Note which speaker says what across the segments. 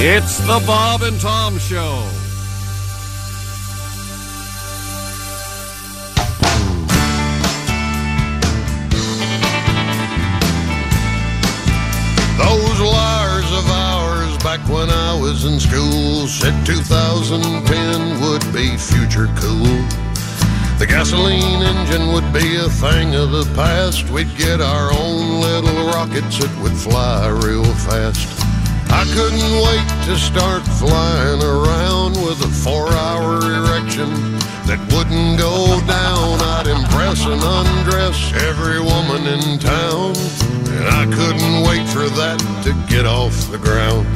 Speaker 1: It's the Bob and Tom Show.
Speaker 2: Those liars of ours back when I was in school said 2010 would be future cool. The gasoline engine would be a thing of the past. We'd get our own little rockets that would fly real fast. I couldn't wait to start flying around with a four hour erection that wouldn't go down. I'd impress and undress every woman in town. And I couldn't wait for that to get off the ground.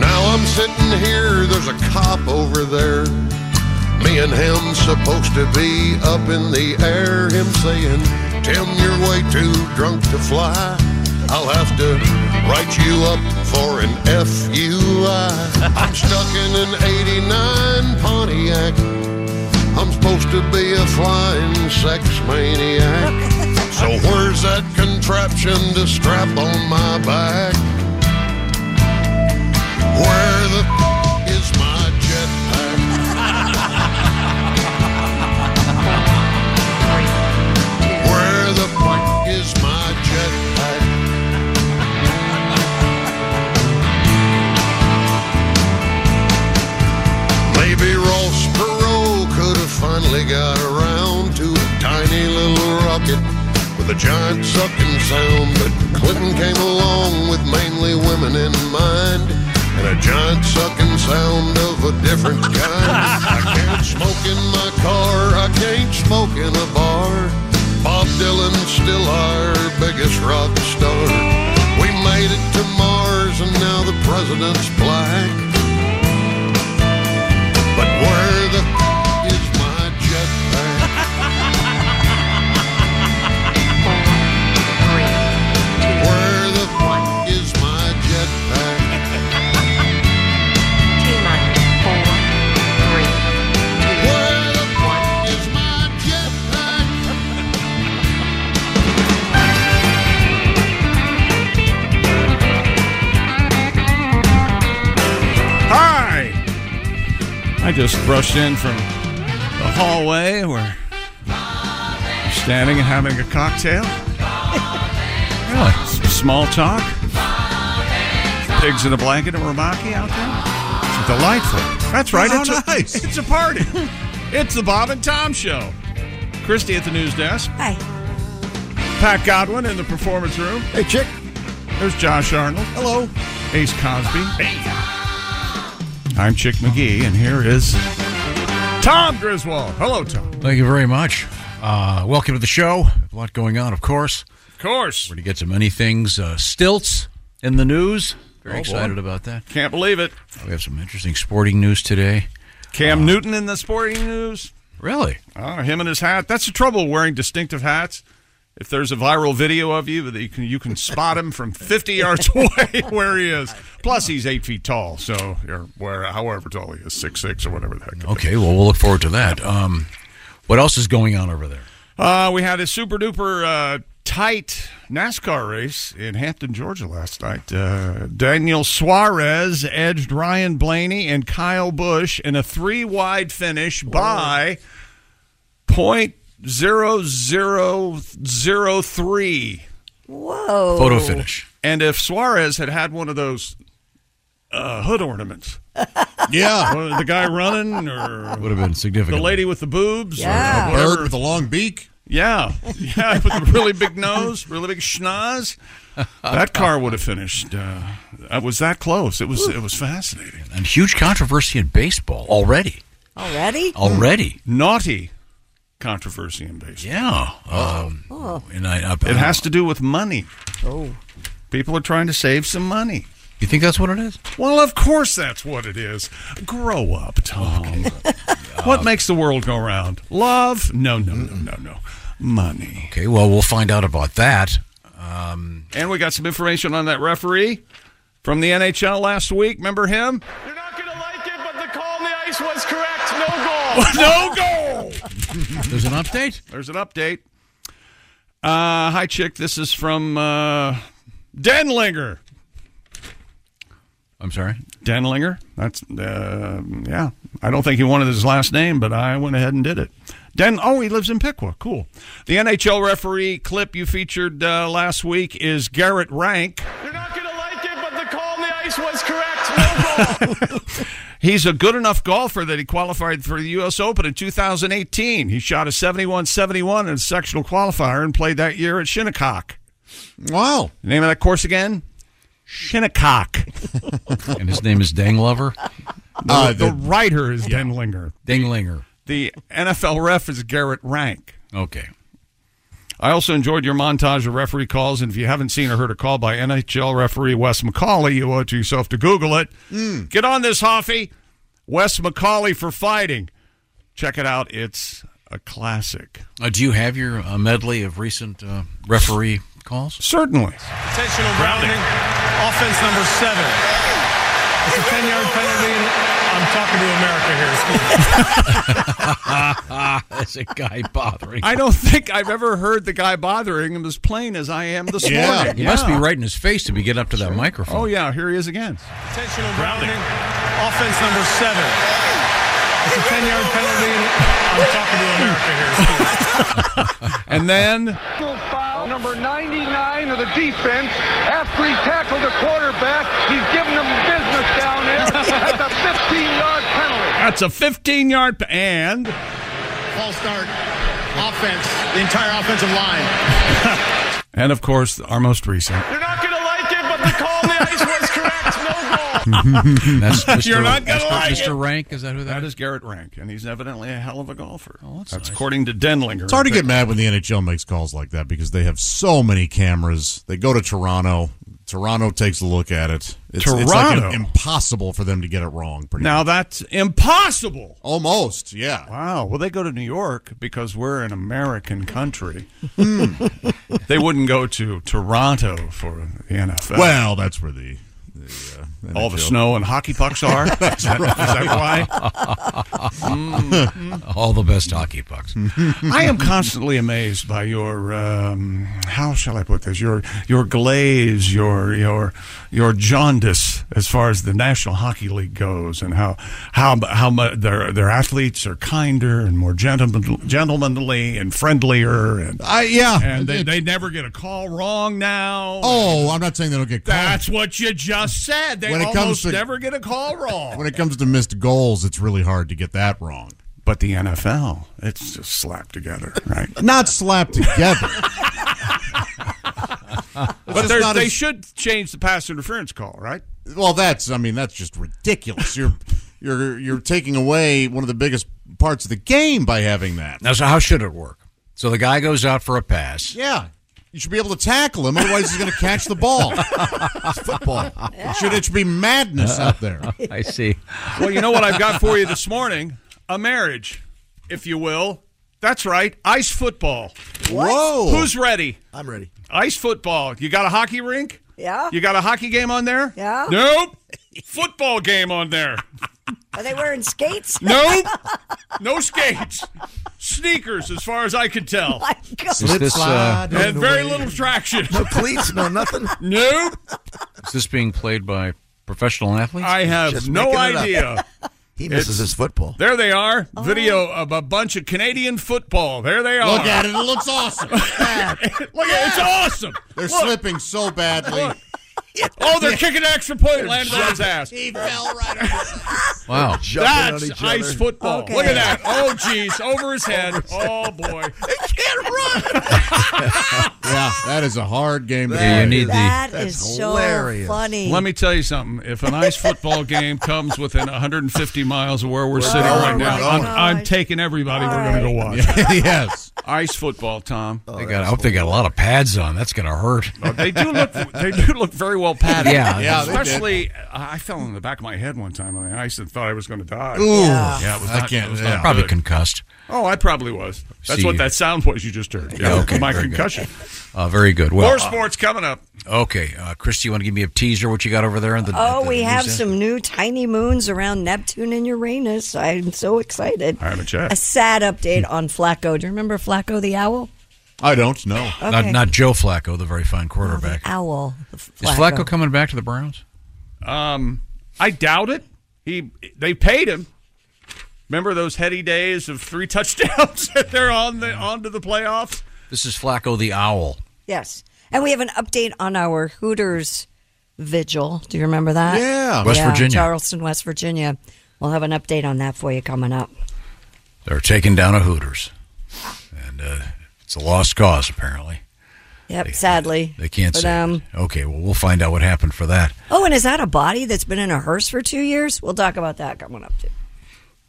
Speaker 2: Now I'm sitting here, there's a cop over there. Me and him supposed to be up in the air. Him saying, Tim, you're way too drunk to fly. I'll have to write you up for an FUI. I'm stuck in an 89 Pontiac. I'm supposed to be a flying sex maniac. So where's that contraption to strap on my back? Where the f- is my jetpack? Where the fuck is my jetpack? Maybe Ross Perot could have finally got around to a tiny little rocket with a giant sucking sound, but Clinton came along with mainly women in mind and a giant sucking sound of a different kind. I can't smoke in my car, I can't smoke in a bar. Bob Dylan's still our biggest rock star. We made it to Mars and now the president's black. But where the f- is my jetpack? Where the f- is my jetpack? Where the f- is my jetpack?
Speaker 1: Hi! I just brushed in from the hallway where we're standing and having a cocktail. Really? Some small talk. Pigs in a blanket and Ramaki out there. It's delightful. That's right.
Speaker 3: How
Speaker 1: it's
Speaker 3: nice.
Speaker 1: A, it's a party. it's the Bob and Tom Show. Christy at the news desk.
Speaker 4: Hi.
Speaker 1: Pat Godwin in the performance room. Hey, chick. There's Josh Arnold. Hello. Ace Cosby. I'm Chick McGee, and here is Tom Griswold. Hello, Tom.
Speaker 3: Thank you very much. Uh, welcome to the show. A lot going on, of course.
Speaker 1: Of course.
Speaker 3: We're going to get to many things. Uh, stilts in the news. Very
Speaker 1: Oh, boy.
Speaker 3: excited about that.
Speaker 1: Can't believe it.
Speaker 3: We have some interesting sporting news today.
Speaker 1: Cam Newton in the sporting news.
Speaker 3: Really?
Speaker 1: Oh, him and his hat. That's the trouble wearing distinctive hats. If there's a viral video of you, that you can you can spot him from 50 yards away where he is. Plus, he's eight feet tall, so or where however tall he is, six six or whatever the heck. it is.
Speaker 3: Okay, well, we'll look forward to that. Um, what else is going on over there?
Speaker 1: Uh, we had a super duper uh, tight NASCAR race in Hampton, Georgia last night. Uh, Daniel Suarez edged Ryan Blaney and Kyle Busch in a three wide
Speaker 5: Oh.
Speaker 1: finish by point zero zero zero three.
Speaker 4: Whoa.
Speaker 3: Photo finish.
Speaker 1: And if Suarez had had one of those uh, hood ornaments,
Speaker 5: Yeah.
Speaker 1: one of the guy running or
Speaker 3: Would have been
Speaker 1: the
Speaker 3: significant.
Speaker 1: lady with the boobs, or
Speaker 4: Yeah.
Speaker 1: whatever.
Speaker 5: Bird with a long beak.
Speaker 1: Yeah, yeah, with a really big nose, really big schnoz. That car would have finished uh, I was that close. It was it was fascinating.
Speaker 3: And huge controversy in baseball already.
Speaker 4: Already?
Speaker 3: Already.
Speaker 1: Naughty controversy in baseball. Uh,
Speaker 3: Yeah. Um, And I, I,
Speaker 1: Oh. It has to do with money.
Speaker 4: Oh.
Speaker 1: People are trying to save some money.
Speaker 3: You think that's what it is?
Speaker 1: Well, of course that's what it is. Grow up, Tom.
Speaker 3: Uh,
Speaker 1: what makes the world go round? Love? No, no, no, no, no. Money.
Speaker 3: Okay. Well, we'll find out about that. Um,
Speaker 1: And we got some information on that referee from the NHL last week. Remember him?
Speaker 6: You're not going to like it, but the call on the ice was correct. No goal.
Speaker 1: no goal.
Speaker 3: there's an update.
Speaker 1: There's an update. Uh, hi, chick. This is from uh, Denlinger.
Speaker 3: I'm sorry.
Speaker 1: Denlinger. That's uh, yeah. I don't think he wanted his last name, but I went ahead and did it. Den. Oh, he lives in Piqua. Cool. The NHL referee clip you featured uh, last week is Garrett Rank.
Speaker 6: You're not going to like it, but the call on the ice was correct. No goal.
Speaker 1: He's a good enough golfer that he qualified for the U.S. Open in 2018. He shot a 71 71 in a sectional qualifier and played that year at Shinnecock.
Speaker 5: Wow.
Speaker 1: Name of that course again? Shinnecock.
Speaker 3: And his name is Dang Lover,
Speaker 1: The, Uh, the writer is Denlinger. Oh.
Speaker 3: Dinglinger.
Speaker 1: The NFL ref is Garrett Rank.
Speaker 3: Okay.
Speaker 1: I also enjoyed your montage of referee calls, and if you haven't seen or heard a call by NHL referee Wes McCauley, you owe it to yourself to Google it. Get on this, Hoffy. Wes McCauley for fighting. Check it out. It's a classic.
Speaker 3: Uh, do you have your uh, medley of recent uh, referee calls?
Speaker 1: Certainly.
Speaker 7: Intentional grounding. Offense number seven. It's a 10 yard penalty. I'm talking to America here. Excuse me.
Speaker 3: That's a guy bothering.
Speaker 1: I don't think I've ever heard the guy bothering him as plain as I am this
Speaker 5: Yeah.
Speaker 1: morning.
Speaker 3: He must be right in his face to be get up to that microphone.
Speaker 1: Oh, yeah. Here he is again.
Speaker 7: Intentional grounding. Offense number seven. It's a 10 yard penalty. I'm talking to America here. Excuse me.
Speaker 1: And then
Speaker 8: foul, number 99 of the defense. After he tackled the quarterback, he's giving them business down there. That's a 15-yard penalty.
Speaker 1: that's a 15 yard. p- And
Speaker 7: False start. Offense. The entire offensive line.
Speaker 1: and of course, our most recent.
Speaker 6: You're not going to like it, but the call on the ice was correct. No goal.
Speaker 3: That's Mr.
Speaker 1: You're not gonna
Speaker 3: Mr.
Speaker 1: like
Speaker 3: Mr. Rank, is that who
Speaker 1: That
Speaker 3: that is? Oh,
Speaker 1: is Garrett Rank, and he's evidently a hell of a golfer.
Speaker 3: that's nice.
Speaker 1: according to Denlinger.
Speaker 5: It's hard to get mad when the NHL makes calls like that because they have so many cameras. They go to Toronto. Toronto takes a look at it. It's, it's like
Speaker 1: Toronto?
Speaker 5: impossible for them to get it wrong. Pretty
Speaker 1: Now
Speaker 5: much.
Speaker 1: that's impossible.
Speaker 5: almost, yeah.
Speaker 1: Wow. Well, they go to New York because we're an American country. they wouldn't go to Toronto for the NFL.
Speaker 5: Well, that's where the, the uh,
Speaker 1: all the
Speaker 5: NHL
Speaker 1: snow Oh, and hockey pucks are. Is that- is that why? Hmm. Mm.
Speaker 3: All the best hockey pucks.
Speaker 1: I am constantly amazed by your um, how shall I put this your your glaze your your your jaundice as far as the National Hockey League goes and how how how mu their their athletes are kinder and more gentleman, gentlemanly and friendlier er, and
Speaker 5: I yeah.
Speaker 1: and they,
Speaker 5: It-
Speaker 1: they never get a call wrong now.
Speaker 5: oh, I'm not saying they don't get called.
Speaker 1: That's what you just said. They
Speaker 5: When it
Speaker 1: almost
Speaker 5: comes to-
Speaker 1: never get a call wrong.
Speaker 5: when it comes to missed goals, it's really hard to get that wrong.
Speaker 1: But the NFL, it's just slapped together, right?
Speaker 5: Not slapped together.
Speaker 1: but
Speaker 5: just
Speaker 1: there's-
Speaker 5: not
Speaker 1: they
Speaker 5: as-
Speaker 1: should change the pass interference call, right?
Speaker 5: well, that's I mean that's just ridiculous. You're you're you're taking away one of the biggest parts of the game by having that.
Speaker 3: Now, so how should it work? So the guy goes out for a pass.
Speaker 5: Yeah. You should be able to tackle him, otherwise he's going to catch the ball. It's football. It, should, it should be madness out there.
Speaker 3: I see.
Speaker 1: Well, you know what I've got for you this morning? A marriage, if you will. That's right, ice football.
Speaker 5: Whoa!
Speaker 1: Who's ready?
Speaker 9: I'm ready.
Speaker 1: Ice football. You got a hockey rink?
Speaker 4: Yeah?
Speaker 1: You got a hockey game on there?
Speaker 4: Yeah.
Speaker 1: Nope. Football game on there.
Speaker 4: Are they wearing skates?
Speaker 1: Nope. No skates. Sneakers, as far as I could tell.
Speaker 4: My God.
Speaker 3: Is this, uh,
Speaker 9: Slide
Speaker 1: And
Speaker 9: on the
Speaker 1: very
Speaker 9: way.
Speaker 1: little traction.
Speaker 9: No cleats, no nothing.
Speaker 1: Nope.
Speaker 3: is this being played by professional athletes?
Speaker 1: I have
Speaker 9: Just
Speaker 1: no
Speaker 9: making it up.
Speaker 1: idea.
Speaker 9: He misses his football.
Speaker 1: There they are. Video
Speaker 4: Oh.
Speaker 1: of a bunch of Canadian football. There they are.
Speaker 5: Look at it. It looks awesome.
Speaker 1: Look at it. It's awesome.
Speaker 5: They're slipping so badly.
Speaker 1: Oh, they're kicking an extra point, landed on his ass.
Speaker 5: He fell right over his
Speaker 3: Wow.
Speaker 9: Jumping on
Speaker 1: That's
Speaker 9: each
Speaker 1: ice
Speaker 8: Oh,
Speaker 9: other.
Speaker 1: football.
Speaker 4: Okay.
Speaker 1: Look at that. Oh, jeez, over his head. Oh boy.
Speaker 9: Can't
Speaker 5: yeah, that is a hard game. to
Speaker 1: Yeah, you
Speaker 5: play.
Speaker 1: need the- That
Speaker 4: That's is so hilarious. funny.
Speaker 1: Let me tell you something. If an ice football game comes within 150 miles of where we're
Speaker 5: We're
Speaker 1: sitting
Speaker 5: going,
Speaker 1: right
Speaker 5: we're
Speaker 1: now,
Speaker 5: going.
Speaker 1: I'm, I'm taking everybody. we're going to go watch.
Speaker 5: yes,
Speaker 1: ice football, Tom.
Speaker 3: They got, I hope they got a lot of pads on. That's going to hurt.
Speaker 1: They do look. They do look very well padded.
Speaker 3: Yeah. Yeah, they did.
Speaker 1: Especially, I fell on the back of my head one time on the ice and thought I was going to die.
Speaker 3: Ooh.
Speaker 1: yeah. it was
Speaker 3: I
Speaker 1: not,
Speaker 3: can't-
Speaker 1: It was
Speaker 3: yeah.
Speaker 1: not
Speaker 3: Probably
Speaker 1: good.
Speaker 3: concussed.
Speaker 1: Oh, I probably was. That's
Speaker 3: See.
Speaker 1: what that sound was you just heard. Yeah,
Speaker 3: okay,
Speaker 1: my
Speaker 3: very good.
Speaker 1: concussion.
Speaker 3: Uh, very good. Well,
Speaker 1: More
Speaker 3: uh,
Speaker 1: sports coming up.
Speaker 3: okay, uh, Christy, you want to give me a teaser? What you got over there? In the,
Speaker 4: Oh,
Speaker 3: the
Speaker 4: we
Speaker 3: news
Speaker 4: have
Speaker 3: end?
Speaker 4: some new tiny moons around Neptune and Uranus. I'm so excited.
Speaker 1: I haven't
Speaker 4: A sad update on Flacco. Do you remember Flacco the owl?
Speaker 5: I don't know.
Speaker 4: Okay. Oh,
Speaker 3: Not, not Joe Flacco, the very fine quarterback.
Speaker 4: Owl. the
Speaker 3: Is Flacco coming back to the Browns?
Speaker 1: Um, I doubt it. He they paid him. Remember those heady days of three touchdowns that they're on the onto the playoffs.
Speaker 3: This is Flacco the Owl.
Speaker 4: Yes. And we have an update on our Hooters vigil. Do you remember that?
Speaker 3: Yeah. West Virginia.
Speaker 4: Charleston, West Virginia. We'll have an update on that for you coming up.
Speaker 3: They're taking down a Hooters, and uh, it's a lost cause apparently.
Speaker 4: Yep, sadly.
Speaker 3: They can't
Speaker 4: But,
Speaker 3: say.
Speaker 4: um,
Speaker 3: it. Okay, well we'll find out what happened for that.
Speaker 4: Oh, and is that a body that's been in a hearse for two years? We'll talk about that coming up, too.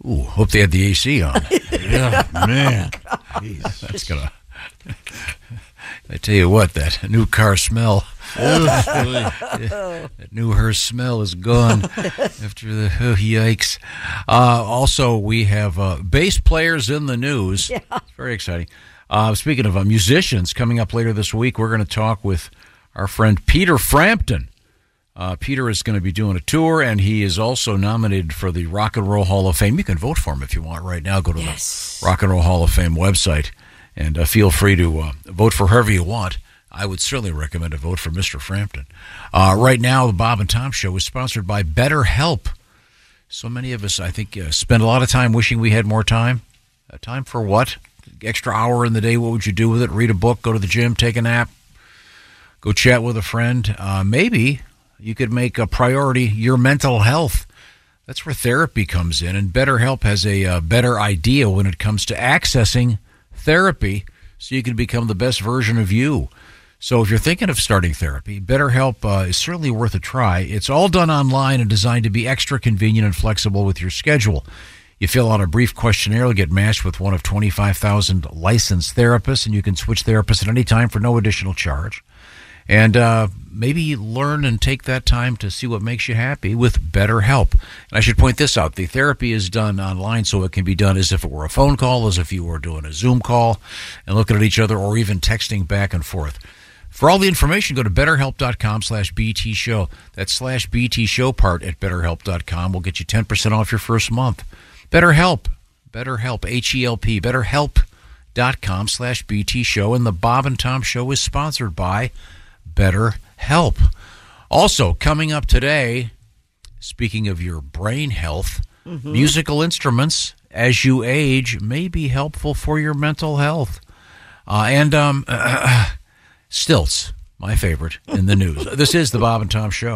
Speaker 3: Ooh, hope they had the AC on.
Speaker 4: Yeah,
Speaker 3: man. That's gonna. I tell you what, that new car smell. that new her smell is gone after the oh, yikes. Uh, also, we have uh, bass players in the news. Yeah. very exciting. Uh, speaking of uh, musicians, coming up later this week, we're going to talk with our friend Peter Frampton. Uh, Peter is going to be doing a tour, and he is also nominated for the Rock and Roll Hall of Fame. You can vote for him if you want right now. Go to the Rock and Roll Hall of Fame website and uh, feel free to uh, vote for whoever you want. I would certainly recommend a vote for Mr. Frampton. Uh, right now, the Bob and Tom Show is sponsored by BetterHelp. So many of us, I think, uh, spend a lot of time wishing we had more time. Uh, time for what? Extra hour in the day. What would you do with it? Read a book, go to the gym, take a nap, go chat with a friend. Uh, maybe you could make a priority your mental health. That's where therapy comes in, and BetterHelp has a uh, better idea when it comes to accessing therapy so you can become the best version of you. So, if you're thinking of starting therapy, BetterHelp uh, is certainly worth a try. It's all done online and designed to be extra convenient and flexible with your schedule. You fill out a brief questionnaire, you'll get matched with one of 25,000 licensed therapists, and you can switch therapists at any time for no additional charge and uh, maybe learn and take that time to see what makes you happy with BetterHelp. And I should point this out: the therapy is done online, so it can be done as if it were a phone call, as if you were doing a Zoom call, and looking at each other, or even texting back and forth. For all the information, go to betterhelp.com slash BT show. That slash BT show part at betterhelp.com will get you 10% off your first month. BetterHelp, BetterHelp, H E L P, betterhelp.com slash BT show. And the Bob and Tom show is sponsored by Better Help. Also, coming up today, speaking of your brain health,
Speaker 10: Mhm.
Speaker 3: musical instruments as you age may be helpful for your mental health. Uh, and um, stilts, my favorite, in the news. this is the Bob and Tom Show.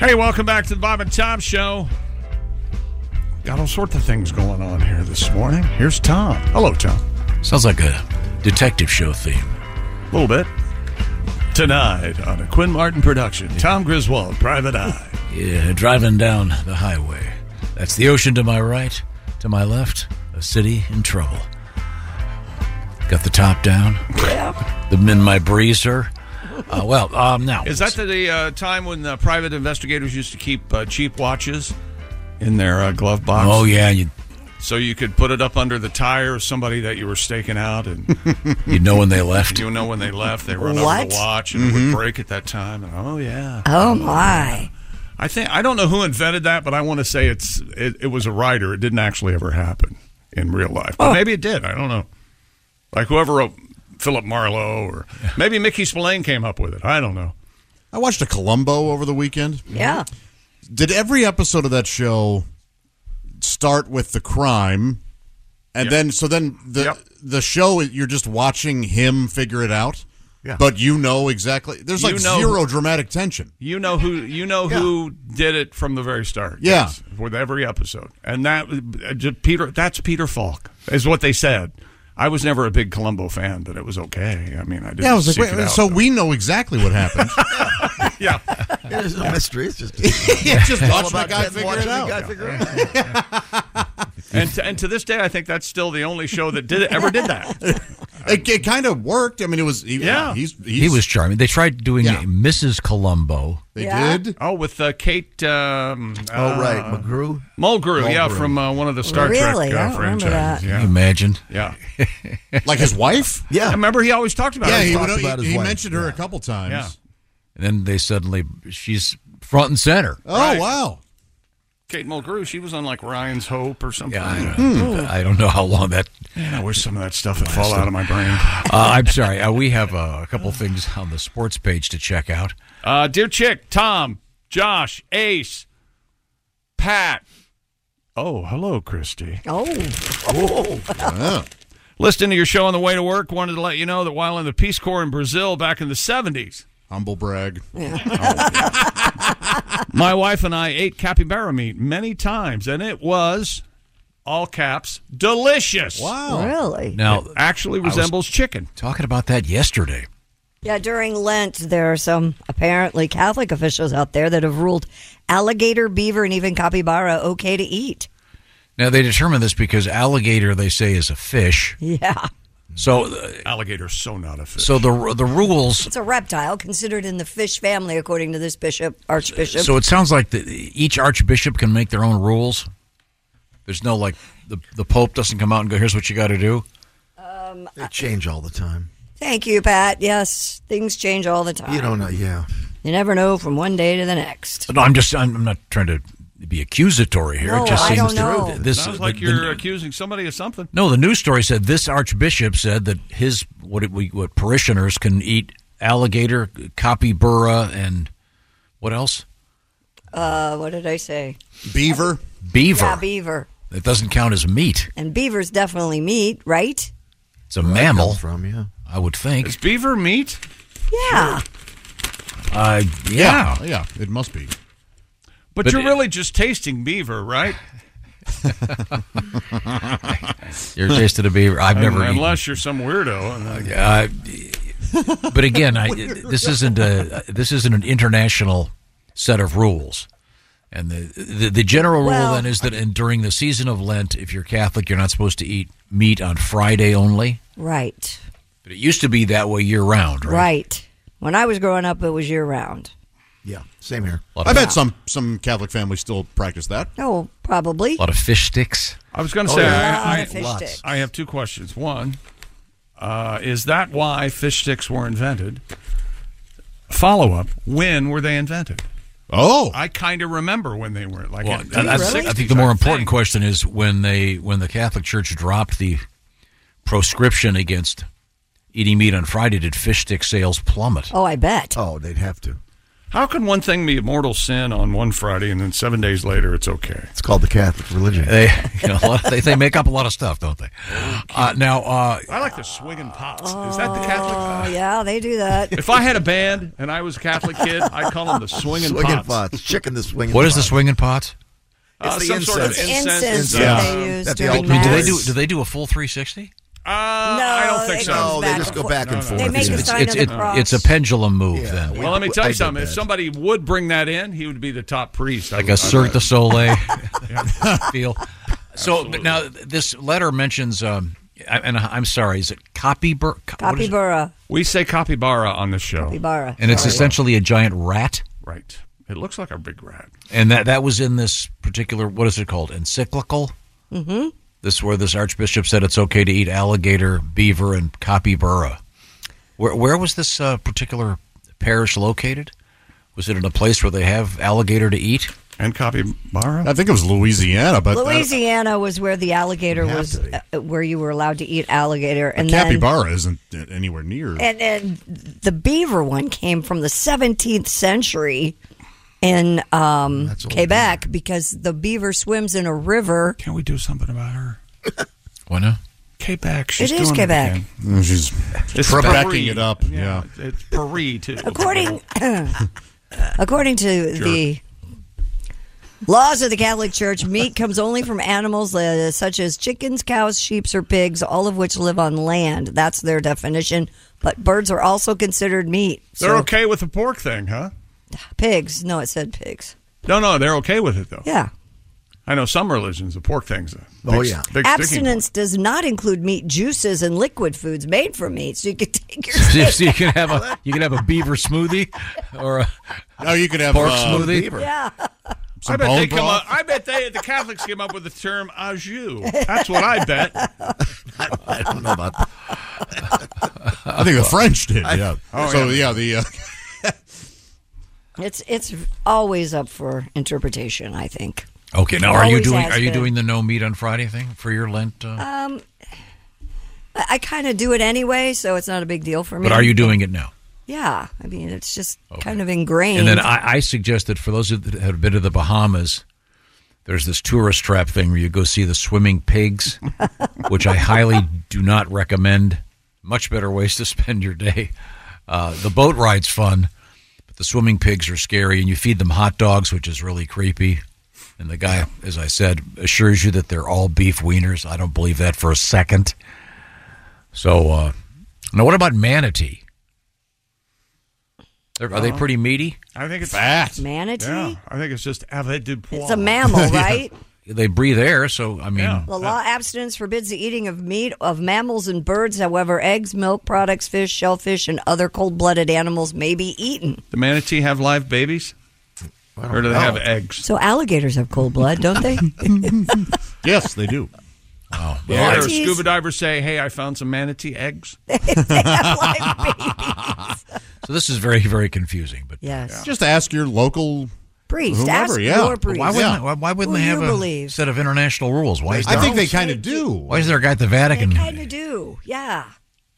Speaker 1: Hey, welcome back to the Bob and Tom Show. Got all sorts of things going on here this morning. Here's Tom. Hello, Tom.
Speaker 3: Sounds like a detective show theme.
Speaker 1: A little bit. Tonight on a Quinn Martin production, Tom Griswold, Private Eye.
Speaker 3: Yeah, driving down the highway. That's the ocean to my right, to my left, a city in trouble. Got the top down. Yeah. The in my breezer. Uh, well, um, now
Speaker 1: Is that the uh, time when uh, private investigators used to keep uh, cheap watches in their uh, glove box?
Speaker 3: Oh yeah, you
Speaker 1: So you could put it up under the tire of somebody that you were staking out, and
Speaker 3: you know when they left.
Speaker 1: you know when they left, they run over
Speaker 3: What?
Speaker 1: the watch and it would
Speaker 3: Mhm.
Speaker 1: break at that time. And, oh yeah.
Speaker 11: Oh, my.
Speaker 1: I think I don't know who invented that, but I want to say it's it, it was a writer. It didn't actually ever happen in real life, but maybe it did. I don't know. Like whoever wrote Philip Marlowe, or maybe Mickey Spillane came up with it. I don't know.
Speaker 5: I watched a Columbo over the weekend.
Speaker 11: Yeah.
Speaker 5: Did every episode of that show start with the crime? And then so then the the show you're just watching him figure it out.
Speaker 1: Yeah.
Speaker 5: But you know exactly. There's like
Speaker 1: You know-
Speaker 5: zero dramatic tension.
Speaker 1: You know who you know who did it from the very start.
Speaker 5: Yeah.
Speaker 1: with every episode, and that uh, j- Peter. That's Peter Falk, is what they said. I was never a big Columbo fan, but it was okay. I mean, I didn't.
Speaker 5: Yeah, I was like,
Speaker 1: seek
Speaker 5: wait,
Speaker 1: it
Speaker 5: wait,
Speaker 1: out.
Speaker 5: so we know exactly what happened.
Speaker 1: yeah.
Speaker 12: It is a mystery. It's just,
Speaker 5: Yeah, just
Speaker 12: All
Speaker 5: watch the
Speaker 12: about
Speaker 5: guy
Speaker 12: just
Speaker 5: figure
Speaker 12: watching
Speaker 5: it
Speaker 12: the
Speaker 5: out.
Speaker 12: guy
Speaker 5: Yeah.
Speaker 12: figure it out.
Speaker 1: and to, and to this day, I think that's still the only show that did ever did that.
Speaker 5: it, it kind of worked. I mean, it was he,
Speaker 1: Yeah.
Speaker 5: He's, he's
Speaker 3: he was charming. They tried doing
Speaker 5: Yeah.
Speaker 3: Mrs. Columbo.
Speaker 5: They
Speaker 1: Yeah. did? Oh, with uh, Kate. Um,
Speaker 3: Oh, right,
Speaker 1: McGrew. Mulgrew, yeah,
Speaker 3: Mulgrew.
Speaker 1: from uh, one of the Star Trek
Speaker 3: Really? I
Speaker 1: uh,
Speaker 3: don't remember
Speaker 1: franchises.
Speaker 3: that.
Speaker 1: Yeah.
Speaker 3: Can you imagine?
Speaker 1: Yeah.
Speaker 5: like his wife.
Speaker 1: Yeah. remember, he always talked about.
Speaker 5: Yeah,
Speaker 1: her.
Speaker 5: he, would, he, he mentioned her a couple times.
Speaker 1: Yeah.
Speaker 3: And then they suddenly she's front and center.
Speaker 5: Oh wow.
Speaker 1: Kate Mulgrew, she was on like Ryan's Hope or something. Yeah,
Speaker 11: Hmm.
Speaker 3: I don't know how long that.
Speaker 1: Hmm. Man, I wish some of that stuff would fall out of my brain.
Speaker 3: Uh, I'm sorry. Uh, we have uh, a couple things on the sports page to check out.
Speaker 1: Uh, dear Chick, Tom, Josh, Ace, Pat. Oh, hello, Christy.
Speaker 11: Oh.
Speaker 1: Listening to your show on the way to work, wanted to let you know that while in the Peace Corps in Brazil back in the 70s,
Speaker 5: humble brag,
Speaker 1: my wife and I ate capybara meat many times, and it was, all caps, delicious.
Speaker 11: Wow. Really?
Speaker 3: Now,
Speaker 1: it actually
Speaker 3: I was
Speaker 1: resembles chicken.
Speaker 3: Talking about that yesterday.
Speaker 11: Yeah, during Lent, there are some apparently Catholic officials out there that have ruled alligator, beaver, and even capybara okay to eat.
Speaker 3: Now they determined this because alligator they say is a fish.
Speaker 11: Yeah.
Speaker 3: So uh,
Speaker 1: alligator's so not a fish.
Speaker 3: So the the rules.
Speaker 11: It's a reptile considered in the fish family, according to this bishop, archbishop.
Speaker 3: So it sounds like the, each archbishop can make their own rules. There's no like the the pope doesn't come out and go here's what you got to do.
Speaker 11: um,
Speaker 12: They change all the time.
Speaker 11: thank you, Pat. Yes, things change all the time.
Speaker 12: You don't know. Yeah.
Speaker 11: You never know from one day to the next.
Speaker 3: No, I'm just I'm, I'm not trying to be accusatory here.
Speaker 11: No,
Speaker 3: it just
Speaker 11: I
Speaker 3: seems
Speaker 11: don't
Speaker 3: to-
Speaker 11: know.
Speaker 3: this
Speaker 1: Sounds
Speaker 3: the-
Speaker 1: like
Speaker 3: the-
Speaker 1: you're accusing somebody of something.
Speaker 3: No, the news story said this archbishop said that his what it, we what parishioners can eat alligator, capybara, and what else?
Speaker 11: Uh, what did I say?
Speaker 5: beaver,
Speaker 3: beaver.
Speaker 11: Yeah, beaver.
Speaker 3: It doesn't count as meat.
Speaker 11: And beavers definitely meat, right?
Speaker 3: It's a mammal. From yeah, I would think.
Speaker 1: Is beaver meat?
Speaker 11: Yeah.
Speaker 3: Uh, yeah,
Speaker 5: yeah, yeah, it must be.
Speaker 1: But,
Speaker 3: But
Speaker 1: you're
Speaker 3: it-
Speaker 1: really just tasting beaver, right?
Speaker 3: You're tasted a beaver. I've
Speaker 1: Un-
Speaker 3: never eaten.
Speaker 1: unless you're some weirdo. and then-
Speaker 3: Uh, but again, I, this isn't a this isn't an international set of rules. And the the, the general rule
Speaker 11: Well-
Speaker 3: then is that in, during the season of Lent, if you're Catholic, you're not supposed to eat meat on Friday only.
Speaker 11: Right.
Speaker 3: But it used to be that way year round,
Speaker 11: Right.
Speaker 3: right?
Speaker 11: When I was growing up, it was year round.
Speaker 5: Yeah, same here.
Speaker 3: Lot of-
Speaker 5: I
Speaker 3: Yeah.
Speaker 5: bet some some Catholic families still practice that.
Speaker 11: Oh, probably.
Speaker 3: A lot of fish sticks.
Speaker 1: I was going to
Speaker 5: Oh,
Speaker 1: say,
Speaker 5: yeah.
Speaker 1: I,
Speaker 5: Lot of fish
Speaker 1: I,
Speaker 5: sticks.
Speaker 1: I have two questions. One, uh, is that why fish sticks were invented? Follow up, when were they invented?
Speaker 5: Oh.
Speaker 1: I kind of remember when they were. Like,
Speaker 3: Well,
Speaker 1: in-
Speaker 3: I, I think- I think the more important question is when they when the Catholic Church dropped the proscription against eating meat on Friday, did fish stick sales plummet?
Speaker 11: Oh, I bet.
Speaker 1: Oh, they'd have to. How can one thing be a mortal sin on one Friday and then seven days later it's okay?
Speaker 12: It's called the Catholic religion.
Speaker 3: They, you know, a lot- they, they make up a lot of stuff, don't they? Uh, now, uh,
Speaker 1: I like the swig and pots. Is that the Catholic?
Speaker 11: Oh, yeah, they do that.
Speaker 1: If I had a band and I was a Catholic kid, I'd call them the swinging,
Speaker 12: Swinging
Speaker 1: pots.
Speaker 12: pots. Chicken the swinging
Speaker 3: what is the swinging pot?
Speaker 1: Uh,
Speaker 12: It's the
Speaker 1: some sort of
Speaker 12: incense.
Speaker 1: incense.
Speaker 12: It's incense
Speaker 3: Yeah.
Speaker 12: that they use That they
Speaker 3: I
Speaker 12: during
Speaker 3: mean, do they
Speaker 12: Mass.
Speaker 3: do? Do they do a full 360?
Speaker 1: no, Uh, I don't think
Speaker 12: it
Speaker 1: so.
Speaker 12: goes No, Oh, they back just and go forth. back and forth. They make the
Speaker 3: it's,
Speaker 12: sign
Speaker 3: it's,
Speaker 12: of the
Speaker 3: it-
Speaker 12: cross.
Speaker 3: it's a pendulum move. then,
Speaker 1: well, let me tell you something. If somebody would bring that in, he would be the top priest. I
Speaker 3: like
Speaker 1: would- I
Speaker 3: a Cirque
Speaker 1: would-
Speaker 3: du Soleil
Speaker 1: Yeah.
Speaker 3: feel. So but now this letter mentions, um, I- and I'm sorry, is it copybur? co- what is it?
Speaker 11: Capybara.
Speaker 1: We say capybara on the show.
Speaker 11: Capybara.
Speaker 3: And it's
Speaker 11: Sorry.
Speaker 3: essentially a giant rat,
Speaker 1: Right. It looks like a big rat.
Speaker 3: and that that was in this particular what is it called encyclical.
Speaker 11: Mm-hmm.
Speaker 3: This where this archbishop said it's okay to eat alligator, beaver, and capybara. Where where was this uh, particular parish located? Was it in a place where they have alligator to eat
Speaker 1: and capybara?
Speaker 5: I think it was Louisiana, but
Speaker 11: Louisiana was where the alligator
Speaker 5: have
Speaker 11: was, uh, where you were allowed to eat alligator,
Speaker 5: a
Speaker 11: and then
Speaker 5: capybara isn't anywhere near.
Speaker 11: and then the beaver one came from the 17th century in um, Quebec because the beaver swims in a river.
Speaker 1: Can we do something about her?
Speaker 3: Why not?
Speaker 1: Quebec.
Speaker 11: It
Speaker 1: She's
Speaker 11: is
Speaker 1: doing
Speaker 11: Quebec.
Speaker 1: again.
Speaker 5: Mm, she's
Speaker 1: It's
Speaker 5: backing
Speaker 1: Paris.
Speaker 5: it up. Yeah.
Speaker 1: It's Paris, too.
Speaker 11: According according to
Speaker 1: Jerk.
Speaker 11: the laws of the Catholic Church, meat comes only from animals uh, such as chickens, cows, sheep, or pigs, all of which live on land. That's their definition. But birds are also considered meat.
Speaker 1: They're
Speaker 11: So
Speaker 1: okay with the pork thing, huh?
Speaker 11: pigs. No, it said pigs.
Speaker 1: No, no, they're okay with it, though.
Speaker 11: Yeah.
Speaker 1: I know some religions, the pork thing's a big,
Speaker 12: Oh, yeah.
Speaker 1: big sticking
Speaker 11: Abstinence does not include meat juices and liquid foods made from meat, so you could take your
Speaker 3: so, so you can have a you can have a beaver smoothie or a
Speaker 5: no you could have
Speaker 3: pork
Speaker 5: uh,
Speaker 3: smoothie.
Speaker 5: beaver.
Speaker 11: Yeah.
Speaker 5: Some
Speaker 1: I bet they
Speaker 5: bone
Speaker 1: come
Speaker 5: broth?
Speaker 1: up, I bet they the Catholics came up with the term au jus. That's what I bet.
Speaker 12: I don't know about that.
Speaker 5: I think the French did.
Speaker 12: I-
Speaker 5: Yeah.
Speaker 12: Oh,
Speaker 5: so
Speaker 12: yeah.
Speaker 5: yeah, the uh,
Speaker 11: It's it's always up for interpretation, I think.
Speaker 3: Okay, now are you
Speaker 11: Always
Speaker 3: doing
Speaker 11: has
Speaker 3: are you
Speaker 11: been.
Speaker 3: doing the no meat on Friday thing for your Lent? Uh,
Speaker 11: Um, I, I kind of do it anyway, so it's not a big deal for me.
Speaker 3: but are you doing it now?
Speaker 11: Yeah, I mean, it's just kind of ingrained.
Speaker 3: And then I, I suggest that for those that have been to the Bahamas, there's this tourist trap thing where you go see the swimming pigs, which I highly do not recommend. Much better ways to spend your day. Uh, the boat ride's fun, but the swimming pigs are scary, and you feed them hot dogs, which is really creepy. And the guy, as I said, assures you that they're all beef wieners. I don't believe that for a second. So, uh, now what about manatee? Are, are they
Speaker 1: Uh-huh.
Speaker 3: pretty meaty?
Speaker 1: I think it's
Speaker 3: Fat.
Speaker 11: Manatee?
Speaker 1: Yeah, I think it's just avec du poids.
Speaker 11: it's a mammal, right?
Speaker 3: They breathe air, so I mean,
Speaker 11: The law abstinence forbids the eating of meat of mammals and birds. However, eggs, milk products, fish, shellfish, and other cold-blooded animals may be eaten.
Speaker 1: The manatee have live babies, or do they
Speaker 11: know.
Speaker 1: have eggs?
Speaker 11: So alligators have cold blood, don't they?
Speaker 5: yes, they do. Oh,
Speaker 3: Wow.
Speaker 1: Yeah. Or
Speaker 11: Manatees-
Speaker 1: scuba divers say, "Hey, I found some manatee eggs."
Speaker 3: so this is very, very confusing. But
Speaker 11: yes,
Speaker 5: Just ask your local
Speaker 11: Priest,
Speaker 5: Whomever,
Speaker 11: ask
Speaker 5: yeah.
Speaker 11: your priest.
Speaker 3: why wouldn't
Speaker 5: Yeah.
Speaker 3: why, why wouldn't
Speaker 11: Who
Speaker 3: they
Speaker 11: you
Speaker 3: have a
Speaker 11: believe.
Speaker 3: set of international rules? Why is
Speaker 5: I
Speaker 3: there,
Speaker 5: think they kind of do.
Speaker 3: why is there a guy at the Vatican?
Speaker 11: kind of do, yeah.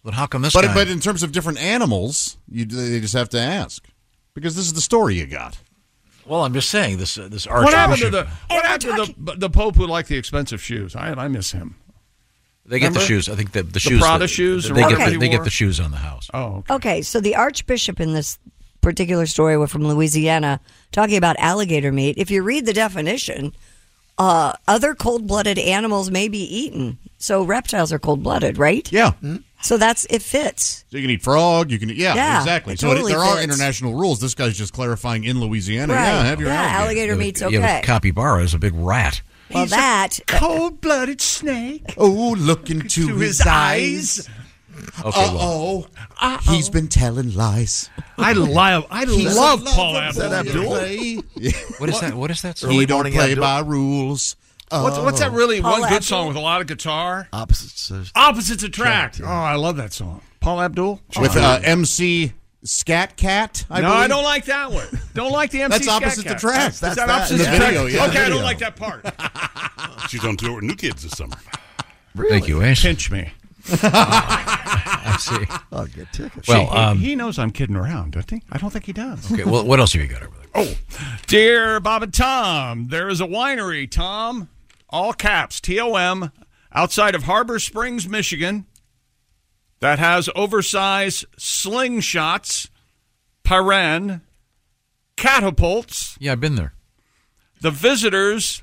Speaker 3: But how come this
Speaker 5: But
Speaker 3: guy?
Speaker 5: but in terms of different animals, you they just have to ask because this is the story you got.
Speaker 3: well, I'm just saying this uh, this archbishop.
Speaker 1: What happened to the What happened to the the Pope who liked the expensive shoes? I I miss him.
Speaker 3: They get the
Speaker 1: Remember?
Speaker 3: shoes. I think the the,
Speaker 1: The
Speaker 3: shoes.
Speaker 1: Prada
Speaker 3: that-
Speaker 1: shoes or
Speaker 3: They get
Speaker 1: whatever
Speaker 3: the,
Speaker 1: he
Speaker 3: they get
Speaker 1: wore?
Speaker 3: the shoes on the house.
Speaker 1: Oh,
Speaker 11: Okay, so the archbishop in this particular story was from Louisiana talking about alligator meat. If you read the definition, uh, other cold blooded animals may be eaten. So reptiles are cold blooded, right?
Speaker 5: Yeah.
Speaker 11: So that's it fits.
Speaker 5: So you can eat frog. You can eat, yeah,
Speaker 11: Yeah,
Speaker 5: exactly.
Speaker 11: it
Speaker 5: So
Speaker 11: totally
Speaker 5: there are
Speaker 11: fits.
Speaker 5: international rules. This guy's just clarifying in Louisiana.
Speaker 11: Right.
Speaker 5: Yeah, have your
Speaker 11: Yeah,
Speaker 5: alligator.
Speaker 11: alligator meat's
Speaker 3: Yeah,
Speaker 11: okay.
Speaker 3: but capybara is a big rat.
Speaker 11: Well, that
Speaker 5: cold-blooded snake. Oh, look into
Speaker 11: his eyes.
Speaker 3: Okay, well,
Speaker 5: He's been telling lies.
Speaker 1: I love, I
Speaker 5: He's
Speaker 1: love
Speaker 5: in
Speaker 1: Paul
Speaker 5: with
Speaker 1: Abdul.
Speaker 5: Zed Abdul.
Speaker 3: What is that? What is that?
Speaker 5: He don't play by rules.
Speaker 1: What's, what's that really
Speaker 5: Paul
Speaker 1: one good
Speaker 5: Abdul.
Speaker 1: song with a lot of guitar?
Speaker 9: Opposites. uh,
Speaker 1: Opposites attract. Oh, I love that song. Paul Abdul Oh,
Speaker 5: With uh, MC Scat Cat. I
Speaker 1: no,
Speaker 5: believe.
Speaker 1: I don't like that one. Don't like the MC.
Speaker 5: That's
Speaker 1: Scat
Speaker 5: opposite
Speaker 1: Cat.
Speaker 5: attract.
Speaker 1: Is
Speaker 5: That's
Speaker 1: that
Speaker 5: that.
Speaker 1: opposite
Speaker 5: The
Speaker 1: attract?
Speaker 5: video, yeah,
Speaker 1: okay,
Speaker 5: the
Speaker 1: I don't
Speaker 5: video.
Speaker 1: like that part.
Speaker 13: She's on tour with New Kids this summer.
Speaker 3: Thank you, Ash.
Speaker 1: Pinch me.
Speaker 3: I see.
Speaker 9: I'll get tickets.
Speaker 3: Well,
Speaker 1: he,
Speaker 3: um,
Speaker 1: he knows I'm kidding around, doesn't he? I don't think he does.
Speaker 3: Okay, well, what else have you got over there?
Speaker 1: Oh, dear Bob and Tom, there is a winery, Tom, all caps, T O M, outside of Harbor Springs, Michigan, that has oversized slingshots, paren, catapults.
Speaker 3: Yeah, I've been there.
Speaker 1: The visitors,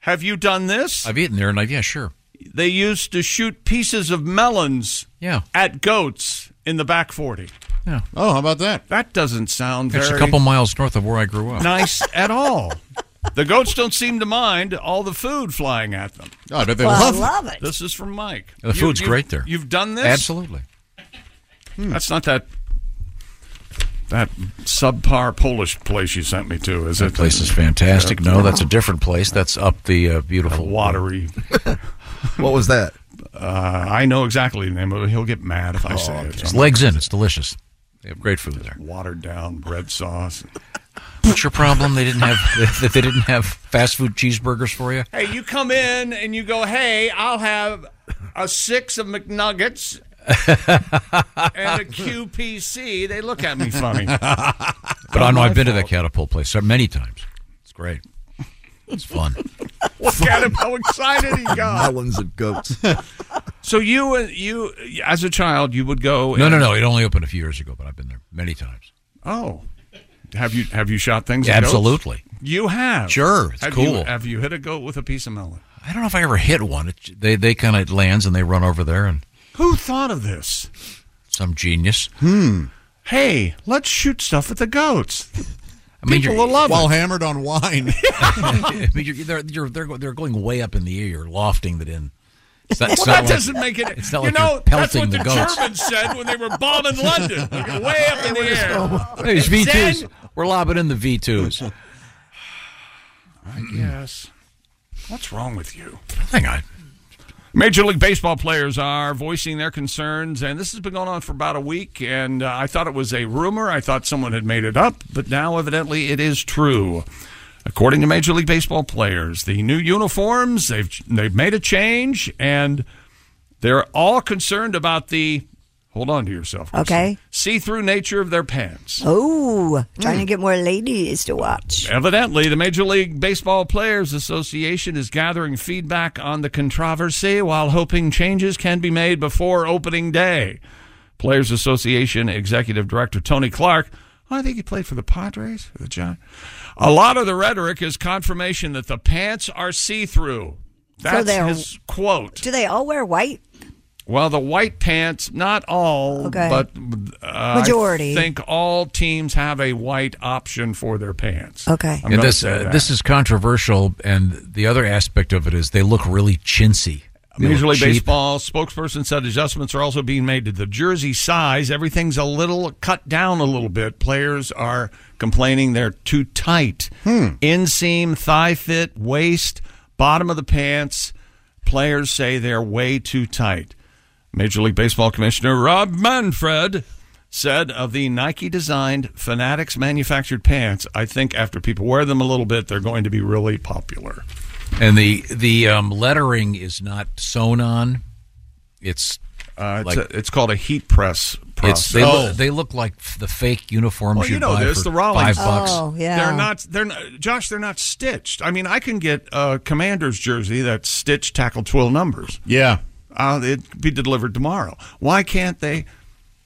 Speaker 1: have you done this?
Speaker 3: I've eaten there, and I yeah, sure.
Speaker 1: They used to shoot pieces of melons
Speaker 3: Yeah.
Speaker 1: at goats in the back 40.
Speaker 3: Yeah.
Speaker 5: Oh, how about that?
Speaker 1: That doesn't sound
Speaker 3: It's a
Speaker 1: very
Speaker 3: couple miles north of where I grew up.
Speaker 1: nice at all. The goats don't seem to mind all the food flying at them.
Speaker 5: Oh, do they Well, I love it?
Speaker 11: love it?
Speaker 1: This is from Mike.
Speaker 3: The food's
Speaker 1: you've-
Speaker 3: great there.
Speaker 1: You've done this? Hmm.
Speaker 3: Absolutely.
Speaker 1: That's not that that subpar Polish place you sent me to, is
Speaker 3: That
Speaker 1: it?
Speaker 3: place is fantastic. No, that's a different place. That's up the uh, beautiful
Speaker 1: watery.
Speaker 9: what was that?
Speaker 1: Uh, I know exactly the name of it. He'll get mad if I say it.
Speaker 3: It's Oh, legs in. It's delicious. They have great food there.
Speaker 1: Watered down bread sauce.
Speaker 3: What's your problem? They didn't have that they didn't have fast food cheeseburgers for you.
Speaker 1: Hey, you come in and you go, hey, I'll have a six of McNuggets and a QPC. They look at me funny.
Speaker 3: But I know I've been to that catapult place so- many times. It's great. It's fun.
Speaker 1: Look at him! How excited he got!
Speaker 9: Melons and goats.
Speaker 1: So you, uh, you, as a child, you would go.
Speaker 3: No,
Speaker 1: and-
Speaker 3: no, no. It only opened a few years ago, but I've been there many times.
Speaker 1: Oh, have you have you shot things?
Speaker 3: Yeah,
Speaker 1: at goats?
Speaker 3: absolutely.
Speaker 1: You have.
Speaker 3: Sure, it's
Speaker 1: have You,
Speaker 3: cool.
Speaker 1: have you hit a goat with a piece of melon?
Speaker 3: I don't know if I ever hit one. It, they they kind of lands and they run over there and
Speaker 1: Who thought of this?
Speaker 3: some genius.
Speaker 5: Hmm.
Speaker 1: Hey, let's shoot stuff at the goats.
Speaker 3: I mean,
Speaker 1: People
Speaker 3: you're-
Speaker 1: will love
Speaker 5: While
Speaker 1: it.
Speaker 5: hammered on wine.
Speaker 3: I mean, you're, they're, you're, they're, go- they're going way up in the air. You're lofting it in. It's not-
Speaker 1: well,
Speaker 3: it's not
Speaker 1: that
Speaker 3: like-
Speaker 1: doesn't make it.
Speaker 3: It's not
Speaker 1: you
Speaker 3: like
Speaker 1: know,
Speaker 3: you're pelting
Speaker 1: that's
Speaker 3: the
Speaker 1: what the,
Speaker 3: goats.
Speaker 1: Germans said when they were bombing London. Look at- way up in the air.
Speaker 3: Hey, it's
Speaker 1: And
Speaker 3: V2s.
Speaker 1: then-
Speaker 3: We're lobbing in the V2s.
Speaker 1: Yes. What's wrong with you?
Speaker 3: Hang on.
Speaker 1: Major League Baseball players are voicing their concerns, and this has been going on for about a week. And uh, I thought it was a rumor. I thought someone had made it up, but now evidently it is true. According to Major League Baseball players, the new uniforms they've they've made a change, and they're all concerned about the. Hold on to yourself.
Speaker 11: Okay.
Speaker 1: See through nature of their pants.
Speaker 11: Oh, trying
Speaker 5: Hmm.
Speaker 11: to get more ladies to watch.
Speaker 1: Evidently, the Major League Baseball Players Association is gathering feedback on the controversy while hoping changes can be made before opening day. Players Association Executive Director Tony Clark, "Oh, I think he played for the Padres or the Giants. A lot of the rhetoric is confirmation that the pants are see through. That's
Speaker 11: they're-
Speaker 1: his quote.
Speaker 11: Do they all wear white?
Speaker 1: Well, the white pants, not all,
Speaker 11: Okay.
Speaker 1: but uh,
Speaker 11: Majority.
Speaker 1: I think all teams have a white option for their pants.
Speaker 11: Okay.
Speaker 1: I'm
Speaker 3: Yeah,
Speaker 1: gonna
Speaker 3: this,
Speaker 1: say
Speaker 3: uh,
Speaker 1: that.
Speaker 3: this is controversial, and the other aspect of it is they look really chintzy. They
Speaker 1: Major
Speaker 3: look
Speaker 1: League
Speaker 3: cheap.
Speaker 1: Baseball spokesperson said adjustments are also being made to the jersey size. Everything's a little cut down a little bit. Players are complaining they're too tight. Inseam, thigh fit, waist, bottom of the pants. Players say they're way too tight. Major League Baseball Commissioner Rob Manfred said of the Nike designed Fanatics manufactured pants, I think after people wear them a little bit, they're going to be really popular.
Speaker 3: And the the um, lettering is not sewn on. It's
Speaker 1: uh,
Speaker 3: like
Speaker 1: it's called a heat press process.
Speaker 3: it's, they,
Speaker 1: Oh.
Speaker 3: look, they look like f- the fake uniforms
Speaker 1: Well,
Speaker 3: you,
Speaker 1: you know
Speaker 3: buy
Speaker 1: this,
Speaker 3: for
Speaker 1: the Rawlings.
Speaker 3: five bucks.
Speaker 11: Oh, yeah.
Speaker 1: They're not. They're not, Josh. They're not stitched. I mean, I can get a commander's jersey that's stitched tackle twill numbers.
Speaker 5: Yeah.
Speaker 1: Uh, it'd be delivered tomorrow. Why can't they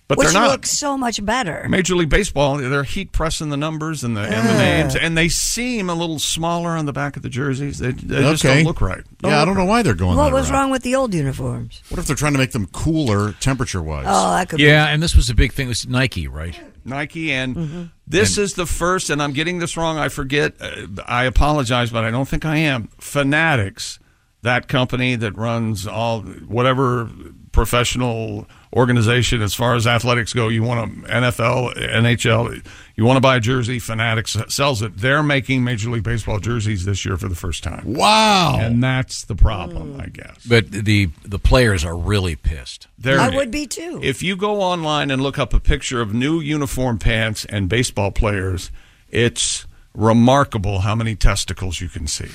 Speaker 1: But
Speaker 11: which
Speaker 1: they're not.
Speaker 11: looks so much better.
Speaker 1: Major League Baseball, they're heat pressing the numbers and the and the
Speaker 11: Ugh.
Speaker 1: names, and they seem a little smaller on the back of the jerseys. They, they just don't look right.
Speaker 5: yeah, I don't know why they're going.
Speaker 11: What
Speaker 5: that
Speaker 11: was
Speaker 5: route.
Speaker 11: wrong with the old uniforms?
Speaker 5: What if they're trying to make them cooler temperature wise?
Speaker 11: Oh, that could be.
Speaker 3: yeah, and this was a big thing. It was Nike, right?
Speaker 1: Nike and this is the first, and I'm getting this wrong. I forget. Uh, I apologize, but I don't think I am. Fanatics, that company that runs all whatever professional organization as far as athletics go. You want to NFL, NHL. You want to buy a jersey. Fanatics sells it. They're making Major League Baseball jerseys this year for the first time.
Speaker 5: Wow.
Speaker 1: And that's the problem, I guess.
Speaker 3: But the the players are really pissed.
Speaker 1: There
Speaker 11: I
Speaker 1: it
Speaker 11: would
Speaker 1: is.
Speaker 11: be too.
Speaker 1: If you go online and look up a picture of new uniform pants and baseball players, it's remarkable how many testicles you can see.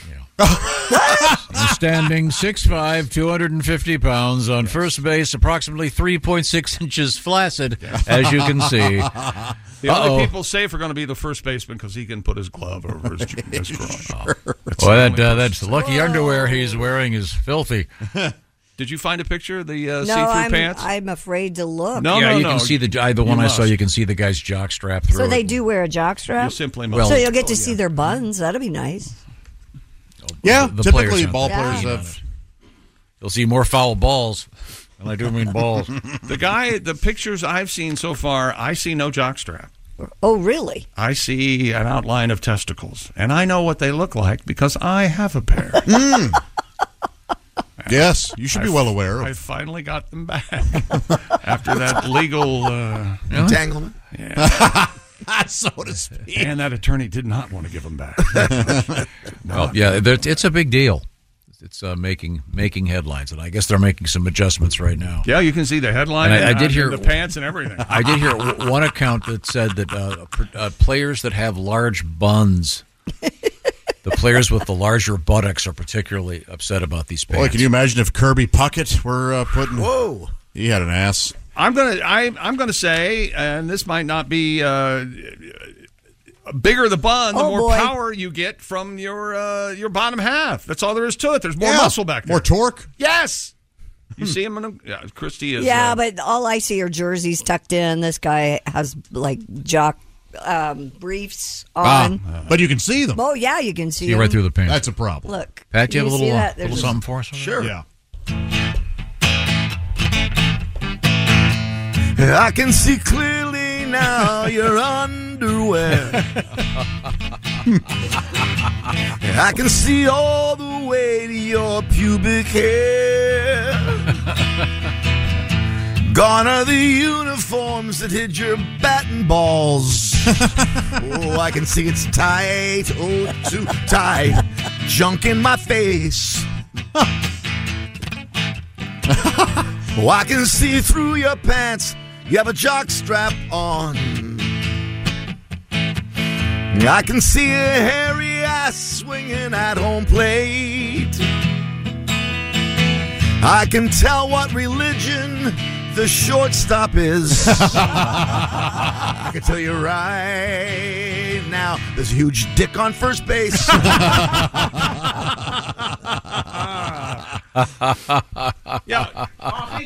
Speaker 3: Standing 6'5", 250 pounds on first base, approximately 3.6 inches flaccid, as you can see.
Speaker 1: Uh, The
Speaker 3: Uh-oh.
Speaker 1: only people safe are going to be the first baseman because he can put his glove over his, his groin. That's the
Speaker 3: Well, that,
Speaker 1: only
Speaker 3: uh,
Speaker 1: person
Speaker 3: that's the
Speaker 1: safe.
Speaker 3: lucky underwear he's wearing is filthy.
Speaker 1: Did you find a picture of the uh,
Speaker 11: no,
Speaker 1: see-through
Speaker 11: I'm,
Speaker 1: pants?
Speaker 11: I'm afraid to look.
Speaker 3: yeah, you can see the I, the
Speaker 1: You
Speaker 3: one I saw.
Speaker 1: must.
Speaker 3: You can see the guy's jock strap through.
Speaker 11: So they
Speaker 3: it.
Speaker 11: do wear a jockstrap.
Speaker 3: You simply must.
Speaker 11: so
Speaker 3: Well-
Speaker 11: you'll get
Speaker 5: Oh,
Speaker 11: to see their buns. That'll be nice.
Speaker 5: Yeah,
Speaker 3: The- the
Speaker 5: typically
Speaker 3: players have
Speaker 5: ball
Speaker 3: that.
Speaker 5: players
Speaker 3: Yeah.
Speaker 5: have.
Speaker 3: You'll see more foul balls, and I do mean balls.
Speaker 1: the guy, the pictures I've seen so far, I see no jockstrap.
Speaker 11: Oh, really?
Speaker 1: I see an outline of testicles, and I know what they look like because I have a pair.
Speaker 3: Hmm.
Speaker 5: Yes, you should be
Speaker 1: I-
Speaker 5: well aware.
Speaker 1: I
Speaker 5: Of.
Speaker 1: finally got them back after that legal uh,
Speaker 5: Really? Entanglement?
Speaker 1: Yeah.
Speaker 5: so to speak.
Speaker 1: And that attorney did not want to give them back.
Speaker 3: Well, yeah, there- it's a big deal. It's uh, making making headlines, and I guess they're making some adjustments right now.
Speaker 1: Yeah, you can see the headline.
Speaker 3: And I, I
Speaker 1: and,
Speaker 3: did
Speaker 1: uh,
Speaker 3: hear
Speaker 1: the pants and everything.
Speaker 3: I did hear w- one account that said that uh, pr- uh, players that have large buns, the players with the larger buttocks, are particularly upset about these pants.
Speaker 5: Boy, can you imagine if Kirby Puckett were uh, putting? Whoa, he had an ass.
Speaker 1: I'm gonna I, I'm gonna say, and this might not be uh, bigger the bun, the
Speaker 5: Oh,
Speaker 1: more
Speaker 5: boy.
Speaker 1: power you get from your uh, your bottom half. That's all there is to it. There's more muscle back there,
Speaker 5: more torque.
Speaker 1: Yes, you see him. In a, yeah, Christy is.
Speaker 11: yeah,
Speaker 1: uh,
Speaker 11: but all I see are jerseys tucked in. This guy has like jock um, briefs on.
Speaker 5: but you can see them.
Speaker 11: Oh yeah, you can see.
Speaker 3: Ah. See right
Speaker 11: them.
Speaker 3: through the pants.
Speaker 5: That's a problem.
Speaker 11: Look,
Speaker 3: Pat, do you have a
Speaker 11: see
Speaker 3: little, uh,
Speaker 11: that? There's
Speaker 3: little
Speaker 11: a-
Speaker 3: something for us? over there?
Speaker 5: Yeah.
Speaker 12: I can see clearly now your underwear. I can see all the way to your pubic hair. Gone are the uniforms that hid your batting balls. oh, I can see it's tight, oh, too tight. Junk in my face. Oh, I can see through your pants. You have a jock strap on. I can see a hairy ass swinging at home plate. I can tell what religion the shortstop is. I can tell you right now, there's a huge dick on first base.
Speaker 1: yeah. uh,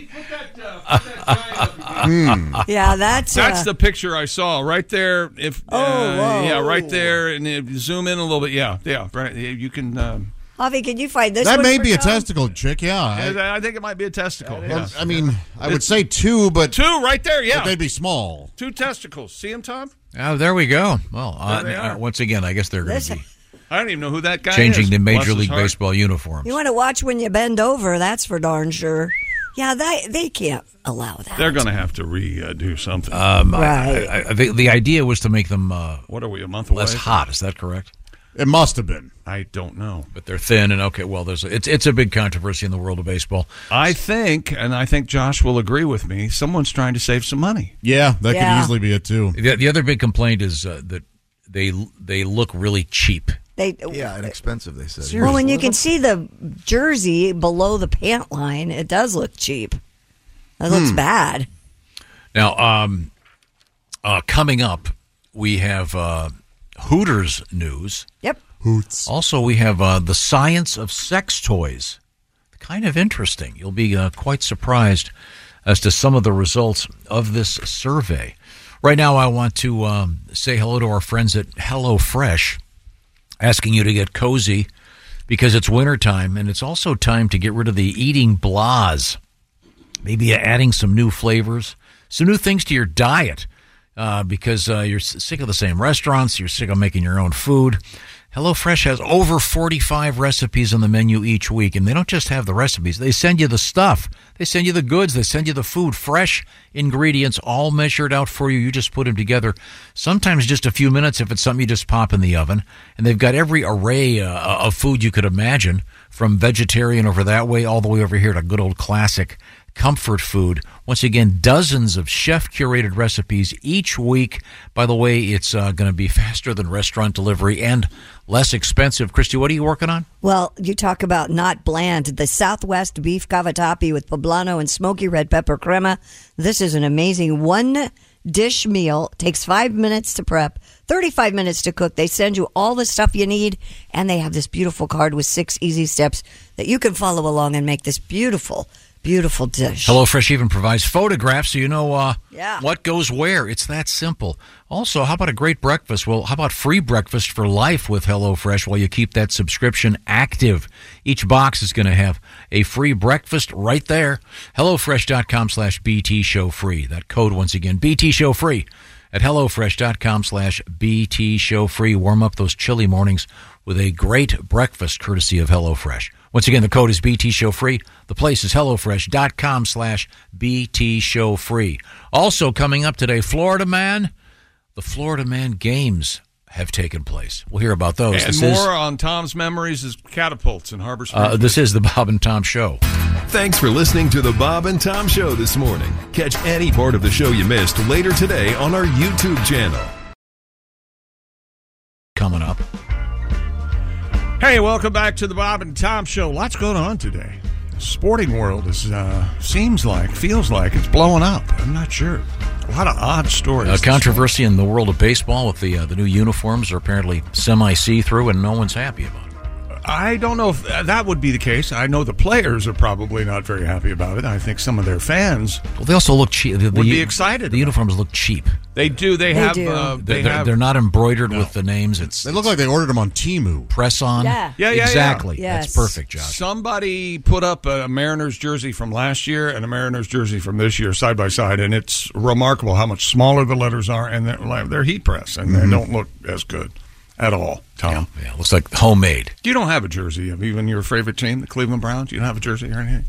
Speaker 11: Yeah, that's
Speaker 1: that's
Speaker 11: uh,
Speaker 1: the picture I saw right there. If oh, yeah, right there, and if you zoom in a little bit. Yeah, yeah, right. yeah, You can. Um,
Speaker 11: Javi, can you find this?
Speaker 5: that
Speaker 11: one
Speaker 5: may
Speaker 11: for
Speaker 5: be a
Speaker 11: Tom?
Speaker 5: testicle chick. Yeah. I-
Speaker 1: I, I think it might be a testicle.
Speaker 5: well,
Speaker 1: yeah.
Speaker 5: I mean, I would say two, but
Speaker 1: two right there. Yeah,
Speaker 5: they'd be small.
Speaker 1: Two testicles. See him, Tom?
Speaker 3: Oh, there we go. Well, uh,
Speaker 1: There they
Speaker 3: uh,
Speaker 1: are.
Speaker 3: once again, I guess they're going to be
Speaker 1: I don't even know who that guy
Speaker 3: changing
Speaker 1: is.
Speaker 3: the
Speaker 1: Bless
Speaker 3: Major
Speaker 1: his
Speaker 3: League
Speaker 1: heart.
Speaker 3: Baseball uniform.
Speaker 11: You want to watch when you bend over. That's for darn sure. Yeah, that they can't allow that.
Speaker 1: They're going to have to redo something.
Speaker 3: Um, I- I, I, the, the idea was to make them uh,
Speaker 1: what are we a month
Speaker 3: less
Speaker 1: away?
Speaker 3: hot. Is that correct?
Speaker 5: It must have been.
Speaker 1: I don't know.
Speaker 3: But they're thin and okay. Well, there's a, it's it's a big controversy in the world of baseball.
Speaker 1: I think, and I think Josh will agree with me. Someone's trying to save some money.
Speaker 5: Yeah, that
Speaker 11: Yeah.
Speaker 5: could easily be it too.
Speaker 3: The, the other big complaint is uh, that they they look really cheap.
Speaker 11: They
Speaker 9: Yeah, and expensive, they said.
Speaker 11: Well, when you can see the jersey below the pant line, it does look cheap. That looks
Speaker 3: Hmm.
Speaker 11: bad.
Speaker 3: Now, um, uh, coming up, we have uh, Hooters news.
Speaker 11: Yep.
Speaker 3: Hoots. Also, we have uh, the science of sex toys. Kind of interesting. You'll be uh, quite surprised. as to some of the results of this survey. Right now, I want to um, say hello to our friends at HelloFresh, asking you to get cozy because it's wintertime and it's also time to get rid of the eating blahs. Maybe adding some new flavors, some new things to your diet uh, because uh, you're s- sick of the same restaurants, you're sick of making your own food. HelloFresh has over 45 recipes on the menu each week, and they don't just have the recipes, they send you the stuff. They send you the goods, they send you the food, fresh ingredients, all measured out for you. You just put them together, sometimes just a few minutes if it's something you just pop in the oven. And they've got every array uh, of food you could imagine, from vegetarian over that way, all the way over here to good old classic comfort food. Once again, dozens of chef curated recipes each week. By the way, it's uh, going to be faster than restaurant delivery and less expensive. Christy, what are you working on?
Speaker 11: Well, you talk about not bland. The Southwest beef cavatappi with poblano and smoky red pepper crema. This is an amazing one dish meal. Takes five minutes to prep, 35 minutes to cook. They send you all the stuff you need, and they have this beautiful card with six easy steps that you can follow along and make this beautiful, beautiful dish.
Speaker 3: HelloFresh even provides photographs so you know uh,
Speaker 11: Yeah.
Speaker 3: what goes where. It's that simple. Also, how about a great breakfast? Well, how about free breakfast for life with HelloFresh while you keep that subscription active? Each box is going to have a free breakfast right there. HelloFresh.com slash BT Show Free. That code, once again, BT Show Free at HelloFresh.com slash BT Show Free. Warm up those chilly mornings with a great breakfast courtesy of HelloFresh. Once again, the code is BT Show Free. The place is HelloFresh.com slash BT Show Free. Also coming up today, Florida Man. The Florida Man Games have taken place. We'll hear about those.
Speaker 1: And
Speaker 3: this
Speaker 1: more
Speaker 3: Oh, is,
Speaker 1: on Tom's memories is catapults in Harbor Springs.
Speaker 3: uh, this is the Bob and Tom Show.
Speaker 14: Thanks for listening to the Bob and Tom Show this morning. Catch any part of the show you missed later today on our YouTube channel.
Speaker 3: Coming up.
Speaker 1: Hey, welcome back to the Bob and Tom Show. Lots going on today. Sporting world is uh, seems like, feels like it's blowing up. I'm not sure. A lot of odd stories.
Speaker 3: A Uh, controversy in the world of baseball with the uh, the new uniforms are apparently semi see through, and no one's happy about it.
Speaker 1: I don't know if that would be the case. I know the players are probably not very happy about it. I think some of their fans
Speaker 3: Well, they also look cheap. The, the,
Speaker 1: Would be excited
Speaker 3: The uniforms look cheap.
Speaker 1: they do. They, have. Uh,
Speaker 3: they're, they're-
Speaker 1: have-
Speaker 3: they're not embroidered with the names. It's they look like
Speaker 5: they ordered them on Timu.
Speaker 3: Press on.
Speaker 1: Yeah. Yeah, yeah, yeah.
Speaker 3: exactly.
Speaker 1: Yes.
Speaker 3: That's perfect, Josh.
Speaker 1: Somebody put up a Mariners jersey from last year and a Mariners jersey from this year side by side, and it's remarkable how much smaller the letters are, and they're, like, they're heat press, and they
Speaker 3: Mhm.
Speaker 1: don't look as good at all. Tom,
Speaker 3: yeah, looks like homemade.
Speaker 1: You don't have a jersey of even your favorite team, the Cleveland Browns. You don't have a jersey or anything.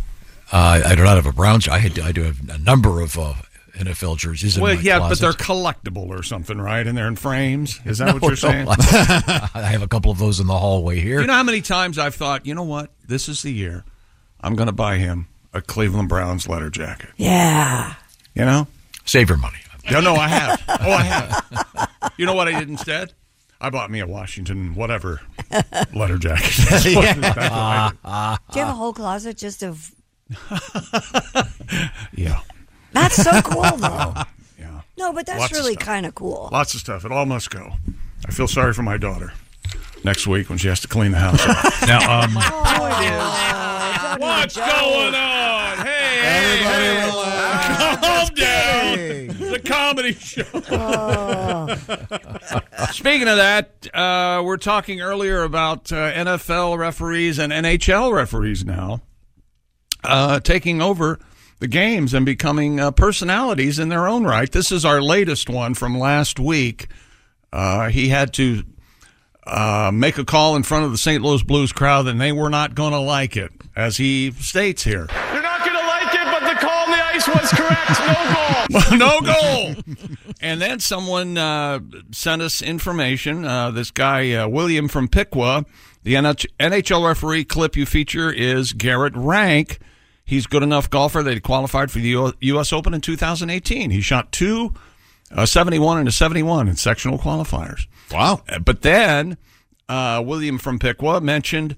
Speaker 3: Uh, I do not have a brown. jer- I had, I do have a number of uh, NFL jerseys in
Speaker 1: well,
Speaker 3: my
Speaker 1: yeah, but
Speaker 3: closet.
Speaker 1: they're collectible or something, right? And they're in frames. Is that
Speaker 3: No,
Speaker 1: what you're
Speaker 3: no,
Speaker 1: saying?
Speaker 3: I I have a couple of those in the hallway here.
Speaker 1: You know how many times I've thought, you know what? This is the year I'm going to buy him a Cleveland Browns letter jacket.
Speaker 11: Yeah.
Speaker 1: You know?
Speaker 3: Save your money.
Speaker 1: No, no, I have. Oh, I have. You know what I did instead? I bought me a Washington whatever letter jacket. That's what- that's what I did.
Speaker 11: Do you
Speaker 1: Uh,
Speaker 11: have a whole closet just of.
Speaker 1: Yeah.
Speaker 11: That's so cool, though.
Speaker 1: yeah.
Speaker 11: No, but that's
Speaker 1: Lots of
Speaker 11: really
Speaker 1: stuff.
Speaker 11: kind of cool.
Speaker 1: Lots of stuff. It all must go. I feel sorry for my daughter next week when she has to clean the house up.
Speaker 3: now,
Speaker 11: Oh
Speaker 3: um,
Speaker 6: What's going on? Hey, hey, calm down. The comedy show.
Speaker 1: Speaking of that, uh, we're talking earlier about uh, NFL referees and NHL referees now uh, taking over the games and becoming uh, personalities in their own right. This is our latest one from last week. Uh, he had to uh, make a call in front of the St. Louis Blues crowd, and they were not going to like it, as he states here.
Speaker 6: You're not going to like it, but the call on the ice was correct. No goal.
Speaker 1: no goal. and then someone uh, sent us information. Uh, this guy, uh, William from Piqua, the NH- NHL referee clip you feature is Garrett Rank. He's good enough golfer that he qualified for the U- U.S. Open in 2018. He shot two, a 71 and a 71 in sectional qualifiers. Wow. But then uh, William from Piqua mentioned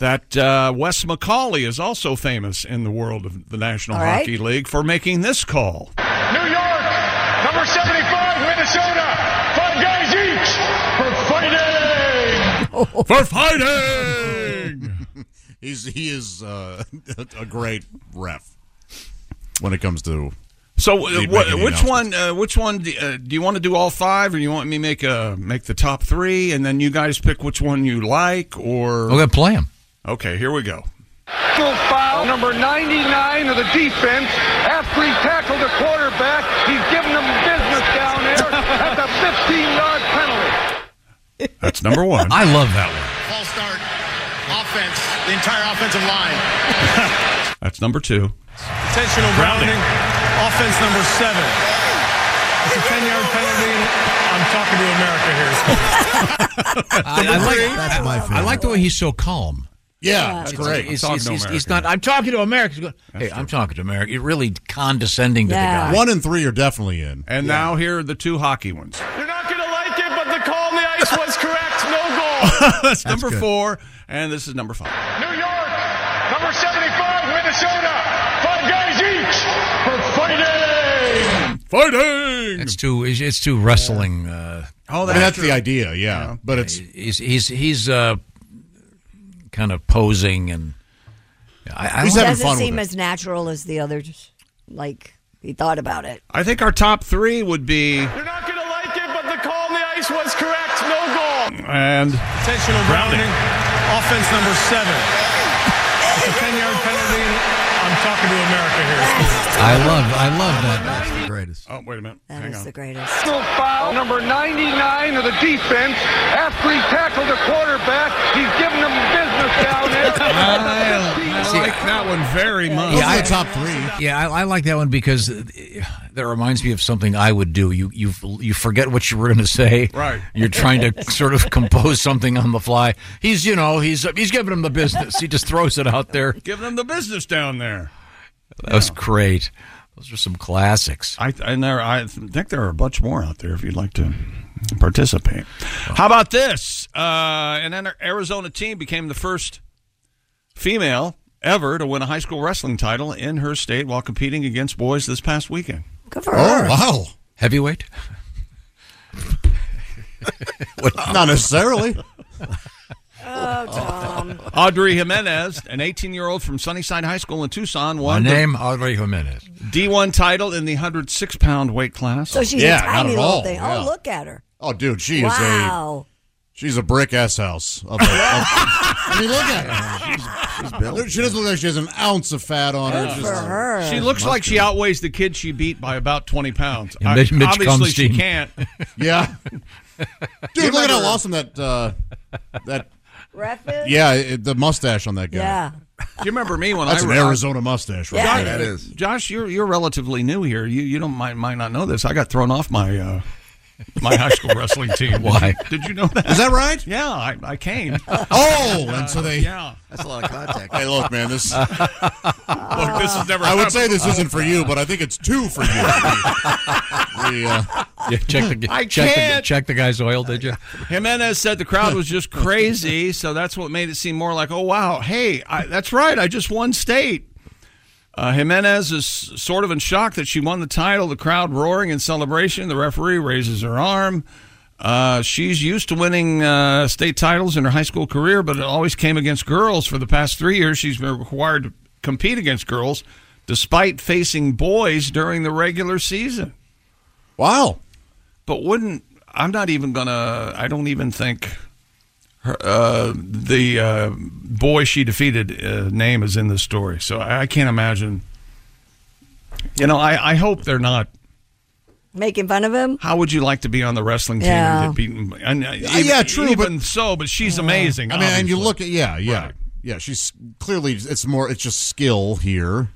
Speaker 1: that uh, Wes McCauley is also famous in the world of the National
Speaker 8: All right.
Speaker 1: Hockey League for making this call.
Speaker 8: New York, number 75, Minnesota. Five guys each for fighting.
Speaker 1: for fighting.
Speaker 5: He's he is uh, a great ref. when it comes to.
Speaker 1: So, uh,
Speaker 5: Need
Speaker 1: wh-
Speaker 5: make any
Speaker 1: which
Speaker 5: announcements?
Speaker 1: one? Uh, which one? Do, uh, do you want to do all five, or you want me make a make the top three, and then you guys pick which one you like, or
Speaker 3: Okay, play them.
Speaker 1: Okay, here we go.
Speaker 8: Personal foul number 99 of the defense. After he tackled the quarterback, he's giving them business down there. That's a 15-yard penalty.
Speaker 1: That's number one.
Speaker 3: I love that
Speaker 15: False start. Offense. The entire offensive line.
Speaker 1: one. That's number two.
Speaker 7: Intentional grounding. Offense number seven. It's a 10 yard penalty. and I'm talking to America here.
Speaker 3: I, I like,
Speaker 7: That's my
Speaker 3: I- I like the way he's so calm.
Speaker 7: Yeah, that's
Speaker 3: It's-
Speaker 7: great.
Speaker 3: It's,
Speaker 7: I'm talking
Speaker 3: it's-
Speaker 7: to
Speaker 3: it's-
Speaker 7: America.
Speaker 3: it's not. I'm talking to America. He's going, Hey, I'm talking to America. You're really condescending to the guy.
Speaker 5: One and three are definitely in.
Speaker 1: And now here are the two hockey ones.
Speaker 6: You're not going to like it, but the call on the ice was correct. No goal.
Speaker 1: That's,
Speaker 6: That's
Speaker 1: number
Speaker 6: good.
Speaker 1: four, and this is number five.
Speaker 15: New York. Number 75, Minnesota. Five guys each for fighting.
Speaker 1: Fighting.
Speaker 3: It's too. It's, it's too wrestling. Uh,
Speaker 1: oh,
Speaker 5: that's, that's the idea. Yeah, but it's
Speaker 3: he's he's he's uh, kind of posing and. I, I
Speaker 11: It
Speaker 3: don't-
Speaker 11: doesn't seem as natural as the other. Just like he thought about it.
Speaker 1: I think our top three would be
Speaker 6: You're not going to like it, but the call on the ice was correct. No goal.
Speaker 1: and
Speaker 7: Intentional grounding. Offense number seven. It's a 10 yard penalty. and I'm talking to America here.
Speaker 3: I love I love that.
Speaker 7: That's the
Speaker 9: greatest.
Speaker 1: Oh, wait a minute.
Speaker 11: That is the greatest.
Speaker 8: Personal foul number 99 of the defense. After he tackled the quarterback, he's giving them business down there.
Speaker 1: I like that one very much.
Speaker 3: Yeah, I- Those are
Speaker 1: three.
Speaker 3: Yeah, I, I like that one because uh, that reminds me of something I would do. You you you forget what you were going to say.
Speaker 1: Right.
Speaker 3: You're trying to sort of compose something on the fly. He's you know he's he's giving him the business. He just throws it out there.
Speaker 1: Give them the business down there.
Speaker 3: That was great. Those are some classics.
Speaker 1: I, I never. I think there are a bunch more out there if you'd like to participate. How about this? Uh, an Ar- Arizona team became the first female ever to win a high school wrestling title in her state while competing against boys this past weekend.
Speaker 11: Good
Speaker 3: for Oh, her. wow. Heavyweight?
Speaker 5: Not necessarily.
Speaker 11: Oh, Tom.
Speaker 1: Audrey Jimenez, an 18 year old from Sunnyside High School in Tucson,
Speaker 3: My
Speaker 1: won
Speaker 3: name Audrey Jimenez.
Speaker 1: the D1 title in the 106 pound weight class.
Speaker 11: So she's a tiny little thing. Oh, look at her.
Speaker 5: Oh, dude, she is
Speaker 11: Wow.
Speaker 5: a she's a brick ass house. Of a, of- I mean, look at
Speaker 9: her.
Speaker 5: she doesn't look like she has an ounce of fat on her. Just-
Speaker 1: She looks like she outweighs the kid she beat by about 20 pounds.
Speaker 5: And
Speaker 1: I-
Speaker 5: Mitch- Mitch
Speaker 1: obviously, she
Speaker 5: Kumstein.
Speaker 1: can't.
Speaker 5: Yeah.
Speaker 1: You
Speaker 5: Dude, look at how
Speaker 1: remember-
Speaker 5: awesome that uh, that
Speaker 11: Ref
Speaker 5: yeah it, the mustache on that guy.
Speaker 1: Do you remember me when
Speaker 5: That's
Speaker 1: I
Speaker 5: an Arizona mustache. Right
Speaker 1: Josh,
Speaker 5: there.
Speaker 1: Josh, you're you're relatively new here. You you don't might might not know this. I got thrown off my uh, my high school wrestling team.
Speaker 3: Why?
Speaker 1: Did you, did you know that?
Speaker 5: Is that right?
Speaker 1: Yeah, I, I came.
Speaker 5: Oh, and so they.
Speaker 1: Uh, yeah.
Speaker 9: That's a lot of contact.
Speaker 5: Hey, look, man. This.
Speaker 1: Look, this is never
Speaker 5: I would
Speaker 1: happened.
Speaker 5: say this isn't for you, but I think it's two for you. We, uh,
Speaker 3: Yeah, check the
Speaker 1: I
Speaker 3: check the,
Speaker 1: can't.
Speaker 3: check the guy's oil. Did you?
Speaker 1: Jimenez said the crowd was just crazy, so that's what made it seem more like, oh wow, hey, I, that's right, I just won state. Uh, Jimenez is sort of in shock that she won the title. The crowd roaring in celebration. The referee raises her arm. Uh, she's used to winning uh, state titles in her high school career, but it always came against girls. For the past three years, she's been required to compete against girls, despite facing boys during the regular season.
Speaker 5: Wow.
Speaker 1: But wouldn't I'm not even gonna? I don't even think her, uh, the uh, boy she defeated uh, name is in this story, so I, I can't imagine. You know, I, I hope they're not.
Speaker 11: Making fun of him?
Speaker 1: How would you like to be on the wrestling team
Speaker 11: Yeah.
Speaker 1: and get beaten? And, uh,
Speaker 5: Uh, yeah,
Speaker 1: even-
Speaker 5: true,
Speaker 1: Even so, but she's amazing.
Speaker 5: I mean, and you
Speaker 1: obviously.
Speaker 5: look at yeah, yeah, yeah. She's clearly it's more it's just skill here.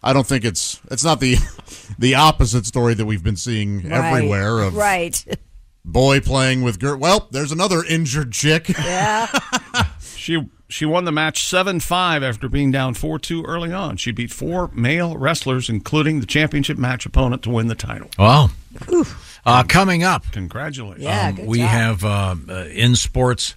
Speaker 5: I don't think it's it's not the the opposite story that we've been seeing everywhere of
Speaker 11: Right.
Speaker 5: boy playing with girl. Well, there's another injured chick.
Speaker 11: Yeah.
Speaker 1: She she won the match seven five after being down four two early on. She beat four male wrestlers, including the championship match opponent, to win the title.
Speaker 3: Wow. Uh, coming up,
Speaker 1: Congratulations.
Speaker 3: um, we have um, uh, in sports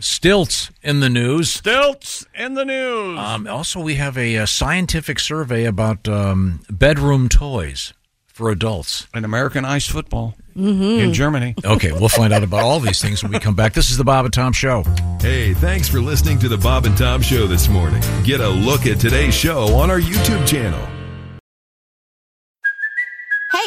Speaker 3: stilts in the news.
Speaker 1: Stilts in the news.
Speaker 3: Um, also, we have a, uh scientific survey about um, bedroom toys for adults
Speaker 1: in American ice football
Speaker 3: mm-hmm.
Speaker 1: in Germany.
Speaker 3: Okay, we'll find out about all these things when we come back. This is the Bob and Tom Show.
Speaker 14: Hey, thanks for listening to the Bob and Tom Show this morning. Get a look at today's show on our YouTube channel.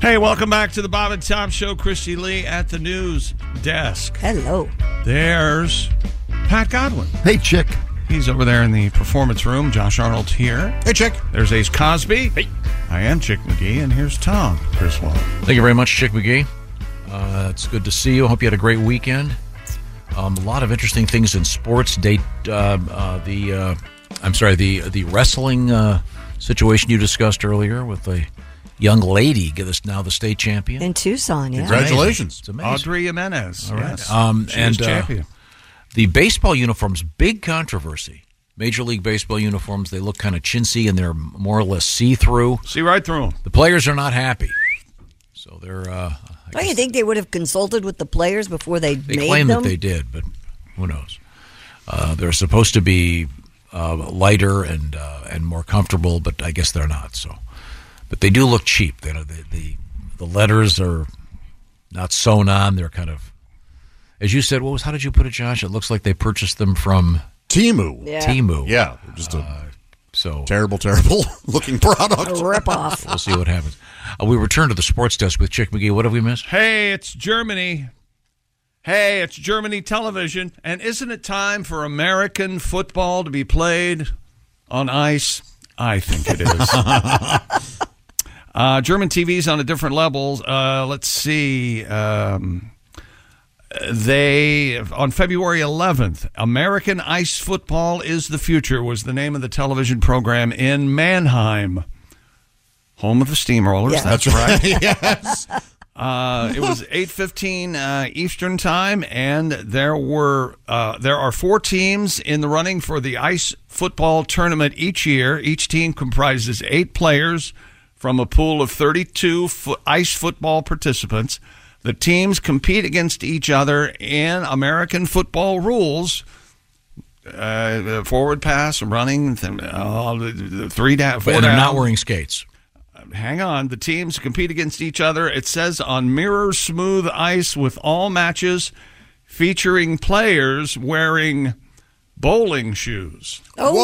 Speaker 1: Hey, welcome back to the Bob and Tom Show. Christy Lee at the news desk.
Speaker 11: Hello.
Speaker 1: There's Pat Godwin.
Speaker 12: Hey, chick.
Speaker 1: He's over there in the performance room. Josh Arnold here. Hey, chick. There's Ace Cosby. Hey. I am Chick McGee, and here's Tom Chris Wall.
Speaker 3: Thank you very much, Chick McGee. Uh, it's good to see you. I hope you had a great weekend. Um, a lot of interesting things in sports. Date uh, uh, the uh, I'm sorry the the wrestling uh, situation you discussed earlier with the young lady. Get us now the state champion.
Speaker 11: In Tucson, yeah.
Speaker 1: It's amazing. Audrey Jimenez.
Speaker 3: All right.
Speaker 1: Yes.
Speaker 3: Um,
Speaker 1: She
Speaker 3: and
Speaker 1: is champion.
Speaker 3: Uh, the baseball uniforms, big controversy. Major League Baseball uniforms, they look kind of chintzy and they're more or less see through.
Speaker 1: See right through them.
Speaker 3: The players are not happy. So they're, uh,
Speaker 11: Don't you think they would have consulted with the players before they,
Speaker 3: they
Speaker 11: made
Speaker 3: claim
Speaker 11: them?
Speaker 3: that they did, but who knows? Uh, they're supposed to be uh, lighter and uh, and more comfortable, but I guess they're not. So, but they do look cheap. They, the, the the letters are not sewn on. They're kind of, as you said, what was how did you put it, Josh? It looks like they purchased them from
Speaker 5: Timu.
Speaker 11: Yeah.
Speaker 3: Timu. Uh,
Speaker 5: Yeah, just a
Speaker 3: so
Speaker 5: terrible, terrible looking product.
Speaker 11: A ripoff.
Speaker 3: We'll see what happens. Uh, we return to the sports desk with Chick McGee. What have we missed?
Speaker 1: Hey, it's Germany. Hey, it's Germany television. And isn't it time for American football to be played on ice? I think it is. uh, German TV's on a different level. Uh, let's see. Um, they on February 11th, American Ice Football is the Future was the name of the television program in Mannheim, home of the Steamrollers.
Speaker 5: Yeah.
Speaker 1: That's
Speaker 5: That's
Speaker 1: right.
Speaker 5: right. Yes.
Speaker 1: Uh, it was 8:15 uh, Eastern time, and there were uh, there are four teams in the running for the ice football tournament each year. Each team comprises eight players from a pool of 32 fo- ice football participants. The teams compete against each other in American football rules. Uh, forward pass, running, th- uh, three down, four
Speaker 3: and they're not
Speaker 1: down
Speaker 3: wearing skates.
Speaker 1: hang on. The teams compete against each other. It says on mirror smooth ice with all matches featuring players wearing bowling shoes.
Speaker 6: Oh.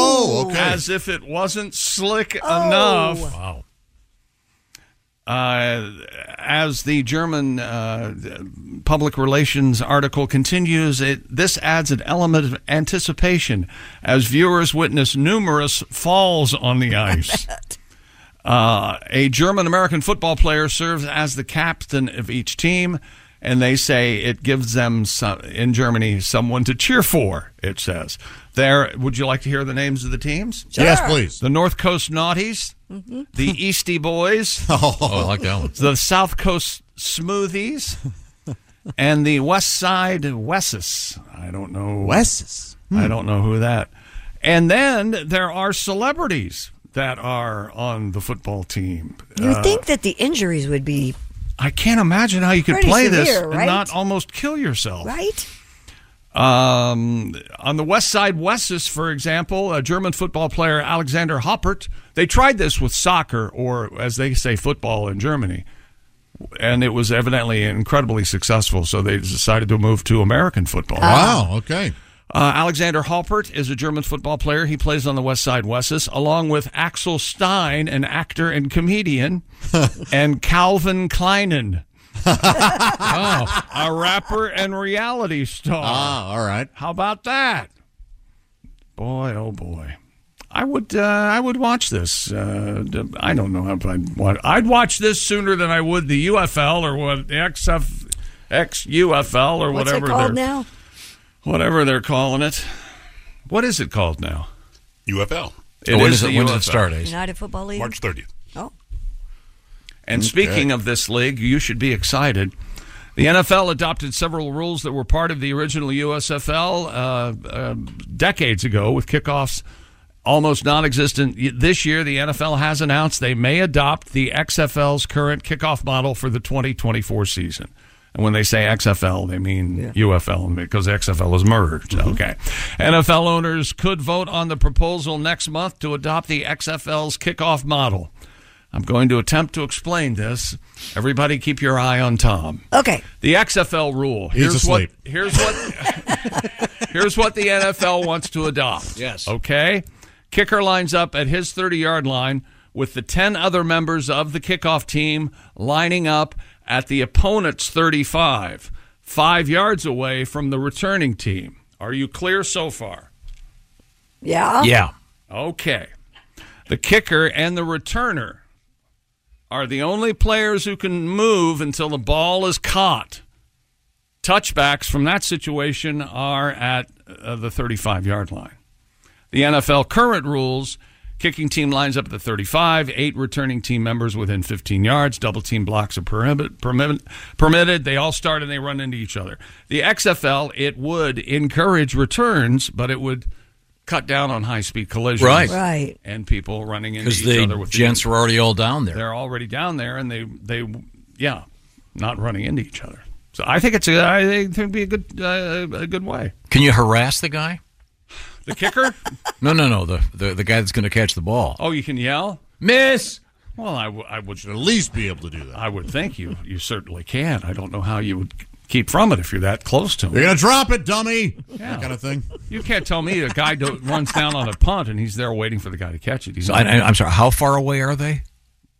Speaker 6: Whoa, okay.
Speaker 1: As if it wasn't slick
Speaker 6: Oh.
Speaker 1: enough.
Speaker 3: Wow.
Speaker 1: Uh, as the German uh, public relations article continues, it, this adds an element of anticipation as viewers witness numerous falls on the ice. Uh, a German American football player serves as the captain of each team, and they say it gives them some, in Germany someone to cheer for. It says there. Would you like to hear the names of the teams?
Speaker 5: Yes, Sure. please.
Speaker 1: The North Coast Naughties,
Speaker 11: Mm-hmm.
Speaker 5: Mhm.
Speaker 1: the Eastie Boys.
Speaker 5: Oh. I like that one.
Speaker 1: The South Coast Smoothies, and the West Side Wesses. I don't know
Speaker 5: Wesses.
Speaker 1: I
Speaker 5: Hmm.
Speaker 1: don't know who that. And then there are celebrities that are on the football team.
Speaker 11: You
Speaker 1: Uh,
Speaker 11: think that the injuries would be
Speaker 1: I can't imagine how you could
Speaker 11: Pretty
Speaker 1: play this
Speaker 11: severe,
Speaker 1: and
Speaker 11: right?
Speaker 1: not almost kill yourself.
Speaker 11: right?
Speaker 1: Um, on the West Side Wessis, for example, a German football player Alexander Hoppert, they tried this with soccer, or as they say, football in Germany, and it was evidently incredibly successful. So they decided to move to American football.
Speaker 5: Wow, okay.
Speaker 1: Uh, Alexander Hoppert is a German football player. He plays on the West Side Wessis, along with Axel Stein, an actor and comedian, and Calvin Kleinen, a rapper and reality star. Ah,
Speaker 5: all right.
Speaker 1: How about that? Boy, oh boy. I would uh, I would watch this. Uh, I don't know if I'd watch. I'd watch this sooner than I would the UFL or what XF XUFL or
Speaker 11: What's
Speaker 1: whatever
Speaker 11: it called
Speaker 1: they're
Speaker 11: now?
Speaker 1: whatever they're calling it. What is it called now? UFL.
Speaker 3: Oh, when is it- when does it start, Ace?
Speaker 11: United Football League.
Speaker 13: March 30th.
Speaker 11: Oh,
Speaker 1: And speaking of this league, you should be excited. The NFL adopted several rules that were part of the original USFL uh, uh, decades ago with kickoffs almost non existent. This year, the NFL has announced they may adopt the XFL's current kickoff model for the 2024 season. And when they say XFL, they mean UFL because XFL is merged. Okay. NFL owners could vote on the proposal next month to adopt the XFL's kickoff model. I'm going to attempt to explain this. Everybody keep your eye on Tom.
Speaker 11: Okay.
Speaker 1: The XFL rule.
Speaker 6: He's asleep.
Speaker 1: what here's what here's what the NFL wants to adopt. Yes. Okay? Kicker lines up at his 30-yard line with the 10 other members of the kickoff team lining up at the opponent's 35, 5 yards away from the returning team. Are you clear so far?
Speaker 11: yeah.
Speaker 1: Okay. The kicker and the returner are the only players who can move until the ball is caught. Touchbacks from that situation are at uh, the 35 yard line. The NFL current rules kicking team lines up at the 35, eight returning team members within 15 yards, double team blocks are permit, permit, permitted. They all start and they run into each other. The XFL, it would encourage returns, but it would cut down on high speed collisions.
Speaker 3: Right. Right.
Speaker 1: And people running into
Speaker 3: Because
Speaker 1: each
Speaker 3: the
Speaker 1: other with
Speaker 3: gents were already all down there.
Speaker 1: They're already down there and they they yeah, not running into each other. So I think it's a I think it'd be a good uh, a good way.
Speaker 3: Can you harass the guy?
Speaker 1: The kicker?
Speaker 3: No, no, no. The the, the guy that's going to catch the ball.
Speaker 1: Oh, you can yell, miss. Well, I, w- I would at least be able to do that. I would think you you certainly can. I don't know how you would keep from it if you're that close to him.
Speaker 5: You're going to drop it, dummy.
Speaker 1: Yeah.
Speaker 5: That kind of thing.
Speaker 1: You can't tell me a guy do- runs down on a punt and he's there waiting for the guy to catch it. He's
Speaker 3: So, I, I- I'm sorry. How far away are they?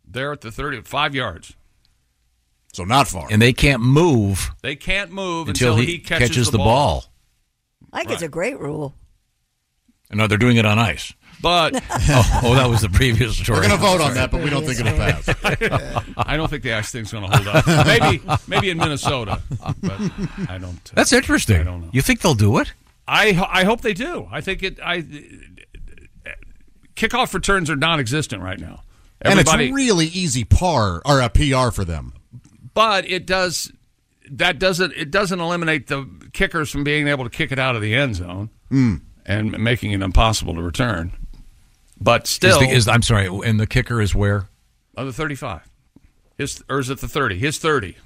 Speaker 1: They're at the thirty five yards.
Speaker 3: So not far. And they can't move
Speaker 1: They can't move
Speaker 3: until, he, catches, the, ball.
Speaker 11: I think it's a great rule.
Speaker 3: And No, they're doing it on ice.
Speaker 1: But
Speaker 3: oh, oh, that was the previous story.
Speaker 1: We're gonna vote
Speaker 5: on that, but we don't think it'll pass.
Speaker 1: I don't think the ice thing's going to hold up. Maybe maybe in Minnesota, but I don't. uh,
Speaker 3: That's interesting. I don't know. You think they'll do it?
Speaker 1: I I hope they do. I think it. I kickoff returns are non-existent right now.
Speaker 5: and it's really easy par or a PR for them.
Speaker 1: but it does. That doesn't. It doesn't eliminate the kickers from being able to kick it out of the end zone
Speaker 3: Mm.
Speaker 1: and making it impossible to return. But
Speaker 3: Is
Speaker 1: still,
Speaker 3: the, is, I'm sorry. And the kicker is where?
Speaker 1: of the thirty-five, his or is it the thirty? His thirty.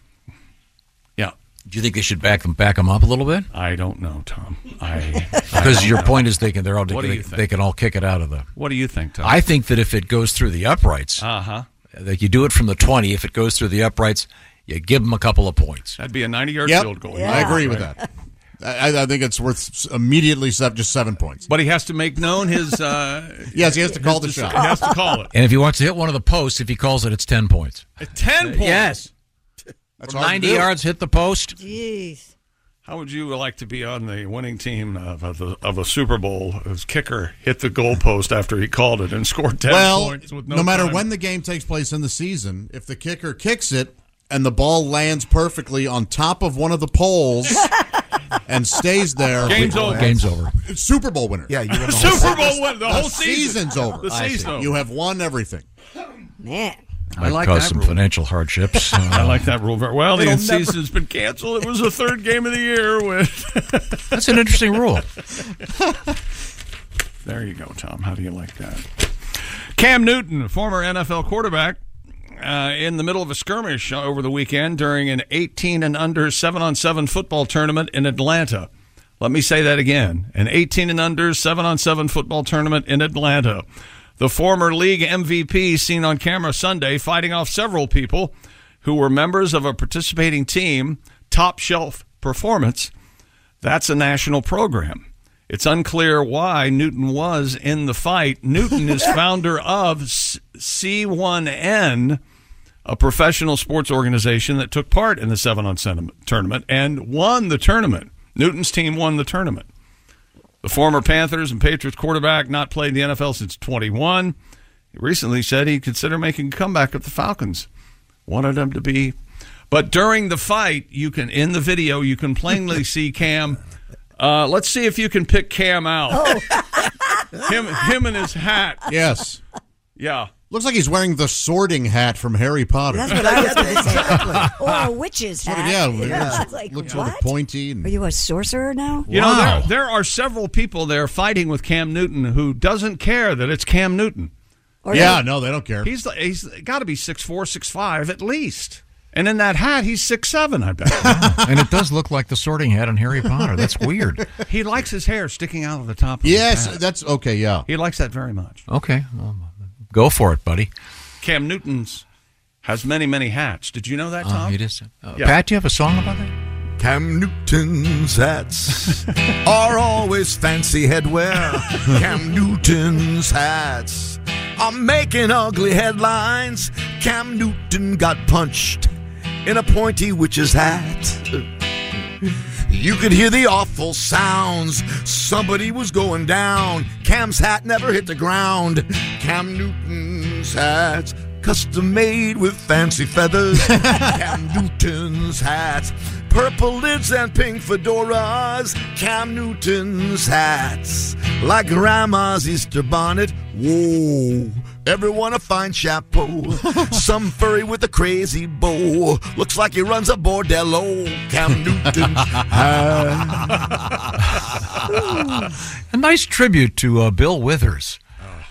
Speaker 1: Yeah.
Speaker 3: Do you think they should back them back them up a little bit?
Speaker 1: I don't know, Tom. I
Speaker 3: because your point is they can they're all
Speaker 1: What do
Speaker 3: they,
Speaker 1: you think?
Speaker 3: they can all kick it out of the.
Speaker 1: What do you think, Tom?
Speaker 3: I think that if it goes through the uprights,
Speaker 1: Uh huh.
Speaker 3: that you do it from the twenty. If it goes through the uprights, you give them a couple of points.
Speaker 1: That'd be a ninety-yard
Speaker 5: Yep.
Speaker 1: field goal.
Speaker 5: I agree with that. I, I think it's worth s- immediately se- just seven points.
Speaker 1: But he has to make known his. Uh,
Speaker 5: Yes, he has to call the
Speaker 1: his-
Speaker 5: shot.
Speaker 1: He has to call it.
Speaker 3: And if he wants to hit one of the posts, if he calls it, it's ten points.
Speaker 1: Ten points.
Speaker 3: Uh, Yes. From hard to 90 do. yards, hit the post.
Speaker 11: Jeez.
Speaker 1: How would you like to be on the winning team of of, the, of a Super Bowl whose kicker hit the goalpost after he called it and scored ten
Speaker 5: well,
Speaker 1: points with no,
Speaker 5: no, matter
Speaker 1: time?
Speaker 5: when the game takes place in the season, if the kicker kicks it and the ball lands perfectly on top of one of the poles and stays there,
Speaker 1: Game's over.
Speaker 3: Game's over.
Speaker 5: It's Super Bowl winner. Yeah, you
Speaker 1: won the whole Super season. Bowl winner, the whole season.
Speaker 5: season's over.
Speaker 1: The I season see. over.
Speaker 5: You have won everything.
Speaker 11: Man.
Speaker 3: Might cause some financial hardships. uh,
Speaker 1: I like that rule very well. The
Speaker 3: It'll
Speaker 1: season's been canceled. It was the third game of the year. With
Speaker 3: That's an interesting rule.
Speaker 1: There you go, Tom. How do you like that? Cam Newton, former NFL quarterback, uh, in the middle of a skirmish over the weekend during an 18 and under 7 on 7 football tournament in Atlanta. Let me say that again an 18 and under 7 on 7 football tournament in Atlanta. The former league MVP seen on camera Sunday fighting off several people who were members of a participating team, top shelf performance. That's a national program. It's unclear why Newton was in the fight. Newton is founder of S- C1N, a professional sports organization that took part in the 7 on 7 tournament and won the tournament. Newton's team won the tournament. The former Panthers and Patriots quarterback, not played in the NFL since 21, he recently said he'd consider making a comeback with the Falcons. Wanted them to be. But during the fight, you can, in the video, you can plainly see Cam. Uh, let's see if you can pick Cam out. him, him and his hat.
Speaker 5: Oh. Yes.
Speaker 1: Yeah.
Speaker 5: Looks like he's wearing the sorting hat from Harry Potter.
Speaker 11: That's what I was going to say.
Speaker 3: Ah.
Speaker 11: Or a witch's
Speaker 5: Sort of,
Speaker 11: hat.
Speaker 5: yeah,
Speaker 11: you know,
Speaker 5: yeah.
Speaker 11: it's like,
Speaker 5: Looks sort
Speaker 11: what?
Speaker 5: of pointy. And,
Speaker 11: Are you a sorcerer now?
Speaker 1: You know, there, there are several people there fighting with Cam Newton who doesn't care that it's Cam Newton.
Speaker 11: Or Yeah,
Speaker 5: no, they don't care.
Speaker 1: He's he's got to be six four, six five at least. And in that hat, he's six seven. I bet
Speaker 3: and it does look like the sorting hat in Harry Potter. That's weird.
Speaker 1: he likes his hair sticking out of the top. Of
Speaker 3: Yes, oh.
Speaker 1: his hat.
Speaker 5: that's okay. Yeah,
Speaker 1: he likes that very much.
Speaker 3: Okay, well, go for it, buddy.
Speaker 1: Cam Newton's has many many hats. Did you know that, Tom?
Speaker 3: it is. Uh,
Speaker 1: Yeah.
Speaker 3: Pat, do you have a song about that?
Speaker 12: Cam Newton's hats are always fancy headwear. Cam Newton's hats are making ugly headlines. Cam Newton got punched in a pointy witch's hat. You could hear the awful sounds. Somebody was going down. Cam's hat never hit the ground. Cam Newton's hats, custom made with fancy feathers. Cam Newton's hats, purple lids and pink fedoras. Cam Newton's hats, like grandma's Easter bonnet. Whoa. Everyone a fine chapeau. Some furry with a crazy bow. Looks like he runs a bordello. Cam Newton's
Speaker 3: a nice tribute to uh, Bill Withers.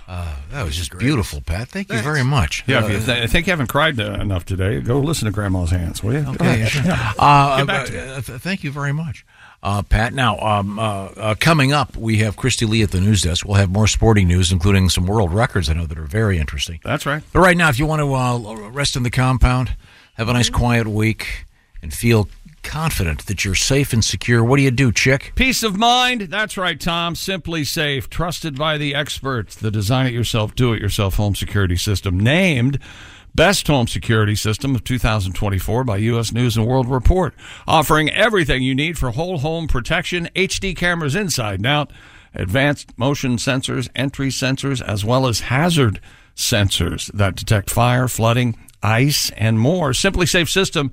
Speaker 3: Uh, that was just beautiful, Pat. Thank you very much.
Speaker 1: Yeah,
Speaker 3: Uh,
Speaker 1: if you I think you haven't cried uh, enough today. Go listen to Grandma's hands, will you?
Speaker 3: Okay, yeah, sure. Uh, uh, th- thank you very much, uh, Pat. Now, um, uh, uh, coming up, we have Christy Lee at the news desk. We'll have more sporting news, including some world records I know that are very interesting.
Speaker 1: That's right.
Speaker 3: But right now, if you want to uh, rest in the compound, have a nice quiet week, and feel confident that you're safe and secure, what do you do, chick?
Speaker 1: Peace of mind. That's right, Tom. Simply Safe, trusted by the experts, the design it yourself, do it yourself home security system, named Best Home Security System of 2024 by U.S. News and World Report, offering everything you need for whole home protection, HD cameras inside and out, advanced motion sensors, entry sensors, as well as hazard sensors that detect fire, flooding, ice, and more. Simply Safe system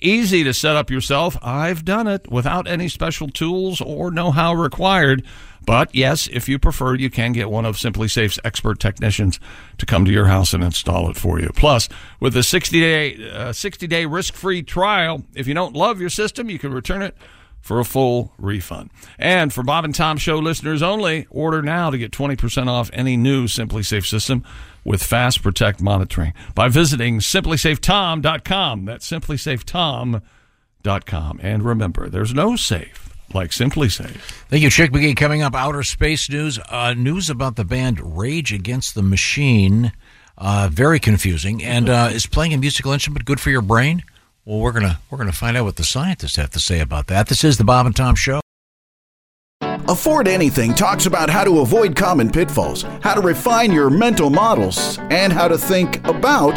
Speaker 1: Easy to set up yourself. I've done it without any special tools or know how required. But yes, if you prefer, you can get one of Simply Safe's expert technicians to come to your house and install it for you. Plus, with a 60 day, uh, 60 day risk free trial, if you don't love your system, you can return it for a full refund. And for Bob and Tom Show listeners only, order now to get 20% off any new Simply Safe system with Fast Protect monitoring by visiting simplysafetom.com. That's simplysafetom.com. And remember, there's no safe like Simply Safe.
Speaker 3: Thank you, Chick McGee. Coming up, outer space news, uh, news about the band Rage Against the Machine. Uh, very confusing, and uh, is playing a musical instrument good for your brain? Well, we're gonna we're gonna find out what the scientists have to say about that. This is the Bob and Tom Show.
Speaker 16: Afford Anything talks about how to avoid common pitfalls, how to refine your mental models, and how to think about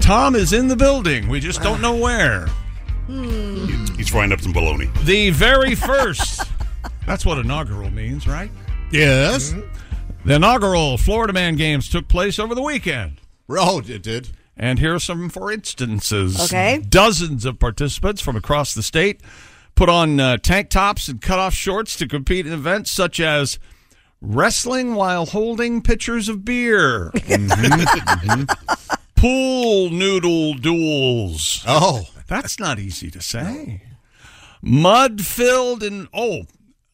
Speaker 1: Tom is in the building. We just don't know where.
Speaker 13: He's frying up some bologna.
Speaker 1: The very first. That's what inaugural means, right? Yes. The inaugural Florida Man Games took place over the weekend.
Speaker 5: Oh, it did.
Speaker 1: And here are some for instances.
Speaker 5: Okay.
Speaker 1: Dozens of participants from across the state put on uh, tank tops and cut off shorts to compete in events such as wrestling while holding pitchers of beer.
Speaker 13: Mm-hmm.
Speaker 1: Mhm. Pool noodle duels. Oh, that's not easy to say. Mud filled and oh,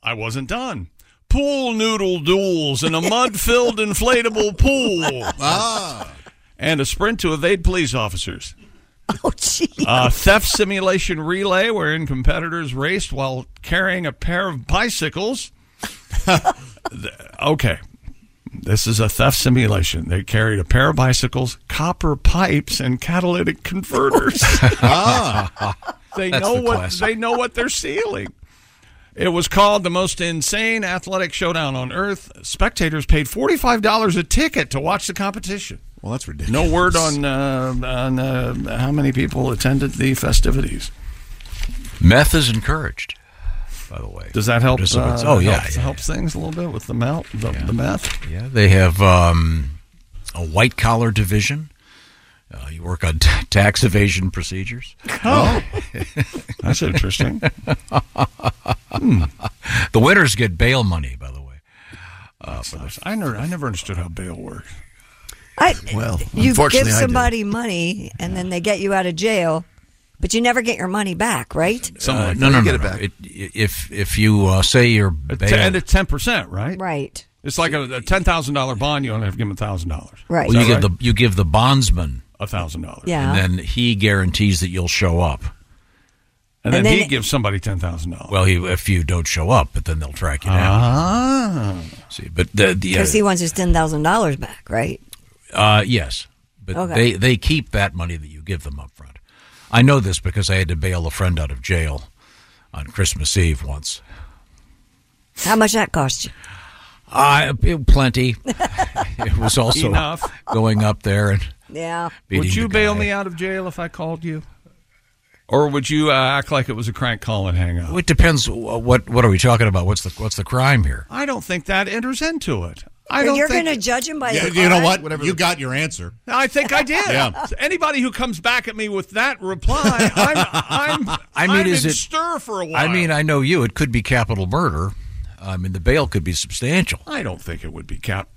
Speaker 1: I wasn't done. Pool noodle duels in a mud filled inflatable pool. Ah. And a sprint to evade police officers.
Speaker 11: Oh, gee.
Speaker 1: A theft simulation relay wherein competitors raced while carrying a pair of bicycles. th- okay, this is a theft simulation. They carried a pair of bicycles, copper pipes, and catalytic converters.
Speaker 6: Ah.
Speaker 1: they
Speaker 6: That's
Speaker 1: know
Speaker 6: the
Speaker 1: what
Speaker 6: classic.
Speaker 1: they know what they're stealing. It was called the most insane athletic showdown on earth. Spectators paid forty five dollars a ticket to watch the competition.
Speaker 5: Well, that's ridiculous.
Speaker 1: No word on uh, on uh, how many people attended the festivities.
Speaker 3: Meth is encouraged. By the way,
Speaker 1: does that help?
Speaker 3: Participants.
Speaker 1: uh,
Speaker 3: oh yeah,
Speaker 1: helps, helps things a little bit with the melt, the, the meth.
Speaker 3: Yeah, They have um, a white collar division. Uh, you work on t- tax evasion procedures.
Speaker 1: Oh. That's interesting. Hmm.
Speaker 3: The winners get bail money, by the way. Uh,
Speaker 1: for this. I never, I never understood how bail works.
Speaker 11: I,
Speaker 3: Well,
Speaker 11: you give
Speaker 3: unfortunately, I did.
Speaker 11: somebody money and then they get you out of jail, but you never get your money back, right?
Speaker 3: Uh, no, no, no, no. It- if if you uh, say you're
Speaker 1: Ten-
Speaker 3: bail,
Speaker 1: and it's ten percent, right?
Speaker 11: Right.
Speaker 1: It's like a, a ten thousand dollar bond. You only have to give him thousand dollars.
Speaker 11: Right.
Speaker 3: well, you give the you give the bondsman
Speaker 1: a thousand dollars,
Speaker 11: Yeah.
Speaker 3: and then he guarantees that you'll show up.
Speaker 1: and, then, he gives somebody ten thousand dollars.
Speaker 3: Well, he, if you don't show up, but then they'll track you down.
Speaker 1: Ah.
Speaker 3: See, but the uh, the
Speaker 11: Because he wants his ten thousand dollars back, right?
Speaker 3: Uh, yes, but
Speaker 11: Okay.
Speaker 3: they they keep that money that you give them up front. I know this because I had to bail a friend out of jail on Christmas Eve once.
Speaker 11: How much that cost you?
Speaker 3: I Uh, plenty. it was also
Speaker 1: Enough.
Speaker 3: going up there and
Speaker 11: Yeah.
Speaker 3: beating
Speaker 1: Would you
Speaker 3: the
Speaker 1: bail
Speaker 3: guy.
Speaker 1: me out of jail if I called you? Or would you uh, act like it was a crank call and hang up?
Speaker 3: Well, It depends. wh- What what are we talking about? What's the what's the crime here?
Speaker 1: I don't think that enters into it. I
Speaker 11: But
Speaker 1: don't.
Speaker 11: you're
Speaker 1: think,
Speaker 11: going to judge him by
Speaker 5: Yeah,
Speaker 11: the
Speaker 5: you know
Speaker 11: car?
Speaker 5: what? you got your answer.
Speaker 1: I think I did.
Speaker 5: Yeah.
Speaker 1: Anybody who comes back at me with that reply, I'm, I'm,
Speaker 3: I mean,
Speaker 1: I'm
Speaker 3: is
Speaker 1: in
Speaker 3: it-
Speaker 1: stir for a while.
Speaker 3: I mean, I know you. It could be capital murder. I mean, the bail could be substantial.
Speaker 1: I don't think it would be cap.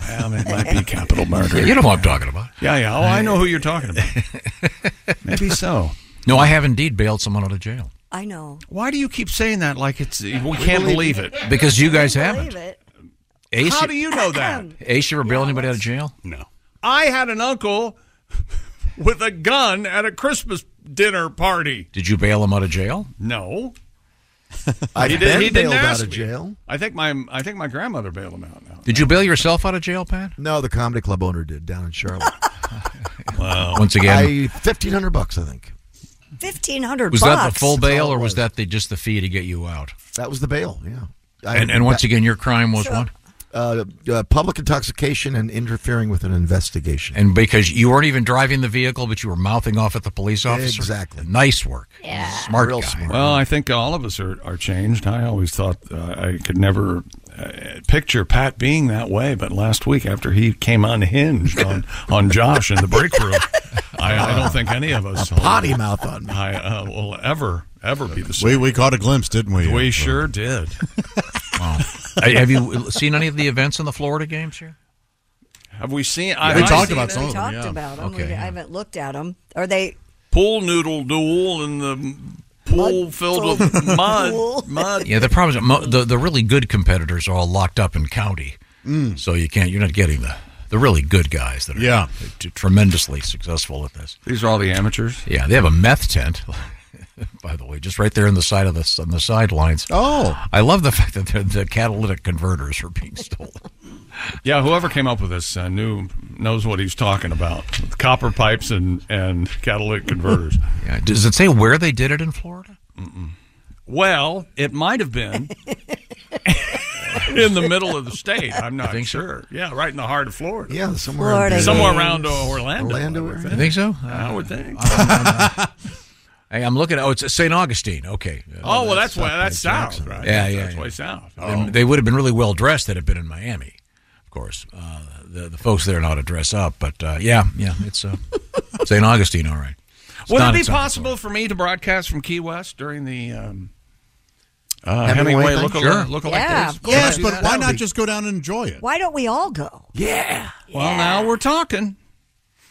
Speaker 1: Well, it might be capital murder.
Speaker 3: you know what I'm talking about.
Speaker 1: Yeah, yeah. Oh, I know who you're talking about. Maybe so.
Speaker 3: No, I have indeed bailed someone out of jail
Speaker 11: I know.
Speaker 1: Why do you keep saying that like it's we can't believe
Speaker 3: believe
Speaker 1: it?
Speaker 3: because you guys haven't. Ace,
Speaker 1: How do you know that?
Speaker 3: Ace, you ever bail anybody out of jail? No.
Speaker 1: I had an uncle with a gun at a Christmas dinner party.
Speaker 3: Did you bail him out of jail?
Speaker 1: No.
Speaker 3: I've
Speaker 1: He didn't-
Speaker 3: been
Speaker 1: he didn't
Speaker 3: bailed out
Speaker 1: ask
Speaker 3: of
Speaker 1: me.
Speaker 3: jail.
Speaker 1: I think my I think my grandmother bailed him out. Now.
Speaker 3: Did you bail yourself out of jail, Pat?
Speaker 9: No, the comedy club owner did down in Charlotte.
Speaker 3: wow. Once again.
Speaker 9: I, fifteen hundred bucks, I think.
Speaker 11: Fifteen hundred
Speaker 3: Was
Speaker 11: bucks.
Speaker 3: that the full bail, or was that the, just the fee to get you out?
Speaker 9: That was the bail. Yeah. I-
Speaker 3: and, and once again, your crime was
Speaker 9: So-
Speaker 3: what?
Speaker 9: Uh, uh, public intoxication and interfering with an investigation.
Speaker 3: And because you weren't even driving the vehicle, but you were mouthing off at the police officer.
Speaker 9: Exactly.
Speaker 3: Nice work. Yeah. Smart guy.
Speaker 1: Well, I think all of us are, are changed. I always thought uh, I could never uh, picture Pat being that way, but last week after he came unhinged on, on Josh in the break room, I, I don't think any of us
Speaker 9: potty mouth on me.
Speaker 1: I uh, will ever ever be the same.
Speaker 5: We, we caught a glimpse, didn't we? uh,
Speaker 1: We sure did.
Speaker 3: Wow. Uh, Have you seen any of the events in the Florida games here?
Speaker 1: Have we seen?
Speaker 5: Yeah, we talked about some
Speaker 11: We talked about them.
Speaker 3: Okay,
Speaker 11: We-
Speaker 3: yeah.
Speaker 11: I haven't looked at them. Are they?
Speaker 1: pool noodle duel and the pool filled with mud.
Speaker 9: Uh,
Speaker 1: mud.
Speaker 3: Yeah, the problem is mo- the the really good competitors are all locked up in county,
Speaker 9: Mm.
Speaker 3: so you can't. You're not getting the the really good guys that are
Speaker 1: Yeah.
Speaker 3: t- tremendously successful at this.
Speaker 1: These are all the amateurs.
Speaker 3: Yeah, they have a meth tent. By the way, just right there in the side of the on the sidelines.
Speaker 5: Oh,
Speaker 3: I love the fact that the, the catalytic converters are being stolen.
Speaker 1: Yeah, whoever came up with this uh, knew knows what he's talking about. With copper pipes and and catalytic converters.
Speaker 3: Yeah, does it say where they did it in Florida?
Speaker 1: Well, it might have been in the middle of the state. I'm not sure. Yeah, right in the heart of Florida.
Speaker 9: Yeah, somewhere
Speaker 6: in Florida.
Speaker 1: somewhere
Speaker 6: Yes.
Speaker 1: around uh, Orlando.
Speaker 9: Orlando
Speaker 1: I would
Speaker 9: area.
Speaker 3: You think so? Uh,
Speaker 1: I would think.
Speaker 3: Oh, Hey, I'm looking. Oh, it's St. Augustine. Okay. Uh,
Speaker 1: Oh, well, that's why that's south, right?
Speaker 3: Yeah,
Speaker 1: That's-
Speaker 3: yeah,
Speaker 1: That's
Speaker 3: yeah.
Speaker 1: way south. Oh.
Speaker 3: They, they would have been really well dressed had it been in Miami, of course. Uh, the the folks there know how to dress up, but uh, yeah, yeah, it's uh, St. Augustine, all right. It's
Speaker 1: Would
Speaker 3: not uh,
Speaker 1: it
Speaker 3: in
Speaker 1: be
Speaker 3: South
Speaker 1: possible for me to broadcast from Key West during the um, uh, Hemingway
Speaker 5: Hemingway thing?
Speaker 1: look
Speaker 5: Sure.
Speaker 1: look
Speaker 11: Yeah,
Speaker 1: days?
Speaker 11: of
Speaker 1: Could I
Speaker 5: Yes,
Speaker 1: do
Speaker 5: but
Speaker 1: that?
Speaker 5: why
Speaker 1: That would
Speaker 5: not
Speaker 1: be-
Speaker 5: just go down and enjoy it?
Speaker 11: Why don't we all go?
Speaker 1: Yeah. Well, now we're talking.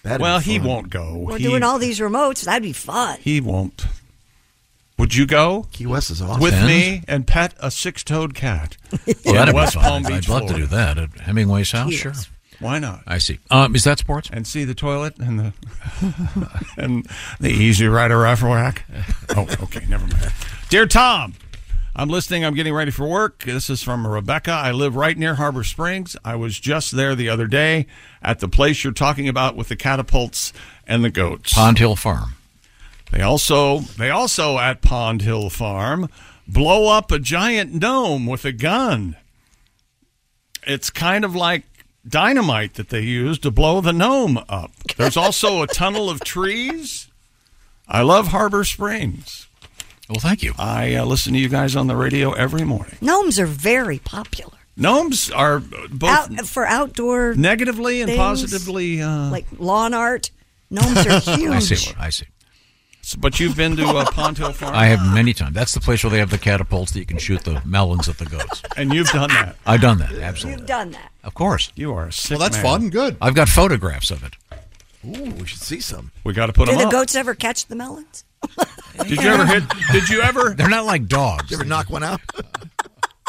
Speaker 5: That'd
Speaker 1: well,
Speaker 5: be
Speaker 1: he
Speaker 5: fun.
Speaker 1: won't go.
Speaker 11: We're
Speaker 1: he,
Speaker 11: doing all these remotes. That'd be fun.
Speaker 1: He won't. Would you go?
Speaker 9: Key West is awesome.
Speaker 1: With me and pet a six-toed cat
Speaker 3: Well,
Speaker 1: in
Speaker 3: that'd be
Speaker 1: West
Speaker 3: fun.
Speaker 1: Palm
Speaker 3: I'd-
Speaker 1: Beach.
Speaker 3: I'd love to do that at Hemingway's house. Sure.
Speaker 1: Why not?
Speaker 3: I see. Um, is that sports?
Speaker 1: And see the toilet and the and the Easy Rider rifle rack. Oh, okay, never mind. Dear Tom, I'm listening. I'm getting ready for work. This is from Rebecca. I live right near Harbor Springs. I was just there the other day at the place you're talking about with the catapults and the goats.
Speaker 3: Pond Hill Farm.
Speaker 1: They also they also at Pond Hill Farm blow up a giant gnome with a gun. It's kind of like dynamite that they use to blow the gnome up. There's also a tunnel of trees. I love Harbor Springs.
Speaker 3: Well, thank you.
Speaker 1: I uh, listen to you guys on the radio every morning.
Speaker 11: Gnomes are very popular.
Speaker 1: Gnomes are uh, both
Speaker 11: Out, for outdoor
Speaker 1: negatively and
Speaker 11: things,
Speaker 1: positively, uh,
Speaker 11: like lawn art. Gnomes are huge.
Speaker 3: I see. What, I see.
Speaker 1: but you've been to uh, Pond Hill Farm.
Speaker 3: I have many times. That's the place where they have the catapults that you can shoot the melons at the goats.
Speaker 1: and you've done that.
Speaker 3: I've done that. Absolutely.
Speaker 11: You've done that.
Speaker 3: Of course.
Speaker 1: You are a sick
Speaker 5: Well, that's
Speaker 1: man.
Speaker 5: fun. Good.
Speaker 3: I've got photographs of it.
Speaker 9: Ooh, we should see some.
Speaker 1: We got to put
Speaker 11: Do
Speaker 1: them
Speaker 11: the
Speaker 1: up.
Speaker 11: goats ever catch the melons?
Speaker 1: Did you ever hit? Did you ever?
Speaker 3: They're not like dogs.
Speaker 9: You ever knock one out?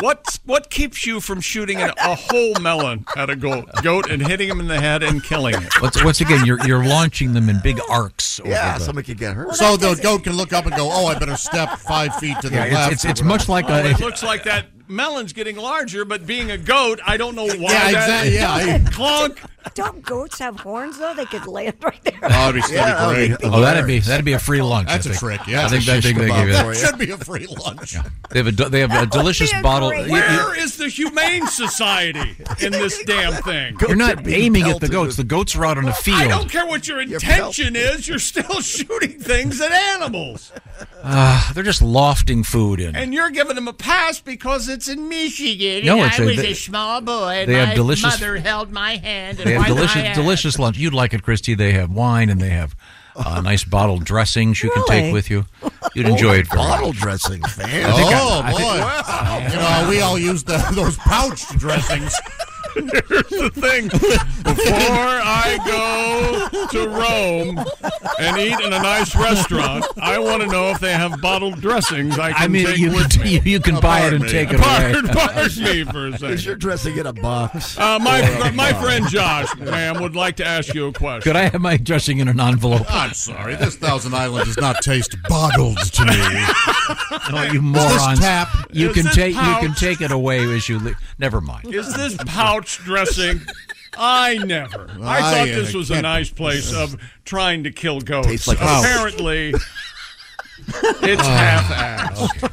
Speaker 1: What what keeps you from shooting an, a whole melon at a goat, goat and hitting him in the head and killing it?
Speaker 3: Once, once again, you're you're launching them in big arcs. over
Speaker 9: Yeah,
Speaker 3: the-
Speaker 9: somebody could get hurt.
Speaker 5: so Oh, the goat can look up and go, "Oh, I better step five feet to the
Speaker 3: Yeah,
Speaker 5: left."
Speaker 3: it's, it's, it's much like
Speaker 1: Oh,
Speaker 3: a.
Speaker 1: it looks like that melon's getting larger, but being a goat, I don't know why.
Speaker 5: Yeah,
Speaker 1: that-
Speaker 5: exactly, yeah.
Speaker 1: Clunk.
Speaker 11: Don't goats have horns though? They could land right there.
Speaker 5: Oh, that'd be,
Speaker 9: Yeah, that'd be
Speaker 5: that'd be great.
Speaker 3: Oh, that'd be that'd be a free lunch. I
Speaker 5: That's a
Speaker 3: think.
Speaker 5: trick. Yeah,
Speaker 3: I think
Speaker 9: Shish
Speaker 3: that thing they
Speaker 9: kebab
Speaker 3: give you.
Speaker 9: for
Speaker 5: that
Speaker 9: you.
Speaker 5: should be a free lunch.
Speaker 3: They have a do- they have a delicious
Speaker 11: be a
Speaker 3: bottle.
Speaker 11: great
Speaker 3: you- you-
Speaker 1: Where is the humane society in this damn thing?
Speaker 3: You're not
Speaker 9: being
Speaker 3: aiming at the
Speaker 9: pelted.
Speaker 3: goats. The goats are out on a field.
Speaker 1: I don't care what your intention is. You're still shooting things at animals,
Speaker 3: Ah, they're just lofting food in.
Speaker 1: and you're giving them a pass because it's in Michigan.
Speaker 3: No,
Speaker 1: and
Speaker 3: it's
Speaker 1: I
Speaker 3: a-
Speaker 1: was
Speaker 3: they-
Speaker 1: a small boy. And
Speaker 3: they have
Speaker 1: my
Speaker 3: delicious-
Speaker 1: mother held my hand. And
Speaker 3: they have
Speaker 1: wiped my
Speaker 3: delicious
Speaker 1: ass.
Speaker 3: delicious lunch. You'd like it, Christy. They have wine and they have uh, nice bottled dressings you can
Speaker 11: Really?
Speaker 3: take with you. You'd enjoy it. Very much.
Speaker 9: Bottle dressing, fan.
Speaker 5: Oh
Speaker 9: I-
Speaker 5: boy! You know, we all use the, those pouch dressings.
Speaker 1: thing. Before I go to Rome and eat in a nice restaurant, I want to know if they have bottled dressings I can
Speaker 3: I mean,
Speaker 1: take
Speaker 3: you
Speaker 1: with
Speaker 3: can,
Speaker 1: me. Uh,
Speaker 3: you, you can buy it and take it away.
Speaker 1: Pardon, pardon me for a
Speaker 9: Is your
Speaker 1: second.
Speaker 9: dressing in a box?
Speaker 1: Uh, my my friend Josh, ma'am, would like to ask you a
Speaker 5: Oh.
Speaker 1: question.
Speaker 3: Could I have my dressing in an envelope?
Speaker 5: I'm sorry, this Thousand Island does not taste bottled to me.
Speaker 3: No, Oh, you morons!
Speaker 5: tap?
Speaker 3: You
Speaker 1: Is
Speaker 3: can
Speaker 1: this
Speaker 3: take you can
Speaker 1: pouch?
Speaker 3: take it away as you leave. Never mind.
Speaker 1: Is this pouch dressing? I never. I
Speaker 5: I,
Speaker 1: thought
Speaker 5: uh,
Speaker 1: this was a
Speaker 5: can't-
Speaker 1: nice place of trying to kill goats.
Speaker 9: Tastes like a-
Speaker 1: Apparently, it's half-assed.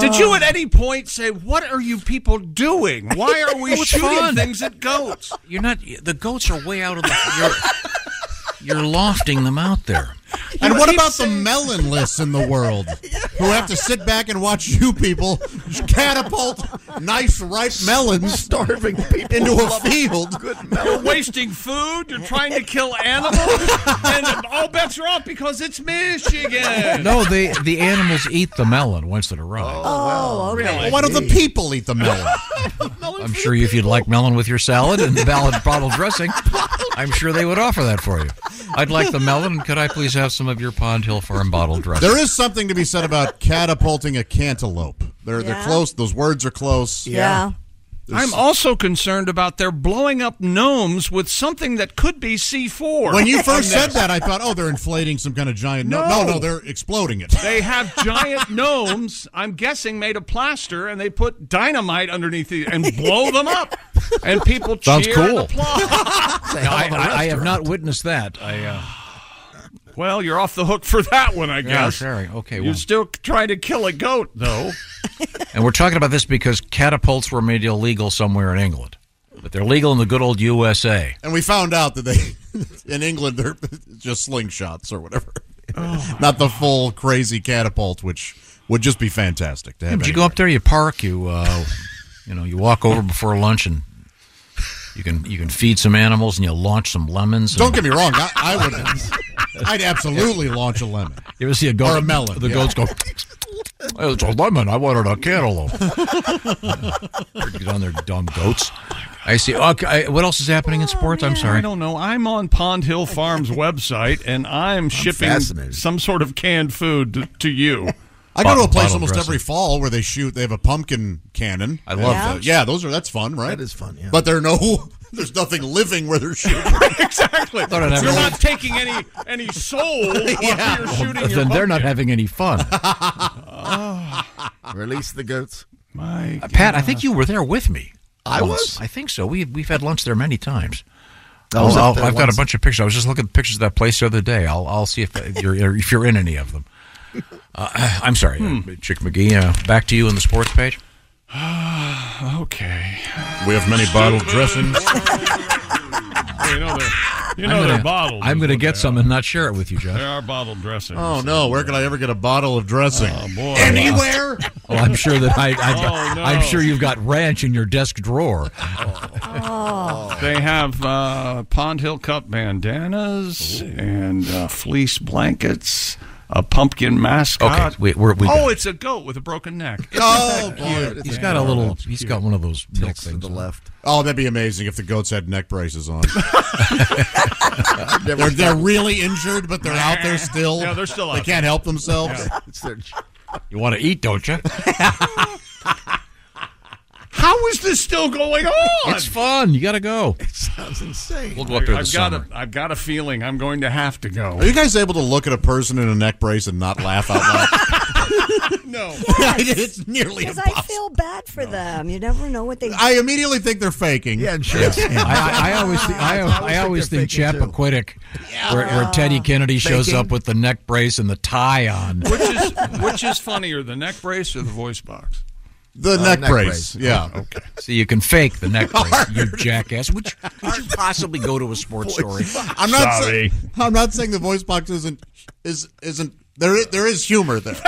Speaker 1: Did you at any point say, "What are you people doing? Why are we shooting things at goats?"
Speaker 3: You're not. The goats are way out of the. You're, you're lofting them out there.
Speaker 5: And what about the melonless in the world who have to sit back and watch you people catapult nice ripe melons starving people into a field?
Speaker 1: You're wasting food. You're trying to kill animals, and all bets are off because it's Michigan.
Speaker 3: No, they the animals eat the melon once it arrives.
Speaker 11: Oh, okay.
Speaker 5: Why don't the people eat the melon?
Speaker 3: I'm sure if you'd like melon with your salad and ballad bottle dressing, I'm sure they would offer that for you. I'd like the melon, and could I please have some of your Pond Hill Farm bottle dressing?
Speaker 5: There is something to be said about catapulting a cantaloupe. They're they're
Speaker 11: Yeah.
Speaker 5: close. Those words are close.
Speaker 11: Yeah.
Speaker 1: I'm also concerned about their blowing up gnomes with something that could be C4.
Speaker 5: When you first said that, I thought, oh, they're inflating some kind of giant. No, no,
Speaker 1: No.
Speaker 5: no, they're exploding it.
Speaker 1: they have giant gnomes, I'm guessing made of plaster, and they put dynamite underneath it and blow them up, and people
Speaker 3: Sounds
Speaker 1: cheer and
Speaker 3: cool.
Speaker 1: applaud.
Speaker 3: I, I, I have not witnessed that. I, uh,
Speaker 1: Well, you're off the hook for that one, I
Speaker 3: yeah,
Speaker 1: guess.
Speaker 3: sorry. Okay.
Speaker 1: You're
Speaker 3: Well,
Speaker 1: still trying to kill a goat, though.
Speaker 3: and we're talking about this because catapults were made illegal somewhere in England, but they're legal in the good old USA.
Speaker 5: And we found out that they, in England, they're just slingshots or whatever. Not the full crazy catapult, which would just be fantastic to have.
Speaker 3: But you go up there, you park, you uh, you know, you walk over before lunch, and you can you can feed some animals, and you launch some lemons. and-
Speaker 5: Don't get me wrong. I, I would. I'd absolutely launch a lemon.
Speaker 3: you ever see a goat
Speaker 5: Or a melon,
Speaker 3: The
Speaker 5: yeah.
Speaker 3: goats go. "Hey, It's a lemon. I wanted a cantaloupe. get on there, dumb goats. I see. Okay, I- what else is happening in sports? I'm
Speaker 1: I
Speaker 3: sorry.
Speaker 1: don't know. I'm on Pond Hill Farms website, and I'm, shipping
Speaker 9: fascinated.
Speaker 1: some sort of canned food to, to you.
Speaker 5: I go to a
Speaker 3: Bottle-
Speaker 5: place
Speaker 3: bottle
Speaker 5: almost
Speaker 3: dressing.
Speaker 5: every fall where they shoot. They have a pumpkin cannon.
Speaker 3: I love
Speaker 5: And, uh,
Speaker 3: those.
Speaker 5: Yeah, those are that's fun, right?
Speaker 9: That is fun, yeah.
Speaker 5: But there are no There's nothing living where they're shooting.
Speaker 1: exactly.
Speaker 3: Thought I'd have
Speaker 1: You're
Speaker 3: a
Speaker 1: not taking any any soul while
Speaker 9: Oh,
Speaker 1: you're shooting your
Speaker 3: then they're not having any fun. Uh, Ah.
Speaker 9: Release the goats.
Speaker 1: My
Speaker 3: Uh, Pat, I think you were there with me.
Speaker 9: I
Speaker 3: once.
Speaker 9: was?
Speaker 3: I think so. We've we've had lunch there many times.
Speaker 9: I was
Speaker 3: I'll-
Speaker 9: up there
Speaker 3: I've got a
Speaker 9: once.
Speaker 3: bunch of pictures. I was just looking at pictures of that place the other day. I'll I'll see if, uh, if you're if you're in any of them. Uh, I'm sorry,
Speaker 9: Hmm.
Speaker 3: uh, Chick McGee. Uh, back to you on the sports page.
Speaker 1: okay.
Speaker 3: We have many
Speaker 1: bottled dressings. You know they're, you know
Speaker 3: I'm
Speaker 1: they're
Speaker 3: gonna,
Speaker 1: bottled.
Speaker 3: I'm
Speaker 1: is
Speaker 3: going to
Speaker 1: what
Speaker 3: get
Speaker 1: they
Speaker 3: some and not share it with you,
Speaker 1: are.
Speaker 3: Josh.
Speaker 1: They are bottled dressings.
Speaker 5: Oh no! Where can I ever get a bottle of dressing? Oh
Speaker 1: boy!
Speaker 5: Anywhere?
Speaker 3: Well, Oh, I'm sure that I, I
Speaker 1: Oh, no.
Speaker 3: I'm sure you've got ranch in your desk drawer.
Speaker 1: Oh. They have uh, Pond Hill Cup bandanas and uh, fleece blankets, a pumpkin mascot.
Speaker 3: Okay, we- we're- we got
Speaker 1: oh, it's a goat with a broken neck. Isn't
Speaker 5: Oh,
Speaker 1: that
Speaker 5: boy,
Speaker 1: cute?
Speaker 3: He's got a little. He's got one of those neck things. on.
Speaker 5: Oh, that'd be amazing if the goats had neck braces on. they're, they're really injured, but they're out there still.
Speaker 1: Yeah, they're still
Speaker 5: They
Speaker 1: out there.
Speaker 5: can't help themselves.
Speaker 1: Yeah.
Speaker 5: It's their
Speaker 3: You want to eat, don't you?
Speaker 1: How is this still going on?
Speaker 3: It's fun. You got to go.
Speaker 9: Sounds insane.
Speaker 3: We'll go up there
Speaker 1: I've
Speaker 3: this
Speaker 1: got
Speaker 3: summer. Oh,
Speaker 1: a I've got a feeling I'm going to have to go.
Speaker 5: Are you guys able to look at a person in a neck brace and not laugh out loud?
Speaker 1: no.
Speaker 5: it's nearly
Speaker 4: Because I feel bad for them. You never know what they.
Speaker 5: I immediately think they're faking. Yeah,
Speaker 9: sure.
Speaker 3: I, I, I always think, I, I always think Chappaquiddick, where, where Teddy Kennedy shows
Speaker 1: Thinking.
Speaker 3: up with the neck brace and the tie on.
Speaker 1: which is which is funnier, the neck brace or the voice box?
Speaker 5: The
Speaker 3: Uh,
Speaker 5: neck, brace. Yeah.
Speaker 3: Oh, okay. So you can fake the neck brace, you jackass. Would you, would you possibly go to a sports story?
Speaker 5: I'm not. sa- I'm not saying the voice box isn't is isn't there. i- There is humor there.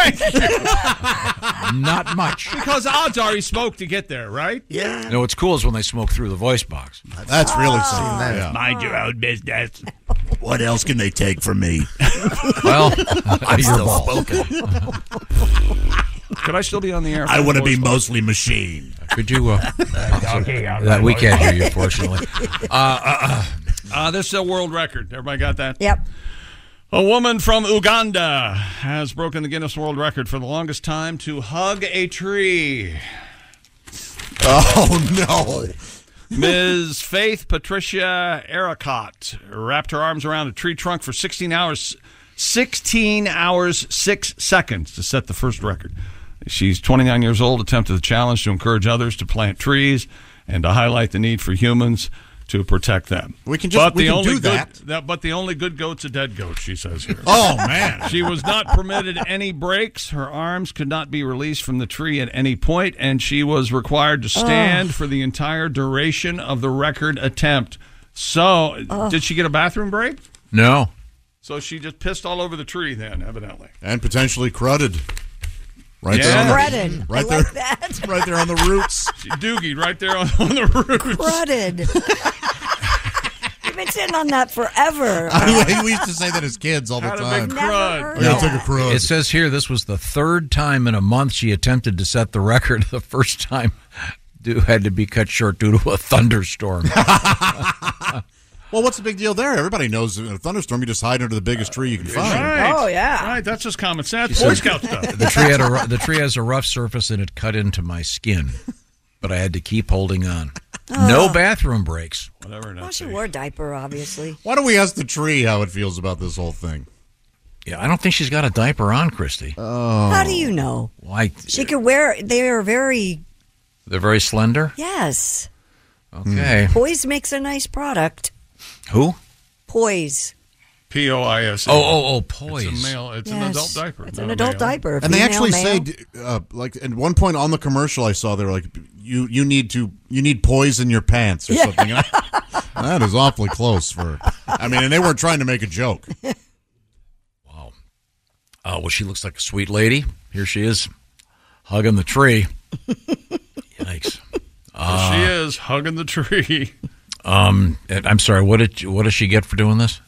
Speaker 3: not much.
Speaker 1: Because odds are he smoked to get there, right?
Speaker 5: Yeah.
Speaker 3: No, what's cool is when they smoke through the voice box.
Speaker 5: That's really something. Ah. yeah.
Speaker 1: Mind your own business.
Speaker 5: What else can they take from me?
Speaker 3: Well,
Speaker 5: I'm
Speaker 3: your
Speaker 5: still
Speaker 3: ball.
Speaker 5: spoken.
Speaker 1: Could I still be on the air? for
Speaker 5: I
Speaker 1: the
Speaker 5: want to be
Speaker 1: voice box?
Speaker 5: mostly machine.
Speaker 3: Could you? Uh,
Speaker 1: Okay, yeah,
Speaker 3: that we
Speaker 1: right.
Speaker 3: can't hear you, fortunately. Uh, uh,
Speaker 1: Uh, this is a world record. Everybody got that?
Speaker 4: Yep.
Speaker 1: A woman from Uganda has broken the Guinness World Record for the longest time to hug a tree.
Speaker 5: Oh no!
Speaker 1: Ms. Faith Patricia Aricott wrapped her arms around a tree trunk for 16 hours, 16 hours, 6 seconds to set the first record. She's 29 years old, attempted the challenge to encourage others to plant trees and to highlight the need for humans to protect them.
Speaker 5: We can just- we can do
Speaker 1: good,
Speaker 5: that.
Speaker 1: But the only good goat's a dead goat, she says here.
Speaker 5: Oh man!
Speaker 1: She was not permitted any breaks. Her arms could not be released from the tree at any point, and she was required to stand for the entire duration of the record attempt. So, did she get a bathroom break?
Speaker 3: no.
Speaker 1: So she just pissed all over the tree, then, evidently.
Speaker 5: And potentially cruded. Right
Speaker 1: Yeah.
Speaker 5: there. On the,
Speaker 4: Cruded.
Speaker 5: Right
Speaker 4: I
Speaker 5: there.
Speaker 4: like that.
Speaker 5: Right there on the roots.
Speaker 1: She doogie right there on, on the roof.
Speaker 4: Cruded. You've been sitting on that forever.
Speaker 5: we used to say that as kids all the
Speaker 1: Had a
Speaker 5: time.
Speaker 1: big crud.
Speaker 5: Yeah, I took a crud.
Speaker 3: It says here this was the third time in a month she attempted to set the record. The first time do, had to be cut short due to a thunderstorm.
Speaker 5: well, what's the big deal there? Everybody knows in a thunderstorm, you just hide under the biggest tree you can find.
Speaker 1: Right.
Speaker 4: Oh, yeah.
Speaker 1: Right, that's just common sense. Boy Scout stuff.
Speaker 3: the tree had a ru- the tree has a rough surface and it cut into my skin, but I had to keep holding on.
Speaker 5: Ah.
Speaker 3: No bathroom breaks.
Speaker 1: Whatever.
Speaker 4: Well, she wore a diaper, obviously.
Speaker 5: Why don't we ask the tree how it feels about this whole thing?
Speaker 3: Yeah, I don't think she's got a diaper on, Christy.
Speaker 5: Oh.
Speaker 4: How do you know?
Speaker 3: Why?
Speaker 4: She could wear. They are very
Speaker 3: They're very slender.
Speaker 4: yes.
Speaker 5: Hmm.
Speaker 3: Okay.
Speaker 4: Poise makes a nice product.
Speaker 3: Who?
Speaker 4: Poise.
Speaker 1: P O I S. E.
Speaker 3: Oh, oh, oh, poise.
Speaker 1: It's a male. It's an
Speaker 4: Yes.
Speaker 1: adult diaper.
Speaker 4: It's
Speaker 1: not
Speaker 4: an
Speaker 1: a
Speaker 4: adult
Speaker 1: male.
Speaker 4: diaper.
Speaker 5: And they
Speaker 4: female,
Speaker 5: actually
Speaker 4: male.
Speaker 5: say, uh, like at one point on the commercial I saw, they were like, "You you need to you need poise in your pants or something." And I- that is awfully close for. I mean, and they weren't trying to make a joke.
Speaker 3: Oh, well, she looks like a sweet lady. Here she is, hugging the tree. Yikes. Ah.
Speaker 1: There she is hugging the tree.
Speaker 3: Um, and I'm sorry. What did what does she get for doing this?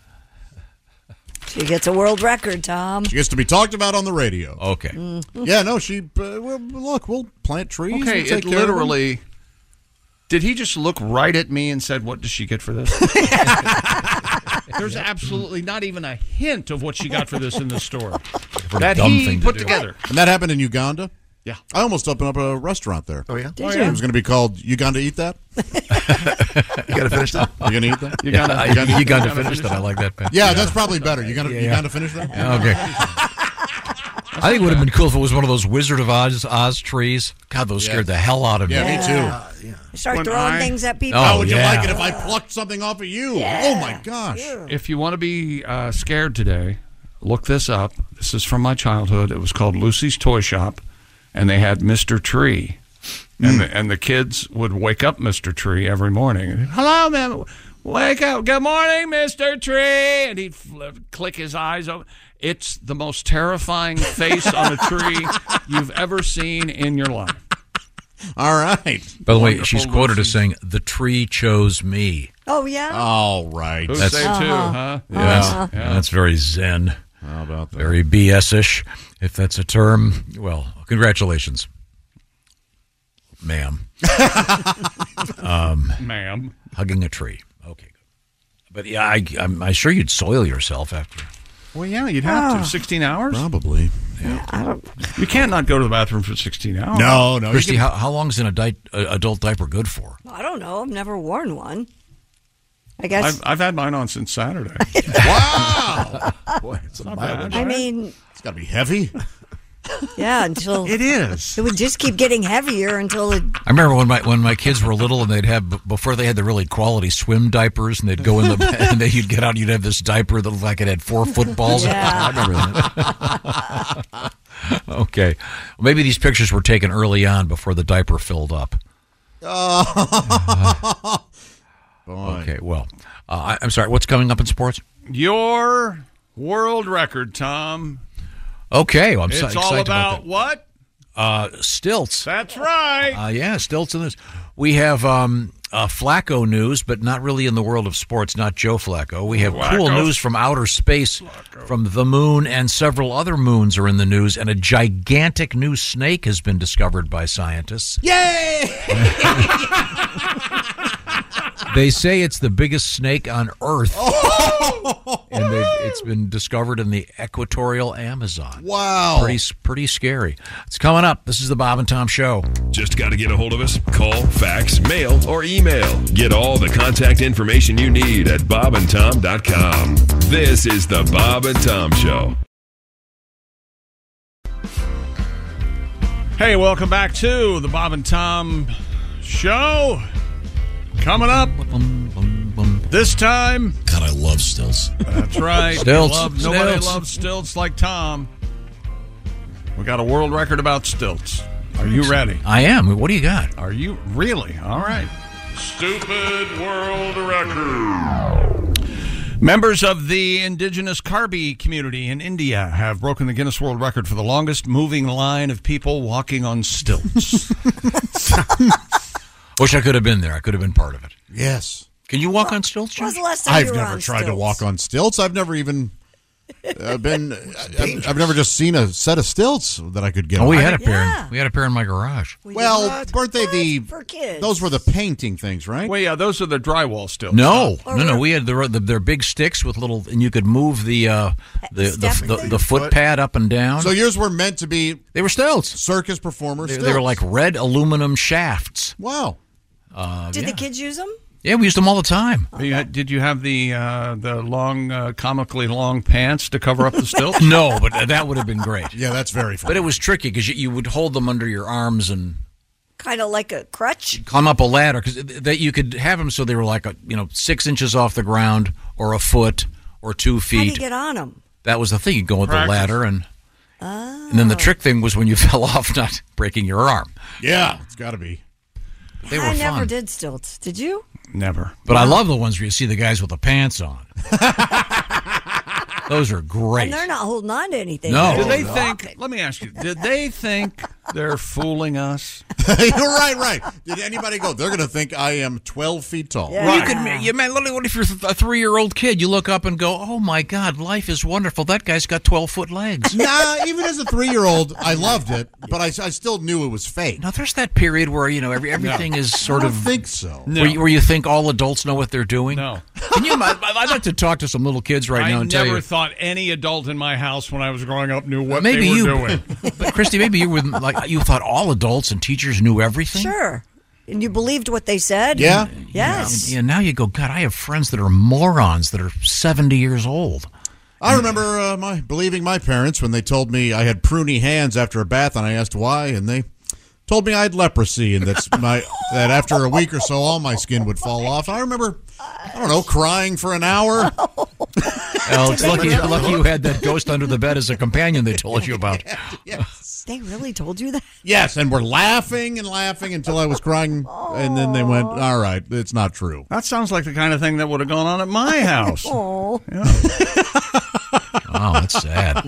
Speaker 4: she gets a world record, Tom.
Speaker 5: She gets to be talked about on the radio.
Speaker 3: Okay.
Speaker 5: Yeah, no, she. Uh, well, Mm. look, we'll plant trees.
Speaker 1: Okay,
Speaker 5: we'll take
Speaker 1: it
Speaker 5: care of them.
Speaker 1: literally. Did he just look right at me and said, "What does she get for this?" There's absolutely not even a hint of what she got for this in the store
Speaker 3: For a
Speaker 1: that
Speaker 3: dumb
Speaker 1: he
Speaker 3: thing to
Speaker 1: put
Speaker 3: do.
Speaker 1: together.
Speaker 5: And that happened in Uganda.
Speaker 1: Yeah.
Speaker 5: I almost opened up a restaurant there. Oh, yeah?
Speaker 1: Did Oh, you? yeah?
Speaker 5: It was going to be called You Gone to Eat That? you got to finish that? You going to eat that?
Speaker 3: You Gone to- You Gone to Finish That. I like that better.
Speaker 5: Yeah,
Speaker 3: Yeah.
Speaker 5: that's probably better. You Gonna
Speaker 3: Yeah,
Speaker 5: You
Speaker 3: yeah.
Speaker 5: Gone to Finish That?
Speaker 3: Okay. I think it would have been cool if it was one of those Wizard of Oz, Oz trees. God, those scared the hell out of me.
Speaker 5: Yeah, me too.
Speaker 11: Start
Speaker 1: When
Speaker 11: throwing
Speaker 1: I-
Speaker 11: things at people.
Speaker 3: Oh, How would you yeah.
Speaker 5: like it if I plucked something off of you? Oh, my gosh.
Speaker 1: If you want to be uh, scared today, look this up. This is from my childhood. It was called Lucy's Toy Shop, and they had Mr. Tree. And, the, and the kids would wake up Mr. Tree every morning. Hello, ma'am. Wake up. Good morning, Mr. Tree. And he'd flip, click his eyes open. It's the most terrifying face on a tree you've ever seen in your life.
Speaker 5: All right.
Speaker 3: By the way,
Speaker 1: Wonderful
Speaker 3: she's quoted as saying, "The tree chose me."
Speaker 11: Oh, yeah?
Speaker 5: All right.
Speaker 1: Who's they to, huh?
Speaker 3: Yeah, that's-
Speaker 1: Uh-huh.
Speaker 3: yeah, that's very zen.
Speaker 5: How about that?
Speaker 3: Very BS-ish, if that's a term. Well, congratulations, ma'am. um,
Speaker 1: ma'am,
Speaker 3: hugging a tree. Okay, but yeah, I, I'm, I'm sure you'd soil yourself after.
Speaker 1: Well, yeah, you'd have
Speaker 5: Ah.
Speaker 1: to. 16 hours?
Speaker 5: Probably.
Speaker 11: I don't.
Speaker 1: You can't not go to the bathroom for 16 hours.
Speaker 3: Christy, how, how long is an adi- uh, adult diaper good for?
Speaker 11: I don't know. I've never worn one. I guess.
Speaker 1: I've, I've had mine on since Saturday.
Speaker 5: wow.
Speaker 1: Boy, it's not
Speaker 5: bad,
Speaker 11: I mean,
Speaker 5: It's got to be heavy.
Speaker 11: yeah, until
Speaker 1: it is.
Speaker 11: It would just keep getting heavier until it.
Speaker 3: I remember when my when my kids were little and they'd have b- before they had the really quality swim diapers and they'd go in the and then you'd get out and you'd have this diaper that looked like it had four footballs. in it.
Speaker 6: Yeah.
Speaker 3: I remember that. okay, well, maybe these pictures were taken early on before the diaper filled up.
Speaker 5: Oh.
Speaker 3: Okay, well, uh, I, I'm sorry. What's coming up in sports?
Speaker 1: Your world record, Tom.
Speaker 3: Okay, well, I'm so
Speaker 1: it's
Speaker 3: excited
Speaker 1: all
Speaker 3: about,
Speaker 1: about, what?
Speaker 3: that. Uh, stilts.
Speaker 1: That's right.
Speaker 3: Uh, yeah, stilts in this. We have um, uh, Flacco news, but not really in the world of sports, not Joe Flacco. We have cool
Speaker 6: Flacco.
Speaker 3: news from outer space, from the moon, and several other moons are in the news, and a gigantic new snake has been discovered by scientists. They say it's the biggest snake on Earth,
Speaker 8: Oh.
Speaker 3: and they've- it's been discovered in the equatorial Amazon.
Speaker 5: Wow.
Speaker 3: Pretty, pretty scary. It's coming up. This is the Bob and Tom Show.
Speaker 14: Just got to get a hold of us. Call, fax, mail, or email. Get all the contact information you need at bobandtom.com. This is the Bob and Tom Show.
Speaker 1: Hey, welcome back to the Bob and Tom Show. Coming up this time.
Speaker 3: God, I love stilts.
Speaker 1: That's right.
Speaker 3: Stilts.
Speaker 1: Love, nobody
Speaker 3: Stilts.
Speaker 1: loves stilts like Tom. We got a world record about stilts. Are you ready?
Speaker 3: I am. What do you got?
Speaker 1: Are you really? All right. Stupid world record. Members of the indigenous Karbi community in India have broken the Guinness World Record for the longest moving line of people walking on stilts.
Speaker 3: Wish I could have been there. I could have been part of it.
Speaker 5: Yes.
Speaker 3: Can you walk on stilts?
Speaker 11: When's the last time you
Speaker 5: I've
Speaker 11: were
Speaker 5: never
Speaker 11: on
Speaker 5: tried to
Speaker 11: stilts?
Speaker 5: walk on stilts. I've never even uh, been. I've, I've never just seen a set of stilts that I could get.
Speaker 3: Oh, we
Speaker 5: on. Oh,
Speaker 3: had a pair. In, we had a pair in my garage.
Speaker 5: Well, weren't they the
Speaker 11: Uh, for kids?
Speaker 5: Those were the painting things, right?
Speaker 1: Well, yeah, those are the drywall stilts.
Speaker 3: No, no, no. We had the, the their big sticks with little, and you could move the uh, the, the, the the foot pad up and down.
Speaker 5: So yours were meant to be.
Speaker 3: They were stilts.
Speaker 5: Circus performers.
Speaker 3: they, they were like red aluminum shafts.
Speaker 5: Wow.
Speaker 3: Uh,
Speaker 11: Did
Speaker 3: yeah.
Speaker 11: the kids use them?
Speaker 3: yeah, we used them all the time.
Speaker 1: You had- did you have the uh, the long, uh, comically long pants to cover up the stilts?
Speaker 3: no, but that would have been great.
Speaker 5: Yeah, that's very
Speaker 3: But it was tricky because you, you would hold them under your arms and
Speaker 11: Kind of like a crutch.
Speaker 3: climb up a ladder because that you could have them so they were like a, you know six inches off the ground or a foot or two
Speaker 11: How do you
Speaker 3: feet.
Speaker 11: get on them?
Speaker 3: That was the thing. You go with
Speaker 11: Practice.
Speaker 3: the ladder and.
Speaker 11: Oh.
Speaker 3: And then the trick thing was when you fell off, not breaking your arm.
Speaker 5: Yeah, it's got to be.
Speaker 3: They were
Speaker 11: Oh. I never
Speaker 3: fun.
Speaker 11: did stilts. Did you?
Speaker 1: Never.
Speaker 3: But I love the ones where you see the guys with the pants on. Those are great.
Speaker 11: And they're not holding on to anything.
Speaker 3: No.
Speaker 1: Do they
Speaker 3: No.
Speaker 1: think? Let me ask you. Did they think they're fooling us?
Speaker 5: You're right, right. Did anybody go? They're going to think I am 12 feet tall.
Speaker 3: Well, You could, ma- you man, literally, what if you're a three-year-old kid? You look up and go, "Oh my God, life is wonderful." That guy's got twelve-foot legs.
Speaker 5: Nah, even as a three-year-old, I loved it, but I, I still knew it was fake.
Speaker 3: Now there's that period where you know every, everything is sort
Speaker 5: I don't
Speaker 3: of
Speaker 5: think so.
Speaker 3: Where, you, where you think all adults know what they're doing. No, can you? I, I'd like to talk to some little kids right
Speaker 1: I
Speaker 3: now and tell
Speaker 1: never
Speaker 3: you.
Speaker 1: thought any adult in my house when I was growing up knew what
Speaker 3: Maybe
Speaker 1: they were
Speaker 3: you,
Speaker 1: doing.
Speaker 3: but Christy, maybe you were like thought you thought all adults and teachers knew everything.
Speaker 11: Sure. And you believed what they said?
Speaker 3: Yeah.
Speaker 11: Yes.
Speaker 3: And, and now you go, God, I have friends that are morons that are seventy years old.
Speaker 5: I remember uh, my believing my parents when they told me I had pruny hands after a bath, and I asked why, and they told me I had leprosy, and that's my that after a week or so, all my skin would fall off. I remember, I don't know, crying for an hour.
Speaker 3: Well, Oh, it's lucky, lucky you had that ghost under the bed as a companion. They told you about.
Speaker 11: They really told you that?
Speaker 5: Yes, and we're laughing and laughing until I was crying, and then they went, "All right, it's not true."
Speaker 1: That sounds like the kind of thing that would have gone on at my house.
Speaker 11: Oh.
Speaker 3: Oh, that's sad.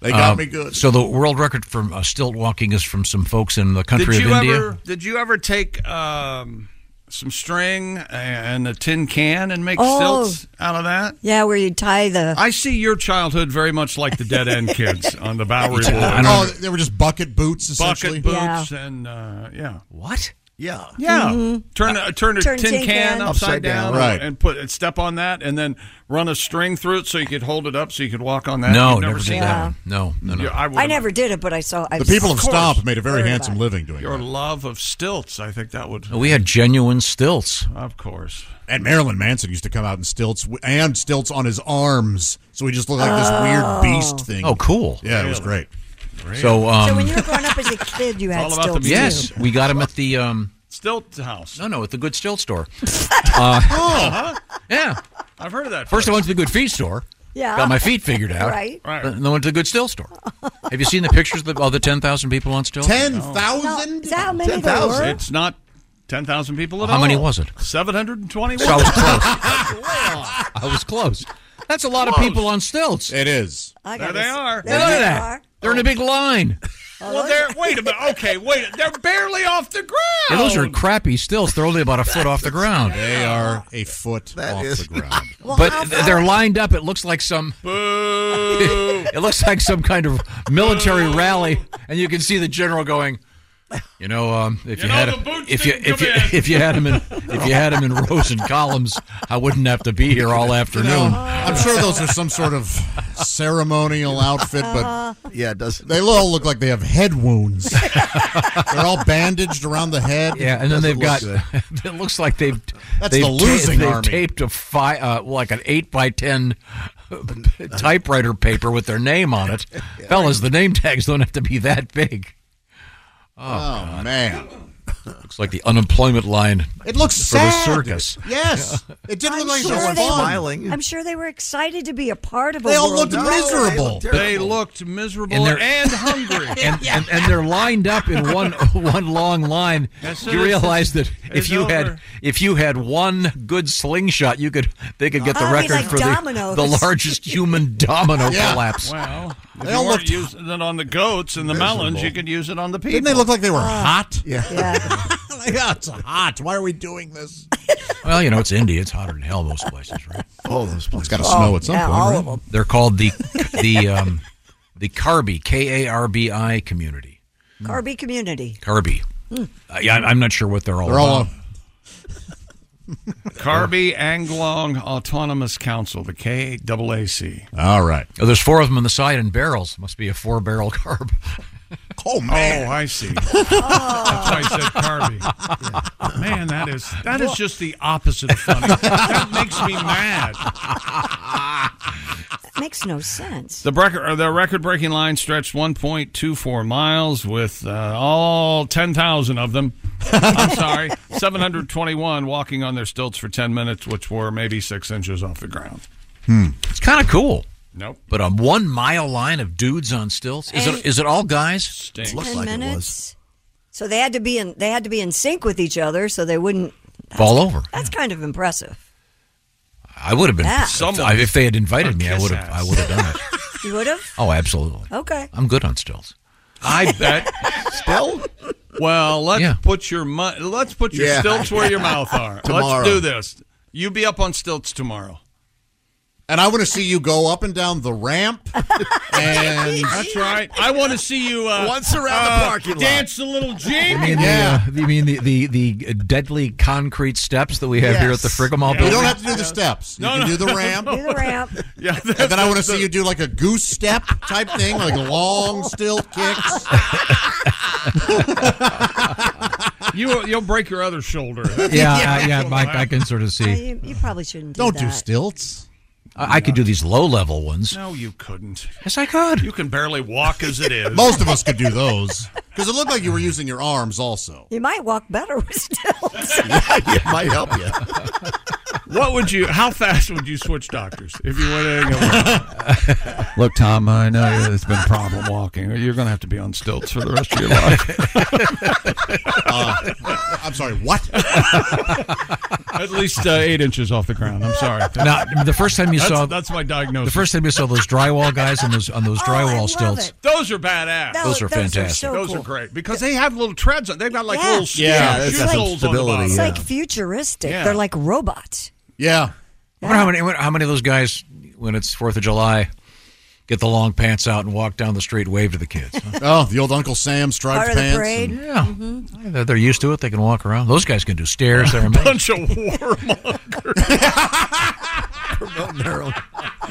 Speaker 5: They got
Speaker 3: Uh,
Speaker 5: me good.
Speaker 3: So the world record for uh, stilt walking is from some folks in the country
Speaker 1: did
Speaker 3: of
Speaker 1: you
Speaker 3: India.
Speaker 1: ever did you ever take um, some string and a tin can and make
Speaker 11: Oh.
Speaker 1: stilts out of that?
Speaker 11: Yeah, where you tie the.
Speaker 1: I see your childhood very much like the dead end kids on the Bowery.
Speaker 5: I
Speaker 1: Boulevard.
Speaker 5: don't- Oh, they were just bucket boots, essentially?
Speaker 1: Bucket boots and uh, yeah.
Speaker 3: What?
Speaker 9: Yeah.
Speaker 1: Yeah.
Speaker 5: Mhm.
Speaker 1: Turn a turn a
Speaker 5: Turn
Speaker 1: tin,
Speaker 5: tin
Speaker 1: can,
Speaker 5: can.
Speaker 1: upside,
Speaker 5: Upside
Speaker 1: down,
Speaker 5: down, right.
Speaker 1: and put and step on that and then run a string through it so you could hold it up so you could walk on that.
Speaker 3: No,
Speaker 1: You've
Speaker 3: never did
Speaker 1: seen
Speaker 3: that one. No, no, no.
Speaker 1: Yeah, I,
Speaker 11: I
Speaker 1: would've-
Speaker 11: never did it, but I saw. I
Speaker 5: The people of
Speaker 11: course.
Speaker 5: Stomp made a very
Speaker 11: Heard
Speaker 5: handsome
Speaker 11: about it.
Speaker 5: living doing
Speaker 1: Your love of stilts, I think that would.
Speaker 3: We had genuine stilts.
Speaker 1: Of course.
Speaker 5: And Marilyn Manson used to come out in stilts w- and stilts on his arms, so he just looked like this weird beast thing.
Speaker 3: Oh, cool.
Speaker 5: Yeah, it was great.
Speaker 3: So, um,
Speaker 11: So when you were growing up as a kid, you had
Speaker 1: all about the
Speaker 11: still
Speaker 3: yes, we got him at the um,
Speaker 1: stilt house.
Speaker 3: No, no, at the good stilt store. uh,
Speaker 7: Oh,
Speaker 1: Uh-huh.
Speaker 3: yeah.
Speaker 1: I've heard of that.
Speaker 3: First, I went to the good feet store.
Speaker 1: Yeah.
Speaker 3: Got my feet figured out.
Speaker 1: Right. Right.
Speaker 3: And then went to the good still store. Have you seen the pictures of the other 10,000 people on still?
Speaker 11: Is that how many there were?
Speaker 1: It's not ten thousand people at
Speaker 3: How
Speaker 1: all.
Speaker 3: many was it?
Speaker 1: Seven hundred and twenty-one.
Speaker 3: So I was I was close. That's a lot of
Speaker 1: Close.
Speaker 3: people on stilts.
Speaker 5: It is.
Speaker 11: I
Speaker 1: There
Speaker 11: gotta
Speaker 1: they
Speaker 11: s-
Speaker 1: are.
Speaker 3: Look at that. They're in a big line.
Speaker 1: Well, they're wait a minute. Okay, wait. They're barely off the ground.
Speaker 3: Yeah, those are crappy stilts. They're only about a foot off the ground.
Speaker 5: They are a foot off the ground.
Speaker 3: But they're lined up. It looks like some. it looks like some kind of military rally, and you can see the general going. You know, um, if you, had a, if you if you if you had him in if you had him in rows and columns, I wouldn't have to be here all afternoon.
Speaker 5: I'm sure those are some sort of ceremonial outfit, but
Speaker 9: yeah, it does.
Speaker 5: They all look like they have head wounds. they're all bandaged around the head.
Speaker 3: Yeah, and then
Speaker 5: Doesn't
Speaker 3: they've
Speaker 5: look
Speaker 3: got.
Speaker 5: good.
Speaker 3: it looks like they've.
Speaker 5: That's
Speaker 3: they've
Speaker 5: the losing
Speaker 3: they've
Speaker 5: army.
Speaker 3: taped a fi- uh, like an eight by ten typewriter paper with their name on it. Fellas, the name tags don't have to be that big. Oh, God.
Speaker 5: man,
Speaker 3: looks like the unemployment line.
Speaker 5: It looks
Speaker 3: for
Speaker 5: sad.
Speaker 3: the circus.
Speaker 5: Yes, it didn't
Speaker 11: I'm
Speaker 5: look like
Speaker 11: sure
Speaker 5: it was
Speaker 11: they were-
Speaker 5: fun.
Speaker 11: I'm sure they were excited to be a part of.
Speaker 5: They
Speaker 11: a
Speaker 5: all
Speaker 11: world
Speaker 5: looked
Speaker 11: war.
Speaker 5: miserable.
Speaker 1: They looked miserable
Speaker 3: And
Speaker 1: and,
Speaker 3: they're-
Speaker 1: hungry.
Speaker 3: And, and, and they're lined up in one one long line.
Speaker 1: As soon
Speaker 3: You
Speaker 1: as
Speaker 3: realize that
Speaker 1: this
Speaker 3: if
Speaker 1: is
Speaker 3: you had
Speaker 1: over.
Speaker 3: if you had one good slingshot, you could they could get the
Speaker 1: Oh, it'd be
Speaker 3: record
Speaker 1: like
Speaker 3: for the,
Speaker 1: dominoes.
Speaker 3: the largest human domino
Speaker 1: Yeah.
Speaker 3: collapse.
Speaker 1: Well, if
Speaker 5: They
Speaker 1: you
Speaker 5: all
Speaker 1: weren't
Speaker 5: looked-
Speaker 1: using it on the goats and the melons, you could use it on the people.
Speaker 5: Didn't they look like they were hot?
Speaker 9: Yeah.
Speaker 5: Yeah. it's hot. Why are we doing this?
Speaker 3: Well, you know, it's India. It's hotter than hell most places, right? Oh,
Speaker 9: All those places. It's
Speaker 5: got to snow at some point. right?
Speaker 3: They're called the the um, the Karbi K A R B I community.
Speaker 11: Carby community.
Speaker 3: Karbi.
Speaker 11: Hmm.
Speaker 3: Uh, yeah, I'm- I'm not sure what they're all.
Speaker 5: They're all
Speaker 3: about.
Speaker 1: Carby Anglong Autonomous Council, the KAAC.
Speaker 5: All right.
Speaker 3: Oh, there's four of them on the side in barrels. Must be a four barrel carb.
Speaker 5: Oh man! Oh.
Speaker 1: Oh, I see. That's why I said Carby. Man, that is that is just the opposite of funny. That makes me mad.
Speaker 5: Ah.
Speaker 11: That makes no sense.
Speaker 1: The record, or the record-breaking line stretched 1.24 miles, with uh, all 10,000 of them. I'm sorry, 721 walking on their stilts for 10 minutes, which were maybe six inches off the ground.
Speaker 3: It's kind of cool.
Speaker 1: Nope.
Speaker 3: But a one mile line of dudes on stilts. Is it? Is it all guys?
Speaker 1: Stinks.
Speaker 11: Ten minutes. So they had to be in. They had to be in sync with each other, so they wouldn't
Speaker 3: Fall over.
Speaker 11: That's kind of impressive.
Speaker 3: I would have been.
Speaker 11: Yeah.
Speaker 3: I, if they had invited me, I would have. I would have done it.
Speaker 11: You would have.
Speaker 3: Oh, absolutely.
Speaker 11: Okay.
Speaker 3: I'm good on stilts.
Speaker 1: I bet. Still? Well, let's put your mu- let's put your
Speaker 3: Yeah.
Speaker 1: stilts where your mouth are.
Speaker 3: Tomorrow.
Speaker 1: Let's do this. You be up on stilts tomorrow.
Speaker 5: And I want to see you go up and down the ramp. and
Speaker 1: That's right. I want to see you uh,
Speaker 5: Once around the
Speaker 1: uh,
Speaker 5: parking lot.
Speaker 1: Dance a little jig.
Speaker 3: You mean, the, uh, you mean the, the, the deadly concrete steps that we have here at the Frigamall
Speaker 5: You
Speaker 3: building?
Speaker 5: don't have to do the steps. You
Speaker 3: No,
Speaker 5: can
Speaker 3: no.
Speaker 5: do the ramp.
Speaker 3: Do
Speaker 4: the ramp.
Speaker 1: Yeah,
Speaker 5: and then I want to see you do like a goose step type thing, like long stilt kicks.
Speaker 1: You you'll break your other shoulder.
Speaker 3: yeah, I- yeah, Mike, I can sort of see.
Speaker 11: You, you probably shouldn't do
Speaker 1: Don't
Speaker 11: that.
Speaker 1: do
Speaker 5: stilts.
Speaker 3: I, I could do these low level ones.
Speaker 1: No, you couldn't.
Speaker 3: Yes, I could.
Speaker 1: You can barely walk as it is.
Speaker 5: Most of us could do those because it looked like you were using your arms also.
Speaker 11: You might walk better with stilts.
Speaker 5: it might help you.
Speaker 1: What would you? How fast would you switch doctors if you went in? And
Speaker 3: Look, Tom, I know
Speaker 1: it's been problem walking. You're going to have to be on stilts for the rest of your life.
Speaker 5: Uh, I'm sorry. What?
Speaker 1: At least uh, eight inches off the ground. I'm sorry.
Speaker 3: Now, the first time you
Speaker 1: That's-
Speaker 3: saw
Speaker 1: that's my diagnosis.
Speaker 3: The first time you saw those drywall guys on those on those drywall stilts.
Speaker 1: Those are badass.
Speaker 3: Those are Those are fantastic. so
Speaker 1: those
Speaker 3: cool.
Speaker 1: are great because they have little treads on. They've got like
Speaker 11: Yeah.
Speaker 1: little shoes,
Speaker 3: Yeah,
Speaker 1: shoe
Speaker 3: it's got some
Speaker 1: soles on the
Speaker 3: stability,
Speaker 1: bottom.
Speaker 11: It's
Speaker 3: Yeah.
Speaker 11: like futuristic.
Speaker 1: Yeah.
Speaker 11: They're like robots.
Speaker 5: Yeah.
Speaker 3: I wonder how many how many of those guys when it's Fourth of July get the long pants out and walk down the street and wave to the kids. huh?
Speaker 5: Oh, the old Uncle Sam striped
Speaker 11: Part of the
Speaker 5: pants.
Speaker 11: parade.
Speaker 5: and-
Speaker 3: Yeah. They're, they're used to it. They can walk around. Those guys can do stairs. They're amazing.
Speaker 1: Bunch of warmongers.
Speaker 9: Promoting their own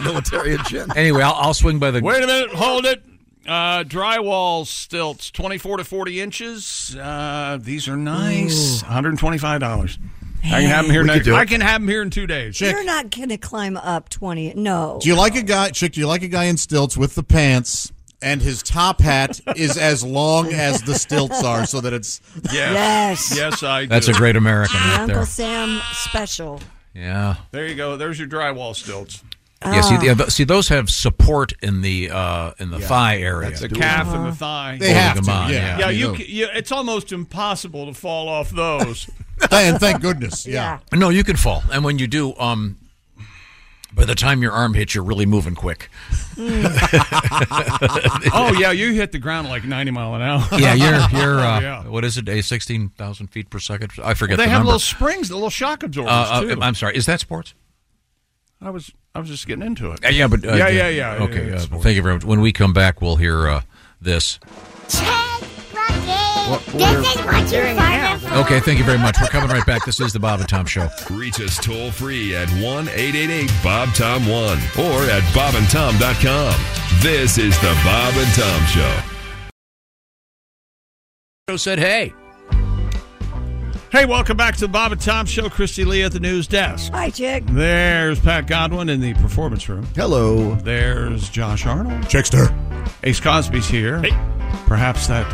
Speaker 9: military agenda.
Speaker 3: Anyway, I'll, I'll swing by the.
Speaker 1: Wait a minute, hold it. Uh, drywall stilts, 24 to 40 inches. Uh, these are nice. $125. I can have them here
Speaker 5: We could
Speaker 1: next.
Speaker 5: do it.
Speaker 1: I can have them here in two days.
Speaker 11: You're not going to climb up 20. No.
Speaker 5: Do you like a guy, chick? Do you like a guy in stilts with the pants? And his top hat is as long as the stilts are, so that it's
Speaker 1: Yes. Yes. I.
Speaker 3: That's
Speaker 1: do.
Speaker 3: a great
Speaker 11: The
Speaker 3: American right
Speaker 11: Uncle
Speaker 3: there.
Speaker 11: Sam special.
Speaker 3: Yeah.
Speaker 1: There you go. There's your drywall stilts.
Speaker 3: Yeah.
Speaker 5: Ah.
Speaker 1: Ah.
Speaker 3: See, yeah, th- see, those have support in the uh, in the thigh area.
Speaker 1: That's the calf and
Speaker 5: Uh-huh.
Speaker 1: the thigh.
Speaker 3: They have Holding 'em to, on, yeah.
Speaker 1: Yeah,
Speaker 3: yeah. You
Speaker 1: you,
Speaker 3: know.
Speaker 1: c- you, it's almost impossible to fall off those.
Speaker 5: and thank goodness, yeah.
Speaker 3: No, you can fall, and when you do, um, by the time your arm hits, you're really moving quick.
Speaker 1: Hmm. oh yeah, you hit the ground like 90 mile an hour.
Speaker 3: Yeah, you're you're uh,
Speaker 1: Yeah.
Speaker 3: what is it? A sixteen thousand feet per second? I forget.
Speaker 1: Well, they
Speaker 3: the
Speaker 1: have
Speaker 3: number.
Speaker 1: little springs, the little shock absorbers
Speaker 3: Uh, uh,
Speaker 1: too.
Speaker 3: I'm sorry. Is that sports?
Speaker 1: I was I was just getting into it.
Speaker 3: Uh, yeah, but uh,
Speaker 1: yeah, yeah, yeah.
Speaker 3: Okay,
Speaker 1: yeah,
Speaker 3: uh,
Speaker 1: it's sports.
Speaker 3: thank you very much. When we come back, we'll hear uh, this.
Speaker 15: This is what you find
Speaker 3: Okay, thank you very much. We're coming right back. This is the Bob and Tom Show.
Speaker 14: Reach us toll free at 1 888 Bob Tom 1 or at bobandtom.com. This is the Bob and Tom Show.
Speaker 3: Show said, "Hey,
Speaker 1: Hey, welcome back to the Bob and Tom Show. Christy Lee at the news desk.
Speaker 11: Hi, chick.
Speaker 1: There's Pat Godwin in the performance room.
Speaker 9: Hello.
Speaker 1: There's Josh Arnold.
Speaker 5: Chickster.
Speaker 1: Ace Cosby's here. Perhaps that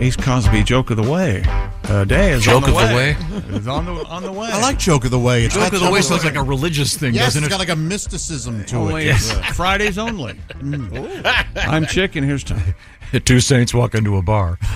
Speaker 1: Ace Cosby joke of the way uh, day is
Speaker 3: Joke
Speaker 1: on the
Speaker 3: of the
Speaker 1: way.
Speaker 3: way?
Speaker 1: It's on the on the way.
Speaker 5: I like joke of the way. It's
Speaker 3: Joke
Speaker 5: not
Speaker 3: of the way sounds like a religious thing,
Speaker 5: yes,
Speaker 3: doesn't
Speaker 5: it's
Speaker 3: it?
Speaker 5: got like a mysticism to
Speaker 1: Only
Speaker 5: it.
Speaker 1: uh, Fridays only. I'm Chick and here's Tom.
Speaker 3: two saints walk into a bar."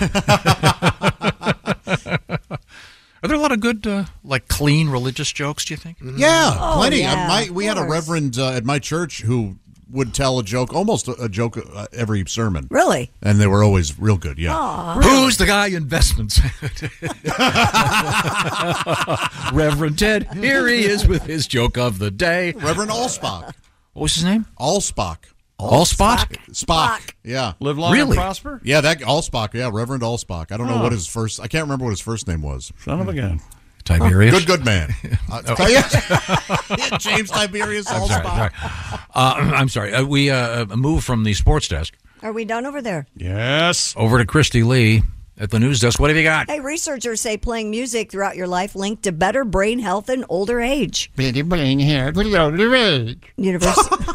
Speaker 3: Are there a lot of good, uh, like clean religious jokes? Do you think?
Speaker 5: Mm-hmm. Yeah,
Speaker 3: Oh,
Speaker 5: plenty.
Speaker 3: yeah,
Speaker 5: Uh, my,
Speaker 3: of
Speaker 5: we had a
Speaker 3: course.
Speaker 5: reverend uh, at my church who would tell a joke, almost a, a joke uh, every sermon.
Speaker 11: Really?
Speaker 5: And they were always real good.
Speaker 3: Oh,
Speaker 5: Yeah.
Speaker 11: Aw.
Speaker 3: Who's the guy investments? Reverend Ted, here he is with his joke of the day.
Speaker 5: Reverend Allspock.
Speaker 3: What was his name?
Speaker 5: Allspock.
Speaker 3: Allspock?
Speaker 5: Spock. Yeah.
Speaker 1: Live long and prosper.
Speaker 5: Yeah, that Allspock. Yeah, Reverend Allspock. I don't know
Speaker 1: Huh.
Speaker 5: what his first. I can't remember what his first name was.
Speaker 1: Son of a gun.
Speaker 3: Tiberius?
Speaker 5: Good, good man. Uh,
Speaker 3: Oh.
Speaker 5: yeah, James Tiberius
Speaker 3: I'm sorry.
Speaker 5: Allspock.
Speaker 3: sorry. Uh, I'm sorry. Uh, we uh, move from the sports desk
Speaker 11: Are we done over there?
Speaker 1: Yes.
Speaker 3: over to Christy Lee at the news desk. What have you got?
Speaker 11: Hey, researchers say playing music throughout your life linked to better brain health in older age.
Speaker 2: Better brain hair with older age.
Speaker 11: Universe.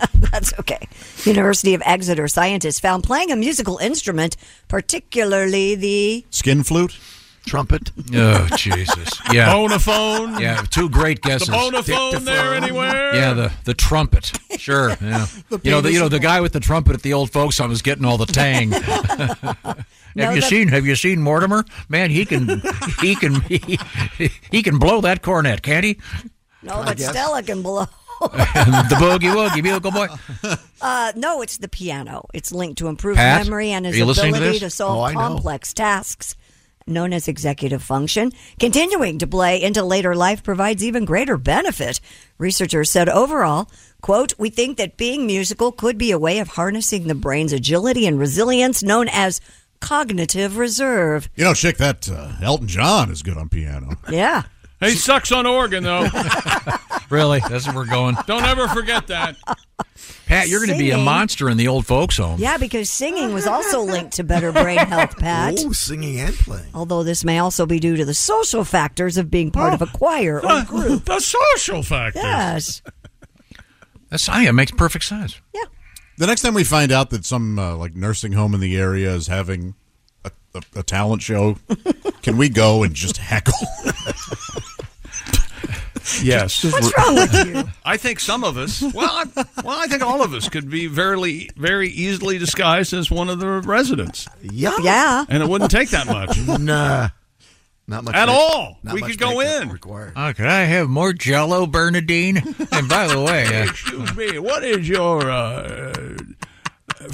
Speaker 11: That's okay. University of Exeter scientists found playing a musical instrument, particularly the
Speaker 5: Skin flute.
Speaker 9: Trumpet.
Speaker 3: Oh, Jesus. Yeah.
Speaker 1: Bonaphone.
Speaker 3: Yeah, two great guesses.
Speaker 1: The Bonaphone there anywhere?
Speaker 3: Yeah, the, the trumpet. Sure. Yeah.
Speaker 11: The
Speaker 3: you know, the, you know, the
Speaker 11: penis-
Speaker 3: guy with the trumpet at the old folks' home is getting all the tang.
Speaker 11: No,
Speaker 3: have you
Speaker 11: that-
Speaker 3: seen Have you seen Mortimer? Man, he can he can he, he can blow that cornet, can't he?
Speaker 11: no,
Speaker 3: I
Speaker 11: but
Speaker 3: guess.
Speaker 11: Stella can blow.
Speaker 3: the boogie woogie bugle boy.
Speaker 11: Uh, no, it's the piano. It's linked to improved
Speaker 3: Pat,
Speaker 11: memory and
Speaker 3: are
Speaker 11: his
Speaker 3: you listening to
Speaker 11: ability
Speaker 3: this?
Speaker 11: to
Speaker 3: Oh,
Speaker 11: solve
Speaker 3: I know.
Speaker 11: complex tasks. known as executive function, continuing to play into later life provides even greater benefit. Researchers said overall, quote, we think that being musical could be a way of harnessing the brain's agility and resilience known as cognitive reserve.
Speaker 5: You know, chick, that uh, Elton John is good on piano.
Speaker 11: Yeah.
Speaker 1: He sucks on organ, though.
Speaker 3: really? That's where we're going.
Speaker 1: Don't ever forget that.
Speaker 3: Pat, you're going to be a
Speaker 11: Singing.
Speaker 3: monster in the old folks' home.
Speaker 11: Yeah, because singing was also linked to better brain health, Pat.
Speaker 9: Oh, singing and playing.
Speaker 11: Although this may also be due to the social factors of being part of a choir or group.
Speaker 1: The social factors.
Speaker 11: Yes.
Speaker 3: That's I think it makes perfect sense.
Speaker 5: The next time we find out that some uh, like nursing home in the area is having a, a, a talent show, can we go and just heckle?
Speaker 1: yes.
Speaker 6: What's wrong with you?
Speaker 1: I think some of us, well, I, well, I think all of us could be very, very easily disguised as one of the residents.
Speaker 9: Yeah.
Speaker 11: Yeah.
Speaker 1: And it wouldn't take that much.
Speaker 9: Nah. Not much
Speaker 1: At
Speaker 9: make-
Speaker 1: all.
Speaker 9: not
Speaker 1: we
Speaker 9: much
Speaker 1: could go
Speaker 9: makeup
Speaker 1: in.
Speaker 9: Required.
Speaker 3: Oh, could I have more Jello, Bernadine? And by the way, uh,
Speaker 1: Excuse me, what is your uh,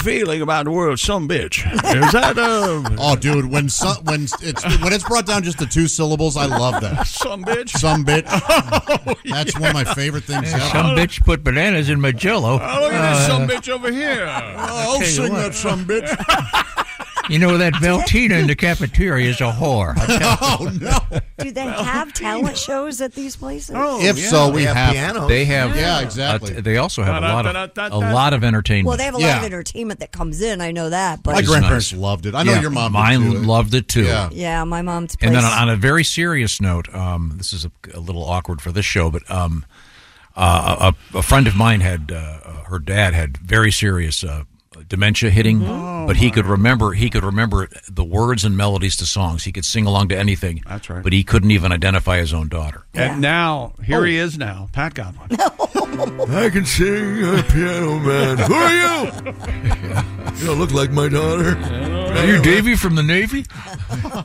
Speaker 1: feeling about the word some bitch? Is that uh,
Speaker 5: oh, dude, when some, when it's when it's brought down just to two syllables, I love that.
Speaker 1: Some bitch. Oh,
Speaker 5: Some bitch. That's one of my favorite things
Speaker 3: Yeah,
Speaker 5: ever.
Speaker 3: some bitch put bananas in my Jello.
Speaker 1: Oh, look at this
Speaker 3: Uh,
Speaker 1: some bitch over here.
Speaker 5: I'll
Speaker 3: tell you sing what. that
Speaker 5: some bitch.
Speaker 3: You know that Veltina in the cafeteria is a whore. I tell
Speaker 5: Oh no!
Speaker 11: Do they have talent shows at these places?
Speaker 1: Oh,
Speaker 5: If so, we have,
Speaker 3: They have,
Speaker 5: Yeah,
Speaker 3: uh,
Speaker 5: exactly.
Speaker 3: they also have a lot of a lot of entertainment.
Speaker 11: Well, they have a lot of
Speaker 5: Yeah.
Speaker 11: entertainment that comes in. I know that, but
Speaker 5: My grandparents loved it. I know
Speaker 3: Yeah,
Speaker 5: your mom. did,
Speaker 3: Mine
Speaker 5: too.
Speaker 3: loved it too.
Speaker 5: Yeah.
Speaker 11: yeah, my mom's place.
Speaker 3: And then on, on a very serious note, um, this is a, a little awkward for this show, but um, uh, a, a friend of mine had uh, uh, her dad had very serious uh, dementia hitting,
Speaker 1: Mm-hmm.
Speaker 3: but he could remember he could remember the words and melodies to songs. He could sing along to anything. That's right. But he couldn't even identify his own daughter.
Speaker 1: And now, here he is now, Pat Godwin.
Speaker 12: I can sing a piano man. Who are you? You don't look like my daughter.
Speaker 3: Are you Davy from the Navy?
Speaker 1: Boy,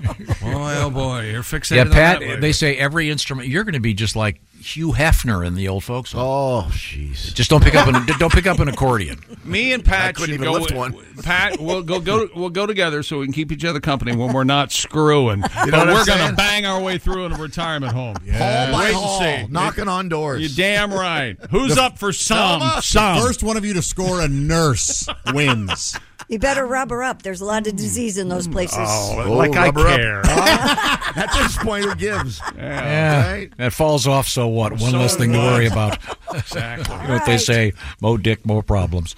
Speaker 1: oh boy, you're fixated
Speaker 3: Yeah,
Speaker 1: on that
Speaker 3: Pat.
Speaker 1: lady.
Speaker 3: They say every instrument. You're going to be just like Hugh Hefner in the old folks. home.
Speaker 9: Oh, jeez.
Speaker 3: Just don't pick up an don't pick up an accordion.
Speaker 1: Me and Pat
Speaker 9: couldn't
Speaker 1: should
Speaker 9: even
Speaker 1: go.
Speaker 9: lift one.
Speaker 1: Pat, we'll go go we'll go together so we can keep each other company when we're not screwing.
Speaker 9: know
Speaker 1: but
Speaker 9: what I'm
Speaker 1: we're gonna
Speaker 9: saying?
Speaker 1: bang our way through in a retirement home.
Speaker 9: Hall by
Speaker 1: Wait
Speaker 9: hall,
Speaker 1: and see.
Speaker 9: knocking on doors.
Speaker 1: You're damn right. Who's up for some? Some.
Speaker 5: The first one of you to score a nurse wins.
Speaker 11: you better rub her up. There's a lot of disease in those places.
Speaker 1: Oh, like I
Speaker 9: rubber up.
Speaker 1: care.
Speaker 9: At this point, it gives.
Speaker 3: Yeah,
Speaker 9: Right?
Speaker 3: that falls off. So what? One
Speaker 1: So
Speaker 3: less thing to
Speaker 1: what?
Speaker 3: worry about.
Speaker 1: exactly.
Speaker 3: You know what they say: "Mo dick, more problems."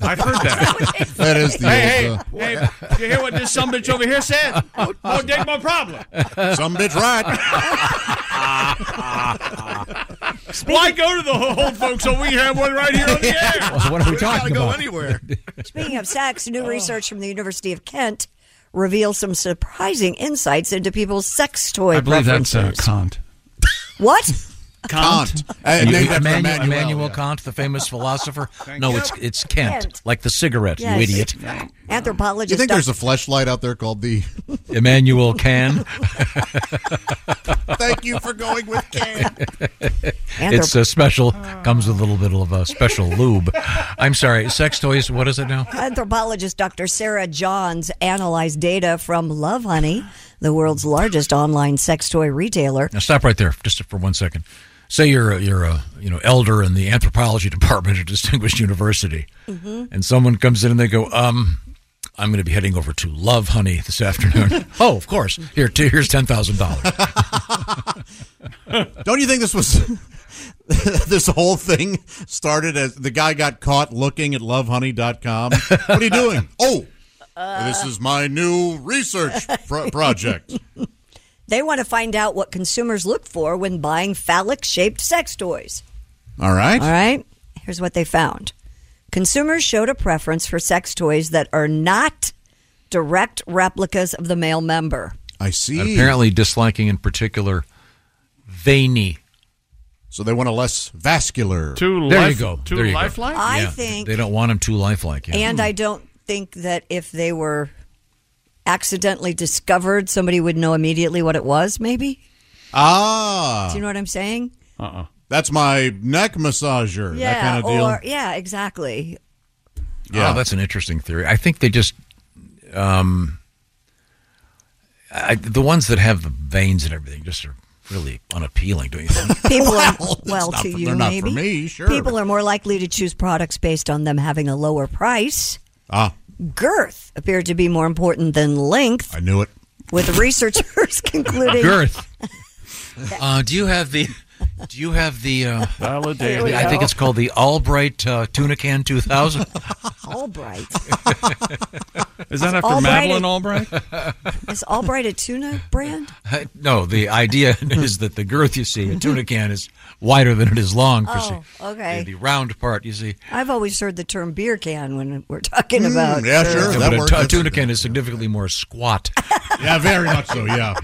Speaker 1: I've heard that.
Speaker 5: That is the
Speaker 1: hey,
Speaker 5: old, uh,
Speaker 3: uh,
Speaker 1: hey, hey! You hear what this some bitch over here said? Oh, dig my problem.
Speaker 5: uh, some bitch right.
Speaker 1: Why go to the old folks when we have one right here on the air?
Speaker 3: So what are we talking
Speaker 9: Gotta go
Speaker 3: about?
Speaker 9: anywhere.
Speaker 11: Speaking of sex, new research from the University of Kent reveals some surprising insights into people's sex toy preferences.
Speaker 1: uh, Kant.
Speaker 11: what?
Speaker 5: Kant. Uh,
Speaker 3: You-
Speaker 5: named after
Speaker 3: Emmanuel,
Speaker 5: Emmanuel,
Speaker 3: Emmanuel
Speaker 5: yeah.
Speaker 3: Kant, the famous philosopher. No, it's it's Kent,
Speaker 11: Kent.
Speaker 3: like the cigarette.
Speaker 11: Yes.
Speaker 3: You idiot,
Speaker 11: Anthropologist.
Speaker 5: Do you think
Speaker 11: Dr.
Speaker 5: there's a fleshlight out there called the?
Speaker 3: Emmanuel can.
Speaker 5: Thank you for going with Ken.
Speaker 11: Anthrop-
Speaker 3: It's a special.
Speaker 1: Oh.
Speaker 3: Comes with a little bit of a special lube. I'm sorry. Sex toys. What is it now?
Speaker 11: Anthropologist Dr. Sarah Johns analyzed data from Love Honey, the world's largest online sex toy retailer.
Speaker 3: Now stop right there, just for one second. Say you're a, you're a you know elder in the anthropology department at a distinguished university,
Speaker 11: Mm-hmm.
Speaker 3: and someone comes in and they go, um, "I'm going to be heading over to Love Honey this afternoon." oh, of course. Here, t- here's ten thousand dollars.
Speaker 5: Don't you think this was this whole thing started as the guy got caught looking at lovehoney.com? What are you doing? Oh,
Speaker 3: Uh.
Speaker 5: this is my new research pro- project.
Speaker 11: They want to find out what consumers look for when buying phallic shaped sex toys.
Speaker 5: All right.
Speaker 11: All right. Here's what they found consumers showed a preference for sex toys that are not direct replicas of the male member.
Speaker 5: I see.
Speaker 3: Apparently, disliking in particular veiny.
Speaker 5: So they want a less vascular.
Speaker 1: Too
Speaker 3: There
Speaker 1: life,
Speaker 3: you go.
Speaker 1: Too
Speaker 3: There you go.
Speaker 1: lifelike.
Speaker 11: I
Speaker 3: Yeah,
Speaker 11: think.
Speaker 3: they don't want them too lifelike. Yeah.
Speaker 11: And I don't think that if they were accidentally discovered, somebody would know immediately what it was, maybe. Do
Speaker 5: Ah,
Speaker 11: you know what I'm saying?
Speaker 5: that's my neck massager. that kind of deal.
Speaker 11: or yeah, exactly.
Speaker 3: Oh, that's an interesting theory. I think they just, um, I, the ones that have the veins and everything just are really unappealing, don't you think?
Speaker 11: People are
Speaker 3: it's
Speaker 11: well
Speaker 3: not
Speaker 11: to
Speaker 3: for-
Speaker 11: you
Speaker 3: they're not
Speaker 11: maybe.
Speaker 3: for me, sure.
Speaker 11: People are more likely to choose products based on them having a lower price.
Speaker 3: Ah,
Speaker 11: Girth appeared to be more important than length,
Speaker 3: I knew it.
Speaker 11: with researchers concluding
Speaker 3: Girth. Uh, do you have the? Do you have the? Uh,
Speaker 11: Here we
Speaker 3: I think
Speaker 11: go.
Speaker 3: it's called the Albright uh, Tuna Can 2000.
Speaker 11: Albright.
Speaker 3: Is that
Speaker 11: Is
Speaker 3: after Madeleine Albright?
Speaker 11: Is Albright a tuna brand?
Speaker 3: Uh, no, the idea is that the girth you see in tuna can is wider than it is long. for
Speaker 11: Oh,
Speaker 3: see-
Speaker 11: okay.
Speaker 3: The round part you see.
Speaker 11: I've always heard the term beer can when we're talking
Speaker 3: Mm,
Speaker 11: about.
Speaker 3: yeah, sure,
Speaker 5: uh,
Speaker 11: girth.
Speaker 3: Yeah, that but a works. tu- tuna can is significantly more squat.
Speaker 11: Yeah, very much so,
Speaker 6: yeah.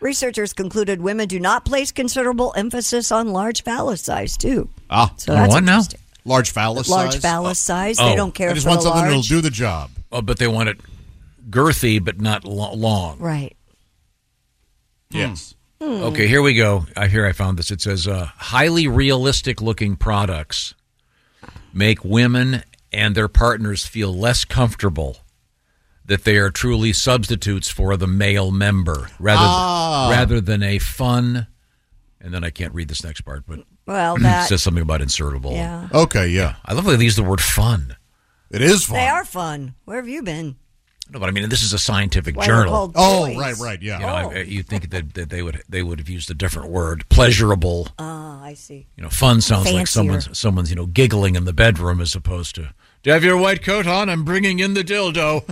Speaker 11: Researchers concluded women do not place considerable emphasis on large phallus size, too.
Speaker 5: Ah,
Speaker 11: So that's What now? interesting.
Speaker 5: Large phallus
Speaker 11: Large
Speaker 5: size. Oh.
Speaker 11: phallus size. They don't care
Speaker 5: They just
Speaker 11: for
Speaker 5: want
Speaker 11: the
Speaker 5: something
Speaker 11: large.
Speaker 5: that'll do the job.
Speaker 3: Oh, but they want it girthy, but not lo- long.
Speaker 11: Right.
Speaker 5: Yes.
Speaker 11: Hmm.
Speaker 3: Okay, here we go. I here I found this. It says uh, highly realistic looking products make women and their partners feel less comfortable that they are truly substitutes for the male member rather
Speaker 11: Ah.
Speaker 3: rather than a fun and then I can't read this next part, but
Speaker 11: Well,
Speaker 3: it
Speaker 11: that-
Speaker 3: says something about insertable.
Speaker 11: Yeah.
Speaker 5: Okay, yeah.
Speaker 3: I love how they use the word fun. It is
Speaker 11: They are fun. Where have you been?
Speaker 3: no, but I mean, this is a scientific
Speaker 11: Why they're
Speaker 3: journal.
Speaker 11: called Oh, toys. right, right, yeah.
Speaker 3: You know, I- I- you'd think that, that they would they would have used a different word, pleasurable.
Speaker 11: Ah, I see.
Speaker 3: You know, fun sounds like
Speaker 11: Fancier.
Speaker 3: someone's someone's you know giggling in the bedroom as opposed to. Do you have your white coat on? I'm bringing in the dildo.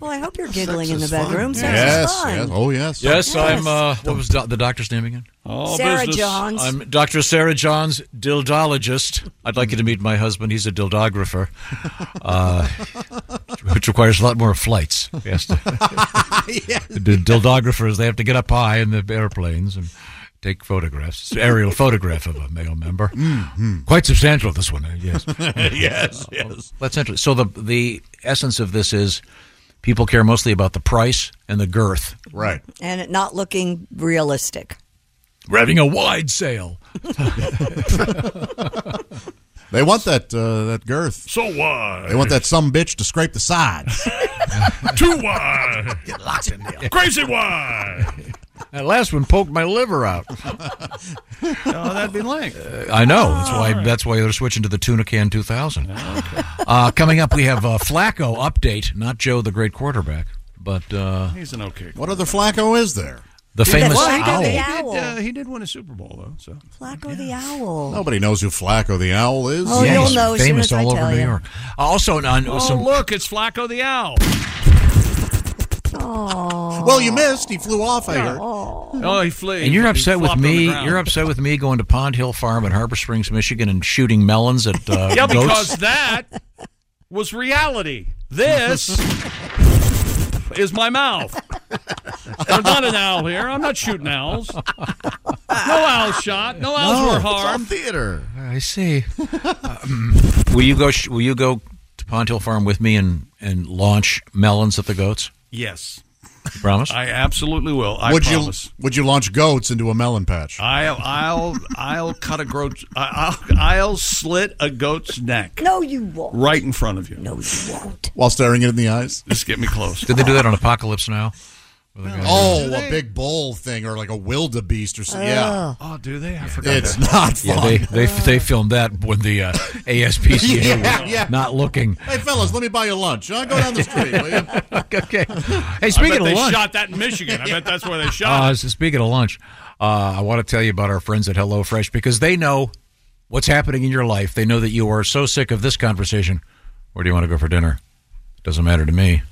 Speaker 11: Well, I hope you're giggling in the bedroom. Sex
Speaker 3: Yes,
Speaker 11: is fun.
Speaker 3: yes.
Speaker 5: Oh, yes.
Speaker 3: Yes,
Speaker 11: Yes.
Speaker 3: I'm. Uh, what was do- the doctor's name again?
Speaker 11: All Sarah business. Johns.
Speaker 3: I'm Dr. Sarah Johns, dildologist. I'd like you to meet my husband. He's a dildographer, uh, which requires a lot more flights. Yes. The dildographers, they have to get up high in the airplanes and take photographs. It's an aerial photograph of a male member.
Speaker 5: Mm-hmm.
Speaker 3: Quite substantial, this one. uh, Yes.
Speaker 6: Yes,
Speaker 3: yes. That's interesting. So the the essence of this is people care mostly about the price and the girth. Right.
Speaker 11: And it not looking realistic.
Speaker 3: We're having a wide sale.
Speaker 5: They want that uh, that girth.
Speaker 6: So wide.
Speaker 5: They want that some bitch to scrape the sides.
Speaker 6: Too wide. Get lots in there. Crazy wide.
Speaker 3: That last one poked my liver out.
Speaker 6: oh, that'd be length.
Speaker 1: Uh,
Speaker 3: I know. That's why. That's why they're switching to the tuna can 2000. uh, coming up, we have uh, Flacco update. Not Joe, the great quarterback, but uh,
Speaker 1: He's an okay.
Speaker 5: What other Flacco is there?
Speaker 3: the famous
Speaker 1: Well, he did-
Speaker 3: owl.
Speaker 1: he
Speaker 11: The
Speaker 1: did,
Speaker 11: owl.
Speaker 1: uh, he did win a Super Bowl though. So
Speaker 11: Flacco the owl.
Speaker 5: Nobody knows who Flacco the Owl is.
Speaker 11: Oh, Yeah, you'll he's know as soon
Speaker 3: famous as I all over tell New you. York. Uh, Also, on
Speaker 1: Oh, look, it's Flacco the owl.
Speaker 5: Well, you missed. He flew off, I heard.
Speaker 1: Oh, he flew.
Speaker 3: And you're
Speaker 1: he
Speaker 3: upset with
Speaker 1: flopped on
Speaker 3: me.
Speaker 1: the ground.
Speaker 3: You're upset with me going to Pond Hill Farm in Harbor Springs, Michigan, and shooting melons at uh,
Speaker 1: yeah,
Speaker 3: goats.
Speaker 1: because that was reality. This is my mouth. There's not an owl here. I'm not shooting owls. No owl shot. No owls
Speaker 3: No,
Speaker 1: were
Speaker 3: it's all
Speaker 1: harmed.
Speaker 5: theater.
Speaker 3: I see. Um, will you go? Will you go to Pond Hill Farm with me and and launch melons at the goats?
Speaker 1: Yes.
Speaker 3: You promise?
Speaker 1: I absolutely will. I
Speaker 5: would
Speaker 1: promise.
Speaker 5: you would you launch goats into a melon patch?
Speaker 1: I, I'll I'll cut a goat. I'll, I'll slit a goat's neck
Speaker 11: No, you won't.
Speaker 1: right in front of you.
Speaker 11: No, you won't.
Speaker 5: While staring it in the eyes?
Speaker 1: Just get me close.
Speaker 3: Did they do that on Apocalypse Now?
Speaker 5: Oh, a big bowl thing or like a wildebeest or something. Yeah.
Speaker 1: Oh, do they? I forgot.
Speaker 5: It's
Speaker 1: that.
Speaker 5: not fun.
Speaker 3: Yeah, they they, they filmed that when the uh, ASPCA
Speaker 5: Yeah,
Speaker 3: was
Speaker 5: yeah.
Speaker 3: not looking.
Speaker 5: Hey, fellas, let me buy you lunch. Huh? Go down the street, will you?
Speaker 3: okay. Hey, speaking
Speaker 1: I bet
Speaker 3: of
Speaker 1: they
Speaker 3: lunch-
Speaker 1: shot that in Michigan. I bet that's where they shot.
Speaker 3: Uh,
Speaker 1: it.
Speaker 3: so speaking of lunch, uh, I want to tell you about our friends at HelloFresh because they know what's happening in your life. They know that you are so sick of this conversation. Where do you want to go for dinner? Doesn't matter to me.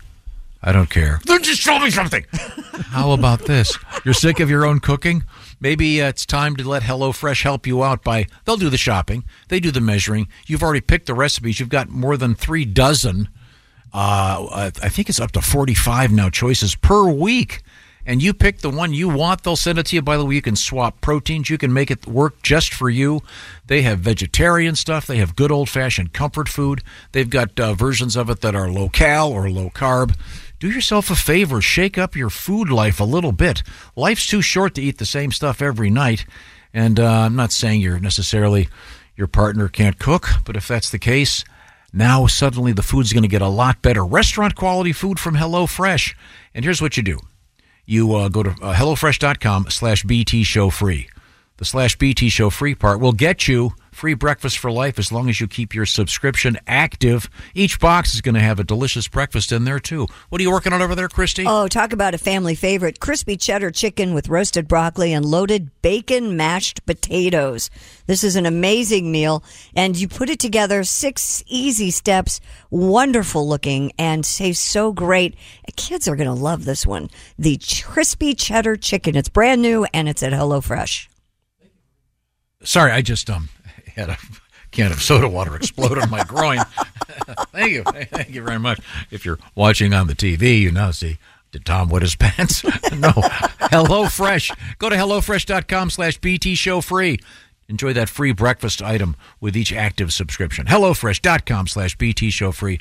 Speaker 3: I don't care.
Speaker 6: Then just show me something.
Speaker 3: How about this? You're sick of your own cooking? Maybe uh, it's time to let HelloFresh help you out by they'll do the shopping, they do the measuring. You've already picked the recipes. You've got more than three dozen. Uh, I- I think it's up to 45 now choices per week. And you pick the one you want, they'll send it to you. By the way, you can swap proteins. You can make it work just for you. They have vegetarian stuff. They have good old fashioned comfort food. They've got uh, versions of it that are low cal or low carb. Do yourself a favor, shake up your food life a little bit. Life's too short to eat the same stuff every night. And uh, I'm not saying you're necessarily your partner can't cook, but if that's the case, Now suddenly the food's going to get a lot better. Restaurant quality food from HelloFresh. And here's what you do. You uh, go to uh, HelloFresh.com slash BT Show Free. The slash BT Show Free part will get you free breakfast for life as long as you keep your subscription active. Each box is going to have a delicious breakfast in there, too. What are you working on over there, Christy?
Speaker 11: Oh, talk about a family favorite crispy cheddar chicken with roasted broccoli and loaded bacon mashed potatoes. This is an amazing meal, and you put it together six easy steps, wonderful looking, and tastes so great. Kids are going to love this one. The crispy cheddar chicken. It's brand new and it's at HelloFresh.
Speaker 3: Sorry, I just um had a can of soda water explode on my groin. Thank you. Thank you very much. If you're watching on the TV, you now see did Tom wet his pants? no. Hello Fresh. Go to HelloFresh.com slash BT show free. Enjoy that free breakfast item with each active subscription. HelloFresh.com slash BT show free.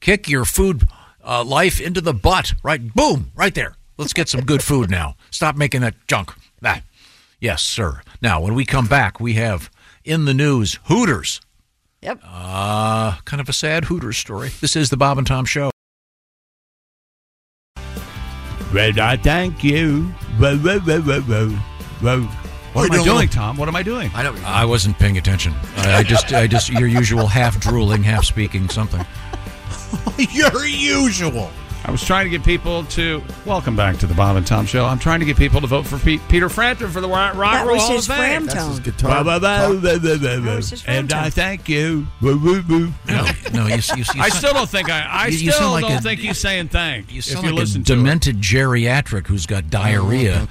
Speaker 3: Kick your food uh, life into the butt. Right. Boom. Right there. Let's get some good food now. Stop making that junk. Ah. Yes, sir. Now, when we come back, we have in the news Hooters.
Speaker 11: Yep.
Speaker 3: Uh, kind of a sad Hooters story. This is the Bob and Tom Show.
Speaker 1: Well, I thank you. Whoa, whoa, whoa, whoa, whoa, whoa. What am I doing, Tom? What am I doing? I don't.
Speaker 3: I wasn't paying attention. I, I just, I just, your usual half drooling, half speaking something.
Speaker 1: Your usual. I was trying to get people to welcome back to the Bob and Tom Show. I'm trying to get people to vote for Pete, Peter Frampton for the Ro- Rock
Speaker 6: That
Speaker 1: and Roll
Speaker 6: was
Speaker 1: Hall
Speaker 6: his
Speaker 1: of Fame.
Speaker 6: Frampton. That's his
Speaker 3: guitar.
Speaker 1: Blah, blah, blah, blah, blah, blah, blah.
Speaker 6: his
Speaker 1: And
Speaker 6: Frampton.
Speaker 1: I thank you. Woo, woo, woo.
Speaker 3: No, no, you, you, you
Speaker 1: I
Speaker 3: sound-
Speaker 1: still don't think I. I
Speaker 3: You-
Speaker 1: still
Speaker 3: you sound like
Speaker 1: don't
Speaker 3: a-
Speaker 1: think he's saying thank.
Speaker 3: You
Speaker 1: if
Speaker 3: sound
Speaker 1: you
Speaker 3: like
Speaker 1: listen Oh,
Speaker 3: a demented geriatric who's got diarrhea.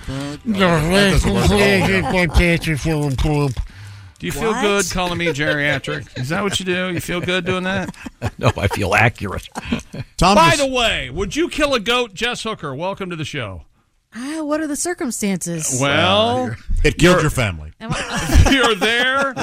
Speaker 1: Do you feel
Speaker 6: What?
Speaker 1: good calling me geriatric? Is that what you do? You feel good doing that?
Speaker 3: no, I feel accurate.
Speaker 1: Tom By
Speaker 10: just-
Speaker 1: the way, would you kill a goat, Jess Hooker? Welcome to the show.
Speaker 10: Ah, what are the circumstances?
Speaker 1: Uh,
Speaker 9: Uh,
Speaker 1: Well,
Speaker 5: it killed your family.
Speaker 1: you're there.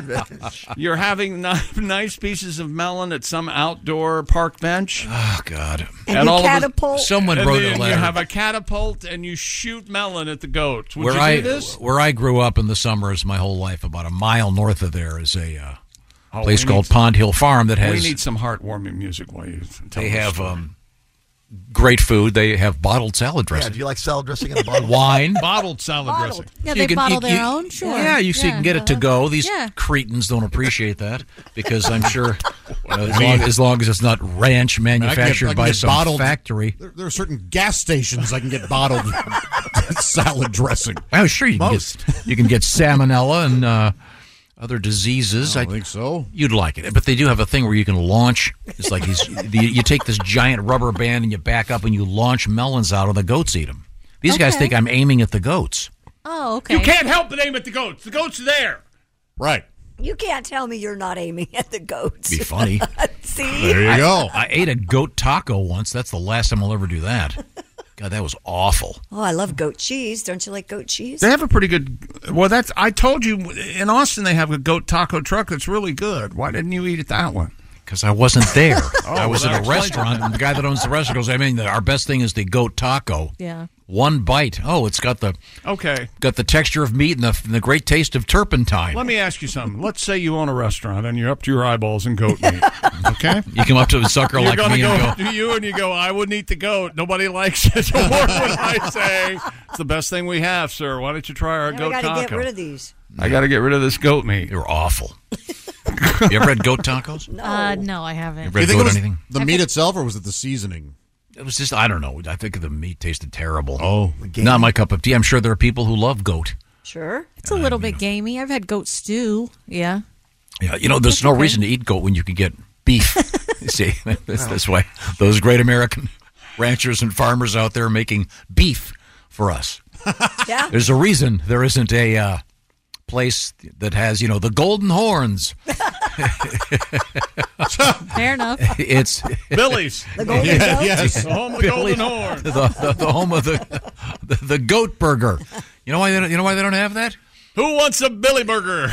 Speaker 1: You're having ni- nice pieces of melon at some outdoor park bench.
Speaker 3: Oh God!
Speaker 6: And you catapult- Someone
Speaker 1: and
Speaker 3: wrote a
Speaker 1: then
Speaker 3: letter.
Speaker 1: You have a catapult and you shoot melon at the goats. Would
Speaker 3: where
Speaker 1: you
Speaker 3: I
Speaker 1: do this?
Speaker 3: where I grew up in the summers, my whole life, about a mile north of there is a uh,
Speaker 1: Oh,
Speaker 3: place
Speaker 1: we
Speaker 3: called
Speaker 1: need-
Speaker 3: Pond Hill Farm that
Speaker 1: We
Speaker 3: has
Speaker 1: need some heartwarming music while you tell
Speaker 3: They
Speaker 1: the
Speaker 3: have,
Speaker 1: story.
Speaker 3: um, great food. They have bottled salad uh, dressing.
Speaker 9: you like salad dressing in the bottle?
Speaker 3: Wine,
Speaker 1: bottled salad dressing.
Speaker 10: Yeah,
Speaker 3: You
Speaker 10: they
Speaker 3: can-
Speaker 10: bottle
Speaker 3: you-
Speaker 10: their
Speaker 3: you-
Speaker 10: own. Sure.
Speaker 3: Yeah, you, so you can get it to go. These
Speaker 10: Yeah.
Speaker 3: cretins don't appreciate that because I'm sure you know, as, long, as long as it's not ranch manufactured by some factory.
Speaker 5: There, there are certain gas stations I can get bottled salad dressing.
Speaker 3: Oh, sure you can get you can get salmonella and uh, other diseases. I, think so. You'd like it, but they do have a thing where you can launch. It's like these. the, you take this giant rubber band and you back up and you launch melons out, and the goats eat them. These guys
Speaker 10: Okay.
Speaker 3: think I'm aiming at the goats.
Speaker 10: Oh, okay.
Speaker 1: You can't help but aim at the goats. The goats are there.
Speaker 3: Right.
Speaker 11: You can't tell me you're not aiming at the goats.
Speaker 3: Be funny.
Speaker 11: See?
Speaker 3: I- I, ate a goat taco once. That's the last time I'll ever do that. God, that was awful.
Speaker 11: Oh, I love goat cheese. Don't you like goat cheese?
Speaker 1: They have a pretty good. Well, that's. I told you in Austin they have a goat taco truck that's really good. Why didn't you eat at that one?
Speaker 3: Because I wasn't there.
Speaker 1: Oh,
Speaker 3: I was
Speaker 1: well,
Speaker 3: at
Speaker 1: that
Speaker 3: a
Speaker 1: explains
Speaker 3: restaurant,
Speaker 1: it.
Speaker 3: and the guy that owns the restaurant goes, "I mean, the, our best thing is the goat taco.
Speaker 10: Yeah.
Speaker 3: One bite. Oh, it's got the
Speaker 1: Okay.
Speaker 3: got the texture of meat and the, and the great taste of turpentine.
Speaker 1: Let me ask you something. Let's say you own a restaurant and you're up to your eyeballs in goat meat. Okay.
Speaker 3: You come up to a sucker
Speaker 1: You're
Speaker 3: like
Speaker 1: gonna
Speaker 3: me
Speaker 1: go
Speaker 3: and
Speaker 1: up to you and you go, I wouldn't eat the goat. Nobody likes it. Or what I say? It's the best thing we have, sir. Why don't you try our
Speaker 11: Now we
Speaker 1: goat
Speaker 11: got to
Speaker 1: taco?
Speaker 11: get rid of these.
Speaker 1: I got to get rid of this goat meat.
Speaker 3: You're awful. you ever had goat tacos?
Speaker 10: Uh, no, I haven't.
Speaker 3: ever had goat anything?
Speaker 5: The meat itself, or was it the seasoning?
Speaker 3: It was just I don't know. I think the meat tasted terrible.
Speaker 5: Oh,
Speaker 3: not my cup of tea. I'm sure there are people who love goat.
Speaker 11: Sure.
Speaker 10: It's a little bit gamey. I've had goat stew. Yeah.
Speaker 3: Yeah, you know, there's no reason to eat goat when you can get beef. You See, that's, that's why those great American ranchers and farmers out there are making beef for us.
Speaker 11: Yeah.
Speaker 3: There's a reason there isn't a uh, place that has, you know, the golden horns.
Speaker 10: Fair enough.
Speaker 3: it's
Speaker 1: Billy's. The Golden
Speaker 3: Yeah,
Speaker 1: Goat?
Speaker 3: yes.
Speaker 1: The home of the Golden
Speaker 3: Billy's.
Speaker 1: Horn.
Speaker 3: The, the- the home of the, the the goat burger. You know why they don't, you know why they don't have that?
Speaker 1: Who wants a Billy burger?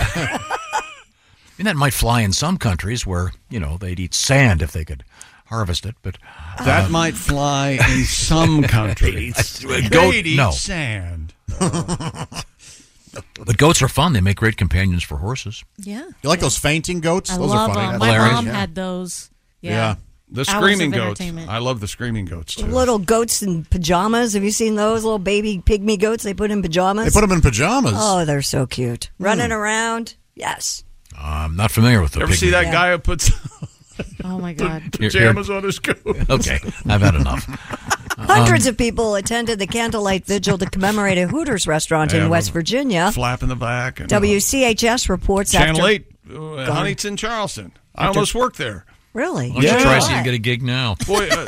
Speaker 3: And that might fly in some countries where you know they'd eat sand if they could harvest it, but um,
Speaker 1: That might fly in some countries.
Speaker 3: They'd eat- goat,
Speaker 1: They'd eat
Speaker 3: no.
Speaker 1: sand.
Speaker 3: But goats are fun. They make great companions for horses.
Speaker 10: Yeah.
Speaker 5: You like those fainting goats?
Speaker 10: I
Speaker 5: those
Speaker 11: uh,
Speaker 10: love
Speaker 5: are funny.
Speaker 10: them. My mom had those. Yeah.
Speaker 1: The
Speaker 11: Hours
Speaker 1: screaming
Speaker 11: of
Speaker 1: goats.
Speaker 11: entertainment.
Speaker 1: I love the screaming goats too.
Speaker 11: Little goats in pajamas. Have you seen those little baby pygmy goats? They put in pajamas.
Speaker 1: They put 'em in pajamas.
Speaker 11: Oh, they're so cute. Running
Speaker 1: Hmm.
Speaker 11: around. Yes.
Speaker 3: I'm not familiar with the.
Speaker 1: Ever see
Speaker 3: pygmy.
Speaker 1: that guy who puts
Speaker 11: Oh my
Speaker 1: the
Speaker 3: Here- here.
Speaker 1: pajamas on his goat?
Speaker 3: Okay, I've had enough.
Speaker 1: Um,
Speaker 11: Hundreds of people attended the candlelight vigil to commemorate a Hooters restaurant
Speaker 1: Yeah,
Speaker 11: in West
Speaker 1: remember.
Speaker 11: Virginia.
Speaker 1: Flap in the back. And,
Speaker 11: WCHS reports
Speaker 1: Channel
Speaker 11: after
Speaker 1: 8, uh, Huntington, Charleston. I
Speaker 3: After-
Speaker 1: almost worked there.
Speaker 11: Really?
Speaker 3: Why don't you try so you can get a gig now?
Speaker 1: Boy, uh,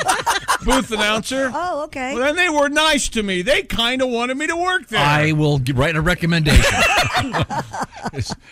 Speaker 1: booth announcer.
Speaker 11: Oh, okay.
Speaker 1: Well, then they were nice to me. They kind of wanted me to work there.
Speaker 3: I will g- write a recommendation.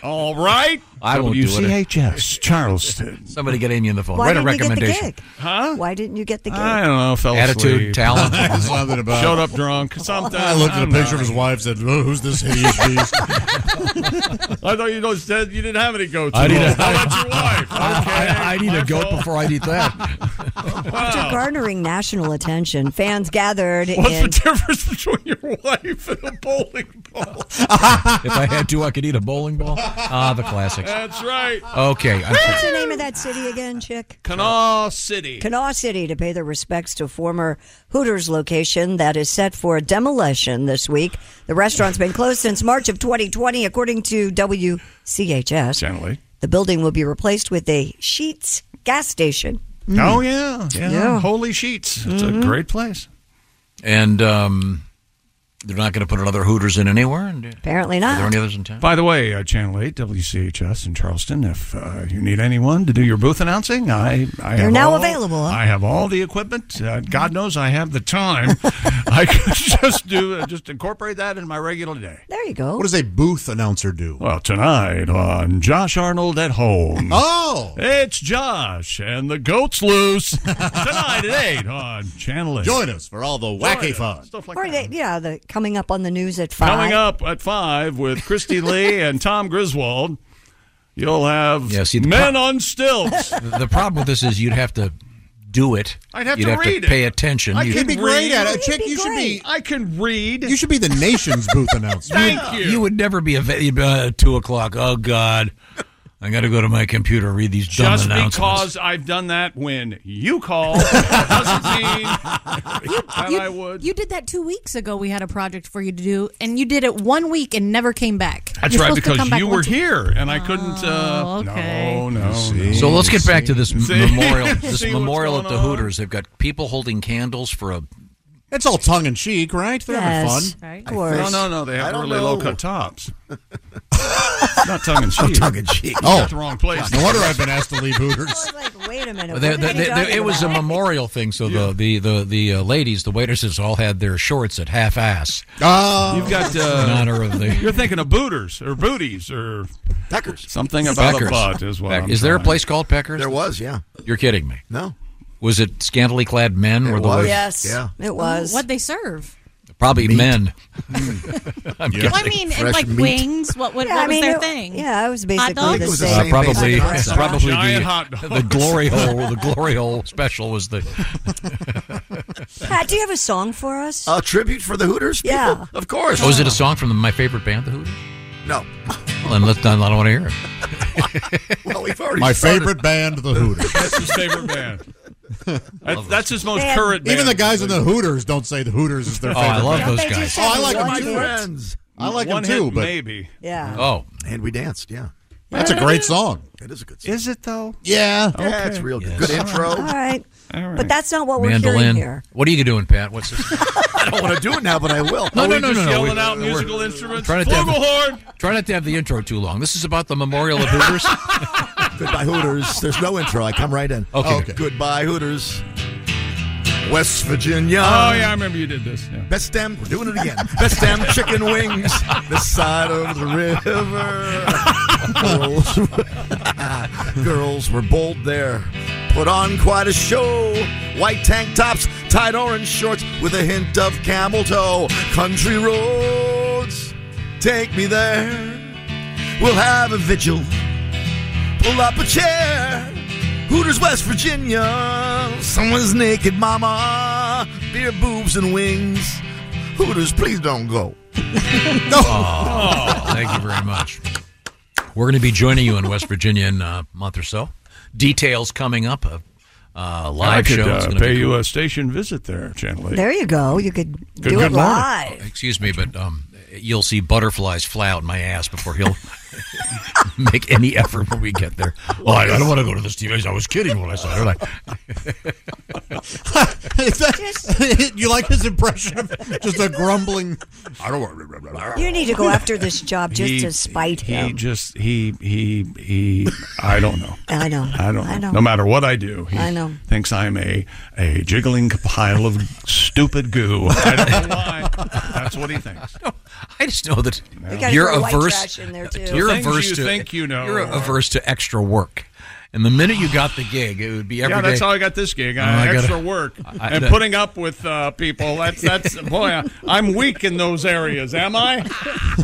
Speaker 1: All right.
Speaker 3: I will do it.
Speaker 1: WCHS Charleston.
Speaker 3: Somebody get Amy on the phone.
Speaker 11: Why
Speaker 3: write a
Speaker 11: didn't you get the
Speaker 3: recommendation.
Speaker 11: gig? Huh? Why didn't you get the gig?
Speaker 1: I don't know. Fell
Speaker 3: Attitude,
Speaker 1: asleep.
Speaker 3: talent.
Speaker 5: Something about-
Speaker 1: Showed up drunk. Something.
Speaker 5: I looked at a
Speaker 1: I'm
Speaker 5: picture
Speaker 1: not.
Speaker 5: of his wife. Said, "Oh, "Who's this hideous beast?"
Speaker 1: I thought you just said you didn't have any goats.
Speaker 3: I need a-
Speaker 1: How about your wife?
Speaker 3: I, I need a goat before I eat that.
Speaker 11: After garnering national attention, fans gathered
Speaker 1: What's
Speaker 11: in.
Speaker 1: the difference between your wife and a bowling ball?
Speaker 3: if I had to, I could eat a bowling ball. Ah, the classics.
Speaker 1: That's right.
Speaker 3: Okay. I-
Speaker 11: What's the name of that city again, chick?
Speaker 1: Kanawha City.
Speaker 11: Kanawha City to pay their respects to former Hooters location that is set for demolition this week. The restaurant's been closed since March of 2020, according to WCHS. The building will be replaced with a Sheets gas station.
Speaker 1: Oh yeah, yeah.
Speaker 11: Yeah.
Speaker 1: Holy sheets! It's
Speaker 11: Mhm.
Speaker 1: a great place.
Speaker 3: and um, they're not going to put another Hooters in anywhere. And, uh,
Speaker 11: Apparently
Speaker 3: Are there
Speaker 11: not.
Speaker 3: any others in town?
Speaker 1: By the way, uh, Channel Eight WCHS in Charleston. If uh, you need anyone to do your booth announcing, I,
Speaker 11: They're
Speaker 1: I have
Speaker 11: now
Speaker 1: all-
Speaker 11: available, huh?
Speaker 1: I have all the equipment. Uh, God knows I have the time. I could just do uh, just incorporate that in my regular day.
Speaker 11: There you go.
Speaker 5: What does a booth announcer do?
Speaker 1: Well, tonight on Josh Arnold at Home.
Speaker 5: Oh!
Speaker 1: It's Josh and the Goat's Loose. tonight at 8 on Channel 8.
Speaker 5: Join us for all the wacky fun.
Speaker 11: or they, yeah, the coming up on the news at five.
Speaker 1: Coming up at 5 with Christy Lee and Tom Griswold, you'll have
Speaker 3: Yeah, see, the
Speaker 1: Men
Speaker 3: pro-
Speaker 1: on Stilts.
Speaker 3: the problem with this is you'd have to do it.
Speaker 1: I'd have
Speaker 3: you'd
Speaker 1: to
Speaker 3: have
Speaker 1: read
Speaker 3: to
Speaker 1: it.
Speaker 3: pay attention.
Speaker 1: I
Speaker 3: You'd-
Speaker 1: could
Speaker 5: You'd be great at it, chick. You should be.
Speaker 1: I can read.
Speaker 5: You should be the nation's booth announcer.
Speaker 1: Thank you.
Speaker 3: You would never be available at two o'clock. Oh God, I got to go to my computer and read these dumb
Speaker 1: Just
Speaker 3: announcements.
Speaker 1: because I've done that when you call doesn't mean that
Speaker 10: you,
Speaker 1: I would.
Speaker 10: you did that two weeks ago. We had a project for you to do, and you did it one week and never came back.
Speaker 1: That's
Speaker 10: You're
Speaker 1: right,
Speaker 10: supposed to come
Speaker 1: because
Speaker 10: back
Speaker 1: you were
Speaker 10: once a-
Speaker 1: here and I couldn't.
Speaker 11: Oh,
Speaker 1: Uh, No, no. no.
Speaker 3: so let's get back to this
Speaker 1: See?
Speaker 3: memorial. This
Speaker 1: See what's
Speaker 3: memorial at
Speaker 1: going
Speaker 3: the
Speaker 1: on?
Speaker 3: Hooters. They've got people holding candles for a.
Speaker 5: It's all tongue in cheek, right? They're
Speaker 11: Yes,
Speaker 5: having fun.
Speaker 11: of course.
Speaker 1: No, no, no. They have
Speaker 5: don't
Speaker 1: really
Speaker 5: know.
Speaker 1: low cut tops. Not tongue in cheek.
Speaker 9: tongue in cheek.
Speaker 1: Oh, the wrong place.
Speaker 5: No wonder I've been asked to leave Hooters.
Speaker 11: Like, wait a minute.
Speaker 3: They-
Speaker 11: what are
Speaker 3: they-
Speaker 11: you
Speaker 3: they-
Speaker 11: talking
Speaker 3: it was a
Speaker 11: about?
Speaker 3: memorial thing, so the the the, the uh, ladies, the waitresses, all had their shorts at half ass
Speaker 5: Oh,
Speaker 1: You've got.
Speaker 3: in
Speaker 1: Uh,
Speaker 3: honor of the.
Speaker 1: you're thinking of booters or booties or
Speaker 9: Peckers.
Speaker 1: something about
Speaker 3: Peckers.
Speaker 1: a butt is what.
Speaker 3: Peck-
Speaker 1: I'm
Speaker 3: Is there a
Speaker 1: trying.
Speaker 3: place called Peckers?
Speaker 9: There was, yeah.
Speaker 3: You're kidding me.
Speaker 9: No.
Speaker 3: Was it scantily clad men?
Speaker 9: It
Speaker 3: were the
Speaker 9: was.
Speaker 3: wait-
Speaker 11: Yes,
Speaker 9: Yeah.
Speaker 11: it was.
Speaker 10: What Oh, they serve?
Speaker 3: probably
Speaker 9: Meat. Hmm.
Speaker 3: men? I'm
Speaker 9: Yeah.
Speaker 10: Well, I
Speaker 3: guessing.
Speaker 10: mean, and
Speaker 9: Fresh
Speaker 10: like
Speaker 9: meat.
Speaker 10: wings. What, what,
Speaker 11: Yeah,
Speaker 10: what
Speaker 11: I
Speaker 10: was
Speaker 11: mean,
Speaker 10: their
Speaker 11: it-
Speaker 10: thing?
Speaker 11: yeah, it was basically
Speaker 10: dogs?
Speaker 11: the
Speaker 9: was the
Speaker 11: same.
Speaker 9: same.
Speaker 3: Uh, probably,
Speaker 9: basic concept.
Speaker 3: probably
Speaker 1: Giant
Speaker 3: the,
Speaker 1: hot
Speaker 3: the
Speaker 1: dogs.
Speaker 3: glory hole. The glory hole special was the.
Speaker 11: Pat, do you have a song for us?
Speaker 9: A Uh, tribute for the Hooters? people?
Speaker 11: Yeah.
Speaker 9: Of course.
Speaker 3: Oh, is it a song from the, my favorite band, The Hooters?
Speaker 9: No.
Speaker 3: Well, then let's. I don't want to hear it.
Speaker 9: Well, we've already
Speaker 5: My
Speaker 9: started.
Speaker 5: favorite band, the Hooters.
Speaker 1: That's his favorite band. That's, that's his most
Speaker 11: Man.
Speaker 1: current. Band.
Speaker 5: Even the guys in the Hooters don't say the Hooters is their
Speaker 3: Oh,
Speaker 5: favorite.
Speaker 3: I love
Speaker 5: band.
Speaker 3: those
Speaker 11: They just
Speaker 3: guys.
Speaker 11: have
Speaker 5: Oh, I like
Speaker 11: one
Speaker 5: them
Speaker 11: hit.
Speaker 5: too.
Speaker 9: friends.
Speaker 5: I like
Speaker 1: one
Speaker 5: them too,
Speaker 1: hit
Speaker 5: but
Speaker 1: maybe.
Speaker 11: Yeah.
Speaker 3: Oh,
Speaker 9: And we danced, yeah.
Speaker 5: that's a great song.
Speaker 9: It is a good song.
Speaker 1: Is it though?
Speaker 5: Yeah.
Speaker 9: Yeah, it's real good.
Speaker 3: Yes.
Speaker 9: Good intro.
Speaker 11: All right.
Speaker 1: All right.
Speaker 11: But that's not what Oh, we're hearing
Speaker 3: mandolin.
Speaker 11: here.
Speaker 3: What are you doing, Pat? What's this?
Speaker 9: I don't want to do it now, but I will.
Speaker 3: No,
Speaker 9: Oh,
Speaker 3: no,
Speaker 9: we
Speaker 3: no,
Speaker 9: just
Speaker 3: no,
Speaker 9: yelled-
Speaker 3: no.
Speaker 1: Yelling
Speaker 3: we-
Speaker 1: out musical instruments.
Speaker 3: trying to tell-
Speaker 1: Flugelhorn.
Speaker 3: Try not to have the intro too long. This is about the memorial at Hooters.
Speaker 9: Goodbye, Hooters. There's no intro. I come right in.
Speaker 3: Okay.
Speaker 9: Goodbye, Hooters. Oh, West Virginia.
Speaker 1: Oh yeah, I remember you did this. Yeah.
Speaker 9: Best damn, we're doing it again. Best damn chicken wings. This side of the river. Girls, girls were bold there. Put on quite a show. White tank tops, tight orange shorts with a hint of camel toe. Country roads, take me there. We'll have a vigil. Pull up a chair. Hooters, West Virginia. Someone's naked, mama. Beer, boobs, and wings. Hooters, please don't go. Oh.
Speaker 3: Oh, Thank you very much. We're going to be joining you in West Virginia in uh, a month or so. details coming up. A uh, live
Speaker 1: I could
Speaker 3: show. It's
Speaker 1: uh,
Speaker 3: gonna be
Speaker 1: pay you
Speaker 3: cool.
Speaker 1: a station visit there, Channel 8.
Speaker 11: There you go. You could
Speaker 3: Good-
Speaker 11: do it
Speaker 3: good morning.
Speaker 11: live.
Speaker 3: Excuse me, but um, you'll see butterflies fly out my ass before he'll make any effort when we get there. Well, I, I don't want to go to this TV. I was kidding when I said it.
Speaker 5: Is that- you like his impression of just a grumbling.
Speaker 3: I don't want.
Speaker 11: You need to go after this job just
Speaker 1: He-
Speaker 11: to spite
Speaker 1: he
Speaker 11: him.
Speaker 1: just he he he. I don't know.
Speaker 11: I know.
Speaker 1: I don't.
Speaker 11: I
Speaker 1: know.
Speaker 11: know.
Speaker 1: No matter what I do, he
Speaker 11: I know.
Speaker 1: thinks I'm a a jiggling pile of stupid goo. I don't know why. That's what he thinks.
Speaker 3: I just know that
Speaker 1: We
Speaker 11: gotta
Speaker 3: you're
Speaker 11: throw white
Speaker 3: averse. Uh,
Speaker 11: trash in there, too.
Speaker 3: You're
Speaker 1: The things
Speaker 3: averse
Speaker 1: you
Speaker 3: to
Speaker 1: think you know.
Speaker 3: You're averse to extra work. And the minute you got the gig, it would be every
Speaker 1: yeah,
Speaker 3: day.
Speaker 1: that's how I got this gig.
Speaker 3: Oh,
Speaker 1: Uh, I,
Speaker 3: I gotta-
Speaker 1: extra work
Speaker 3: I-
Speaker 1: and
Speaker 3: that-
Speaker 1: putting up with uh, people. That's that's boy. I, I'm weak in those areas. Am I?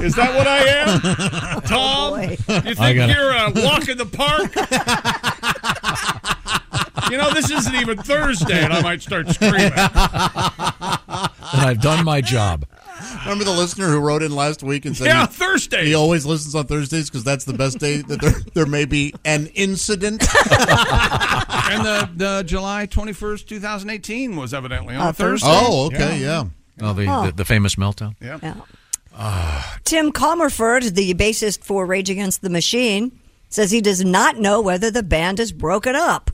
Speaker 1: Is that what I am, Tom? you
Speaker 6: I
Speaker 1: think
Speaker 6: gotta-
Speaker 1: you're a walk in the park? you know, this isn't even Thursday, and I might start screaming.
Speaker 3: and I've done my job.
Speaker 5: Remember the listener who wrote in last week and said,
Speaker 1: Yeah,
Speaker 5: he,
Speaker 1: Thursday.
Speaker 5: He always listens on Thursdays because that's the best day that there, there may be an incident.
Speaker 1: and the, the July 21st, 2018 was evidently on
Speaker 11: Uh,
Speaker 1: Thursday.
Speaker 5: Oh, okay, yeah.
Speaker 3: Oh, the,
Speaker 11: Oh.
Speaker 3: the, the famous meltdown.
Speaker 1: Yeah.
Speaker 11: Tim Comerford, the bassist for Rage Against the Machine, says he does not know whether the band is broken up.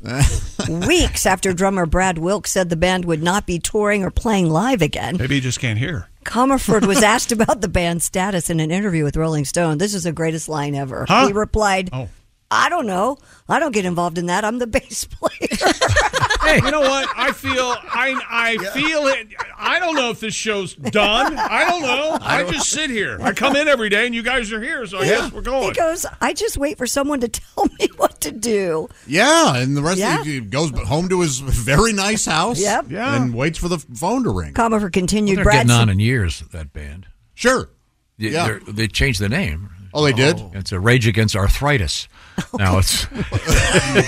Speaker 11: Weeks after drummer Brad Wilk said the band would not be touring or playing live again.
Speaker 1: Maybe you just can't hear.
Speaker 11: Comerford was asked about the band's status in an interview with Rolling Stone. This is the greatest line ever.
Speaker 1: Huh?
Speaker 11: He replied,
Speaker 1: Oh.
Speaker 11: I don't know. I don't get involved in that. I'm the bass player.
Speaker 1: You know what? I feel I I feel it. I don't know if this show's done. I don't know. I, just sit here. I come in every day, and you guys are here, so I guess we're
Speaker 11: He
Speaker 1: going.
Speaker 11: goes, I just wait for someone to tell me what to do.
Speaker 5: Yeah, and the rest
Speaker 11: Yeah.
Speaker 5: of he goes home to his very nice house.
Speaker 11: Yep.
Speaker 5: Yeah. And waits for the phone to ring.
Speaker 11: Comerford continued,
Speaker 3: They're
Speaker 11: Brad.
Speaker 3: getting on in years, that band.
Speaker 5: Sure.
Speaker 3: They,
Speaker 5: Yeah.
Speaker 3: they're- they changed the name.
Speaker 5: Oh, they did?
Speaker 3: It's a Rage Against Arthritis. Now it's.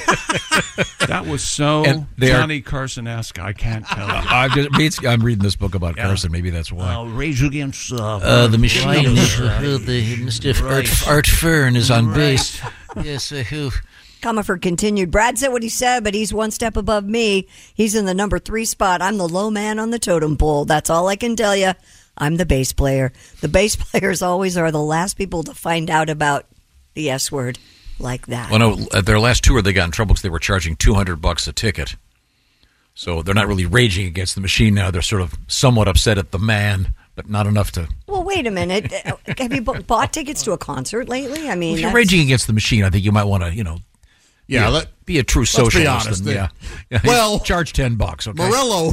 Speaker 1: That was so
Speaker 3: And they are-
Speaker 1: Johnny Carson esque. I can't tell you.
Speaker 3: I'm, just, it's- I'm reading this book about Carson. Maybe that's why.
Speaker 1: rage against
Speaker 3: Uh, the machine is
Speaker 1: Right.
Speaker 3: uh, the, Mr.
Speaker 1: Right.
Speaker 3: Art, Art Fern is on
Speaker 1: Right.
Speaker 3: bass. Yes, uh, who?
Speaker 11: Comerford continued, Brad said what he said, but he's one step above me. He's in the number three spot. I'm the low man on the totem pole. That's all I can tell you. I'm the bass player. The bass players always are the last people to find out about the S word like that.
Speaker 3: Well, no, at their last tour, they got in trouble because they were charging 200 bucks a ticket. So they're not really raging against the machine now. They're sort of somewhat upset at the man, but not enough to.
Speaker 11: Well, wait a minute. Uh, Have you bu- bought tickets to a concert lately? I mean,
Speaker 3: If you're
Speaker 11: that's-
Speaker 3: raging against the machine, I think you might want to, you know.
Speaker 5: Yeah,
Speaker 3: be a,
Speaker 5: let-
Speaker 3: be a true
Speaker 5: let's be
Speaker 3: socialist.
Speaker 5: honest.
Speaker 3: and, yeah. yeah.
Speaker 5: Well-
Speaker 3: charge ten bucks. Okay.
Speaker 5: Morello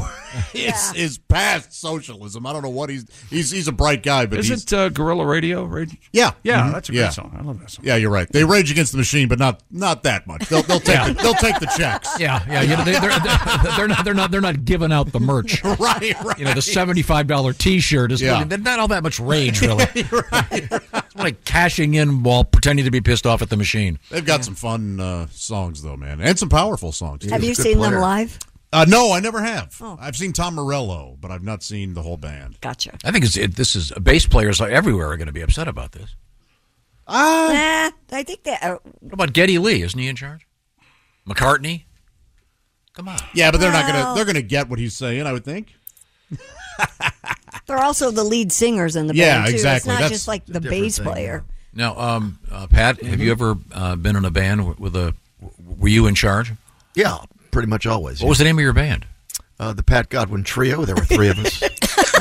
Speaker 5: is, is past socialism. I don't know what he's he's he's a bright guy, but he's,
Speaker 1: Isn't uh, Gorilla Radio? Rage?
Speaker 5: yeah,
Speaker 1: Yeah,
Speaker 3: Mm-hmm.
Speaker 5: Mhm.
Speaker 1: that's a great
Speaker 5: Yeah.
Speaker 1: song. I love that song.
Speaker 5: Yeah, you're right. They rage against the machine, but not not that much. They'll they'll take the, they'll take the checks.
Speaker 3: Yeah, yeah, you know, they, they're, they're, they're not they're not they're not giving out the merch.
Speaker 5: right, right.
Speaker 3: You know, the seventy five dollar T shirt is
Speaker 5: Yeah.
Speaker 3: they're not all that much rage really. It's more like cashing in while pretending to be pissed off at the machine.
Speaker 5: They've got some fun uh, songs though, man, and some powerful songs. too.
Speaker 11: Have you
Speaker 5: Good
Speaker 11: seen them
Speaker 5: player.
Speaker 11: live? Oh.
Speaker 5: Uh, no, I never have. I've seen Tom Morello, but I've not seen the whole band.
Speaker 11: Gotcha.
Speaker 3: I think it's, it, this is bass players everywhere are going to be upset about this.
Speaker 11: Nah,
Speaker 5: Ah.
Speaker 11: I think that. Uh,
Speaker 3: What about Getty Lee? Isn't he in charge? McCartney. Come on.
Speaker 5: Yeah, but they're not gonna
Speaker 11: Well-
Speaker 5: they're gonna get what he's saying. I would think.
Speaker 11: they're also the lead singers in the
Speaker 5: Yeah,
Speaker 11: band, too. It's
Speaker 5: exactly.
Speaker 11: not
Speaker 5: That's
Speaker 11: just like
Speaker 5: a
Speaker 11: the
Speaker 5: different
Speaker 11: bass
Speaker 5: thing,
Speaker 11: player.
Speaker 3: Now, um, uh, Pat, have you ever
Speaker 5: Mm-hmm.
Speaker 3: uh, been in a band w- with a? w- Were you in charge?
Speaker 12: Yeah, pretty much always.
Speaker 3: What was the name of your band?
Speaker 12: Uh, the Pat Godwin Trio. There were three of us.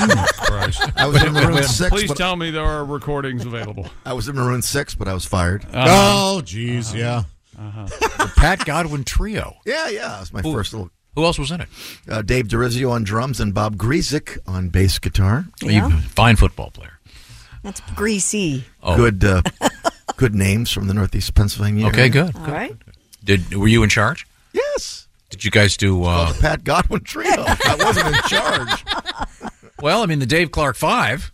Speaker 3: Oh,
Speaker 12: I was in Maroon Six.
Speaker 1: Please
Speaker 12: But
Speaker 1: tell me there are recordings available.
Speaker 12: I was in Maroon Six, but I was fired.
Speaker 3: Uh-huh.
Speaker 5: Oh, jeez, yeah.
Speaker 3: The Pat Godwin Trio.
Speaker 12: Yeah, yeah. It was my
Speaker 3: Uh-huh. Who-
Speaker 12: first little.
Speaker 3: Who else was in it?
Speaker 12: Uh, Dave DeRizio on drums and Bob Griesick on bass guitar.
Speaker 11: Yeah. You-
Speaker 3: fine football player. Oh.
Speaker 11: That's greasy.
Speaker 12: Good, uh, good names from the Northeast Pennsylvania.
Speaker 3: Okay,
Speaker 12: area.
Speaker 3: good.
Speaker 11: All right.
Speaker 3: Did were you in charge?
Speaker 12: Yes.
Speaker 3: Did you guys do? Uh,
Speaker 12: The Pat Godwin Trio. I wasn't in charge.
Speaker 3: well, I mean, the Dave Clark Five.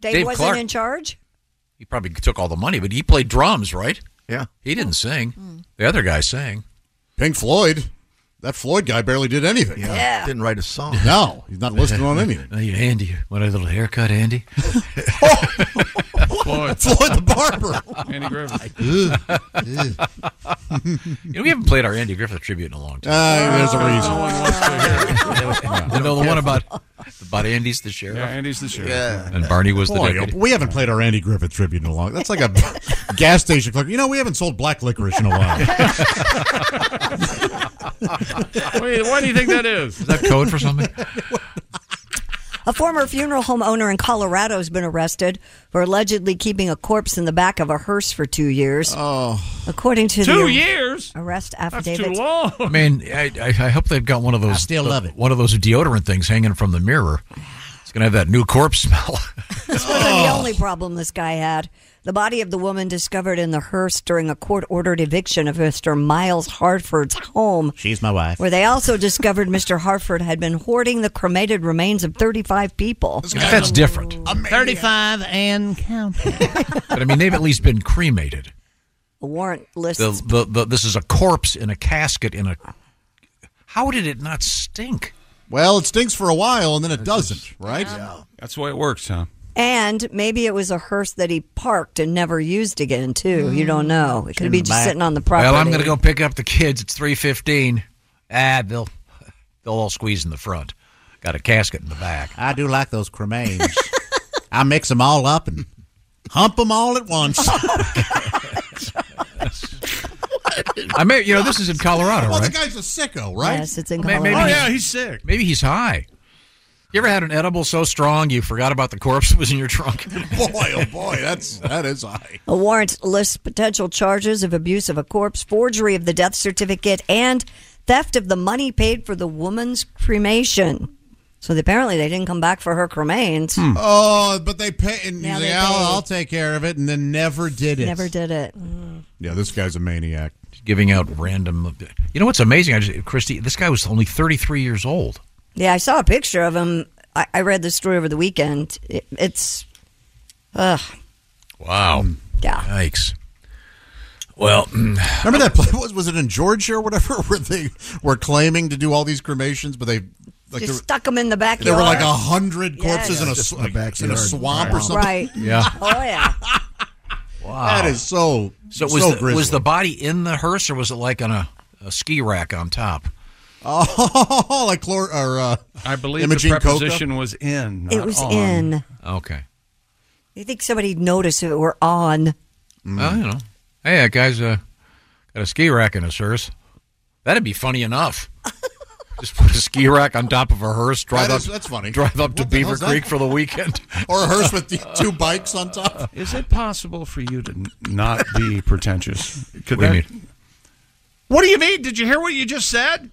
Speaker 11: Dave,
Speaker 3: Dave
Speaker 11: wasn't
Speaker 3: Clark.
Speaker 11: in charge?
Speaker 3: He probably took all the money, but he played drums, right?
Speaker 12: Yeah.
Speaker 3: He didn't sing. The other guy sang.
Speaker 5: Pink Floyd. That Floyd guy barely did anything.
Speaker 11: Yeah.
Speaker 12: Didn't write a
Speaker 9: Oh,
Speaker 12: song.
Speaker 5: No, he's not listening on anything.
Speaker 3: Hey, Andy, want a little haircut, Andy?
Speaker 1: Lloyd.
Speaker 9: It's Lloyd Oh, the Barber.
Speaker 1: Andy Griffith.
Speaker 3: you know, we haven't played our Andy Griffith tribute in a long time.
Speaker 9: Uh, there's a reason.
Speaker 1: No one wants to hear it.
Speaker 3: Yeah. You know, the one about about Andy's the sheriff.
Speaker 1: Yeah, Andy's the sheriff.
Speaker 3: Yeah. And Barney was the
Speaker 5: Boy,
Speaker 3: deputy.
Speaker 5: We haven't played our Andy Griffith tribute in a long. That's like a gas station clerk. You know, we haven't sold black licorice in a while.
Speaker 1: Wait, why do you think that is?
Speaker 3: Is that code for something?
Speaker 11: A former funeral home owner in Colorado has been arrested for allegedly keeping a corpse in the back of a hearse for two years.
Speaker 5: Oh,
Speaker 11: according to
Speaker 1: Two
Speaker 11: the
Speaker 1: years?
Speaker 11: arrest
Speaker 1: That's
Speaker 11: affidavit.
Speaker 1: too
Speaker 8: Oh.
Speaker 1: long.
Speaker 3: I mean, I, I, I hope they've got one of those.
Speaker 11: still love
Speaker 3: One of those deodorant things hanging from the mirror. It's gonna have that new corpse smell.
Speaker 11: This wasn't the only problem this guy had. The body of the woman discovered in the hearse during a court ordered eviction of Mr. Miles Hartford's home,
Speaker 5: She's my wife.
Speaker 11: where they also discovered Mr. Hartford had been hoarding the cremated remains of 35 people.
Speaker 3: That's different.
Speaker 7: 35 and counting.
Speaker 3: But I mean, they've at least been cremated.
Speaker 11: A warrant lists
Speaker 3: The, the, the, this is a corpse in a casket in a. How did it not stink?
Speaker 5: Well, it stinks for a while and then it doesn't, right?
Speaker 1: That's the way it works, huh?
Speaker 11: And maybe it was a hearse that he parked and never used again, too.
Speaker 3: Hmm.
Speaker 11: You don't know. It could
Speaker 3: in
Speaker 11: be
Speaker 3: the
Speaker 11: just
Speaker 3: back.
Speaker 11: sitting on the property.
Speaker 3: Well, I'm going to go pick up the kids. It's three fifteen. Ah, they'll they'll all squeeze in the front. Got a casket in the back.
Speaker 7: I do like those cremains.
Speaker 5: I mix them all up and hump them all at once.
Speaker 3: I may, you know, this is in Colorado,
Speaker 5: Well, the
Speaker 3: right?
Speaker 5: guy's a sicko, right?
Speaker 11: Yes, it's in
Speaker 3: May- maybe
Speaker 5: Oh,
Speaker 3: he's-
Speaker 5: yeah,
Speaker 1: he's sick.
Speaker 3: Maybe he's high. You ever had an edible so strong you forgot about the corpse that was in your trunk?
Speaker 5: boy, oh boy, that's that is high.
Speaker 11: A warrant lists potential charges of abuse of a corpse, forgery of the death certificate, and theft of the money paid for the woman's cremation. So apparently they didn't come back for her cremaines.
Speaker 3: Hmm.
Speaker 5: Oh, but they pay. And
Speaker 11: Yeah,
Speaker 5: yeah,
Speaker 11: they pay.
Speaker 5: I'll, I'll take care of it, and then never did it.
Speaker 11: Never did it.
Speaker 5: Yeah, this guy's a maniac.
Speaker 3: Giving out random. You know what's amazing? I just, Christy, this guy was only 33 years old.
Speaker 11: Yeah, I saw a picture of him. I, I read this story over the weekend. It, it's, ugh,
Speaker 3: Wow.
Speaker 5: Mm.
Speaker 11: Yeah.
Speaker 3: Yikes. Well, mm.
Speaker 5: remember that play, was was it in Georgia or whatever where they were claiming to do all these cremations, but they like
Speaker 11: just
Speaker 5: there,
Speaker 11: stuck him in the backyard.
Speaker 5: there were like a hundred corpses
Speaker 11: Yes.
Speaker 5: in a
Speaker 11: Just
Speaker 5: sw- in, a swamp or something.
Speaker 11: Right. Oh yeah.
Speaker 3: Wow.
Speaker 5: That is so.
Speaker 3: So was
Speaker 5: so
Speaker 3: the, was
Speaker 5: grisly.
Speaker 3: the body in the hearse, or was it like on a, a ski rack on top?
Speaker 5: oh like chlor or uh,
Speaker 1: I believe
Speaker 5: Imogene
Speaker 1: the
Speaker 5: Coca?
Speaker 1: preposition was in. not
Speaker 11: It was
Speaker 1: on.
Speaker 11: in.
Speaker 3: Okay.
Speaker 11: You think somebody'd notice if it were on?
Speaker 5: Mm.
Speaker 3: Well, you know, hey, that guy's uh, got a ski rack in his hearse. That'd be funny enough. Just put a ski rack on top of a hearse. Drive
Speaker 5: That
Speaker 3: up.
Speaker 5: is- that's funny.
Speaker 3: Drive up to
Speaker 5: What the
Speaker 3: Beaver
Speaker 5: hell's that?
Speaker 3: Creek for the weekend.
Speaker 5: or a hearse with the two bikes on top?
Speaker 1: Is it possible for you to n- not be pretentious? Could
Speaker 3: What do you
Speaker 1: that- What do you mean? Did you hear what you just said?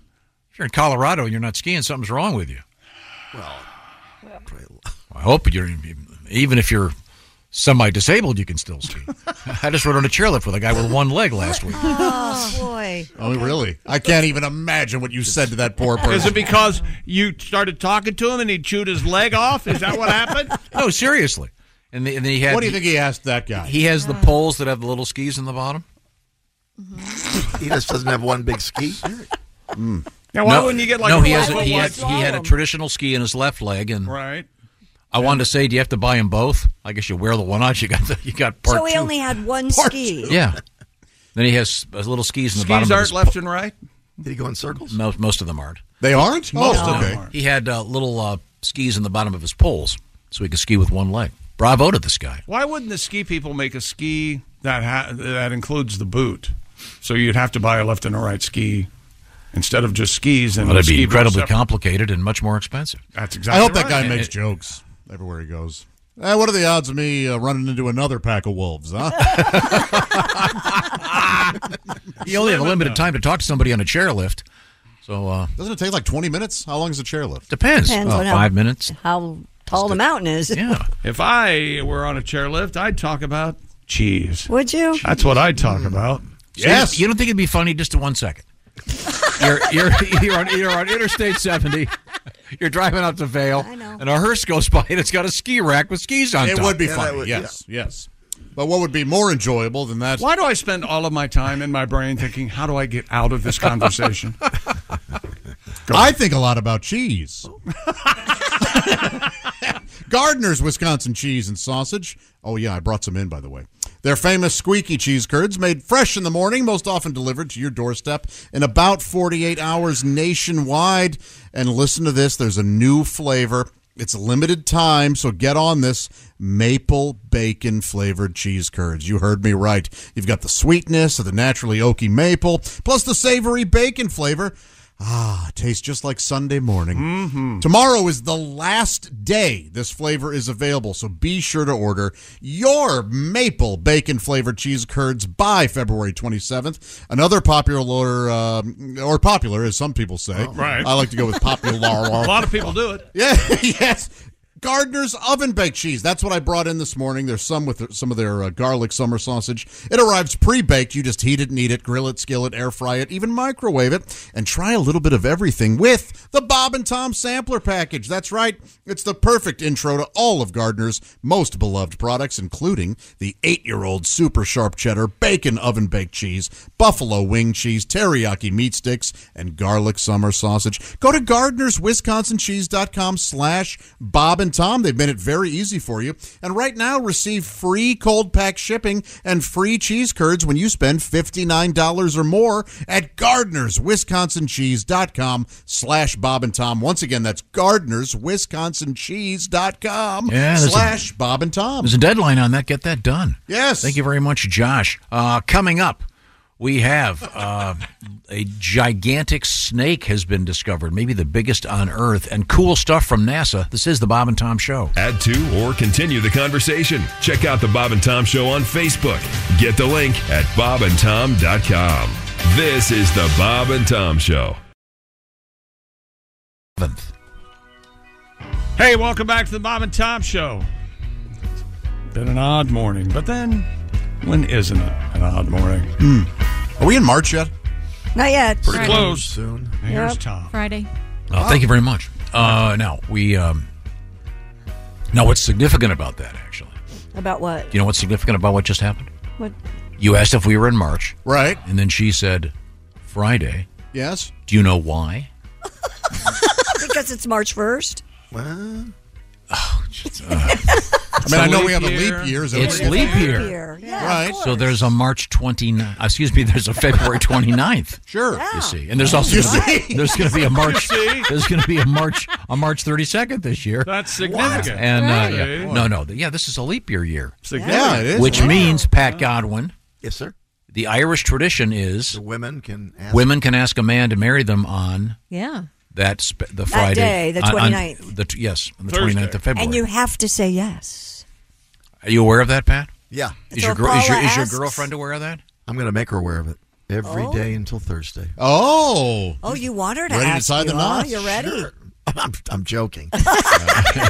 Speaker 3: If you're in Colorado and you're not skiing, something's wrong with you.
Speaker 11: Oh,
Speaker 3: Well, I hope you're even if you're semi-disabled, you can still ski. I just rode on a chairlift with a guy with one leg last week.
Speaker 11: Oh boy.
Speaker 5: Oh, really? I can't even imagine what you said to that poor person.
Speaker 1: Is it because you started talking to him and he chewed his leg off? Is that what happened?
Speaker 3: No, seriously. And, the, and then he had.
Speaker 5: What do you think he asked that guy?
Speaker 3: He has the poles that have the little skis in the bottom.
Speaker 9: Mm-hmm. He just doesn't have one big ski.
Speaker 1: Mm. Now, why wouldn't you get like
Speaker 3: no?
Speaker 1: a
Speaker 3: he has. A,
Speaker 1: five-foot
Speaker 3: he
Speaker 1: wide
Speaker 3: had. He had a
Speaker 1: slalom?
Speaker 3: traditional ski in his left leg, and
Speaker 1: right.
Speaker 3: I wanted to say, do you have to buy them both? I guess you wear the one out. You got. The, you got part
Speaker 11: so he
Speaker 3: two.
Speaker 11: only had one ski.
Speaker 3: Yeah. Then he has uh, little skis in the bottom.
Speaker 1: Skis
Speaker 3: of
Speaker 1: aren't
Speaker 3: his
Speaker 1: left and right.
Speaker 9: Did he go in circles?
Speaker 3: Most, most of them aren't.
Speaker 5: They aren't.
Speaker 3: Most
Speaker 5: oh,
Speaker 3: of them
Speaker 5: okay.
Speaker 3: aren't. He had uh, little uh, skis in the bottom of his poles, so he could ski with one leg. Bravo to this guy.
Speaker 1: Why wouldn't the ski people make a ski that ha- that includes the boot? So you'd have to buy a left and a right ski instead of just skis and
Speaker 3: Well, that'd
Speaker 1: ski
Speaker 3: be
Speaker 1: boots
Speaker 3: incredibly
Speaker 1: separate.
Speaker 3: complicated and much more expensive.
Speaker 1: That's
Speaker 5: I
Speaker 1: exactly.
Speaker 5: hope that
Speaker 1: right.
Speaker 5: guy
Speaker 1: And-
Speaker 5: makes
Speaker 1: and-
Speaker 5: jokes everywhere he goes. Eh, what are the odds of me uh, running into another pack of wolves, huh?
Speaker 3: You only have a limited time to talk to somebody on a chairlift, so uh,
Speaker 5: Doesn't it take like 20 minutes? How long is a chairlift?
Speaker 3: depends.
Speaker 11: Depends
Speaker 3: Uh,
Speaker 11: on how-
Speaker 3: five minutes.
Speaker 11: How tall the mountain is.
Speaker 3: Yeah.
Speaker 1: If I were on a chairlift, I'd talk about cheese.
Speaker 11: Would you?
Speaker 1: That's what I'd
Speaker 5: Mm.
Speaker 1: talk about.
Speaker 3: So you- You don't think it'd be funny just to one second? you're, you're, you're, on, you're on Interstate 70. You're driving up to Vale, and a hearse goes by, and it's got a ski rack with skis on
Speaker 5: It
Speaker 3: top.
Speaker 5: would be
Speaker 3: Yeah,
Speaker 5: funny.
Speaker 3: would-
Speaker 5: yes, yes. But what would be more enjoyable than that?
Speaker 1: Why do I spend all of my time in my brain thinking, how do I get out of this conversation?
Speaker 5: I think a lot about cheese. Gardner's Wisconsin cheese and sausage. Oh, yeah, I brought some in, by the way. Their famous squeaky cheese curds, made fresh in the morning, most often delivered to your doorstep in about 48 hours nationwide. And listen to this there's a new flavor. It's limited time, so get on this maple bacon flavored cheese curds. You heard me right. You've got the sweetness of the naturally oaky maple, plus the savory bacon flavor. Ah, tastes just like Sunday morning.
Speaker 8: Hmm.
Speaker 1: Mm-hmm.
Speaker 5: Tomorrow is the last day this flavor is available, so be sure to order your maple bacon flavored cheese curds by February 27th. Another popular, um, or popular as some people say.
Speaker 1: Right.
Speaker 5: I like to go with popular.
Speaker 1: a lot of people do it.
Speaker 5: Yeah, yes. Gardner's oven baked cheese. That's what I brought in this morning. There's some with some of their uh, garlic summer sausage. It arrives pre baked. You just heat it and eat it, grill it, skillet, air fry it, even microwave it, and try a little bit of everything with the Bob and Tom sampler package. That's right. It's the perfect intro to all of Gardner's most beloved products, including the eight year old super sharp cheddar, bacon oven baked cheese, buffalo wing cheese, teriyaki meat sticks, and garlic summer sausage. Go to gardenerswisconsincheese.com slash Bob and Tom. They've made it very easy for you. And right now, receive free cold pack shipping and free cheese curds when you spend $59 or more at gardenerswisconsincheese.com slash Bob and Tom. Once again, that's gardenerswisconsincheese.com
Speaker 3: Yeah, there's a-
Speaker 5: slash Bob and Tom.
Speaker 3: There's a deadline on that. Get that done.
Speaker 5: Yes.
Speaker 3: Thank you very much, Josh. Uh, coming up, we have uh, a gigantic snake has been discovered, maybe the biggest on Earth, and cool stuff from NASA. This is the Bob and Tom Show.
Speaker 14: Add to or continue the conversation. Check out the Bob and Tom Show on Facebook. Get the link at bobandtom.com. This is the Bob and Tom Show.
Speaker 1: Hey, welcome back to the Bob and Tom Show. Been an odd morning, but then when isn't it an odd morning?
Speaker 5: Are we in March yet?
Speaker 11: Not yet.
Speaker 1: Pretty
Speaker 10: Friday.
Speaker 1: close.
Speaker 10: Soon.
Speaker 1: Here's
Speaker 10: Yep.
Speaker 1: Tom.
Speaker 10: Friday.
Speaker 3: Uh, thank you very much. Uh, now we um, now what's significant about that? Actually,
Speaker 11: About what?
Speaker 3: you know what's significant about what just happened?
Speaker 11: What?
Speaker 3: You asked if we were in March,
Speaker 5: right?
Speaker 3: And then she said, "Friday."
Speaker 5: Yes.
Speaker 3: Do you know why?
Speaker 11: because it's March 1st.
Speaker 5: Well,
Speaker 3: I
Speaker 5: mean, I know we have a leap year. Is that
Speaker 3: It's
Speaker 5: what it is?
Speaker 3: leap year.
Speaker 5: Leap year. Yeah, of Right.
Speaker 3: So there's a March 29th. Excuse me, there's a February 29th.
Speaker 5: Sure.
Speaker 3: You see. And there's also
Speaker 1: You
Speaker 3: gonna be-
Speaker 1: see?
Speaker 3: there's going to be a
Speaker 1: You
Speaker 3: March
Speaker 1: see?
Speaker 3: there's going to be a March a March 32nd this year.
Speaker 1: That's significant.
Speaker 3: And uh, yeah.
Speaker 1: Right.
Speaker 3: no, no. th- Yeah, this is a leap year year.
Speaker 1: Significant. Yeah, it is.
Speaker 3: Which
Speaker 1: Wow.
Speaker 3: means Pat Godwin.
Speaker 9: Yes, sir.
Speaker 3: The Irish tradition is
Speaker 9: The women can ask.
Speaker 3: women can ask a man to marry them on
Speaker 11: Yeah.
Speaker 3: that sp- the
Speaker 11: That
Speaker 3: Friday
Speaker 11: day, the
Speaker 3: on- on
Speaker 11: 29th.
Speaker 3: the t- yes, on the
Speaker 11: Thursday.
Speaker 3: 29th of February.
Speaker 11: And you have to say yes.
Speaker 3: Are you aware of that, Pat?
Speaker 9: Yeah.
Speaker 3: Is your,
Speaker 11: So
Speaker 3: girl, is your
Speaker 11: Paula
Speaker 3: is your
Speaker 11: asks-
Speaker 3: girlfriend aware of that?
Speaker 9: I'm going to make her aware of it every day until Thursday.
Speaker 5: Oh.
Speaker 11: Oh, you want her to
Speaker 9: Ready to
Speaker 11: ask
Speaker 9: tie
Speaker 11: you,
Speaker 9: the
Speaker 11: huh?
Speaker 9: knot?
Speaker 11: You're ready?
Speaker 9: I'm, I'm joking. Uh,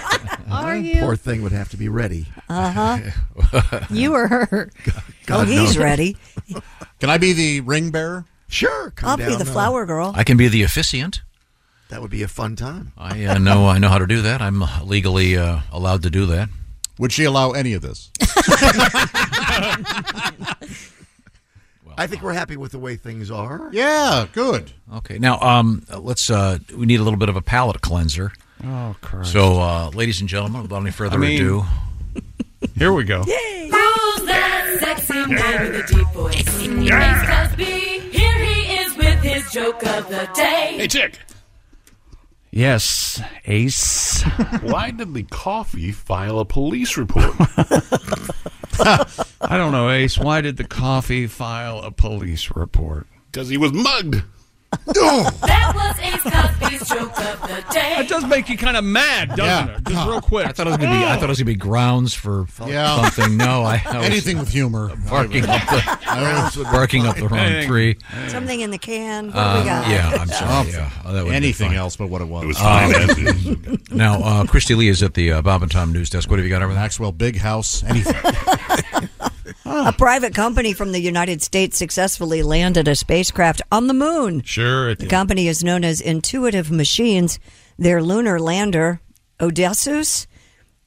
Speaker 10: Are
Speaker 9: Poor
Speaker 10: you?
Speaker 9: thing would have to be ready.
Speaker 11: Uh
Speaker 10: huh. you or her? Oh,
Speaker 9: God,
Speaker 11: Oh, he's
Speaker 9: no.
Speaker 11: ready.
Speaker 5: Can I be the ring bearer?
Speaker 9: Sure. Come
Speaker 11: I'll be
Speaker 9: down,
Speaker 11: the
Speaker 9: uh,
Speaker 11: flower girl.
Speaker 3: I can be the officiant.
Speaker 9: That would be a fun time.
Speaker 3: I uh, know I know how to do that. I'm legally uh, allowed to do that.
Speaker 5: Would she allow any of this?
Speaker 9: I think we're happy with the way things are.
Speaker 5: Yeah, good.
Speaker 3: Okay, now um, let's. Uh, we need a little bit of a palate cleanser.
Speaker 1: Oh, Christ.
Speaker 3: So, uh, ladies and gentlemen, without any further
Speaker 1: I mean-
Speaker 3: ado,
Speaker 1: here we go.
Speaker 8: Who's that sexy man with the deep voice? Maurice Cosby. Here he is with his joke of the day.
Speaker 13: Hey, Chick.
Speaker 1: Yes, Ace.
Speaker 13: Why did the coffee file a police report?
Speaker 1: I don't know, Ace. Why did the coffee file a police report?
Speaker 13: Because he was mugged.
Speaker 8: That was Ace Cosby's joke of the day.
Speaker 1: That does make you kind of mad, doesn't
Speaker 3: Yeah.
Speaker 1: it? Just real quick.
Speaker 3: I thought it was gonna be. I thought it was gonna be grounds for
Speaker 1: Yeah.
Speaker 3: something. No, I, I was
Speaker 5: Anything with humor.
Speaker 3: Barking up the barking up the wrong
Speaker 5: Anything.
Speaker 3: tree.
Speaker 11: Something in the can. What do
Speaker 3: Um,
Speaker 11: we got?
Speaker 3: yeah, I'm sorry.
Speaker 5: Something.
Speaker 3: Yeah, oh, that would be
Speaker 5: Anything
Speaker 3: fine.
Speaker 5: else but what it was. It was
Speaker 3: Um,
Speaker 5: fine
Speaker 3: now, uh, Christy Lee is at the uh, Bob and Tom News Desk. What have you got over there?
Speaker 5: Maxwell, big house, anything.
Speaker 11: A private company from the United States successfully landed a spacecraft on the moon.
Speaker 1: Sure, it
Speaker 11: The
Speaker 1: did.
Speaker 11: company is known as Intuitive Machines. Their lunar lander, Odysseus,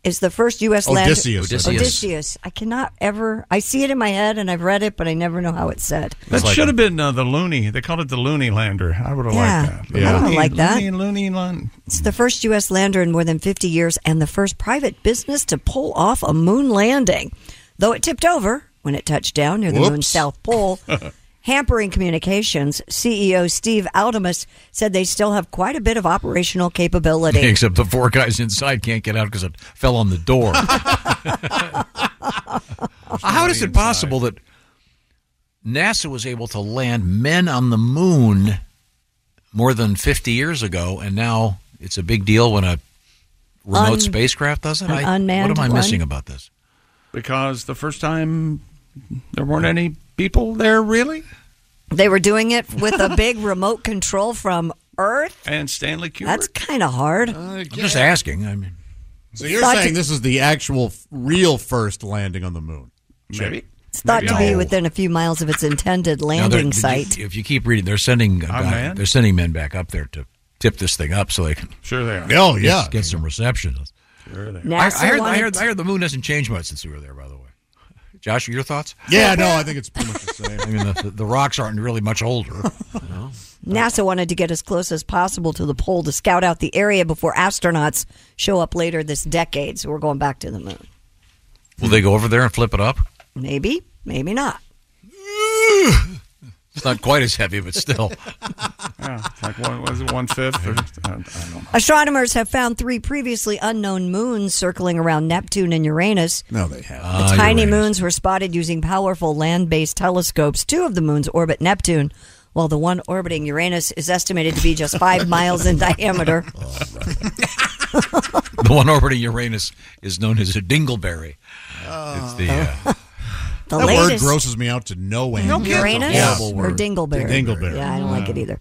Speaker 11: is the first U.S. land-
Speaker 5: Odysseus, I think.
Speaker 11: Odysseus. I cannot ever. I see it in my head, and I've read it, but I never know how it's said.
Speaker 1: That should have been uh, the Looney. They called it the Looney Lander. I would have
Speaker 11: Yeah,
Speaker 1: liked that.
Speaker 11: I don't like that.
Speaker 1: Looney, Looney, Lon-
Speaker 11: It's the first U.S. lander in more than 50 years and the first private business to pull off a moon landing, though it tipped over when it touched down near the moon's
Speaker 4: Whoops.
Speaker 11: south pole. Hampering communications, CEO Steve Aldemus said they still have quite a bit of operational capability.
Speaker 3: Except the four guys inside can't get out because it fell on the door. How is it possible that NASA was able to land men on the moon more than 50 years ago, and now it's a big deal when a remote
Speaker 11: Un-
Speaker 3: spacecraft does it?
Speaker 11: an
Speaker 3: I-
Speaker 11: unmanned
Speaker 3: what am I
Speaker 11: one?
Speaker 3: missing about this?
Speaker 1: Because the first time there weren't any people there, really?
Speaker 11: They were doing it with a big remote control from Earth.
Speaker 1: And Stanley Kubrick.
Speaker 11: That's kind of
Speaker 1: Uh,
Speaker 11: hard.
Speaker 3: I'm just asking. I mean,
Speaker 5: So you're
Speaker 11: Thought
Speaker 5: saying
Speaker 11: to-
Speaker 5: this is the actual, f- real first landing on the moon?
Speaker 1: Maybe.
Speaker 11: It's thought to be within a few miles of its intended
Speaker 3: Now, they're-
Speaker 11: landing site.
Speaker 3: If you keep reading, they're sending a guy-
Speaker 11: man?
Speaker 3: they're sending men back up there to tip this thing up so they can
Speaker 1: sure they are.
Speaker 5: Oh, yeah.
Speaker 3: get, get some reception.
Speaker 5: are.
Speaker 3: I, I
Speaker 5: NASA
Speaker 3: heard, I,
Speaker 5: wanted
Speaker 3: heard,
Speaker 5: to-
Speaker 3: I heard the moon hasn't changed much since we were there. By the way, Josh, your thoughts?
Speaker 5: Yeah, no, I think it's pretty much the same.
Speaker 3: I mean, the, the rocks aren't really much older. you know?
Speaker 11: NASA wanted to get as close as possible to the pole to scout out the area before astronauts show up later this decade. So we're going back to the moon.
Speaker 3: Will they go over there and flip it up?
Speaker 11: Maybe, maybe not.
Speaker 3: It's not quite as heavy, but still.
Speaker 1: Yeah, like one was it one fifth? Or, uh, I don't know.
Speaker 11: Astronomers have found three previously unknown moons circling around Neptune and Uranus.
Speaker 5: No, they have.
Speaker 11: The tiny moons were spotted using powerful land based telescopes. Two of the moons orbit Neptune, while the one orbiting Uranus is estimated to be just five miles in diameter.
Speaker 3: the one orbiting Uranus is known as a dingleberry. it's the, uh,
Speaker 11: The
Speaker 5: that
Speaker 11: latest-
Speaker 5: word grosses me out to no end.
Speaker 11: No kidding. Uranus
Speaker 5: It's a horrible
Speaker 11: or
Speaker 5: word.
Speaker 11: dingleberry?
Speaker 5: Dingleberry.
Speaker 11: Yeah, I don't like it either.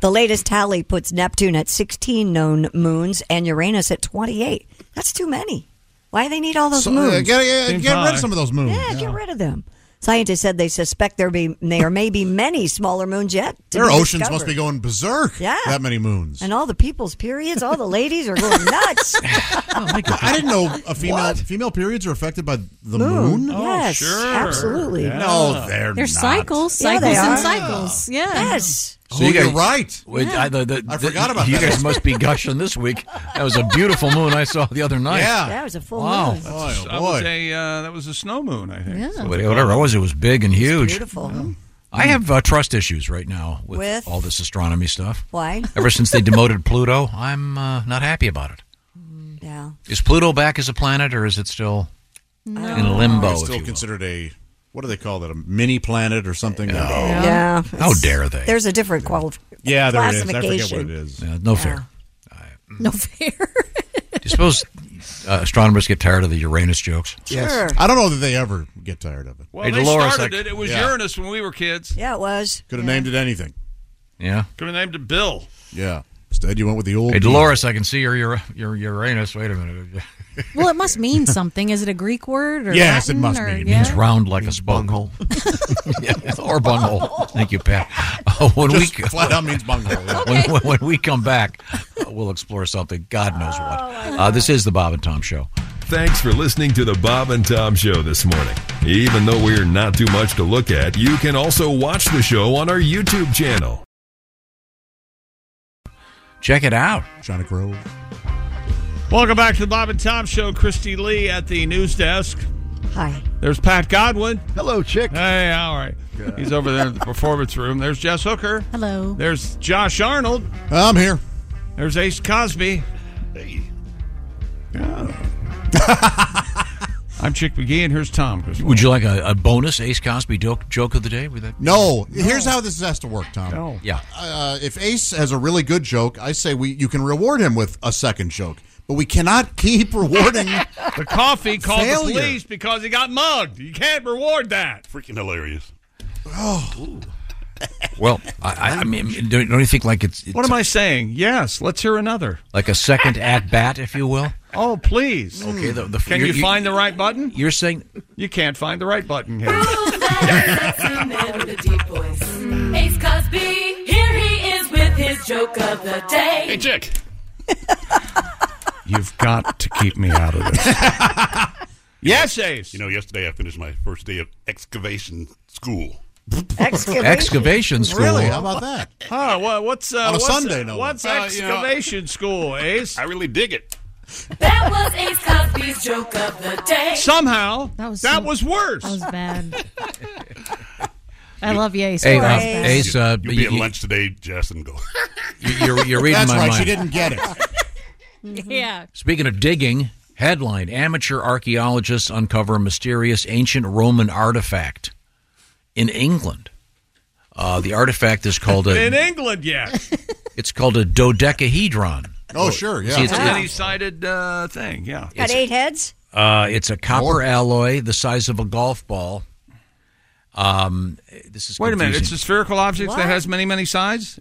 Speaker 11: The latest tally puts Neptune at 16 known moons and Uranus at 28. That's too many. Why do they need all those
Speaker 5: So, uh,
Speaker 11: moons?
Speaker 5: get- get- Seems get rid of high. some of those moons.
Speaker 11: Yeah, get rid of them. Scientists said they suspect there be there may be many smaller moons yet. to
Speaker 5: Their
Speaker 11: be
Speaker 5: oceans
Speaker 11: discovered.
Speaker 5: must be going berserk.
Speaker 11: Yeah.
Speaker 5: That many moons.
Speaker 11: And all the people's periods, all the ladies are going nuts.
Speaker 5: I didn't know a female female periods are affected by the moon.
Speaker 11: Moon.
Speaker 1: Oh,
Speaker 11: yes, absolutely.
Speaker 5: No, they're
Speaker 10: They're
Speaker 5: not.
Speaker 10: cycles,
Speaker 11: Yeah,
Speaker 10: cycles
Speaker 11: they
Speaker 10: and
Speaker 11: are.
Speaker 10: cycles. Yeah.
Speaker 11: Yes.
Speaker 5: Oh, you're right.
Speaker 3: Wait, I, the- the-
Speaker 5: I
Speaker 3: the-
Speaker 5: forgot about
Speaker 3: you
Speaker 5: that.
Speaker 3: guys must be gushing this week. That was a beautiful moon I saw the other night.
Speaker 5: Yeah.
Speaker 11: That was a full
Speaker 3: Wow.
Speaker 11: moon.
Speaker 1: That's-
Speaker 3: oh,
Speaker 1: that was a uh, that was a snow moon, I think.
Speaker 11: Yeah.
Speaker 3: But whatever it was, it was big and huge.
Speaker 11: Beautiful.
Speaker 3: I have uh, trust issues right now with,
Speaker 11: With?
Speaker 3: all this astronomy stuff.
Speaker 11: Why?
Speaker 3: Ever since they demoted Pluto, I'm uh, not happy about it.
Speaker 11: Yeah.
Speaker 3: Is Pluto back as a planet, or is it still in limbo?
Speaker 5: It's
Speaker 3: if
Speaker 5: still
Speaker 3: you will?
Speaker 5: considered a what do they call that? A mini planet or something? No.
Speaker 11: Yeah.
Speaker 3: How dare they?
Speaker 11: There's a different qual-
Speaker 5: Yeah, there it is. I
Speaker 11: classification.
Speaker 5: forget what it is.
Speaker 3: Yeah, no fair.
Speaker 11: No fair.
Speaker 3: Do you suppose uh, astronomers get tired of the Uranus jokes?
Speaker 11: Sure.
Speaker 5: I don't know that they ever get tired of it.
Speaker 1: Well,
Speaker 3: Hey,
Speaker 1: they
Speaker 3: Dolores,
Speaker 1: started
Speaker 3: like-
Speaker 1: it. It was
Speaker 3: Yeah.
Speaker 1: Uranus when we were kids.
Speaker 11: Yeah, it was.
Speaker 5: Could have named it anything.
Speaker 3: Yeah.
Speaker 1: Could have named it Bill.
Speaker 5: Yeah. Instead, you went with the old.
Speaker 3: Hey, Dolores, I can see your your, your Uranus. Wait a minute.
Speaker 10: Well, it must mean something. Is it a Greek word? Or
Speaker 3: Yes, it
Speaker 10: Latin
Speaker 3: must
Speaker 10: or,
Speaker 3: mean. It
Speaker 10: yeah?
Speaker 3: means round like a bunghole. yes, or bunghole. Thank you, Pat. Uh, when
Speaker 5: Just
Speaker 3: we
Speaker 5: flat out means bunghole, yeah.
Speaker 3: when, when, when we come back, uh, we'll explore something. God knows what. Uh, this is the Bob and Tom Show.
Speaker 14: Thanks for listening to the Bob and Tom Show this morning. Even though we're not too much to look at, you can also watch the show on our YouTube channel.
Speaker 3: Check it out.
Speaker 5: Johnny Grove.
Speaker 1: Welcome back to the Bob and Tom Show. Christy Lee at the news desk.
Speaker 11: Hi.
Speaker 1: There's Pat Godwin.
Speaker 17: Hello, chick.
Speaker 1: Hey, all right. He's over there in the performance room. There's Jess Hooker.
Speaker 10: Hello.
Speaker 1: There's Josh Arnold.
Speaker 5: I'm here.
Speaker 1: There's Ace Cosby. Hey. I'm Chick McGee, and here's Tom. Chris.
Speaker 3: Would you like a, a bonus Ace Cosby joke joke of the day? Would that
Speaker 5: No, here's how this has to work, Tom.
Speaker 3: Yeah.
Speaker 5: Uh, if Ace has a really good joke, I say we you can reward him with a second joke, but we cannot keep rewarding.
Speaker 1: The coffee called
Speaker 5: Failure.
Speaker 1: the police because he got mugged. You can't reward that.
Speaker 13: Freaking hilarious.
Speaker 3: Well, I, I, I mean, don't, don't you think like it's, it's
Speaker 1: What am I saying? Yes, let's hear another.
Speaker 3: like a second at bat, if you will?
Speaker 1: Oh, please.
Speaker 3: Mm. Okay, the- the-
Speaker 1: Can you,
Speaker 3: you-
Speaker 1: find the right button?
Speaker 3: You're saying
Speaker 1: you can't find the right button here.
Speaker 8: Sound man with a deep voice. Ace Cosby, here he is with his joke of the day.
Speaker 13: Hey, Chick.
Speaker 1: You've got to keep me out of this.
Speaker 6: yes, Ace. You know, yesterday I finished my first day of excavation school.
Speaker 3: Excavation? Excavation school. Really? How about
Speaker 1: that? Huh, what, what's uh,
Speaker 6: On a
Speaker 1: what's,
Speaker 6: Sunday, no
Speaker 1: What's
Speaker 6: less. Uh, you know-
Speaker 1: excavation school, Ace? I really dig it.
Speaker 8: That was Ace Cosby's joke of the day.
Speaker 1: Somehow that was,
Speaker 8: was so-
Speaker 1: worse.
Speaker 10: That was bad. I love you, Ace.
Speaker 3: Hey,
Speaker 10: Come on,
Speaker 3: uh, Ace, uh,
Speaker 13: You'll be at
Speaker 3: you-
Speaker 13: lunch today, Jess, and go.
Speaker 3: You're, you're reading my mind.
Speaker 5: get it.
Speaker 10: Yeah.
Speaker 3: Speaking of digging, headline Amateur archaeologists uncover mysterious ancient Roman artifact in England. Uh, the artifact is called
Speaker 1: In
Speaker 3: a
Speaker 1: England, yeah.
Speaker 3: it's called a dodecahedron.
Speaker 1: Oh,
Speaker 5: sure,
Speaker 3: See, it's,
Speaker 1: many sided uh, thing, yeah.
Speaker 11: Got eight heads?
Speaker 3: uh, it's a copper alloy the size of a golf ball. Um, this is
Speaker 1: Wait a minute, it's
Speaker 3: confusing.
Speaker 1: a spherical object that has many, many sides?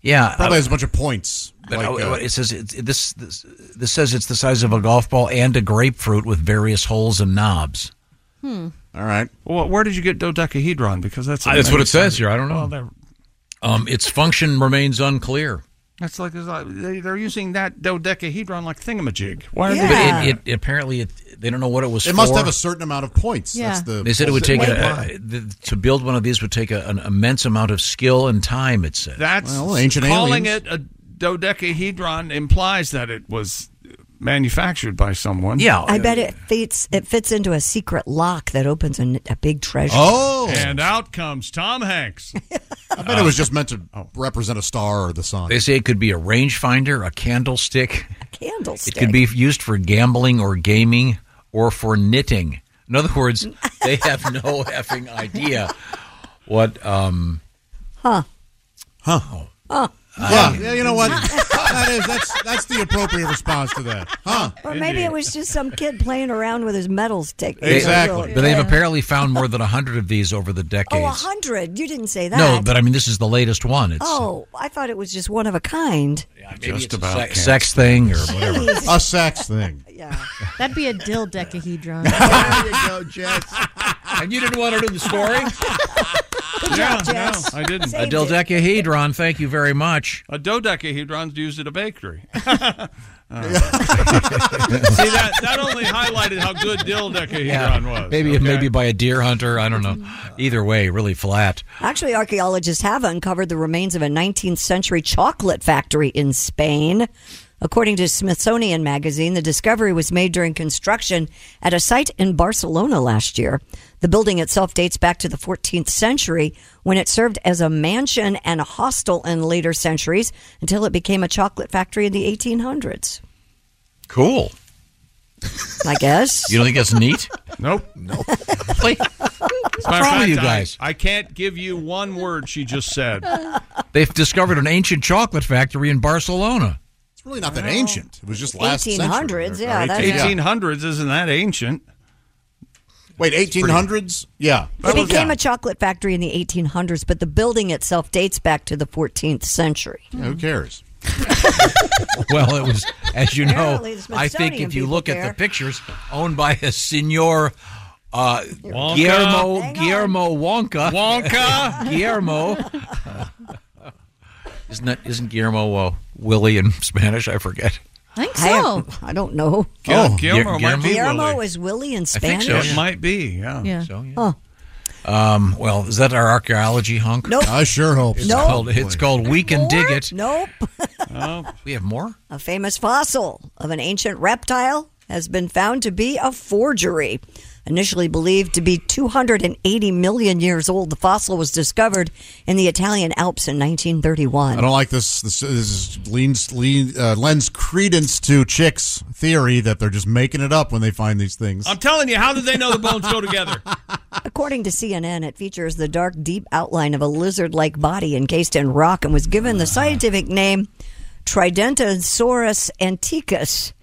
Speaker 3: yeah,
Speaker 1: Probably has a
Speaker 3: bunch of points.
Speaker 1: like, uh,
Speaker 3: it says it, it- this, this this says it's the size of a golf ball and a grapefruit with various holes and knobs.
Speaker 6: Hmm.
Speaker 3: All right.
Speaker 1: Well, where did you get dodecahedron? Because that's
Speaker 3: Uh, that's what it says here. I don't
Speaker 1: Well,
Speaker 3: know.
Speaker 1: they're-
Speaker 3: Um, its function remains unclear.
Speaker 1: that's like it's like- they- they're using that dodecahedron like thingamajig. Why are
Speaker 3: But
Speaker 1: they?
Speaker 3: it, it, apparently, it, they don't know what it was.
Speaker 5: It must
Speaker 3: for.
Speaker 5: have a certain amount of points. That's the
Speaker 3: They said it would take
Speaker 5: Why-
Speaker 3: a, uh,
Speaker 5: why?
Speaker 3: the, to build one of these would take a, an immense amount of skill and time. It says
Speaker 1: That's calling it a dodecahedron implies that it was manufactured by someone.
Speaker 11: I bet it fits, it fits into a secret lock that opens a, n- a big treasure.
Speaker 1: and out comes Tom Hanks.
Speaker 5: I bet it was just meant to Oh, represent a star or the sun.
Speaker 3: Uh, They say it could be a rangefinder, a candlestick.
Speaker 11: candlestick.
Speaker 3: It could be used for gambling or gaming or for knitting. In other words, they have no effing idea what. Um,
Speaker 11: Huh.
Speaker 3: Huh.
Speaker 10: uh,
Speaker 11: Huh.
Speaker 5: yeah, yeah, you know what? that is that's that's the appropriate response to that, huh?
Speaker 11: Or maybe it was just some kid playing around with his medals ticket.
Speaker 3: They- But they've
Speaker 11: Yeah.
Speaker 3: apparently found more than 100 of these over
Speaker 11: Oh,
Speaker 3: the
Speaker 11: a
Speaker 3: decades.
Speaker 11: hundred. You didn't say that.
Speaker 3: no, but I mean, this is the latest one. It's
Speaker 11: oh, I thought it was just one of a kind.
Speaker 3: just
Speaker 10: it's a
Speaker 3: about
Speaker 10: sex-
Speaker 3: sex, thing or whatever.
Speaker 10: Jeez. A sex
Speaker 3: thing.
Speaker 10: That'd be a dildecahedron.
Speaker 3: There
Speaker 10: you go,
Speaker 3: Jess. And you didn't want to do the story?
Speaker 10: Good job, Jess.
Speaker 1: I didn't.
Speaker 3: A dodecahedron. Thank you very much.
Speaker 1: A dodecahedron's used at a bakery. Uh, See that that only highlighted how good dodecahedron was.
Speaker 3: Maybe
Speaker 1: okay?
Speaker 3: maybe by a deer hunter. I don't know. Either way, really flat.
Speaker 11: Actually, archaeologists have uncovered the remains of a 19th century chocolate factory in Spain. According to Smithsonian Magazine, the discovery was made during construction at a site in Barcelona last year. The building itself dates back to the 14th century when it served as a mansion and a hostel in later centuries until it became a chocolate factory in the 1800s.
Speaker 3: Cool.
Speaker 11: I guess.
Speaker 3: You don't think that's neat?
Speaker 1: Nope.
Speaker 3: Nope.
Speaker 1: As
Speaker 3: What's
Speaker 1: a matter
Speaker 3: wrong with you
Speaker 1: fact,
Speaker 3: guys?
Speaker 1: I, I can't give you one word she just said.
Speaker 3: They've discovered an ancient chocolate factory in Barcelona.
Speaker 5: It's really not that ancient. It was just last
Speaker 11: 1800s,
Speaker 5: century.
Speaker 11: yeah,
Speaker 5: Or
Speaker 11: that's-
Speaker 1: 1800s isn't that ancient?
Speaker 5: Wait, 1800s? Yeah.
Speaker 11: It became a chocolate factory in the 1800s, but the building itself dates back to the 14th century.
Speaker 5: Who cares?
Speaker 3: Well, it was, as you know,
Speaker 11: Apparently the
Speaker 3: I think
Speaker 11: Smithsonian
Speaker 3: if you look
Speaker 11: people
Speaker 3: at the
Speaker 11: care.
Speaker 3: pictures owned by a senor uh,
Speaker 6: Wonka.
Speaker 3: Guillermo Guillermo Wonka.
Speaker 6: Wonka.
Speaker 3: Guillermo. Isn't that isn't Guillermo uh, Willie in Spanish? I forget.
Speaker 11: I think so. I, don't know.
Speaker 3: Gu- Oh. Guillermo might be
Speaker 11: Guillermo
Speaker 3: Willy.
Speaker 11: is Willie in
Speaker 3: I think
Speaker 11: Spanish.
Speaker 3: so.
Speaker 1: be. Oh, Yeah.
Speaker 11: Yeah.
Speaker 3: So, yeah.
Speaker 11: Huh.
Speaker 3: Um, well, is that our archaeology hunk?
Speaker 11: Nope.
Speaker 5: I sure hope
Speaker 3: It's
Speaker 11: so. Nope.
Speaker 3: called it's called We Can Dig It.
Speaker 11: Nope.
Speaker 3: we have more.
Speaker 11: A famous fossil of an ancient reptile has been found to be a forgery. Initially believed to be 280 million years old, the fossil was discovered in the Italian Alps in 1931.
Speaker 5: I don't like this. This, this is leans, lean, uh, lends credence to chicks' theory that they're just making it up when they find these things.
Speaker 11: Uh,
Speaker 1: I'm telling you, how did they know the bones go together?
Speaker 11: According to CNN, it features the dark, deep outline of a lizard like body encased in rock and was given the scientific name Tridentosaurus antiquus.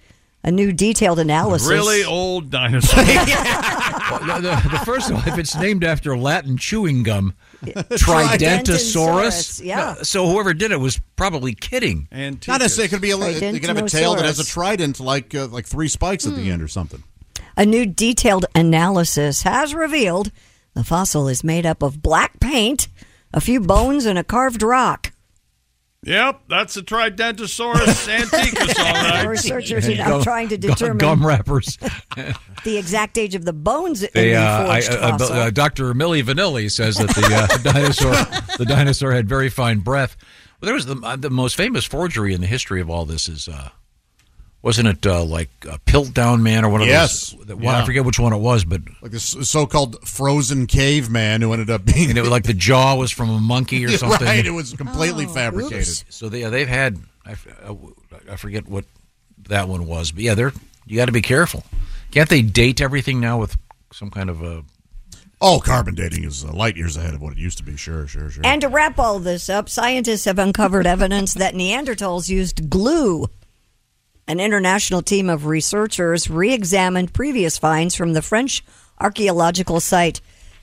Speaker 11: A new detailed analysis.
Speaker 1: Really old dinosaur.
Speaker 3: Well, the, the- the first one, if it's named after Latin chewing gum, Tridentosaurus.
Speaker 11: Tridentosaurus, yeah.
Speaker 3: No, So whoever did it was probably kidding.
Speaker 1: And
Speaker 5: Not necessarily. It could be a. li- It, it could have a tail that has a
Speaker 11: Tridentosaurus.
Speaker 5: trident, like uh, like three spikes at the end or something.
Speaker 11: A new detailed analysis has revealed the fossil is made up of black paint, a few bones, and a carved rock.
Speaker 1: Yep, that's a Tridentasaurus antiquus, all right.
Speaker 11: Researchers are now trying to determine
Speaker 3: Uh, gum wrappers.
Speaker 11: the exact age of the bones
Speaker 3: They,
Speaker 11: in
Speaker 3: uh,
Speaker 11: the
Speaker 3: I,
Speaker 11: forged
Speaker 3: uh,
Speaker 11: fossil.
Speaker 3: uh, Dr. Millie Vanilli says that the uh, dinosaur the dinosaur had very fine breath. Well, there was the, uh, the most famous forgery in the history of all this is uh, wasn't it uh, like uh, Pilt Down Man or one of
Speaker 5: Yes.
Speaker 3: those? That one, I
Speaker 5: Yeah.
Speaker 3: forget which one it was, but
Speaker 5: Like this so-called frozen caveman who ended up being
Speaker 3: and it was like the jaw was from a monkey or
Speaker 5: Yeah,
Speaker 3: something.
Speaker 5: right, it was completely Oh, fabricated. oops.
Speaker 3: So they, yeah, they've had I, f- I w- I forget what that one was, but yeah, they're you got to be careful. Can't they date everything now with some kind of a?
Speaker 5: Oh, carbon dating is uh, light years ahead of what it used to be. Sure, sure, sure.
Speaker 11: And to wrap all this up, scientists have uncovered evidence that Neanderthals used glue. An international team of researchers re examined previous finds from the French archaeological site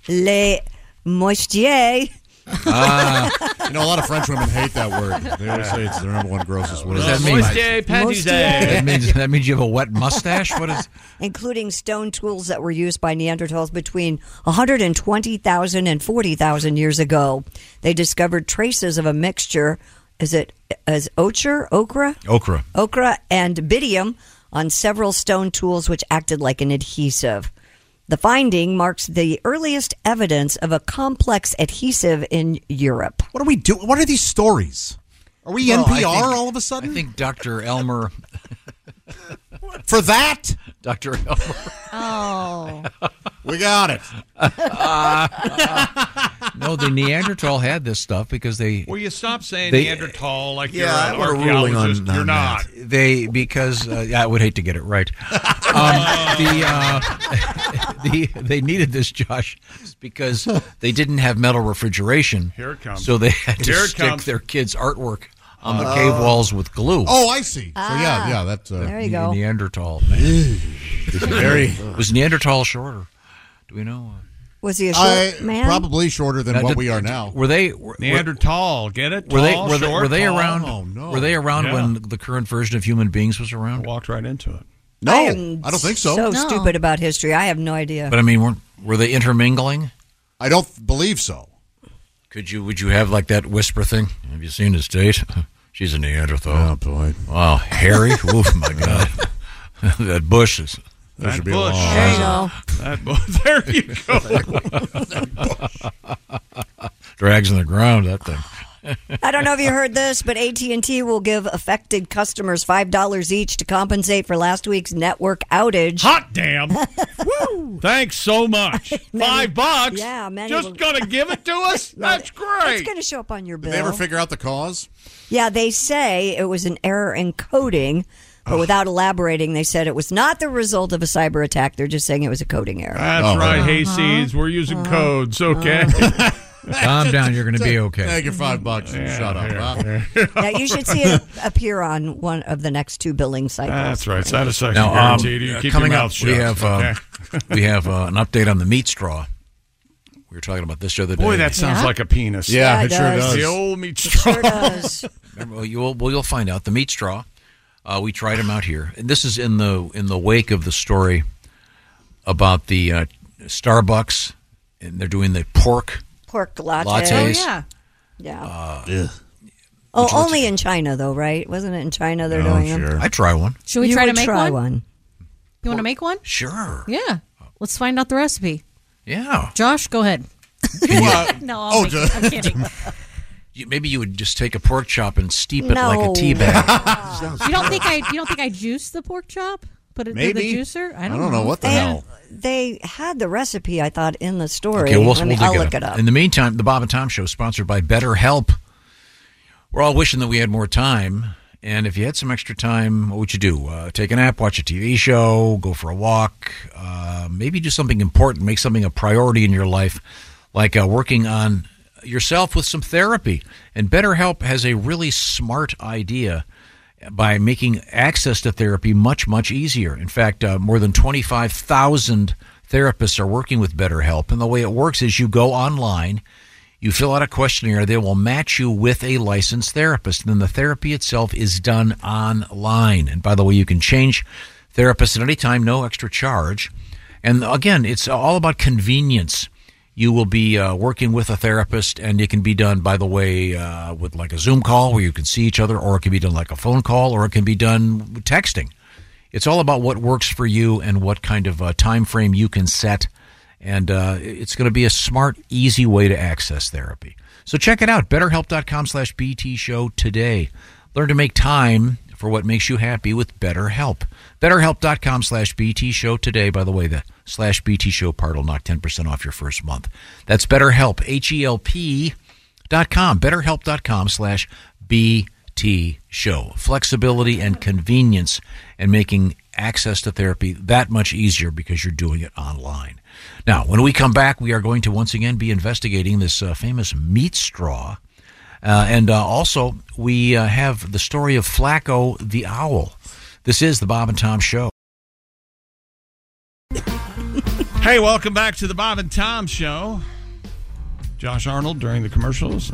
Speaker 11: Les Moistiers.
Speaker 5: Ah. you know, a lot of French women hate that word. They always say it's their number one grossest word.
Speaker 3: What does that mean? That means that means you have a wet mustache. What is?
Speaker 11: Including stone tools that were used by Neanderthals between 120,000 and 40,000 years ago. They discovered traces of a mixture. Is it as ochre, okra?
Speaker 3: Okra.
Speaker 11: Okra and bidium on several stone tools which acted like an adhesive. The finding marks the earliest evidence of a complex adhesive in Europe.
Speaker 5: What are we doing? What are these stories? Are we
Speaker 3: Well, I
Speaker 5: NPR
Speaker 3: think-
Speaker 5: all of a sudden?
Speaker 3: I think Dr. Elmer.
Speaker 5: For that?
Speaker 3: Dr. Elmer.
Speaker 11: Oh.
Speaker 5: We got it.
Speaker 3: Uh, no, the Neanderthal had this stuff because they.
Speaker 1: Will you stop saying
Speaker 3: They-
Speaker 1: Neanderthal like
Speaker 3: Yeah,
Speaker 1: you're
Speaker 3: I
Speaker 1: an
Speaker 3: want a ruling on-
Speaker 1: archaeologist?
Speaker 3: on
Speaker 1: you're not.
Speaker 3: They because uh, yeah, I would hate to get it right. Um, the, uh, the they needed this, Josh, because they didn't have metal refrigeration.
Speaker 1: Here it comes.
Speaker 3: So they had to
Speaker 1: Here it
Speaker 3: stick
Speaker 1: comes.
Speaker 3: their kids' artwork on the
Speaker 5: Oh.
Speaker 3: cave walls with glue.
Speaker 5: Oh, I see. So yeah,
Speaker 3: Ah.
Speaker 5: yeah, that's uh,
Speaker 3: Ne- Neanderthal.
Speaker 5: Ew. Very-
Speaker 3: was Neanderthal shorter? Do we know?
Speaker 11: Was he a short
Speaker 5: I-
Speaker 11: man?
Speaker 5: Probably shorter than
Speaker 3: Now,
Speaker 5: what
Speaker 3: did-
Speaker 5: we are now.
Speaker 3: Were they were,
Speaker 1: Neanderthal? Get it?
Speaker 3: Were they
Speaker 1: Tall,
Speaker 3: were they,
Speaker 1: short,
Speaker 3: were they
Speaker 1: tall?
Speaker 3: around?
Speaker 1: Oh, no.
Speaker 3: Were they around
Speaker 1: Yeah.
Speaker 3: when the current version of human beings was around?
Speaker 1: Walked right into it.
Speaker 5: No,
Speaker 11: I, am
Speaker 5: I don't think so.
Speaker 11: So
Speaker 5: No.
Speaker 11: stupid about history. I have no idea.
Speaker 3: But I mean, were were they intermingling?
Speaker 5: I don't believe so.
Speaker 3: Could you? Would you have like that whisper thing? Have you seen his date? She's a Neanderthal.
Speaker 5: Oh boy!
Speaker 3: Wow, hairy. Oof, my God. that bush is.
Speaker 5: That should be a
Speaker 3: bush.
Speaker 5: long-
Speaker 3: There you
Speaker 5: go.
Speaker 1: That bu- there you go.
Speaker 3: Drags in the ground. That thing.
Speaker 11: I don't know if you heard this, but AT&T will give affected customers $5 each to compensate for last week's network outage.
Speaker 1: Hot damn. Thanks so much. Five bucks?
Speaker 11: Yeah, many
Speaker 1: Just
Speaker 11: will-
Speaker 1: gonna give it to us? That's great.
Speaker 11: It's going to show up on your bill.
Speaker 5: Did they ever figure out the cause?
Speaker 11: Yeah, they say it was an error in coding, but without elaborating, they said it was not the result of a cyber attack. They're just saying it was a coding error.
Speaker 1: That's
Speaker 5: Oh.
Speaker 1: right,
Speaker 11: Uh-huh.
Speaker 1: hayseeds. We're using codes, okay?
Speaker 3: Calm down. You're going to be okay.
Speaker 5: Take your five bucks and
Speaker 1: Yeah,
Speaker 5: shut up.
Speaker 1: here,
Speaker 5: huh?
Speaker 11: Now, you should see it appear on one of the next two billing cycles.
Speaker 1: That's right. Satisfaction
Speaker 3: Now, um,
Speaker 1: guaranteed. you
Speaker 3: uh,
Speaker 1: keep
Speaker 3: coming
Speaker 1: your
Speaker 3: up,
Speaker 1: mouth shut.
Speaker 3: we have uh,
Speaker 1: okay?
Speaker 3: we have uh, an update on the meat straw. We were talking about this the other day.
Speaker 1: Boy, that sounds Yeah. like a penis. Yeah, it Yeah, it sure does. does. The old meat It sure straw. does.
Speaker 3: Remember, well, you'll, well, you'll find out the meat straw. Uh, we tried them out here, and this is in the in the wake of the story about the uh, Starbucks, and they're doing the pork.
Speaker 11: Pork lattes.
Speaker 3: Lattes. Oh, yeah.
Speaker 11: Yeah.
Speaker 3: Uh,
Speaker 11: oh, only in China, though, right? Wasn't it in China they're doing them?
Speaker 3: I try one.
Speaker 10: Should we
Speaker 11: You
Speaker 10: try to
Speaker 11: would
Speaker 10: make
Speaker 11: try
Speaker 10: one?
Speaker 11: one.
Speaker 10: You want to make one?
Speaker 3: Sure.
Speaker 10: Yeah. Let's find out the recipe.
Speaker 3: Yeah. Oh,
Speaker 10: Josh, go ahead. no, I'll make it. I'm kidding.
Speaker 3: You, maybe you would just take a pork chop and steep it like a
Speaker 10: No.
Speaker 3: tea bag.
Speaker 10: you don't think I? You don't think I juice the pork chop? Put it
Speaker 5: Maybe.
Speaker 10: through the juicer? I don't,
Speaker 11: And They had the recipe, I thought, in the story.
Speaker 3: Okay, we'll,
Speaker 11: Let me,
Speaker 3: we'll dig
Speaker 11: I'll look it up.
Speaker 3: In the meantime, the Bob and Tom Show, sponsored by BetterHelp. We're all wishing that we had more time. And if you had some extra time, what would you do? Uh, take a nap, watch a TV show, go for a walk, uh, maybe do something important, make something a priority in your life, like uh, working on yourself with some therapy. And BetterHelp has a really smart idea by making access to therapy much, much easier. In fact, uh, more than 25,000 therapists are working with BetterHelp. And the way it works is you go online, you fill out a questionnaire, they will match you with a licensed therapist. And then the therapy itself is done online. And by the way, you can change therapists at any time, no extra charge. And again, it's all about convenience. you will be uh, working with a therapist, and it can be done, by the way, uh, with like a Zoom call where you can see each other, or it can be done like a phone call, or it can be done texting. It's all about what works for you and what kind of uh, time frame you can set, and uh, it's going to be a smart, easy way to access therapy. So check it out, BetterHelp.com/bt show today. Learn to make time for what makes you happy with BetterHelp. BetterHelp.com slash BT Show today. By the way, the slash BT Show part will knock 10% off your first month. That's BetterHelp, H-E-L-P dot com, BetterHelp.com slash BT Show. Flexibility and convenience and making access to therapy that much easier because you're doing it online. Now, when we come back, we are going to once again be investigating this uh, famous meat straw. Uh, and uh, also, we uh, have the story of Flacco the Owl. This is the Bob and Tom Show.
Speaker 1: Hey, welcome back to the Bob and Tom Show. Josh Arnold during the commercials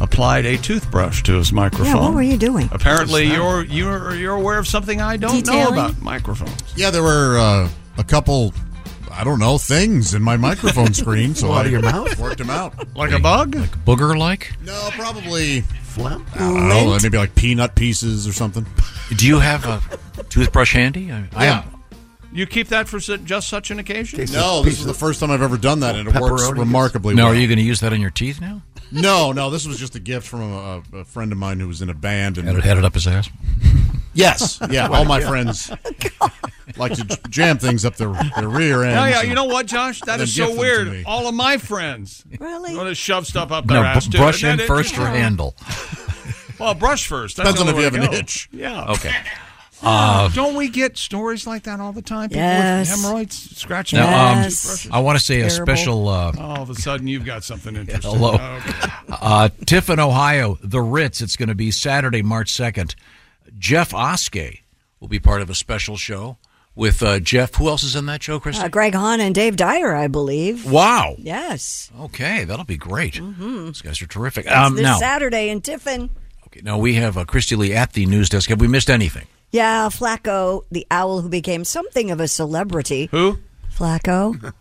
Speaker 1: applied a toothbrush to his microphone.
Speaker 11: Yeah, what were you doing?
Speaker 1: Apparently, you're you're you're aware of something I don't
Speaker 11: Detailing?
Speaker 1: know about microphones.
Speaker 5: Yeah, there were uh, a couple, I don't know, things in my microphone screen. So
Speaker 1: Well, out of
Speaker 5: I
Speaker 1: your mouth?
Speaker 5: Worked them out.
Speaker 1: Like a bug? Like
Speaker 3: booger like?
Speaker 5: No, probably.
Speaker 3: Flap?
Speaker 5: I don't know, Uh, maybe like peanut pieces or something.
Speaker 3: Do you have a toothbrush handy? I, I
Speaker 5: yeah.
Speaker 1: You keep that for su- just such an occasion?
Speaker 5: no, this is the first time I've ever done that, and it works
Speaker 3: Pepperoni?
Speaker 5: remarkably
Speaker 3: Now,
Speaker 5: well.
Speaker 3: are you going to use that on your teeth now?
Speaker 5: No, no, this was just a gift from a, a friend of mine who was in a band. and
Speaker 3: Had it, had it up his ass?
Speaker 5: Yes, yeah. all my
Speaker 3: Yeah.
Speaker 5: friends like to j- jam things up their, their rear end.
Speaker 1: Oh, yeah, you know what, Josh? That
Speaker 5: Then
Speaker 1: is so
Speaker 5: gift them to
Speaker 1: weird.
Speaker 5: me.
Speaker 1: All of my friends really want to shove stuff up
Speaker 3: No,
Speaker 1: their ass.
Speaker 3: br-
Speaker 1: too.
Speaker 3: brush
Speaker 1: And
Speaker 3: in
Speaker 1: that-
Speaker 3: first or handle?
Speaker 1: Well, brush first. That's
Speaker 5: Depends on if
Speaker 1: another
Speaker 5: you
Speaker 1: way
Speaker 5: have
Speaker 1: to
Speaker 5: an
Speaker 1: go.
Speaker 5: itch.
Speaker 1: Yeah.
Speaker 3: Okay. Uh,
Speaker 1: Don't we get stories like that all the time? People
Speaker 6: Yes.
Speaker 1: with hemorrhoids scratching.
Speaker 3: now, um,
Speaker 1: their toothbrushes?
Speaker 3: I want to say a special uh,
Speaker 1: all of a sudden, you've got something interesting.
Speaker 3: Hello.
Speaker 1: Okay.
Speaker 3: Uh, Tiffin, Ohio, The Ritz. It's going to be Saturday, March 2nd. Jeff Oskey will be part of a special show with uh, Jeff. Who else is in that show, Chris?
Speaker 11: Uh, Greg Hahn and Dave Dyer, I believe.
Speaker 3: wow.
Speaker 11: Yes. Mm-hmm.
Speaker 3: Okay, that'll be great. Those guys are terrific.
Speaker 11: It's
Speaker 3: Um,
Speaker 11: this
Speaker 3: now,
Speaker 11: Saturday in Tiffin.
Speaker 3: okay, now, we have uh, Christy Lee at the news desk. Have we missed anything?
Speaker 11: Yeah, Flacco, the owl who became something of a celebrity.
Speaker 1: Who?
Speaker 11: Flacco.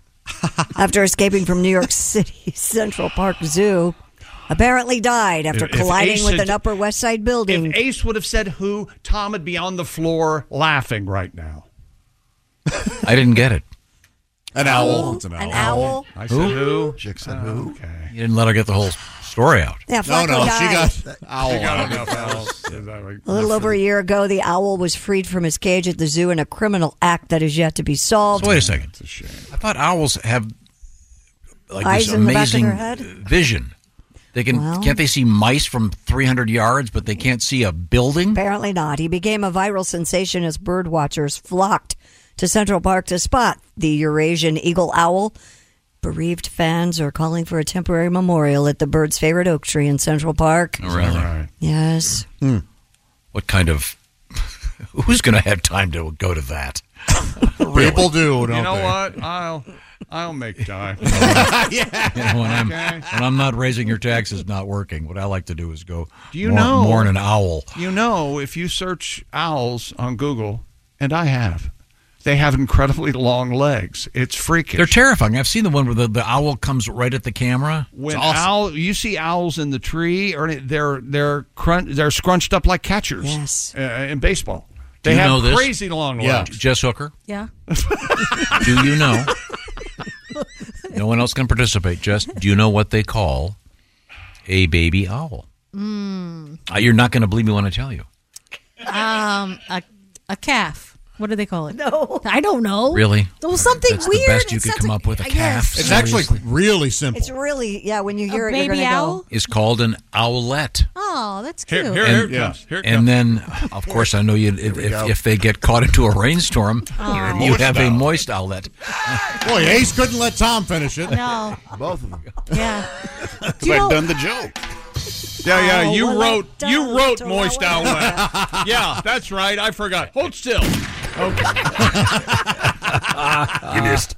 Speaker 11: after escaping from New York City's Central Park Zoo, apparently died after
Speaker 1: If- if
Speaker 11: colliding
Speaker 1: Ace
Speaker 11: with an
Speaker 1: had-
Speaker 11: Upper West Side building.
Speaker 1: If Ace would have said who, Tom would be on the floor laughing right now.
Speaker 3: I didn't get it.
Speaker 5: An owl. It's an owl.
Speaker 11: An owl.
Speaker 1: I said who?
Speaker 3: Chick said who? You didn't let her get the whole story out.
Speaker 11: Yeah, Flacco died.
Speaker 5: owl.
Speaker 1: She got enough owls. Is that like-
Speaker 11: A little over a year ago, the owl was freed from his cage at the zoo in a criminal act that is yet to be solved.
Speaker 3: So wait a second. I thought owls have like
Speaker 11: Eyes
Speaker 3: this
Speaker 11: in the back of
Speaker 3: amazing
Speaker 11: their head?
Speaker 3: vision. They can
Speaker 11: Well-
Speaker 3: can't they see mice from 300 yards, but they can't see a building.
Speaker 11: Apparently not. He became a viral sensation as bird watchers flocked to Central Park to spot the Eurasian eagle owl. Bereaved fans are calling for a temporary memorial at the bird's favorite oak tree in Central Park.
Speaker 3: Oh, really?
Speaker 11: Yes.
Speaker 5: Hmm.
Speaker 3: What kind of who's going to have time to go to that?
Speaker 5: People do, don't
Speaker 1: you know
Speaker 3: they?
Speaker 1: what? I'll I'll make time.
Speaker 3: You know, when I'm
Speaker 1: Okay.
Speaker 3: when I'm not raising your taxes, not working. What I like to do is go.
Speaker 1: Do you
Speaker 3: mourn,
Speaker 1: know
Speaker 3: mourn an owl?
Speaker 1: You know, if you search owls on Google, and I have, they have incredibly long legs. It's freakish.
Speaker 3: They're terrifying. I've seen the one where the, the owl comes right at the camera.
Speaker 1: when
Speaker 3: It's awesome.
Speaker 1: owl, you see owls in the tree, or they're they're crunch, they're scrunched up like catchers. Yes. Uh, in baseball,
Speaker 3: Do
Speaker 1: they
Speaker 3: you
Speaker 1: have
Speaker 3: know this?
Speaker 1: crazy long legs.
Speaker 3: Jess Hooker.
Speaker 10: Yeah.
Speaker 3: Do you know? no one else can participate. Just do you know what they call a baby owl?
Speaker 10: Mm,
Speaker 3: Uh, you're not going to believe me when I tell you.
Speaker 10: um, a, a calf. What do they call it? No, I don't know.
Speaker 3: Really?
Speaker 10: Well, something
Speaker 3: That's
Speaker 10: weird.
Speaker 3: the best you
Speaker 10: It
Speaker 3: could
Speaker 10: sounds
Speaker 3: come
Speaker 10: like-
Speaker 3: up with. A
Speaker 10: I
Speaker 3: calf.
Speaker 10: guess.
Speaker 5: It's actually really simple.
Speaker 11: It's really, yeah, when you hear
Speaker 10: A
Speaker 11: it, you're
Speaker 10: baby
Speaker 11: going to
Speaker 10: owl?
Speaker 11: go.
Speaker 3: It's called an owlet.
Speaker 10: Oh, that's
Speaker 1: Here-
Speaker 10: cute.
Speaker 1: here-
Speaker 3: and,
Speaker 1: it comes. Here it
Speaker 3: and then, of course, I know you. If, if, if they get caught into a rainstorm,
Speaker 10: You're a
Speaker 3: you
Speaker 10: moist
Speaker 3: have a
Speaker 10: owl.
Speaker 3: moist owlet.
Speaker 5: Boy, Ace couldn't let Tom finish it.
Speaker 10: No.
Speaker 5: Both of them.
Speaker 10: Yeah.
Speaker 5: Because I've done
Speaker 1: the joke. Yeah, yeah.
Speaker 5: Oh,
Speaker 1: you
Speaker 5: well,
Speaker 1: wrote
Speaker 5: that
Speaker 1: you
Speaker 5: down
Speaker 1: wrote
Speaker 5: to
Speaker 1: moist
Speaker 5: well,
Speaker 1: outlet. yeah, that's right. I forgot. Hold still. Okay.
Speaker 6: You missed.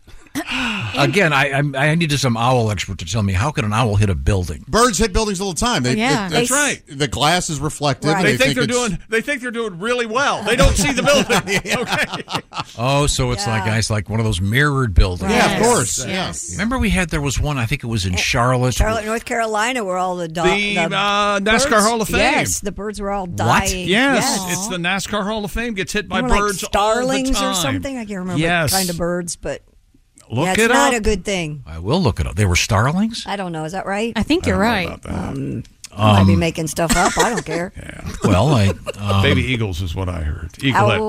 Speaker 3: again, I, I'm- I need to some owl expert to tell me how can an owl hit a building?
Speaker 5: Birds hit buildings all the time. They,
Speaker 1: Yeah.
Speaker 5: they-
Speaker 1: That's right.
Speaker 5: The glass is reflective.
Speaker 1: They, think, they're
Speaker 5: it's-
Speaker 1: doing. They think they're doing really well. They don't see the building. Okay.
Speaker 3: Oh, so it's like it's like one of those mirrored buildings.
Speaker 5: Yeah, of Yes, course, yes.
Speaker 3: Remember we had there was one. I think it was in Charlotte.
Speaker 11: Oh, Charlotte, North Carolina, where all the dogs.
Speaker 1: The, uh, NASCAR Hall of Fame.
Speaker 11: Yes, the birds were all dying.
Speaker 3: What?
Speaker 1: Yes, it's the NASCAR Hall of Fame. Gets hit by
Speaker 11: They were like
Speaker 1: birds,
Speaker 11: starlings
Speaker 1: all the
Speaker 11: or
Speaker 1: time.
Speaker 11: something. I can't remember
Speaker 3: Yes.
Speaker 11: what kind of birds, but
Speaker 3: Look
Speaker 11: that's
Speaker 3: it
Speaker 11: not
Speaker 3: up.
Speaker 11: a good thing.
Speaker 3: I will look it up. They were starlings.
Speaker 11: I don't know. Is that right?
Speaker 10: I think
Speaker 3: I you're don't know right.
Speaker 11: Um, I might be
Speaker 3: Um,
Speaker 11: making stuff up. I don't care.
Speaker 3: Well, I um,
Speaker 1: Baby eagles is what I heard. Eaglets.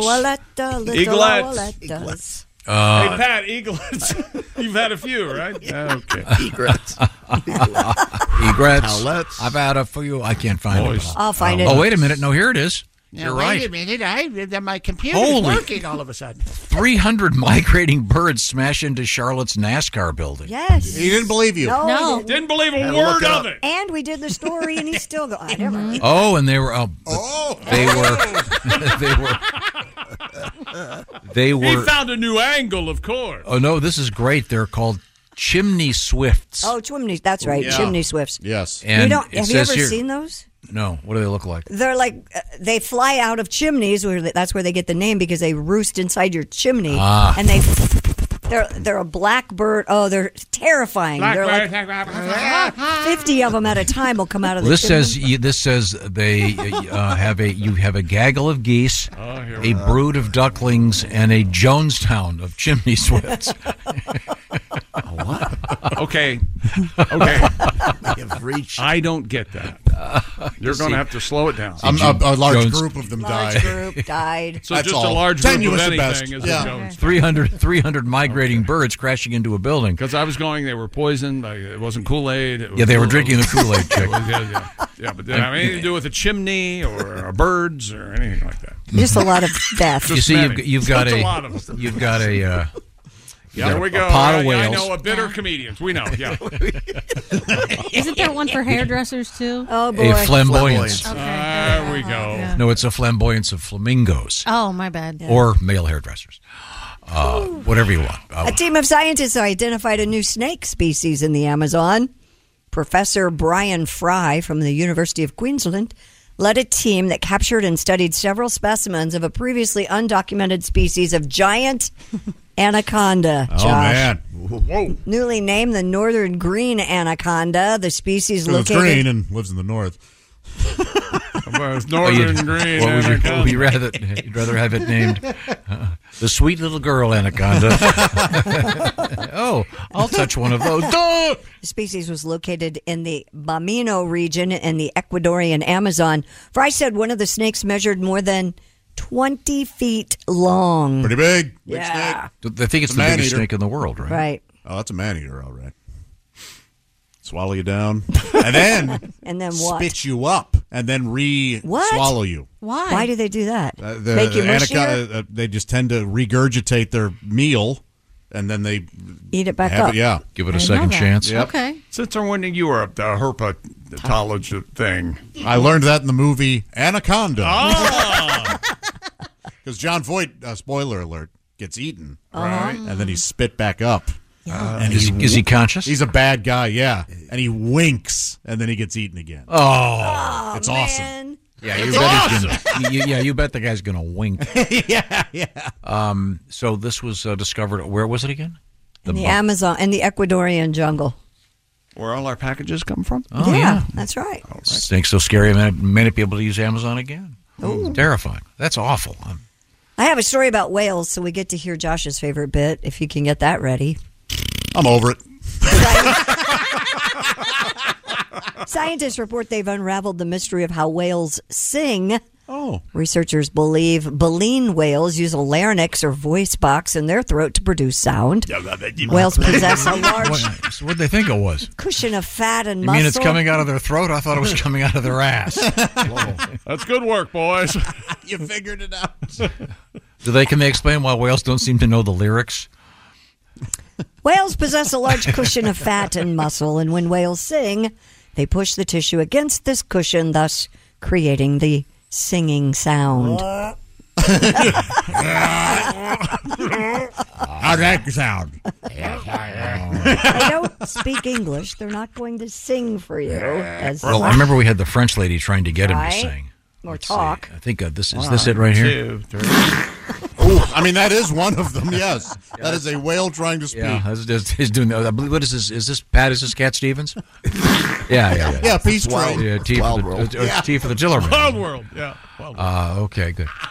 Speaker 11: Owletta, little
Speaker 1: Eaglets.
Speaker 11: owletas.
Speaker 3: Uh,
Speaker 1: hey Pat, eaglets. You've had a few, right? Okay.
Speaker 3: Egrets. Egrets. I've had a few. I can't find
Speaker 1: Voice.
Speaker 3: it.
Speaker 11: I'll find it.
Speaker 3: Oh, wait a minute. No, here it is.
Speaker 7: Now,
Speaker 3: You're
Speaker 7: wait
Speaker 3: right.
Speaker 7: a minute. I, my computer's
Speaker 3: Holy-
Speaker 7: working all of a sudden.
Speaker 3: 300 migrating birds smash into Charlotte's NASCAR building.
Speaker 11: Yes.
Speaker 5: He didn't believe you.
Speaker 11: No, I Oh, didn't.
Speaker 1: Didn't believe
Speaker 3: Had to word look it of up.
Speaker 11: And we did the story, and he's still going. I never.
Speaker 3: Oh, and they were. Oh, oh. they were. they were. They
Speaker 1: He
Speaker 3: were.
Speaker 1: found a new angle, of course.
Speaker 3: Oh no, this is great. They're called chimney swifts.
Speaker 11: Oh, chimney. That's right,
Speaker 3: Yeah.
Speaker 11: chimney swifts.
Speaker 5: Yes.
Speaker 3: And
Speaker 11: you don't.
Speaker 3: it
Speaker 11: Have you
Speaker 3: says
Speaker 11: ever
Speaker 3: here-
Speaker 11: seen those?
Speaker 3: No, what do they look like?
Speaker 11: They're like uh, they fly out of chimneys. Where they, that's where they get the name because they roost inside your chimney,
Speaker 3: Ah.
Speaker 11: and they they're they're a blackbird. Oh, they're terrifying. they're like fifty of them at a time will come out of the
Speaker 3: Well, this
Speaker 11: chimney.
Speaker 3: says you- this says they uh, have a you have a gaggle of geese,
Speaker 1: Oh,
Speaker 3: a brood of ducklings, and a Jonestown of chimney swifts. what?
Speaker 1: Okay. Okay.
Speaker 3: We have reached-
Speaker 1: I don't get that. You're going
Speaker 3: you see-
Speaker 1: to have to slow it down.
Speaker 3: Um, a- a large Jones- group
Speaker 5: of them
Speaker 11: Large group died.
Speaker 1: So just a large group of anything is
Speaker 11: Yeah.
Speaker 1: a Jones.
Speaker 3: 300, 300 migrating birds crashing into a building.
Speaker 1: Because I was going, they were poisoned. like, It wasn't Kool Aid.
Speaker 3: Yeah, they were drinking the Kool-Aid, Chick.
Speaker 1: yeah, yeah, yeah, but that had anything to do with a chimney or birds or anything like that.
Speaker 11: Just a lot of death.
Speaker 3: You see, you've, you've got
Speaker 1: Just
Speaker 3: a,
Speaker 1: a lot of them.
Speaker 3: you've got a, uh,
Speaker 1: Yeah, there we
Speaker 3: a
Speaker 1: go.
Speaker 3: pot
Speaker 1: I,
Speaker 3: of
Speaker 1: I
Speaker 3: whales.
Speaker 1: know a bitter comedians. We know. Yeah.
Speaker 10: Isn't there one for hairdressers too?
Speaker 11: Oh
Speaker 3: boy. flamboyance.
Speaker 10: Okay.
Speaker 1: There we go.
Speaker 3: No, it's a flamboyance of flamingos
Speaker 10: Oh my bad.
Speaker 3: or male hairdressers, uh, whatever you want. Uh,
Speaker 11: A team of scientists identified a new snake species in the Amazon. Professor Brian Fry from the University of Queensland led a team that captured and studied several specimens of a previously undocumented species of giant anaconda. Josh.
Speaker 1: Whoa.
Speaker 11: Newly named the northern green anaconda, the species
Speaker 5: It's
Speaker 11: located
Speaker 5: green and lives in the north.
Speaker 3: oh, you'd-
Speaker 1: Northern Green.
Speaker 3: What would you,
Speaker 1: anaconda.
Speaker 3: would you rather? You'd rather have it named uh, the sweet little girl anaconda. oh, I'll touch one of those.
Speaker 11: the species was located in the Bamino region in the Ecuadorian Amazon. Fry said one of the snakes measured more than 20 feet long.
Speaker 5: Pretty big. Big
Speaker 11: Yeah.
Speaker 5: snake.
Speaker 3: They think it's
Speaker 5: a
Speaker 3: the biggest
Speaker 5: man-eater.
Speaker 3: snake in the world, right?
Speaker 11: Right.
Speaker 5: Oh, that's a man eater, all right. Swallow you down. And then.
Speaker 11: And then what?
Speaker 5: Spit you up. And then re
Speaker 11: What?
Speaker 5: swallow you.
Speaker 11: Why? Why do they do that?
Speaker 5: Uh, the,
Speaker 11: Make you
Speaker 5: the
Speaker 11: mushier?
Speaker 5: anaconda, uh, they just tend to regurgitate their meal and then they
Speaker 11: Eat it back
Speaker 5: have
Speaker 11: up.
Speaker 5: It, yeah.
Speaker 3: Give it a I didn't second know that. chance.
Speaker 11: Okay.
Speaker 1: Since I'm winning, you were at the herpetology thing.
Speaker 5: I learned that in the movie Anaconda.
Speaker 1: Oh.
Speaker 5: Because John Voight, uh, spoiler alert, gets eaten.
Speaker 1: Right.
Speaker 5: And then he's spit back up. Uh,
Speaker 3: Yeah. Is- is he conscious?
Speaker 5: He's a bad guy, yeah. And he winks, and then he gets eaten again.
Speaker 3: Oh. Oh,
Speaker 5: it's awesome.
Speaker 3: Yeah, you
Speaker 5: It's
Speaker 3: bet he's
Speaker 5: awesome.
Speaker 3: gonna, you, yeah, you bet the guy's going to wink.
Speaker 5: yeah, yeah.
Speaker 3: Um, so this was uh, discovered. Where was it again?
Speaker 11: In the
Speaker 3: Bum-
Speaker 11: Amazon, in the Ecuadorian jungle.
Speaker 1: Where all our packages come from?
Speaker 3: Oh, yeah.
Speaker 11: That's right.
Speaker 3: Snakes so scary, I might, may not be able to use Amazon again. Hmm,
Speaker 11: Ooh.
Speaker 3: Terrifying. That's awful. Um,
Speaker 11: I have a story about whales, so we get to hear Josh's favorite bit if you can get that ready.
Speaker 5: I'm over it.
Speaker 11: Scientists report they've unraveled the mystery of how whales sing.
Speaker 5: Oh.
Speaker 11: Researchers believe baleen whales use a larynx or voice box in their throat to produce sound. Whales possess a large
Speaker 3: What, so what'd they think it was?
Speaker 11: cushion of fat and
Speaker 3: You
Speaker 11: muscle.
Speaker 3: mean it's coming out of their throat? I thought it was coming out of their ass.
Speaker 1: That's good work, boys.
Speaker 5: you figured it out.
Speaker 3: Do they can they explain why whales don't seem to know the lyrics?
Speaker 11: Whales possess a large cushion of fat and muscle, and when whales sing, they push the tissue against this cushion, thus creating the singing sound.
Speaker 5: How'd that sound?
Speaker 11: they don't speak English. They're not going to sing for you. As
Speaker 3: Well, I remember we had the French lady trying to get him to
Speaker 11: Right?
Speaker 3: sing.
Speaker 11: Or talk.
Speaker 3: I think uh, this is this it right here.
Speaker 5: oh, I mean that is one of them. Yes, that is a whale trying to speak.
Speaker 3: Yeah, that's- that's- he's doing the, I believe, what is this? Is this Pat? Is this Cat Stevens? yeah, yeah, yeah.
Speaker 5: Yeah, Peace
Speaker 3: That's
Speaker 5: Train.
Speaker 3: Yeah, T for
Speaker 5: Wild
Speaker 3: the,
Speaker 5: World.
Speaker 3: uh, uh,
Speaker 5: Yeah.
Speaker 3: T for the Gentleman.
Speaker 1: Wild World, yeah. Wild
Speaker 3: Uh, okay, good. Uh,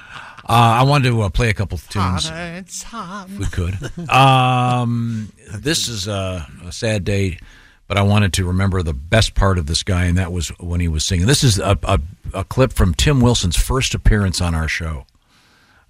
Speaker 3: I wanted to uh, play a couple tunes.
Speaker 1: It's hot.
Speaker 3: if we could. Um, this is a, a sad day, but I wanted to remember the best part of this guy, and that was when he was singing. This is a, a, a clip from Tim Wilson's first appearance on our show.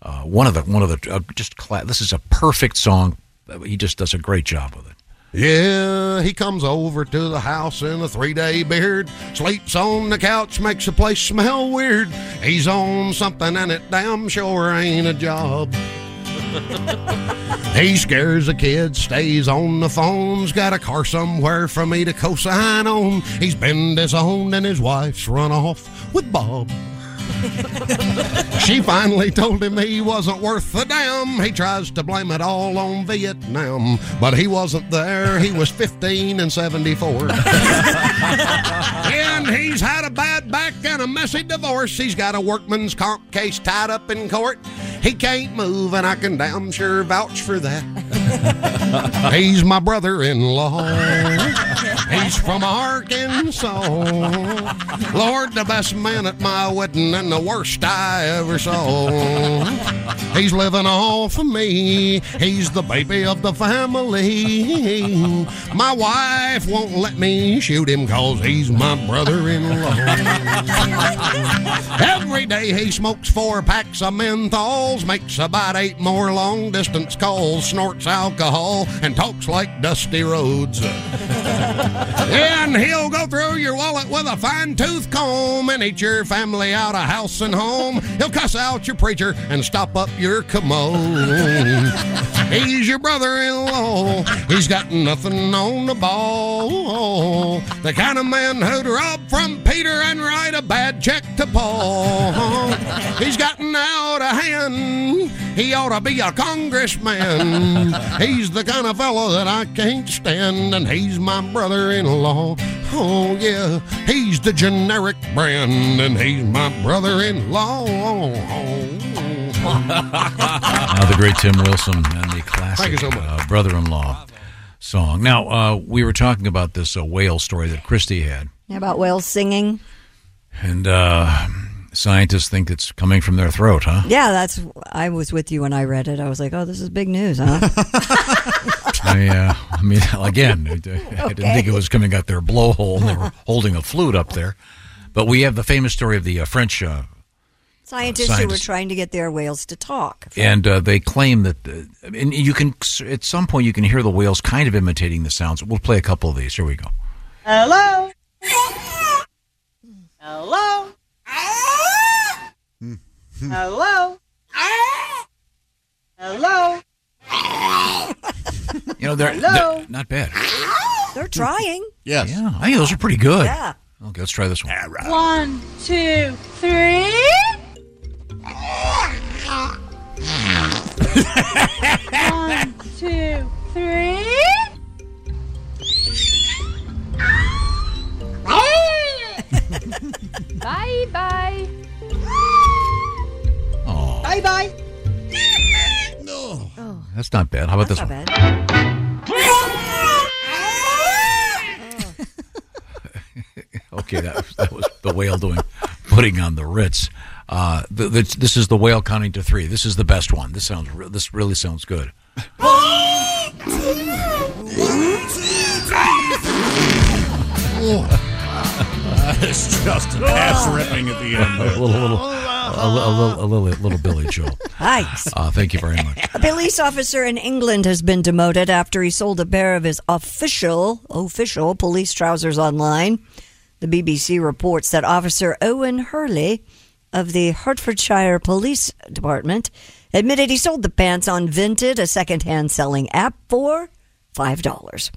Speaker 3: Uh, one of the one of the uh, just cla- this is a perfect song. He just does a great job with it.
Speaker 17: Yeah, he comes over to the house in a three day beard. Sleeps on the couch, makes the place smell weird. He's on something and it damn sure ain't a job. He scares the kids, stays on the phones, got a car somewhere for me to co-sign on. He's been disowned and his wife's run off with Bob. she finally told him he wasn't worth a damn. He tries to blame it all on Vietnam, but he wasn't there. He was 15 and 74. and he's had a bad back and a messy divorce. He's got a workman's comp case tied up in court. He can't move, and I can damn sure vouch for that. He's my brother in law. He's from Arkansas. Lord, the best man at my wedding and the worst I ever saw. He's living off of me. He's the baby of the family. My wife won't let me shoot him because he's my brother in law. Every day he smokes four packs of menthols, makes about eight more long distance calls, snorts alcohol, and talks like Dusty Rhodes. and he'll go through your wallet with a fine tooth comb and eat your family out of house and home. He'll cuss out your preacher and stop up your commode. He's your brother in law. He's got nothing on the ball. The kind of man who'd rob from Peter and write a bad check to Paul. He's gotten out of hand. He ought to be a congressman. He's the kind of fellow that I can't stand, and he's my brother in law. Oh, yeah, he's the generic brand, and he's my brother in law.
Speaker 3: Uh, the great Tim Wilson and the classic
Speaker 17: Thank you so much.
Speaker 3: Uh, brother-in-law song. Now uh, we were talking about this uh, whale story that Christy had.
Speaker 11: How about whales singing?
Speaker 3: And uh, scientists think it's coming from their throat, huh?
Speaker 11: Yeah, that's. I was with you when I read it. I was like, oh, this is big news, huh?
Speaker 3: I, uh, I mean, again, I didn't think it was coming out their blowhole. And they were holding a flute up there. But we have the famous story of the uh, French, uh,
Speaker 11: Scientists who were
Speaker 3: Scientists.
Speaker 11: trying to get their whales to talk.
Speaker 3: and uh, they claim that, uh, and you can, at some point, you can hear the whales kind of imitating the sounds. We'll play a couple of these. Here we go.
Speaker 18: Hello? Hello? Hello? Hello?
Speaker 3: You know, they're,
Speaker 18: Hello?
Speaker 3: they're not bad.
Speaker 11: They're trying.
Speaker 3: Yes. Yeah, I think those are pretty good.
Speaker 11: Yeah.
Speaker 3: Okay, let's try this one.
Speaker 18: One, two, three. One, two, three. bye bye. Bye bye. No.
Speaker 3: That's not bad. How about this one? Okay, that, that was the whale doing putting on the Ritz. Uh, the, the, this is the whale counting to three. This is the best one. This sounds. re- This really sounds good.
Speaker 1: It's just an ass ripping at the end.
Speaker 3: a little, little, a, li- a little, a little, little Billy Joel.
Speaker 11: Nice.
Speaker 3: Uh, thank you very much.
Speaker 11: A police officer in England has been demoted after he sold a pair of his official official police trousers online. The BBC reports that Officer Owen Hurley of the Hertfordshire Police Department admitted he sold the pants on Vinted, a secondhand selling app, for five dollars.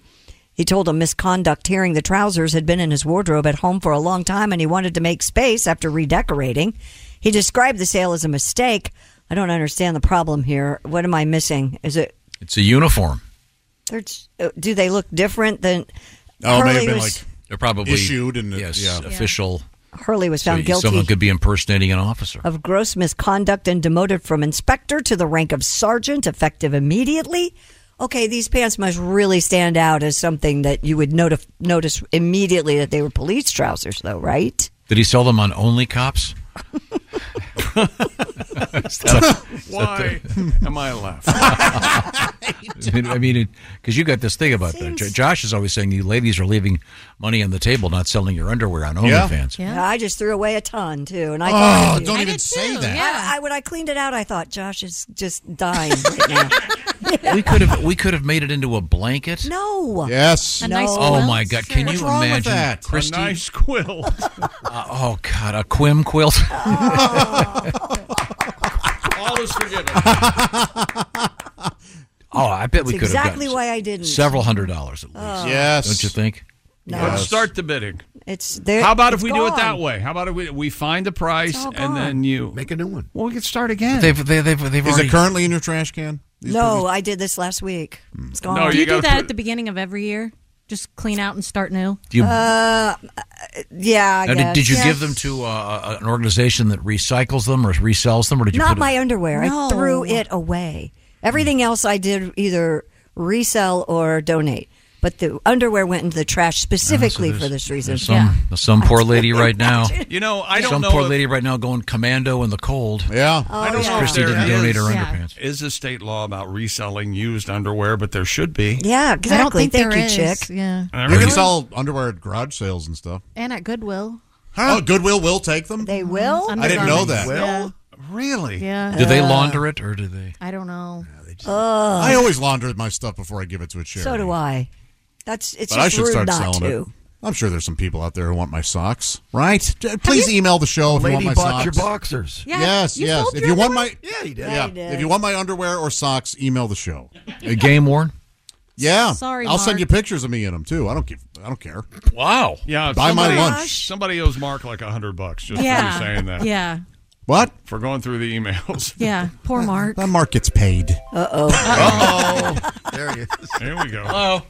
Speaker 11: He told a misconduct hearing the trousers had been in his wardrobe at home for a long time and he wanted to make space after redecorating. He described the sale as a mistake. I don't understand the problem here. What am I missing? Is it
Speaker 3: It's a uniform.
Speaker 11: Search. uh, Do they look different than?
Speaker 3: Oh,
Speaker 11: Hurley
Speaker 3: may have been
Speaker 11: was,
Speaker 3: like they're probably
Speaker 5: issued and
Speaker 3: yes,
Speaker 5: yeah.
Speaker 3: official.
Speaker 11: Hurley was
Speaker 3: So
Speaker 11: found guilty
Speaker 3: Someone could be impersonating an officer.
Speaker 11: of gross misconduct and demoted from inspector to the rank of sergeant, effective immediately. Okay, these pants must really stand out as something that you would notif- notice immediately that they were police trousers, though, right?
Speaker 3: Did he sell them on Only Cops? Is that- is that
Speaker 1: Why Oh
Speaker 3: the-
Speaker 1: am I left?
Speaker 3: I mean- I mean, because you got this thing about that. Jo- Josh is always saying you ladies are leaving money on the table, not selling your underwear on
Speaker 11: Yeah.
Speaker 3: OnlyFans.
Speaker 11: I just threw away a ton too, and I thought,
Speaker 3: Oh,
Speaker 11: I did.
Speaker 3: don't I even did say too, that. yeah.
Speaker 11: I, I- when I cleaned it out, I thought Josh is just dying right now.
Speaker 3: We could have we could have made it into a blanket.
Speaker 11: No.
Speaker 3: Yes.
Speaker 11: A nice
Speaker 3: oh
Speaker 11: quilt,
Speaker 3: my God! Can
Speaker 11: sure. What's
Speaker 3: you
Speaker 11: wrong with
Speaker 3: imagine,
Speaker 11: that? A
Speaker 3: Christy?
Speaker 1: nice quilt.
Speaker 3: Uh, oh God! A quim quilt.
Speaker 1: All is forgiven.
Speaker 3: Oh, I bet we
Speaker 11: That's
Speaker 3: could have
Speaker 11: exactly
Speaker 3: gotten
Speaker 11: why I didn't.
Speaker 3: Several hundred dollars at least.
Speaker 11: Oh.
Speaker 1: Yes.
Speaker 3: Don't you think?
Speaker 11: No.
Speaker 1: Let's
Speaker 11: Yes.
Speaker 1: start the bidding.
Speaker 11: It's there.
Speaker 1: How about if
Speaker 11: it's
Speaker 1: we do it that
Speaker 11: gone.
Speaker 1: way? How about if we, we find the price and then you make
Speaker 9: a new one?
Speaker 1: Well, we could start again.
Speaker 3: They've, they, they've, they've
Speaker 5: Is
Speaker 3: already-
Speaker 5: it currently in your trash can?
Speaker 11: No, I did this last week. It's gone.
Speaker 10: do you, do that at the beginning of every year? Just clean out and start new.
Speaker 3: Do you-
Speaker 11: Uh, yeah. I
Speaker 3: Now, did, did
Speaker 11: guess.
Speaker 3: you give them to uh, an organization that recycles them or resells them, or did you
Speaker 11: Not
Speaker 3: put it-
Speaker 11: my underwear.
Speaker 10: No.
Speaker 11: I threw it away. Everything else I did either resell or donate. But the underwear went into the trash specifically
Speaker 3: Ah,
Speaker 11: for this reason.
Speaker 3: Some some poor lady right now.
Speaker 1: You know, I don't
Speaker 3: some
Speaker 1: know
Speaker 3: poor
Speaker 1: if-
Speaker 3: lady right now going commando in the cold.
Speaker 5: Yeah,
Speaker 11: Oh,
Speaker 3: Oh,
Speaker 1: I don't know if
Speaker 3: Christy didn't
Speaker 1: there is-
Speaker 3: donate her underpants.
Speaker 1: Is a state law about reselling used underwear, but there should be.
Speaker 11: Yeah, exactly.
Speaker 10: think
Speaker 11: Thank
Speaker 10: there
Speaker 11: you,
Speaker 10: is.
Speaker 11: chick.
Speaker 10: Yeah.
Speaker 1: I
Speaker 5: You
Speaker 1: really-
Speaker 5: can sell underwear at garage sales and stuff.
Speaker 10: And at Goodwill.
Speaker 5: Oh, Goodwill will take them.
Speaker 11: They will.
Speaker 5: I didn't know that.
Speaker 10: Yeah.
Speaker 1: Really?
Speaker 10: Yeah.
Speaker 3: Do they launder it or do they?
Speaker 10: I don't know.
Speaker 5: I always launder my stuff before I give it to a charity.
Speaker 11: So do I. That's it's
Speaker 5: but I
Speaker 11: just
Speaker 5: should
Speaker 11: rude
Speaker 5: start
Speaker 11: not
Speaker 5: selling
Speaker 11: to.
Speaker 5: it. I'm sure there's some people out there who want my socks, right? J- Please email the show if
Speaker 9: Lady
Speaker 5: you want my
Speaker 9: bought
Speaker 5: socks.
Speaker 9: your boxers.
Speaker 5: Yeah, yes,
Speaker 9: you
Speaker 5: yes.
Speaker 9: sold
Speaker 5: If
Speaker 9: your
Speaker 5: you want my
Speaker 9: underwear? Yeah, you did.
Speaker 5: Yeah,
Speaker 9: Yeah, you did.
Speaker 5: if you want my underwear or socks, email the show.
Speaker 3: A game worn.
Speaker 5: Yeah,
Speaker 1: Sorry,
Speaker 5: I'll send
Speaker 1: Mark.
Speaker 5: you pictures of me in them too. I don't give. I don't care.
Speaker 3: Wow.
Speaker 1: Yeah.
Speaker 5: Buy Oh my
Speaker 1: somebody-
Speaker 5: lunch.
Speaker 1: Somebody owes Mark like a hundred bucks just
Speaker 10: Yeah.
Speaker 1: for you saying that.
Speaker 10: Yeah.
Speaker 5: What?
Speaker 1: For going through the emails.
Speaker 10: Yeah. Poor Mark.
Speaker 5: That Mark gets paid.
Speaker 11: Uh oh.
Speaker 1: Uh-oh. There he is. Here we go.
Speaker 3: Hello.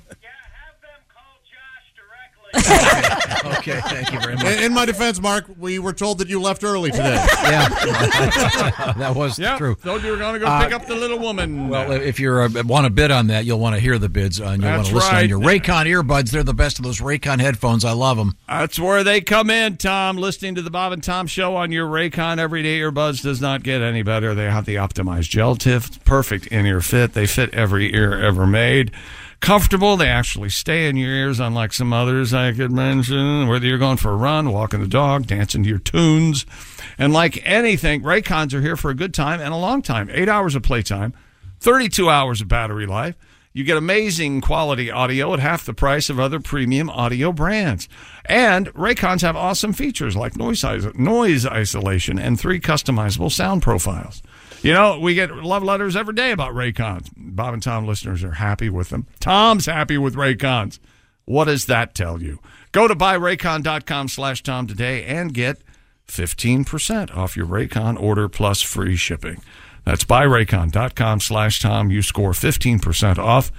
Speaker 5: okay,
Speaker 3: thank you very
Speaker 1: much.
Speaker 5: In, in my defense, Mark, we were told that you left early today.
Speaker 3: Yeah. That was
Speaker 1: yeah,
Speaker 3: true.
Speaker 1: Told you were going to go
Speaker 3: Uh,
Speaker 1: pick up the little woman.
Speaker 3: Well, if you uh, want to bid on that, you'll want to hear the bids uh, and you'll want
Speaker 1: That's
Speaker 3: to listen
Speaker 1: right.
Speaker 3: on your Raycon earbuds. They're the best of those Raycon headphones. I love them.
Speaker 1: That's where they come in, Tom. Listening to the Bob and Tom show on your Raycon everyday earbuds does not get any better. They have the optimized gel tip, perfect in ear fit. They fit every ear ever made. Comfortable. They actually stay in your ears, unlike some others I could mention. Whether you're going for a run, walking the dog, dancing to your tunes. And like anything, Raycons are here for a good time and a long time. Eight hours of playtime. 32 hours of battery life. You get amazing quality audio at half the price of other premium audio brands. And Raycons have awesome features like noise, iso- noise isolation and three customizable sound profiles. You know, we get love letters every day about Raycons. Bob and Tom listeners are happy with them. Tom's happy with Raycons. What does that tell you? Go to buyraycon.com slash Tom today and get 15% off your Raycon order plus free shipping. That's buyraycon.com slash Tom. You score 15% off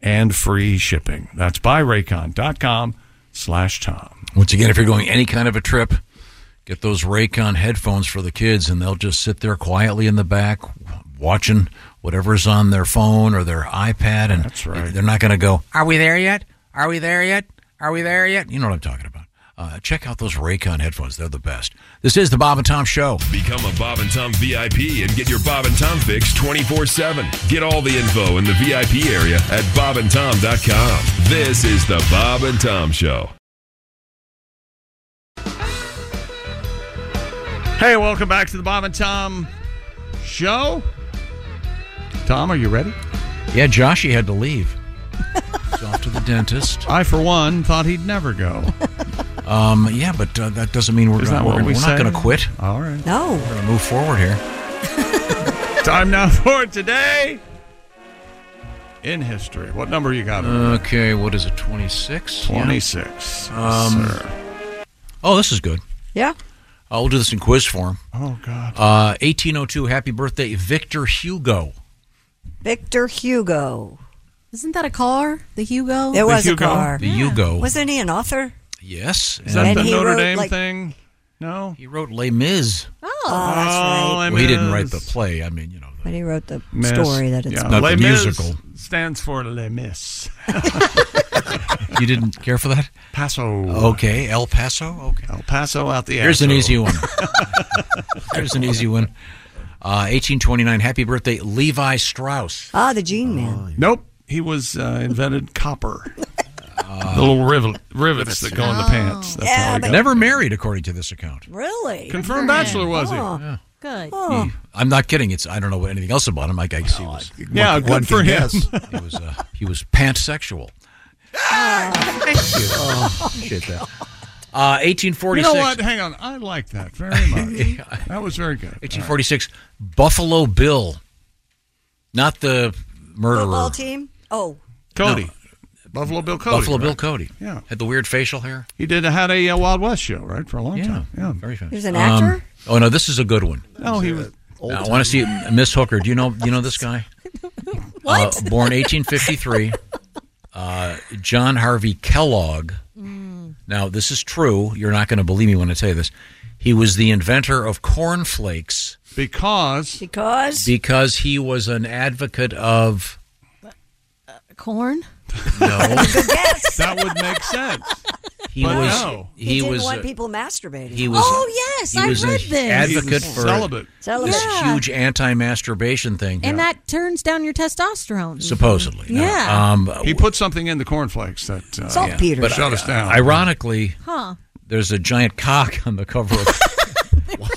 Speaker 1: and free shipping. That's buyraycon.com slash Tom.
Speaker 3: Once again, if you're going any kind of a trip, get those Raycon headphones for the kids, and they'll just sit there quietly in the back watching whatever's on their phone or their iPad. And That's right. They're not going to go, Are we there yet? Are we there yet? Are we there yet? You know what I'm talking about. Uh, check out those Raycon headphones. They're the best. This is the Bob and Tom Show.
Speaker 14: Become a Bob and Tom VIP and get your Bob and Tom fix 24 7. Get all the info in the VIP area at bobandtom.com. This is the Bob and Tom Show.
Speaker 1: Hey, welcome back to the Bob and Tom show. Tom, are you ready?
Speaker 3: Yeah, Joshy had to leave. He's off to the dentist.
Speaker 1: I, for one, thought he'd never go.
Speaker 3: Um, yeah, but uh, that doesn't mean we're,
Speaker 1: Isn't
Speaker 3: gonna,
Speaker 1: that what
Speaker 3: we're,
Speaker 1: we
Speaker 3: we're
Speaker 1: say?
Speaker 3: not going to quit.
Speaker 1: All right.
Speaker 11: No.
Speaker 3: We're going to move forward here.
Speaker 1: Time now for today in history. What number you
Speaker 3: Uh,
Speaker 1: got?
Speaker 3: Okay, what is it? 26?
Speaker 1: 26,
Speaker 3: Um, Oh, this is good.
Speaker 11: Yeah.
Speaker 3: Uh, we'll do this in quiz form.
Speaker 1: Oh, God.
Speaker 3: Uh, 1802, happy birthday, Victor Hugo.
Speaker 11: Victor Hugo.
Speaker 10: Isn't that a car? The Hugo?
Speaker 11: It was a car.
Speaker 3: The Hugo.
Speaker 11: Wasn't he an author?
Speaker 3: Yes.
Speaker 11: Is that
Speaker 3: and-
Speaker 11: the And he Notre wrote, Dame
Speaker 1: like- thing? No.
Speaker 3: He wrote Les Mis.
Speaker 11: Oh, that's right.
Speaker 3: Well, he didn't write the play. I mean, you know.
Speaker 11: But he wrote the
Speaker 3: Miss.
Speaker 11: story that it's
Speaker 3: Yeah. Not
Speaker 1: Les
Speaker 3: the
Speaker 1: Mis
Speaker 3: musical.
Speaker 1: stands for Les Mis.
Speaker 3: You didn't care for that?
Speaker 1: Paso.
Speaker 3: Okay, El Paso. Okay.
Speaker 1: El Paso out the
Speaker 3: Here's an
Speaker 1: asshole.
Speaker 3: easy one. Here's an easy one. Uh, 1829. Happy birthday, Levi Strauss.
Speaker 11: Ah, the Gene Man.
Speaker 1: Nope. He was uh, invented copper.
Speaker 3: Uh,
Speaker 1: the little rivet, rivets that go in the pants.
Speaker 11: Oh,
Speaker 1: That's how he got
Speaker 3: Never married, according to this account.
Speaker 11: Really?
Speaker 1: Confirmed bachelor was he? Hmm.
Speaker 11: Oh,
Speaker 10: Good.
Speaker 11: Oh.
Speaker 3: I'm not kidding. It's I don't know anything else about him. Like I guess he was.
Speaker 1: Uh, Yeah, good
Speaker 3: one
Speaker 1: for
Speaker 3: can
Speaker 1: him.
Speaker 3: guess. he was. Uh, he was pansexual.
Speaker 1: Oh.
Speaker 3: Shit, that. Uh, 1846.
Speaker 1: You know what? Hang on. I like that very much. that was very good.
Speaker 3: 1846. Buffalo Bill, not the murderer.
Speaker 11: Football team? Oh.
Speaker 1: Cody.
Speaker 3: No.
Speaker 1: Buffalo Bill Cody.
Speaker 3: Buffalo Bill
Speaker 1: right?
Speaker 3: Cody.
Speaker 1: Yeah.
Speaker 3: Had the weird facial hair.
Speaker 1: He did had a uh, Wild West show, right, for a long time. Yeah. Uh,
Speaker 3: Very famous.
Speaker 11: He was an actor?
Speaker 3: Um, oh no, this is a good one.
Speaker 1: no, Oh, he was.
Speaker 3: I want to see Miss Hooker. Do you know? Do you know this guy?
Speaker 11: What?
Speaker 3: Uh, born 1853. Uh, John Harvey Kellogg. Now this is true. You're not going to believe me when I tell you this. He was the inventor of corn flakes
Speaker 1: Because
Speaker 11: Because?
Speaker 3: because he was an advocate of
Speaker 10: Corn?
Speaker 3: no.
Speaker 1: that would make sense.
Speaker 3: He
Speaker 1: But
Speaker 3: was.
Speaker 1: no.
Speaker 3: He,
Speaker 11: He, didn't
Speaker 3: was.
Speaker 11: want
Speaker 3: uh,
Speaker 11: people masturbating.
Speaker 3: he was.
Speaker 10: Oh, yes,
Speaker 3: he
Speaker 10: I
Speaker 3: was an
Speaker 10: read this.
Speaker 3: Advocate
Speaker 1: He's
Speaker 3: for
Speaker 1: celibate.
Speaker 10: Celibate.
Speaker 3: This
Speaker 10: Yeah.
Speaker 3: huge anti-masturbation thing.
Speaker 10: And that turns down your testosterone.
Speaker 3: Supposedly, no.
Speaker 10: Yeah.
Speaker 3: Um,
Speaker 1: he put something in the cornflakes that uh,
Speaker 10: Saltpeter.
Speaker 1: but shut us down.
Speaker 3: Ironically,
Speaker 10: Huh.
Speaker 3: there's a giant cock on the cover of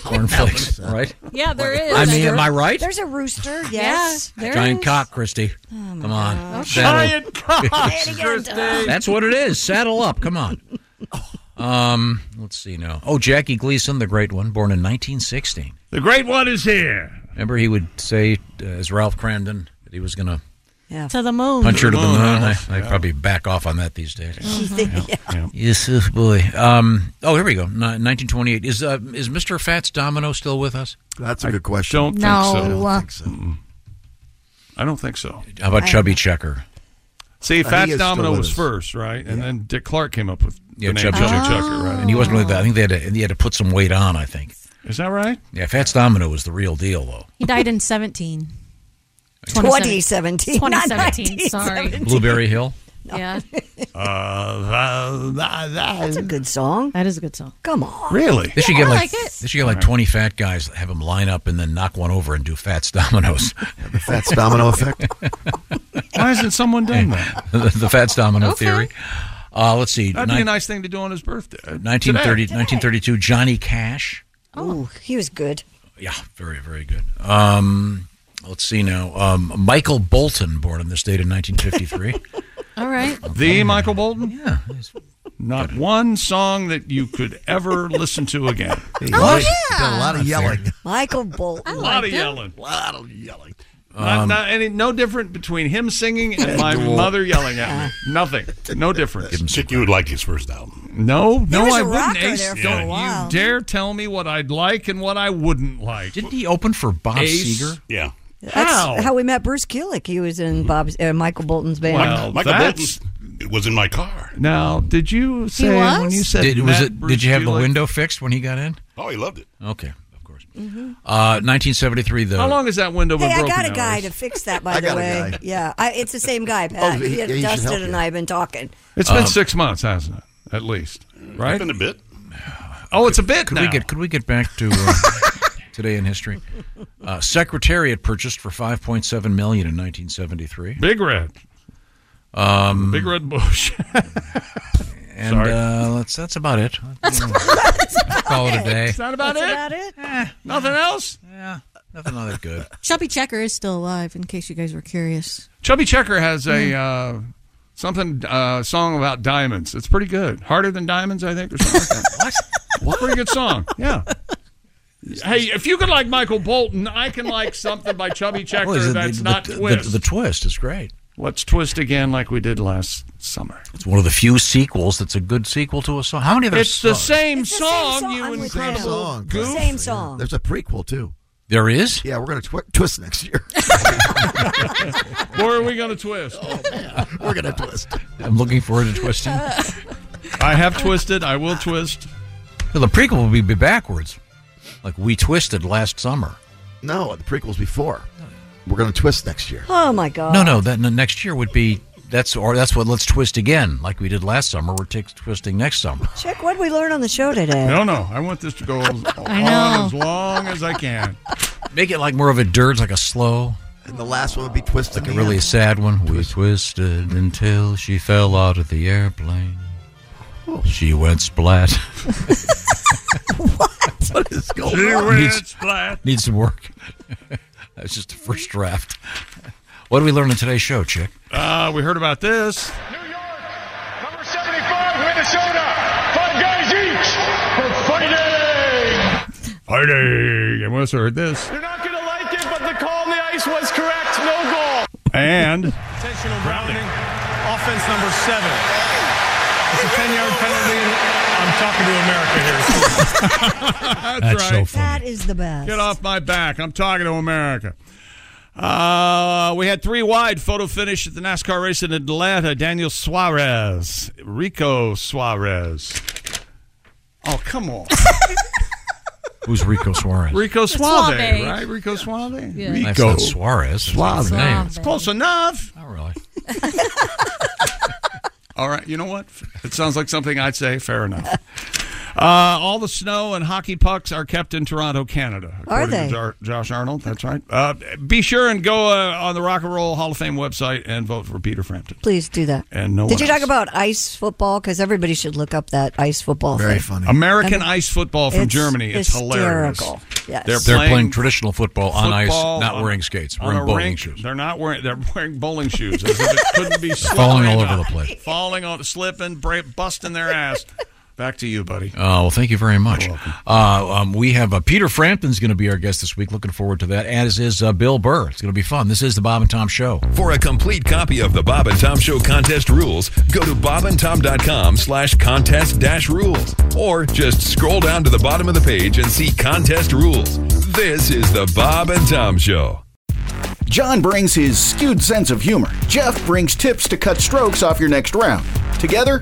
Speaker 3: cornflakes, right?
Speaker 10: Yeah, there is.
Speaker 3: I mean, am I right?
Speaker 11: There's a rooster, yes.
Speaker 10: there
Speaker 3: giant
Speaker 10: is. Oh,
Speaker 3: cock, Christy. Come on,
Speaker 11: Giant
Speaker 3: Saddle-
Speaker 11: cock, Say it again, Christy. Tom.
Speaker 3: That's what it is. Saddle up. Come on. Um, let's see now. Oh, Jackie Gleason, the great one, born in 1916.
Speaker 1: The great one is here.
Speaker 3: Remember, he would say, uh, as Ralph Crandon, that he was going to
Speaker 10: To the moon.
Speaker 3: punch her to the moon. I, I
Speaker 10: Yeah.
Speaker 3: probably back off on that these days.
Speaker 10: Mhm.
Speaker 3: Yes, yes, boy. Um, oh, here we go. Ni- 1928. Is uh, is Mr. Fats Domino still with us?
Speaker 9: That's
Speaker 3: a
Speaker 9: a good question.
Speaker 3: don't
Speaker 10: think so. No. I don't think
Speaker 1: I don't think so.
Speaker 3: How about Chubby Checker?
Speaker 1: See,
Speaker 3: Uh, he
Speaker 1: Fats
Speaker 3: is still
Speaker 1: Domino
Speaker 3: with
Speaker 1: was
Speaker 3: us.
Speaker 1: first, right? And then Dick Clark came up with the
Speaker 3: Yeah,
Speaker 1: name
Speaker 3: Chubby
Speaker 1: Chubby
Speaker 3: Checker.
Speaker 1: Checker, right?
Speaker 3: And he wasn't really that. I think they had to, he had to put some weight on, I think.
Speaker 1: Is that right?
Speaker 3: Yeah, Fats Domino was the real deal, though.
Speaker 10: He died in 17.
Speaker 11: 2017.
Speaker 10: 2017, sorry.
Speaker 3: Blueberry Hill.
Speaker 10: Yeah.
Speaker 1: Uh,
Speaker 11: That's a good song.
Speaker 10: That is a good song.
Speaker 11: Come on.
Speaker 3: They should get
Speaker 10: I
Speaker 3: like,
Speaker 10: like it.
Speaker 3: they should get like 20 fat guys, have them line up, and then knock one over and do Fats Dominoes. the
Speaker 9: Fats domino effect.
Speaker 1: Why hasn't someone done that?
Speaker 3: Eh, the, Fats Domino theory. Uh, let's see.
Speaker 1: That'd be
Speaker 3: Nin-
Speaker 1: a nice thing to do on his birthday. uh,
Speaker 3: 1930,
Speaker 1: today.
Speaker 3: 1932, Johnny Cash.
Speaker 11: Oh, he was good.
Speaker 3: Yeah, very, very good. Um, let's see now. Um, Michael Bolton, born on this date in 1953.
Speaker 10: All right.
Speaker 1: The Michael Bolton?
Speaker 3: Yeah.
Speaker 1: Not one song that you could ever listen to again.
Speaker 11: Oh,
Speaker 9: yeah. A lot of yelling.
Speaker 11: Michael Bolton.
Speaker 1: A lot of yelling. A lot of yelling.
Speaker 3: Um,
Speaker 1: not, not any, no different between him singing and my
Speaker 13: Well-
Speaker 1: mother yelling at me. Nothing. No difference.
Speaker 13: Chick, you would like his first album.
Speaker 1: No, no,
Speaker 13: was
Speaker 1: I
Speaker 13: a
Speaker 1: wouldn't.
Speaker 13: rocker
Speaker 1: Ace,
Speaker 13: there for a
Speaker 1: don't
Speaker 13: while.
Speaker 1: you dare tell me what I'd like and what I wouldn't like.
Speaker 3: Didn't he open for Bob
Speaker 1: Ace?
Speaker 3: Seger?
Speaker 13: Yeah.
Speaker 11: That's
Speaker 1: How?
Speaker 11: we met Bruce Kulick. He was in Bob's uh, Michael Bolton's band.
Speaker 13: Michael, Michael
Speaker 1: that's-
Speaker 13: Bolton it was in my car.
Speaker 1: Now, did you say when you said
Speaker 3: did, was
Speaker 1: Matt
Speaker 3: it,
Speaker 1: Bruce
Speaker 3: did you have the
Speaker 1: Kulick?
Speaker 3: window fixed when he got in?
Speaker 13: Oh, he loved it.
Speaker 3: Okay. Uh, 1973, the.
Speaker 1: How long has that window
Speaker 11: Mm-hmm. Hey,
Speaker 1: been
Speaker 11: I
Speaker 1: broken?
Speaker 11: got a
Speaker 1: now?
Speaker 11: guy to fix that. By
Speaker 1: I
Speaker 11: the
Speaker 1: got a
Speaker 11: way,
Speaker 1: guy. Oh,
Speaker 11: yeah, I, it's the same guy, Pat.
Speaker 1: he-
Speaker 11: he,
Speaker 1: yeah, he should help
Speaker 11: Dustin
Speaker 1: you.
Speaker 11: and I have been talking.
Speaker 1: It's been
Speaker 3: Um,
Speaker 1: six months, hasn't it? At least, right?
Speaker 13: been a bit.
Speaker 1: Oh, it's a bit
Speaker 3: Could
Speaker 1: now.
Speaker 3: we get Could we get back to uh, today in history? Uh, Secretariat purchased for 5.7 million in 1973.
Speaker 1: Big Red.
Speaker 3: Um,
Speaker 1: Big Red Bush.
Speaker 3: And
Speaker 1: Sorry.
Speaker 3: uh, let's, that's about it. Call it a day.
Speaker 1: It's not about
Speaker 11: That's
Speaker 1: it. Eh,
Speaker 11: about it.
Speaker 1: Nothing else.
Speaker 3: Yeah. Nothing all that good.
Speaker 10: Chubby Checker is still alive, in case you guys were curious.
Speaker 1: Chubby Checker has a uh, something uh, song about diamonds. It's pretty good. Harder than diamonds, I think, or something like that. what? It's a pretty good song. Yeah. Hey, if you could like Michael Bolton, I can like something by Chubby Checker
Speaker 3: Well, is it
Speaker 1: that's
Speaker 3: the,
Speaker 1: not
Speaker 3: the,
Speaker 1: twist.
Speaker 3: The, the twist is great.
Speaker 1: Let's twist again like we did last summer.
Speaker 3: It's one of the few sequels that's a good sequel to a song. How many of their
Speaker 1: It's the
Speaker 3: songs-
Speaker 1: same
Speaker 11: It's the same
Speaker 1: song,
Speaker 11: song,
Speaker 1: you
Speaker 11: I'm with
Speaker 1: incredible
Speaker 11: you.
Speaker 1: goof.
Speaker 11: Same song.
Speaker 9: There's a prequel too.
Speaker 3: There is?
Speaker 12: Yeah, we're going to tw- twist next year.
Speaker 1: Where are we going to twist?
Speaker 3: Oh,
Speaker 12: we're going to twist.
Speaker 3: I'm looking forward to twisting.
Speaker 1: I have twisted. I will twist.
Speaker 3: the prequel will be be backwards, like we twisted last summer.
Speaker 12: No, the prequel's before. We're going to twist next year.
Speaker 11: Oh my God!
Speaker 3: No, no, that no, next year would be that's or that's what let's twist again, like we did last summer. We're t- twisting next summer.
Speaker 11: Check what we learned on the show today.
Speaker 1: No, no. I want this to go as- on as long as I can.
Speaker 3: Make it like more of a dirge, like a slow.
Speaker 12: And the last one would be twisted.
Speaker 3: Like a really sad one. We twisted until she fell out of the airplane. She went splat. what?
Speaker 12: what is going
Speaker 6: She
Speaker 12: on?
Speaker 6: went
Speaker 3: Needs-
Speaker 6: splat.
Speaker 3: Needs some work. That's just the first draft. What do we learn in today's show, Chick?
Speaker 1: Uh, we heard about this.
Speaker 15: Minnesota, five guys each for fighting.
Speaker 1: Fighting. I must have heard this.
Speaker 15: You're not going to like it, but the call on the ice was correct. No goal.
Speaker 1: And
Speaker 15: Intentional grounding. Offense number seven. It's a 10 yard penalty. I'm talking to America here.
Speaker 1: That's so funny.
Speaker 11: That is the best.
Speaker 1: Get off my back. I'm talking to America. Uh, we had three wide photo finish at the NASCAR race in Atlanta. Daniel Suarez, Rico Suarez. Oh, come on.
Speaker 3: Who's Rico Suarez?
Speaker 1: Rico
Speaker 6: It's
Speaker 1: Suave,
Speaker 6: Suave.
Speaker 1: right? Rico Suave?
Speaker 6: Yeah.
Speaker 3: That's
Speaker 1: Rico
Speaker 3: not Suarez. That's not his name.
Speaker 1: It's close enough.
Speaker 3: Not really.
Speaker 1: All right, you know what? It sounds like something I'd say. Fair enough. Uh, all the snow and hockey pucks are kept in Toronto, Canada.
Speaker 11: Are
Speaker 1: according
Speaker 11: they?
Speaker 1: To Jar- Josh Arnold, that's right. Uh, be sure and go uh, on the Rock and Roll Hall of Fame website and vote for Peter Frampton.
Speaker 11: Please do that.
Speaker 1: And no
Speaker 11: Did
Speaker 1: one
Speaker 11: you
Speaker 1: else.
Speaker 11: talk about ice football? Because everybody should look up that ice football.
Speaker 1: Very
Speaker 11: thing.
Speaker 1: funny. American ice football from
Speaker 11: it's
Speaker 1: Germany. It's hilarious.
Speaker 11: hysterical. Yes.
Speaker 1: They're
Speaker 3: They're playing,
Speaker 1: playing
Speaker 3: traditional football, on ice,
Speaker 1: Football
Speaker 3: not
Speaker 1: on-
Speaker 3: wearing skates,
Speaker 1: on
Speaker 3: wearing
Speaker 1: a
Speaker 3: bowling
Speaker 1: rink.
Speaker 3: shoes.
Speaker 1: They're not wearing. They're wearing bowling shoes. As if it couldn't be
Speaker 3: Falling all
Speaker 1: slippery
Speaker 3: over the
Speaker 1: enough.
Speaker 3: place.
Speaker 1: Falling on, slipping, bra- busting their ass. Back to you, buddy.
Speaker 3: Oh, well, thank you very much. Uh, um, we have uh, Peter Frampton's going to be our guest this week. Looking forward to that, as is uh, Bill Burr. It's going to be fun. This is the Bob and Tom Show.
Speaker 14: For a complete copy of the Bob and Tom Show contest rules, go to bobandtom.com slash contest dash rules. Or just scroll down to the bottom of the page and see contest rules. This is the Bob and Tom Show.
Speaker 16: John brings his skewed sense of humor. Jeff brings tips to cut strokes off your next round. Together,